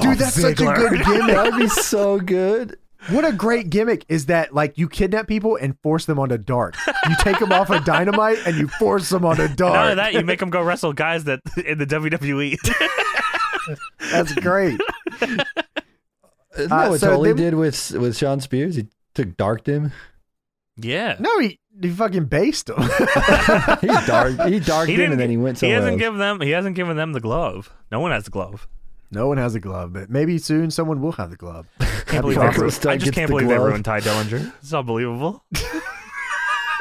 A: Dude, that's such a good
C: that
A: gimmick.
C: would be so good.
A: What a great gimmick is that like you kidnap people and force them onto dark. You take them off of dynamite and you force them onto dark.
B: None of that. You make them go wrestle guys that in the E. WWE.
A: That's great.
C: Isn't
A: Uh,
C: that what
A: so
C: Tully
A: they-
C: did with with Sean Spears? He took darked him.
B: yeah.
A: No, he, he fucking based them.
C: He darked. He darked him, and then he went
B: He
C: somewhere.
B: hasn't
C: else.
B: given them. He hasn't given them the glove. No one has the glove.
A: no one has a glove, but maybe soon someone will have the glove.
B: Can't believe they
C: awesome.
B: ruined,
C: Chris Dunn
B: I just
C: gets
B: can't
C: the
B: believe they
C: glove.
B: ruined Ty Dillinger. It's unbelievable.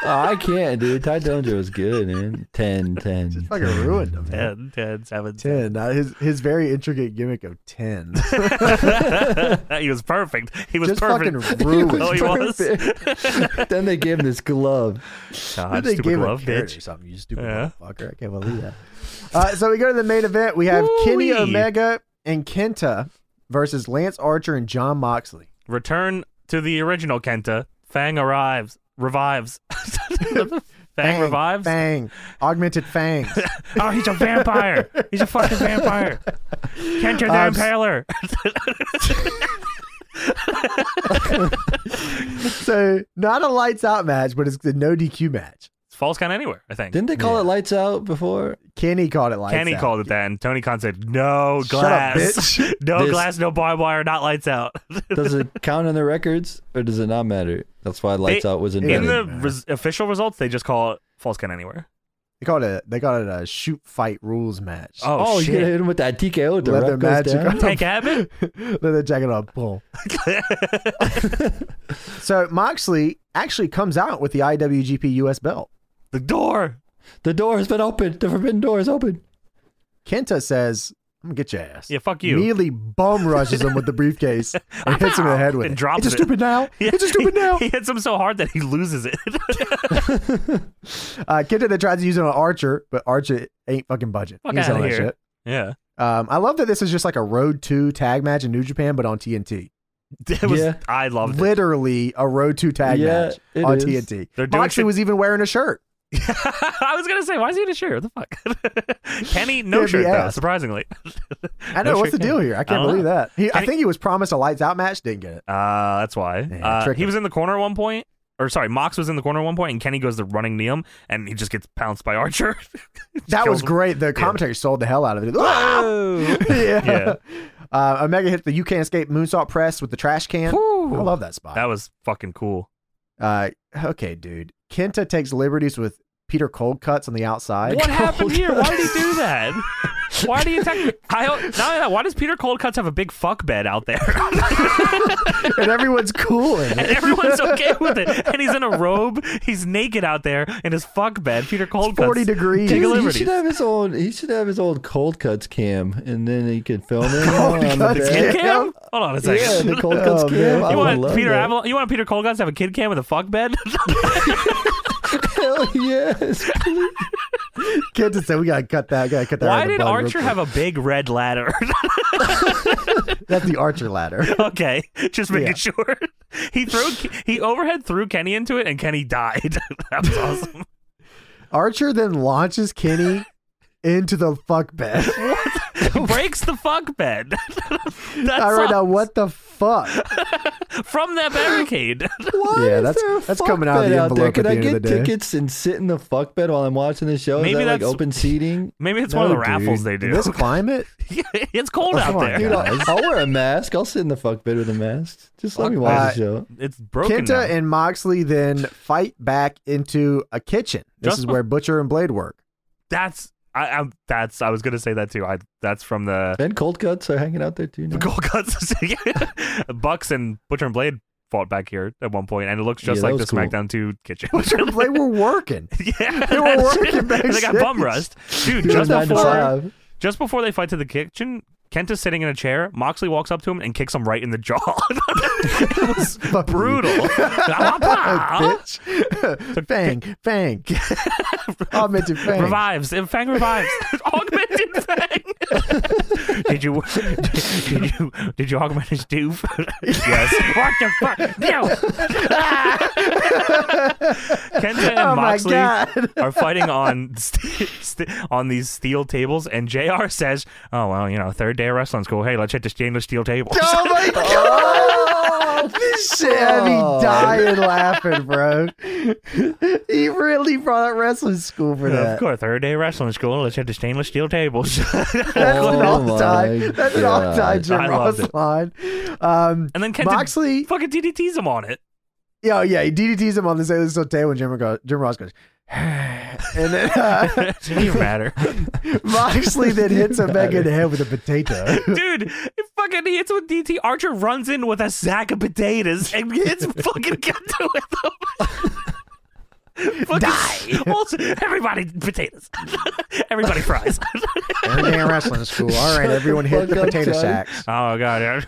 C: Oh, I can't, dude. Ty Dillinger was good, man. 10, 10.
A: Fucking ruined him. man.
B: 10, 10, 7,
A: Ten. Uh, his his very intricate gimmick of ten.
B: he was perfect. He was
A: Just
B: perfect.
A: fucking ruined.
B: Oh, he was.
C: Perfect. then they gave him this glove.
B: God,
A: they
B: stupid
A: gave
B: glove,
A: a carrot or
B: bitch.
A: something. You stupid
B: Yeah.
A: motherfucker. I can't believe that. Uh, so we go to the main event. We have Kenny
B: Woo-wee.
A: Omega and Kenta versus Lance Archer and John Moxley.
B: Return to the original Kenta. Fang arrives. Revives. Fang, revives.
A: Fang. Augmented fangs.
B: Oh, he's a vampire. he's a fucking vampire. Kenta the
A: Um,
B: Impaler.
A: so not a lights out match, but it's the no DQ match.
B: Falls count anywhere. I think.
C: Didn't they call it lights out before?
A: Kenny called it lights
B: Kenny
A: out.
B: called it that, and Tony Khan said, "No
A: Shut up,
B: glass,
A: bitch.
B: no
C: This-
B: glass, no barbed wire, not lights out."
C: Does it count in the records, or does it not matter? That's why lights
B: They-
C: out was
A: Yeah,
B: In
C: invented.
B: the
A: didn't matter.
B: res- official results, they just call it false count anywhere.
A: They called it. They called it a shoot fight rules match.
C: oh, you hit him with that TKO. with The
A: Leather
C: ref goes
A: magic.
C: down.
B: Tank Abbott.
A: Leather jacket on. Boom. so Moxley actually comes out with the IWGP US belt.
B: The door.
C: The door has been opened. The forbidden door is open.
A: Kenta says, I'm gonna get your ass.
B: Yeah, fuck you.
A: Mealy bum rushes him with the briefcase and hits him in the head with
B: And
A: it.
B: drops
A: it's a
B: it.
A: stupid now. It's a stupid now.
B: He hits him so hard that he loses it.
A: Uh, Kenta then tries to use it on Archer, but Archer ain't fucking budget.
B: Fuck
A: He ain't
B: outta
A: selling that
B: here.
A: shit.
B: yeah.
A: Um, I love that this is just like a Road to tag match in New Japan, but on TNT.
B: It was,
C: Yeah.
B: I loved it.
A: Literally a Road to tag
C: Yeah,
A: match
C: it
A: on
C: is.
A: TNT.
B: They're doing
A: Moxley
B: shit-
A: was even wearing a shirt.
B: I was gonna say, why is he in a shirt? What the fuck? Kenny, no
A: Can't be
B: shirt though,
A: asked.
B: surprisingly.
A: I know
B: No
A: what's the
B: shirt
A: deal
B: can.
A: here. I
B: I
A: can't
B: don't
A: believe
B: know.
A: that. He, I
B: Any-
A: think he was promised a lights out match, didn't get it.
B: Uh, that's why.
A: Yeah,
B: Uh,
A: trick
B: he
A: him.
B: was in the corner at one point, or sorry, Mox was in the corner at one point, and Kenny goes to running knee him, and he just gets pounced by Archer.
A: That was
B: Kills him.
A: great. The commentary sold the hell out of it. Ah! yeah.
B: Yeah.
A: Uh, Omega hits the you can't escape moonsault press with the trash can. I love that spot.
B: That was fucking cool.
A: Uh, okay, dude. Kenta takes liberties with Peter Cold cuts on the outside.
B: What happened here? Why did he do that? Why do you attack? I don't- not only that, why does Peter Coldcuts have a big fuck bed out there?
A: and everyone's cool. In
B: and
A: it.
B: everyone's okay with it. And he's in a robe. He's naked out there in his fuck bed. Peter Coldcuts.
A: 40 degrees.
B: Take a
C: Dude, he
B: liberty.
C: should have his own. He should have his old cold cuts cam, and then he could film it. on the
A: cuts
C: back.
B: Kid cam? Hold on a second.
C: Yeah, the cold cuts
A: Oh,
C: cam.
A: man.
C: I
B: You
C: would
B: want
C: love
B: Peter
C: that.
B: Avalon? You want Peter Colguts to have a kid cam with a fuck bed?
C: Hell yes.
A: Kenta said, "We gotta cut that. We gotta cut that." out
B: Why
A: of the
B: did
A: bun real
B: Archer
A: quick."
B: have a big red ladder?
A: That's the Archer ladder.
B: okay, just making
A: Yeah.
B: sure. He threw he overhead threw Kenny into it, and Kenny died. that was awesome.
A: Archer then launches Kenny into the fuck bed.
B: He breaks the fuck bed.
A: I
B: That's
A: wrote down, "What the fuck?"
B: from that barricade.
C: Why
A: Yeah,
C: is
A: that's-
C: there a
A: that's
C: fuck
A: coming out of
C: bed
A: the
C: there?
A: envelope
C: Can
A: at the
C: I
A: end
C: get
A: of the day.
C: tickets and sit in the fuck bed while I'm watching the show?
B: Maybe
C: is that
B: that's-
C: like open seating?
B: Maybe it's one of the raffles
A: dude.
B: they do.
A: In this climate,
B: it's cold out
A: Come on,
B: there.
A: dude.
C: Dude, I'll, I'll wear a mask. I'll sit in the fuck bed with a mask. Just let me watch
A: Uh,
C: the show.
B: It's broken.
A: Kenta
B: now.
A: and Moxley then fight back into a kitchen. This
B: Just
A: is
B: bef-
A: where Butcher and Blade work.
B: that's I, I that's I was gonna say that too. I that's from the
C: And cold cuts are hanging out there too.
B: the
C: Now.
B: gold cuts. Bucks and Butcher and Blade fought back here at one point, and it looks just
C: Yeah, that
B: like the
C: was cool.
B: SmackDown Two kitchen.
A: Butcher and Blade were working.
B: yeah,
A: They were
B: that's
A: working
B: it. They got
A: backstage.
B: bum rust, dude.
C: Dude,
B: Just
C: nine to
B: before
C: five.
B: just before they fight to the kitchen. Kenta's sitting in a chair. Moxley walks up to him and kicks him right in the jaw. it was
A: Fuck you.
B: brutal. Bitch.
A: bitch. Fang, Fang. Oh, Augmented Fang.
B: Revives. Fang revives. augmented Fang. did you did you did you augment his doof? yes. What the fuck? No. Kenta and
A: Oh my
B: Moxley
A: God.
B: are fighting on st- st- on these steel tables, and Jr. says, "Oh well, you know, third day of wrestling school. Hey, let's hit the stainless steel table."
A: Oh my
C: Oh,
A: god! this shit had me dying laughing, bro. he really brought up wrestling school for
B: Of
A: that.
B: course, third day of wrestling school. Let's hit the stainless steel tables.
A: That's an
C: Oh
A: all
C: my
A: time. That's an all time
C: God.
A: Jim
B: I
A: Ross
B: loved it.
A: line. Um,
B: and then Kenta
A: Moxley,
B: fucking DDTs him on it.
A: yeah, oh, yeah, he DDTs him on the same table, and Jim, goes, Jim Ross goes, and then uh,
B: it doesn't even matter.
A: Moxley then hits Omega in the head with a potato.
B: Dude, it fucking hits with DT. Archer runs in with a sack of potatoes and hits fucking Kenta with them. fucking Die. Also, everybody potatoes. everybody fries.
A: Every day in wrestling school. All right, everyone hit the
C: fuck up,
A: potato
C: Johnny.
A: sacks.
B: oh god,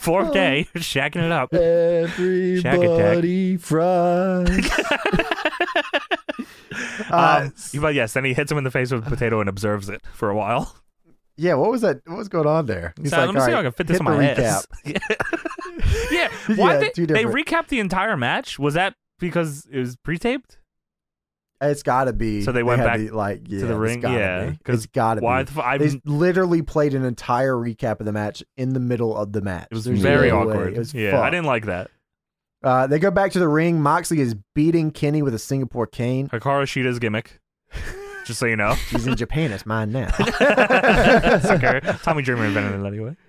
B: fourth day, shacking it up.
C: Everybody fries.
A: Uh,
B: Um, but yes, then he hits him in the face with a potato and observes it for a while.
A: Yeah, what was that? What was going on there? He's
B: So, let me
A: "All
B: see how
A: right,
B: I can fit this
A: hit
B: in my
A: the
B: ass. Yeah, yeah. Why
A: Yeah,
B: did-
A: two
B: they
A: different-
B: recap the entire match? Was that because it was pre-taped?
A: It's got to be.
B: So they went
A: had
B: back
A: to, like yeah,
B: the ring?
A: It's gotta
B: Yeah,
A: be.
B: 'cause
A: it's got to be.
B: Why? The, f- I'm-
A: they literally played an entire recap of the match in the middle of the match.
B: It was
A: There's
B: very
A: no way.
B: awkward.
A: It was
B: yeah, I
A: fucked.
B: didn't like that.
A: Uh, they go back to the ring. Moxley is beating Kenny with a Singapore cane.
B: Hikaru Shida's gimmick. Just so you know,
A: He's in Japan. It's mine now.
B: It's okay. Tommy Dreamer invented it anyway.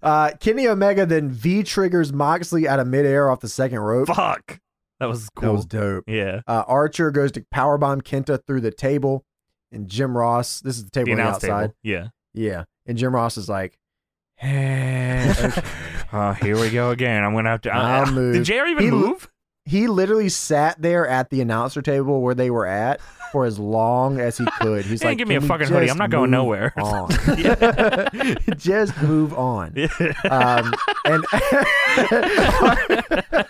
A: Uh, Kenny Omega then V triggers Moxley out of midair off the second rope.
B: Fuck, that was cool.
A: That was dope.
B: yeah,
A: Uh, Archer goes to powerbomb Kenta through the table, and Jim Ross. This is the table
B: the
A: on the
B: announce
A: outside.
B: table. Yeah.
A: Yeah, and Jim Ross is like,
B: Uh, here we go again. I'm gonna have to.
A: I'll
B: Uh,
A: move.
B: Did JR even
A: He-
B: move?
A: he literally sat there at the announcer table where they were at for as long as he could. He's
B: Yeah,
A: like,
B: give me
A: "Can
B: a
A: we
B: fucking hoodie.
A: just
B: I'm not going
A: move
B: nowhere."
A: on?" just move on. Um, and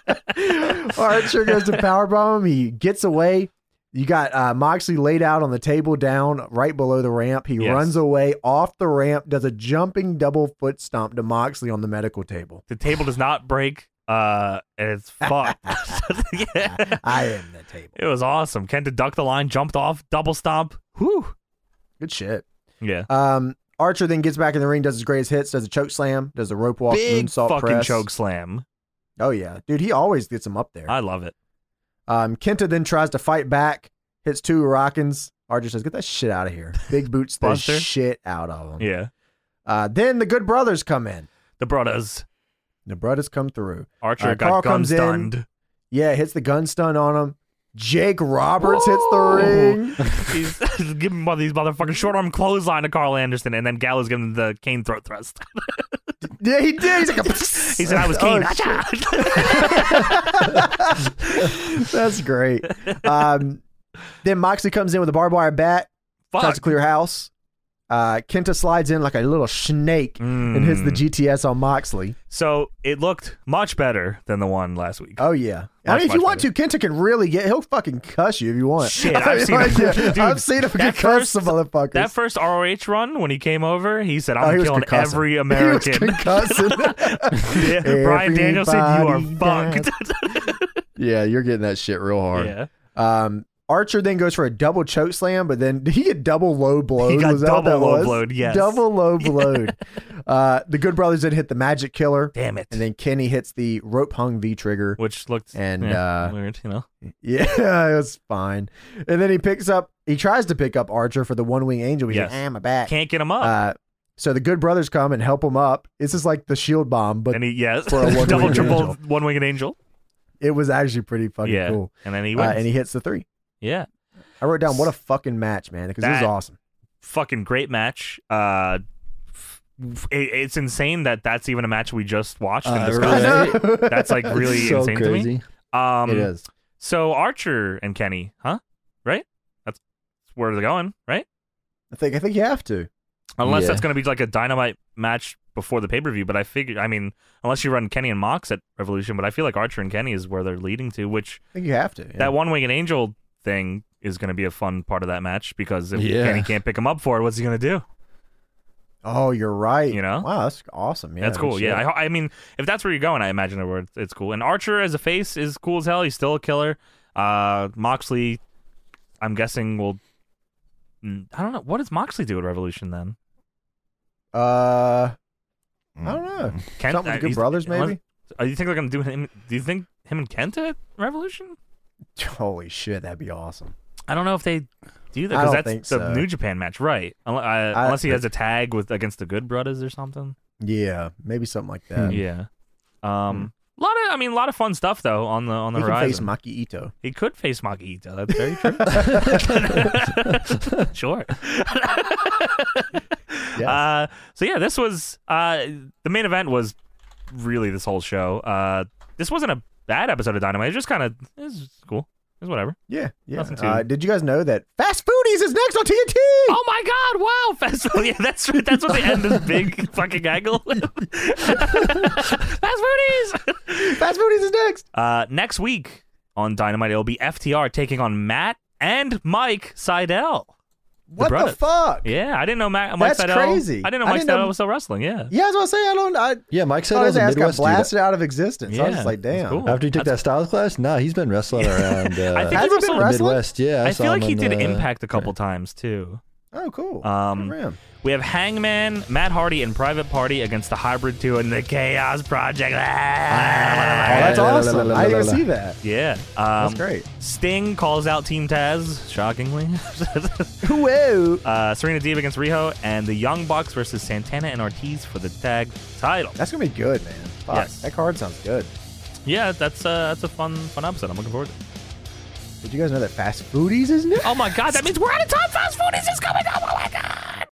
A: Archer goes to powerbomb him. He gets away. You got uh, Moxley laid out on the table down right below the ramp. He
B: Yes.
A: runs away off the ramp, does a jumping double foot stomp to Moxley on the medical table.
B: The table does not break. Uh, and it's fucked. Yeah.
A: I am the table.
B: It was awesome. Kenta ducked the line, jumped off, double stomp. Whew.
A: Good shit.
B: Yeah.
A: Um, Archer then gets back in the ring, does his greatest hits, does a choke slam, does a rope walk,
B: Big
A: moonsault
B: fucking
A: press.
B: choke slam.
A: Oh yeah, dude, he always gets him up there.
B: I love it.
A: Um, Kenta then tries to fight back, hits two Rockins. Archer says, "Get that shit out of here!" Big boots the
B: Buster.
A: shit out of him.
B: Yeah.
A: Uh, then the Good Brothers come in.
B: The brothers.
A: The brothers come through.
B: Archer
A: Uh, Carl
B: got gun
A: comes in.
B: stunned.
A: Yeah, hits the gun stun on him. Jake Roberts hits the ring.
B: He's giving one of these motherfucking short arm clothesline to Carl Anderson, and then Gallows giving him the cane throat thrust.
A: Yeah, he did. He's like, a,
B: he said, "I was
A: Oh,
B: Kane." Acha!
A: "That's great." Um, then Moxley comes in with a barbed wire bat. tries to
B: Fuck.
A: clear house. Uh, Kenta slides in like a little snake and hits the
B: Mm.
A: GTS on Moxley.
B: So it looked much better than the one last week.
A: Oh yeah. I
B: Much,
A: mean, if you
B: much
A: want to, Kenta can really get. He'll fucking cuss you if you want.
B: Shit,
A: I
B: I've
A: mean,
B: seen him-
A: yeah,
B: dude,
A: I've seen him
B: that
A: concuss
B: first-
A: some motherfuckers.
B: That first ROH run when he came over, he said,
A: Oh,
B: "I'm
A: he was
B: killing
A: concussing.
B: every
A: He was
B: American."
A: concussing.
B: Yeah, Brian Danielson, you are
A: Everybody
B: fucked.
A: yeah, you're getting that shit real hard.
B: yeah,
A: Um, Archer then goes for a double choke slam, but then did he get double low blowed?
B: got
A: Was that what
B: double
A: that
B: low
A: was?
B: blowed, yes.
A: Double low blowed. uh, the Good Brothers then hit the Magic Killer,
B: damn it.
A: and then Kenny hits the rope hung V trigger.
B: Which looked
A: And,
B: yeah,
A: uh,
B: weird, you know.
A: Yeah, it was fine. And then he picks up, he tries to pick up Archer for the one wing angel. He's
B: Yes.
A: like, ah, my back.
B: Can't get him up.
A: Uh, so the good brothers come and help him up. This is like the shield bomb, but
B: and he yes,
A: uh, for a one-winged
B: double triple
A: angel.
B: one winged angel.
A: it was actually pretty fucking
B: Yeah,
A: cool.
B: and then he
A: Uh,
B: wins.
A: and he hits the three.
B: yeah,
A: I wrote down, what a fucking match, man, because this is
B: That-
A: awesome.
B: fucking great match. Uh, f- f- it, it's insane that that's even a match we just watched.
C: Uh,
B: and
C: really?
B: discussed.
A: I know.
B: That's like really
C: so
B: insane to me.
C: crazy.
B: Um,
A: it is.
B: So Archer and Kenny, huh? Right? That's where they're going, right?
A: I think I think you have to.
B: Unless
C: Yeah.
B: that's going to be like a dynamite match before the pay per view. But I figure, I mean, unless you run Kenny and Mox at Revolution, but I feel like Archer and Kenny is where they're leading to. Which
A: I think you have to. yeah.
B: that one winged angel thing is going to be a fun part of that match because if
C: Yeah.
B: Kenny can't pick him up for it, what's he going to do?
A: oh, you're right.
B: You know?
A: Wow, that's awesome. Yeah,
B: that's
A: good
B: cool.
A: shit.
B: Yeah, I, ho- I mean, if that's where you're going, I imagine where it's, it's cool. And Archer as a face is cool as hell. He's still a killer. Uh, Moxley, I'm guessing will. Mm, I don't know what does Moxley do at Revolution then.
A: Uh,
B: Hmm.
A: I don't know.
B: Kent,
A: Something with
B: uh,
A: Good
B: he's-
A: Brothers, maybe?
B: Uh, you think they're gonna do him? Do you think him and Kenta at Revolution?
A: Holy shit, that'd be awesome.
B: I don't know if they do that
A: I
B: because
A: don't
B: that's
A: think
B: the
A: so.
B: New Japan match, right? Unless, uh,
A: I-
B: unless he has a tag with against the Good Brothers or something.
A: Yeah, maybe something like that.
B: Yeah. Um. A lot of, I mean, a lot of fun stuff though on the on the
A: Hmm. He can face
B: horizon.
A: Maki Ito.
B: he could face Maki Ito. That's very true. sure. Uh, so yeah, this was uh, the main event was really this whole show. Uh, this wasn't a bad episode of Dynamite. It just kind of it was just cool. It was whatever.
A: Yeah, yeah.
B: Nothing to-
A: Uh, did you guys know that Fast Foodies is next on TNT?
B: Oh my God! Wow, festival. Yeah, that's right. That's what they end this big fucking angle. with. Fast foodies.
A: Fast Foodies is next.
B: Uh, next week on Dynamite, it'll be FTR taking on Matt and Mike Seidel.
A: What the,
B: brother.
A: fuck? Yeah.
B: Yeah, I didn't know Matt. Mike
A: That's
B: Seidel.
A: crazy.
B: I didn't know
A: I
B: Mike
A: didn't
B: Seidel
A: know-
B: was still wrestling. Yeah.
A: I was gonna say I don't. I
C: Yeah, Mike
A: thought his
C: Seidel's a
A: Oh, ass got
C: Midwest dude.
A: blasted out of existence. I was
B: Yeah,
A: just like,
B: it's
A: damn.
B: cool.
C: After he took that Styles class, nah, he's been wrestling around. Uh,
B: I think
A: Has
B: he
A: he been
B: wrestled-
C: the
A: wrestling?
C: Midwest. Yeah,
B: I,
C: saw
B: feel
C: him
B: like he
C: on,
B: did
C: uh,
B: Impact a couple times too.
A: Oh, cool. Good
B: Um,
A: for him.
B: We have Hangman, Matt Hardy, and Private Party against the Hybrid Two and the Chaos Project.
A: Oh, that's
C: la, la, la,
A: awesome.
C: la, la,
A: I didn't even
C: la, la.
A: see that.
B: Yeah, um,
A: That's great.
B: Sting calls out Team Taz, shockingly.
A: Whoa.
B: uh, Serena Deeb against Riho, and the Young Bucks versus Santana and Ortiz for the tag title.
A: That's gonna be good, man. Fuck,
B: Yes.
A: that card sounds good.
B: Yeah, that's uh, that's a fun fun episode. I'm looking forward to. it.
A: Did you guys know that Fast Foodies is next?
B: Oh my god, that means we're out of time. Fast food is just coming. Oh my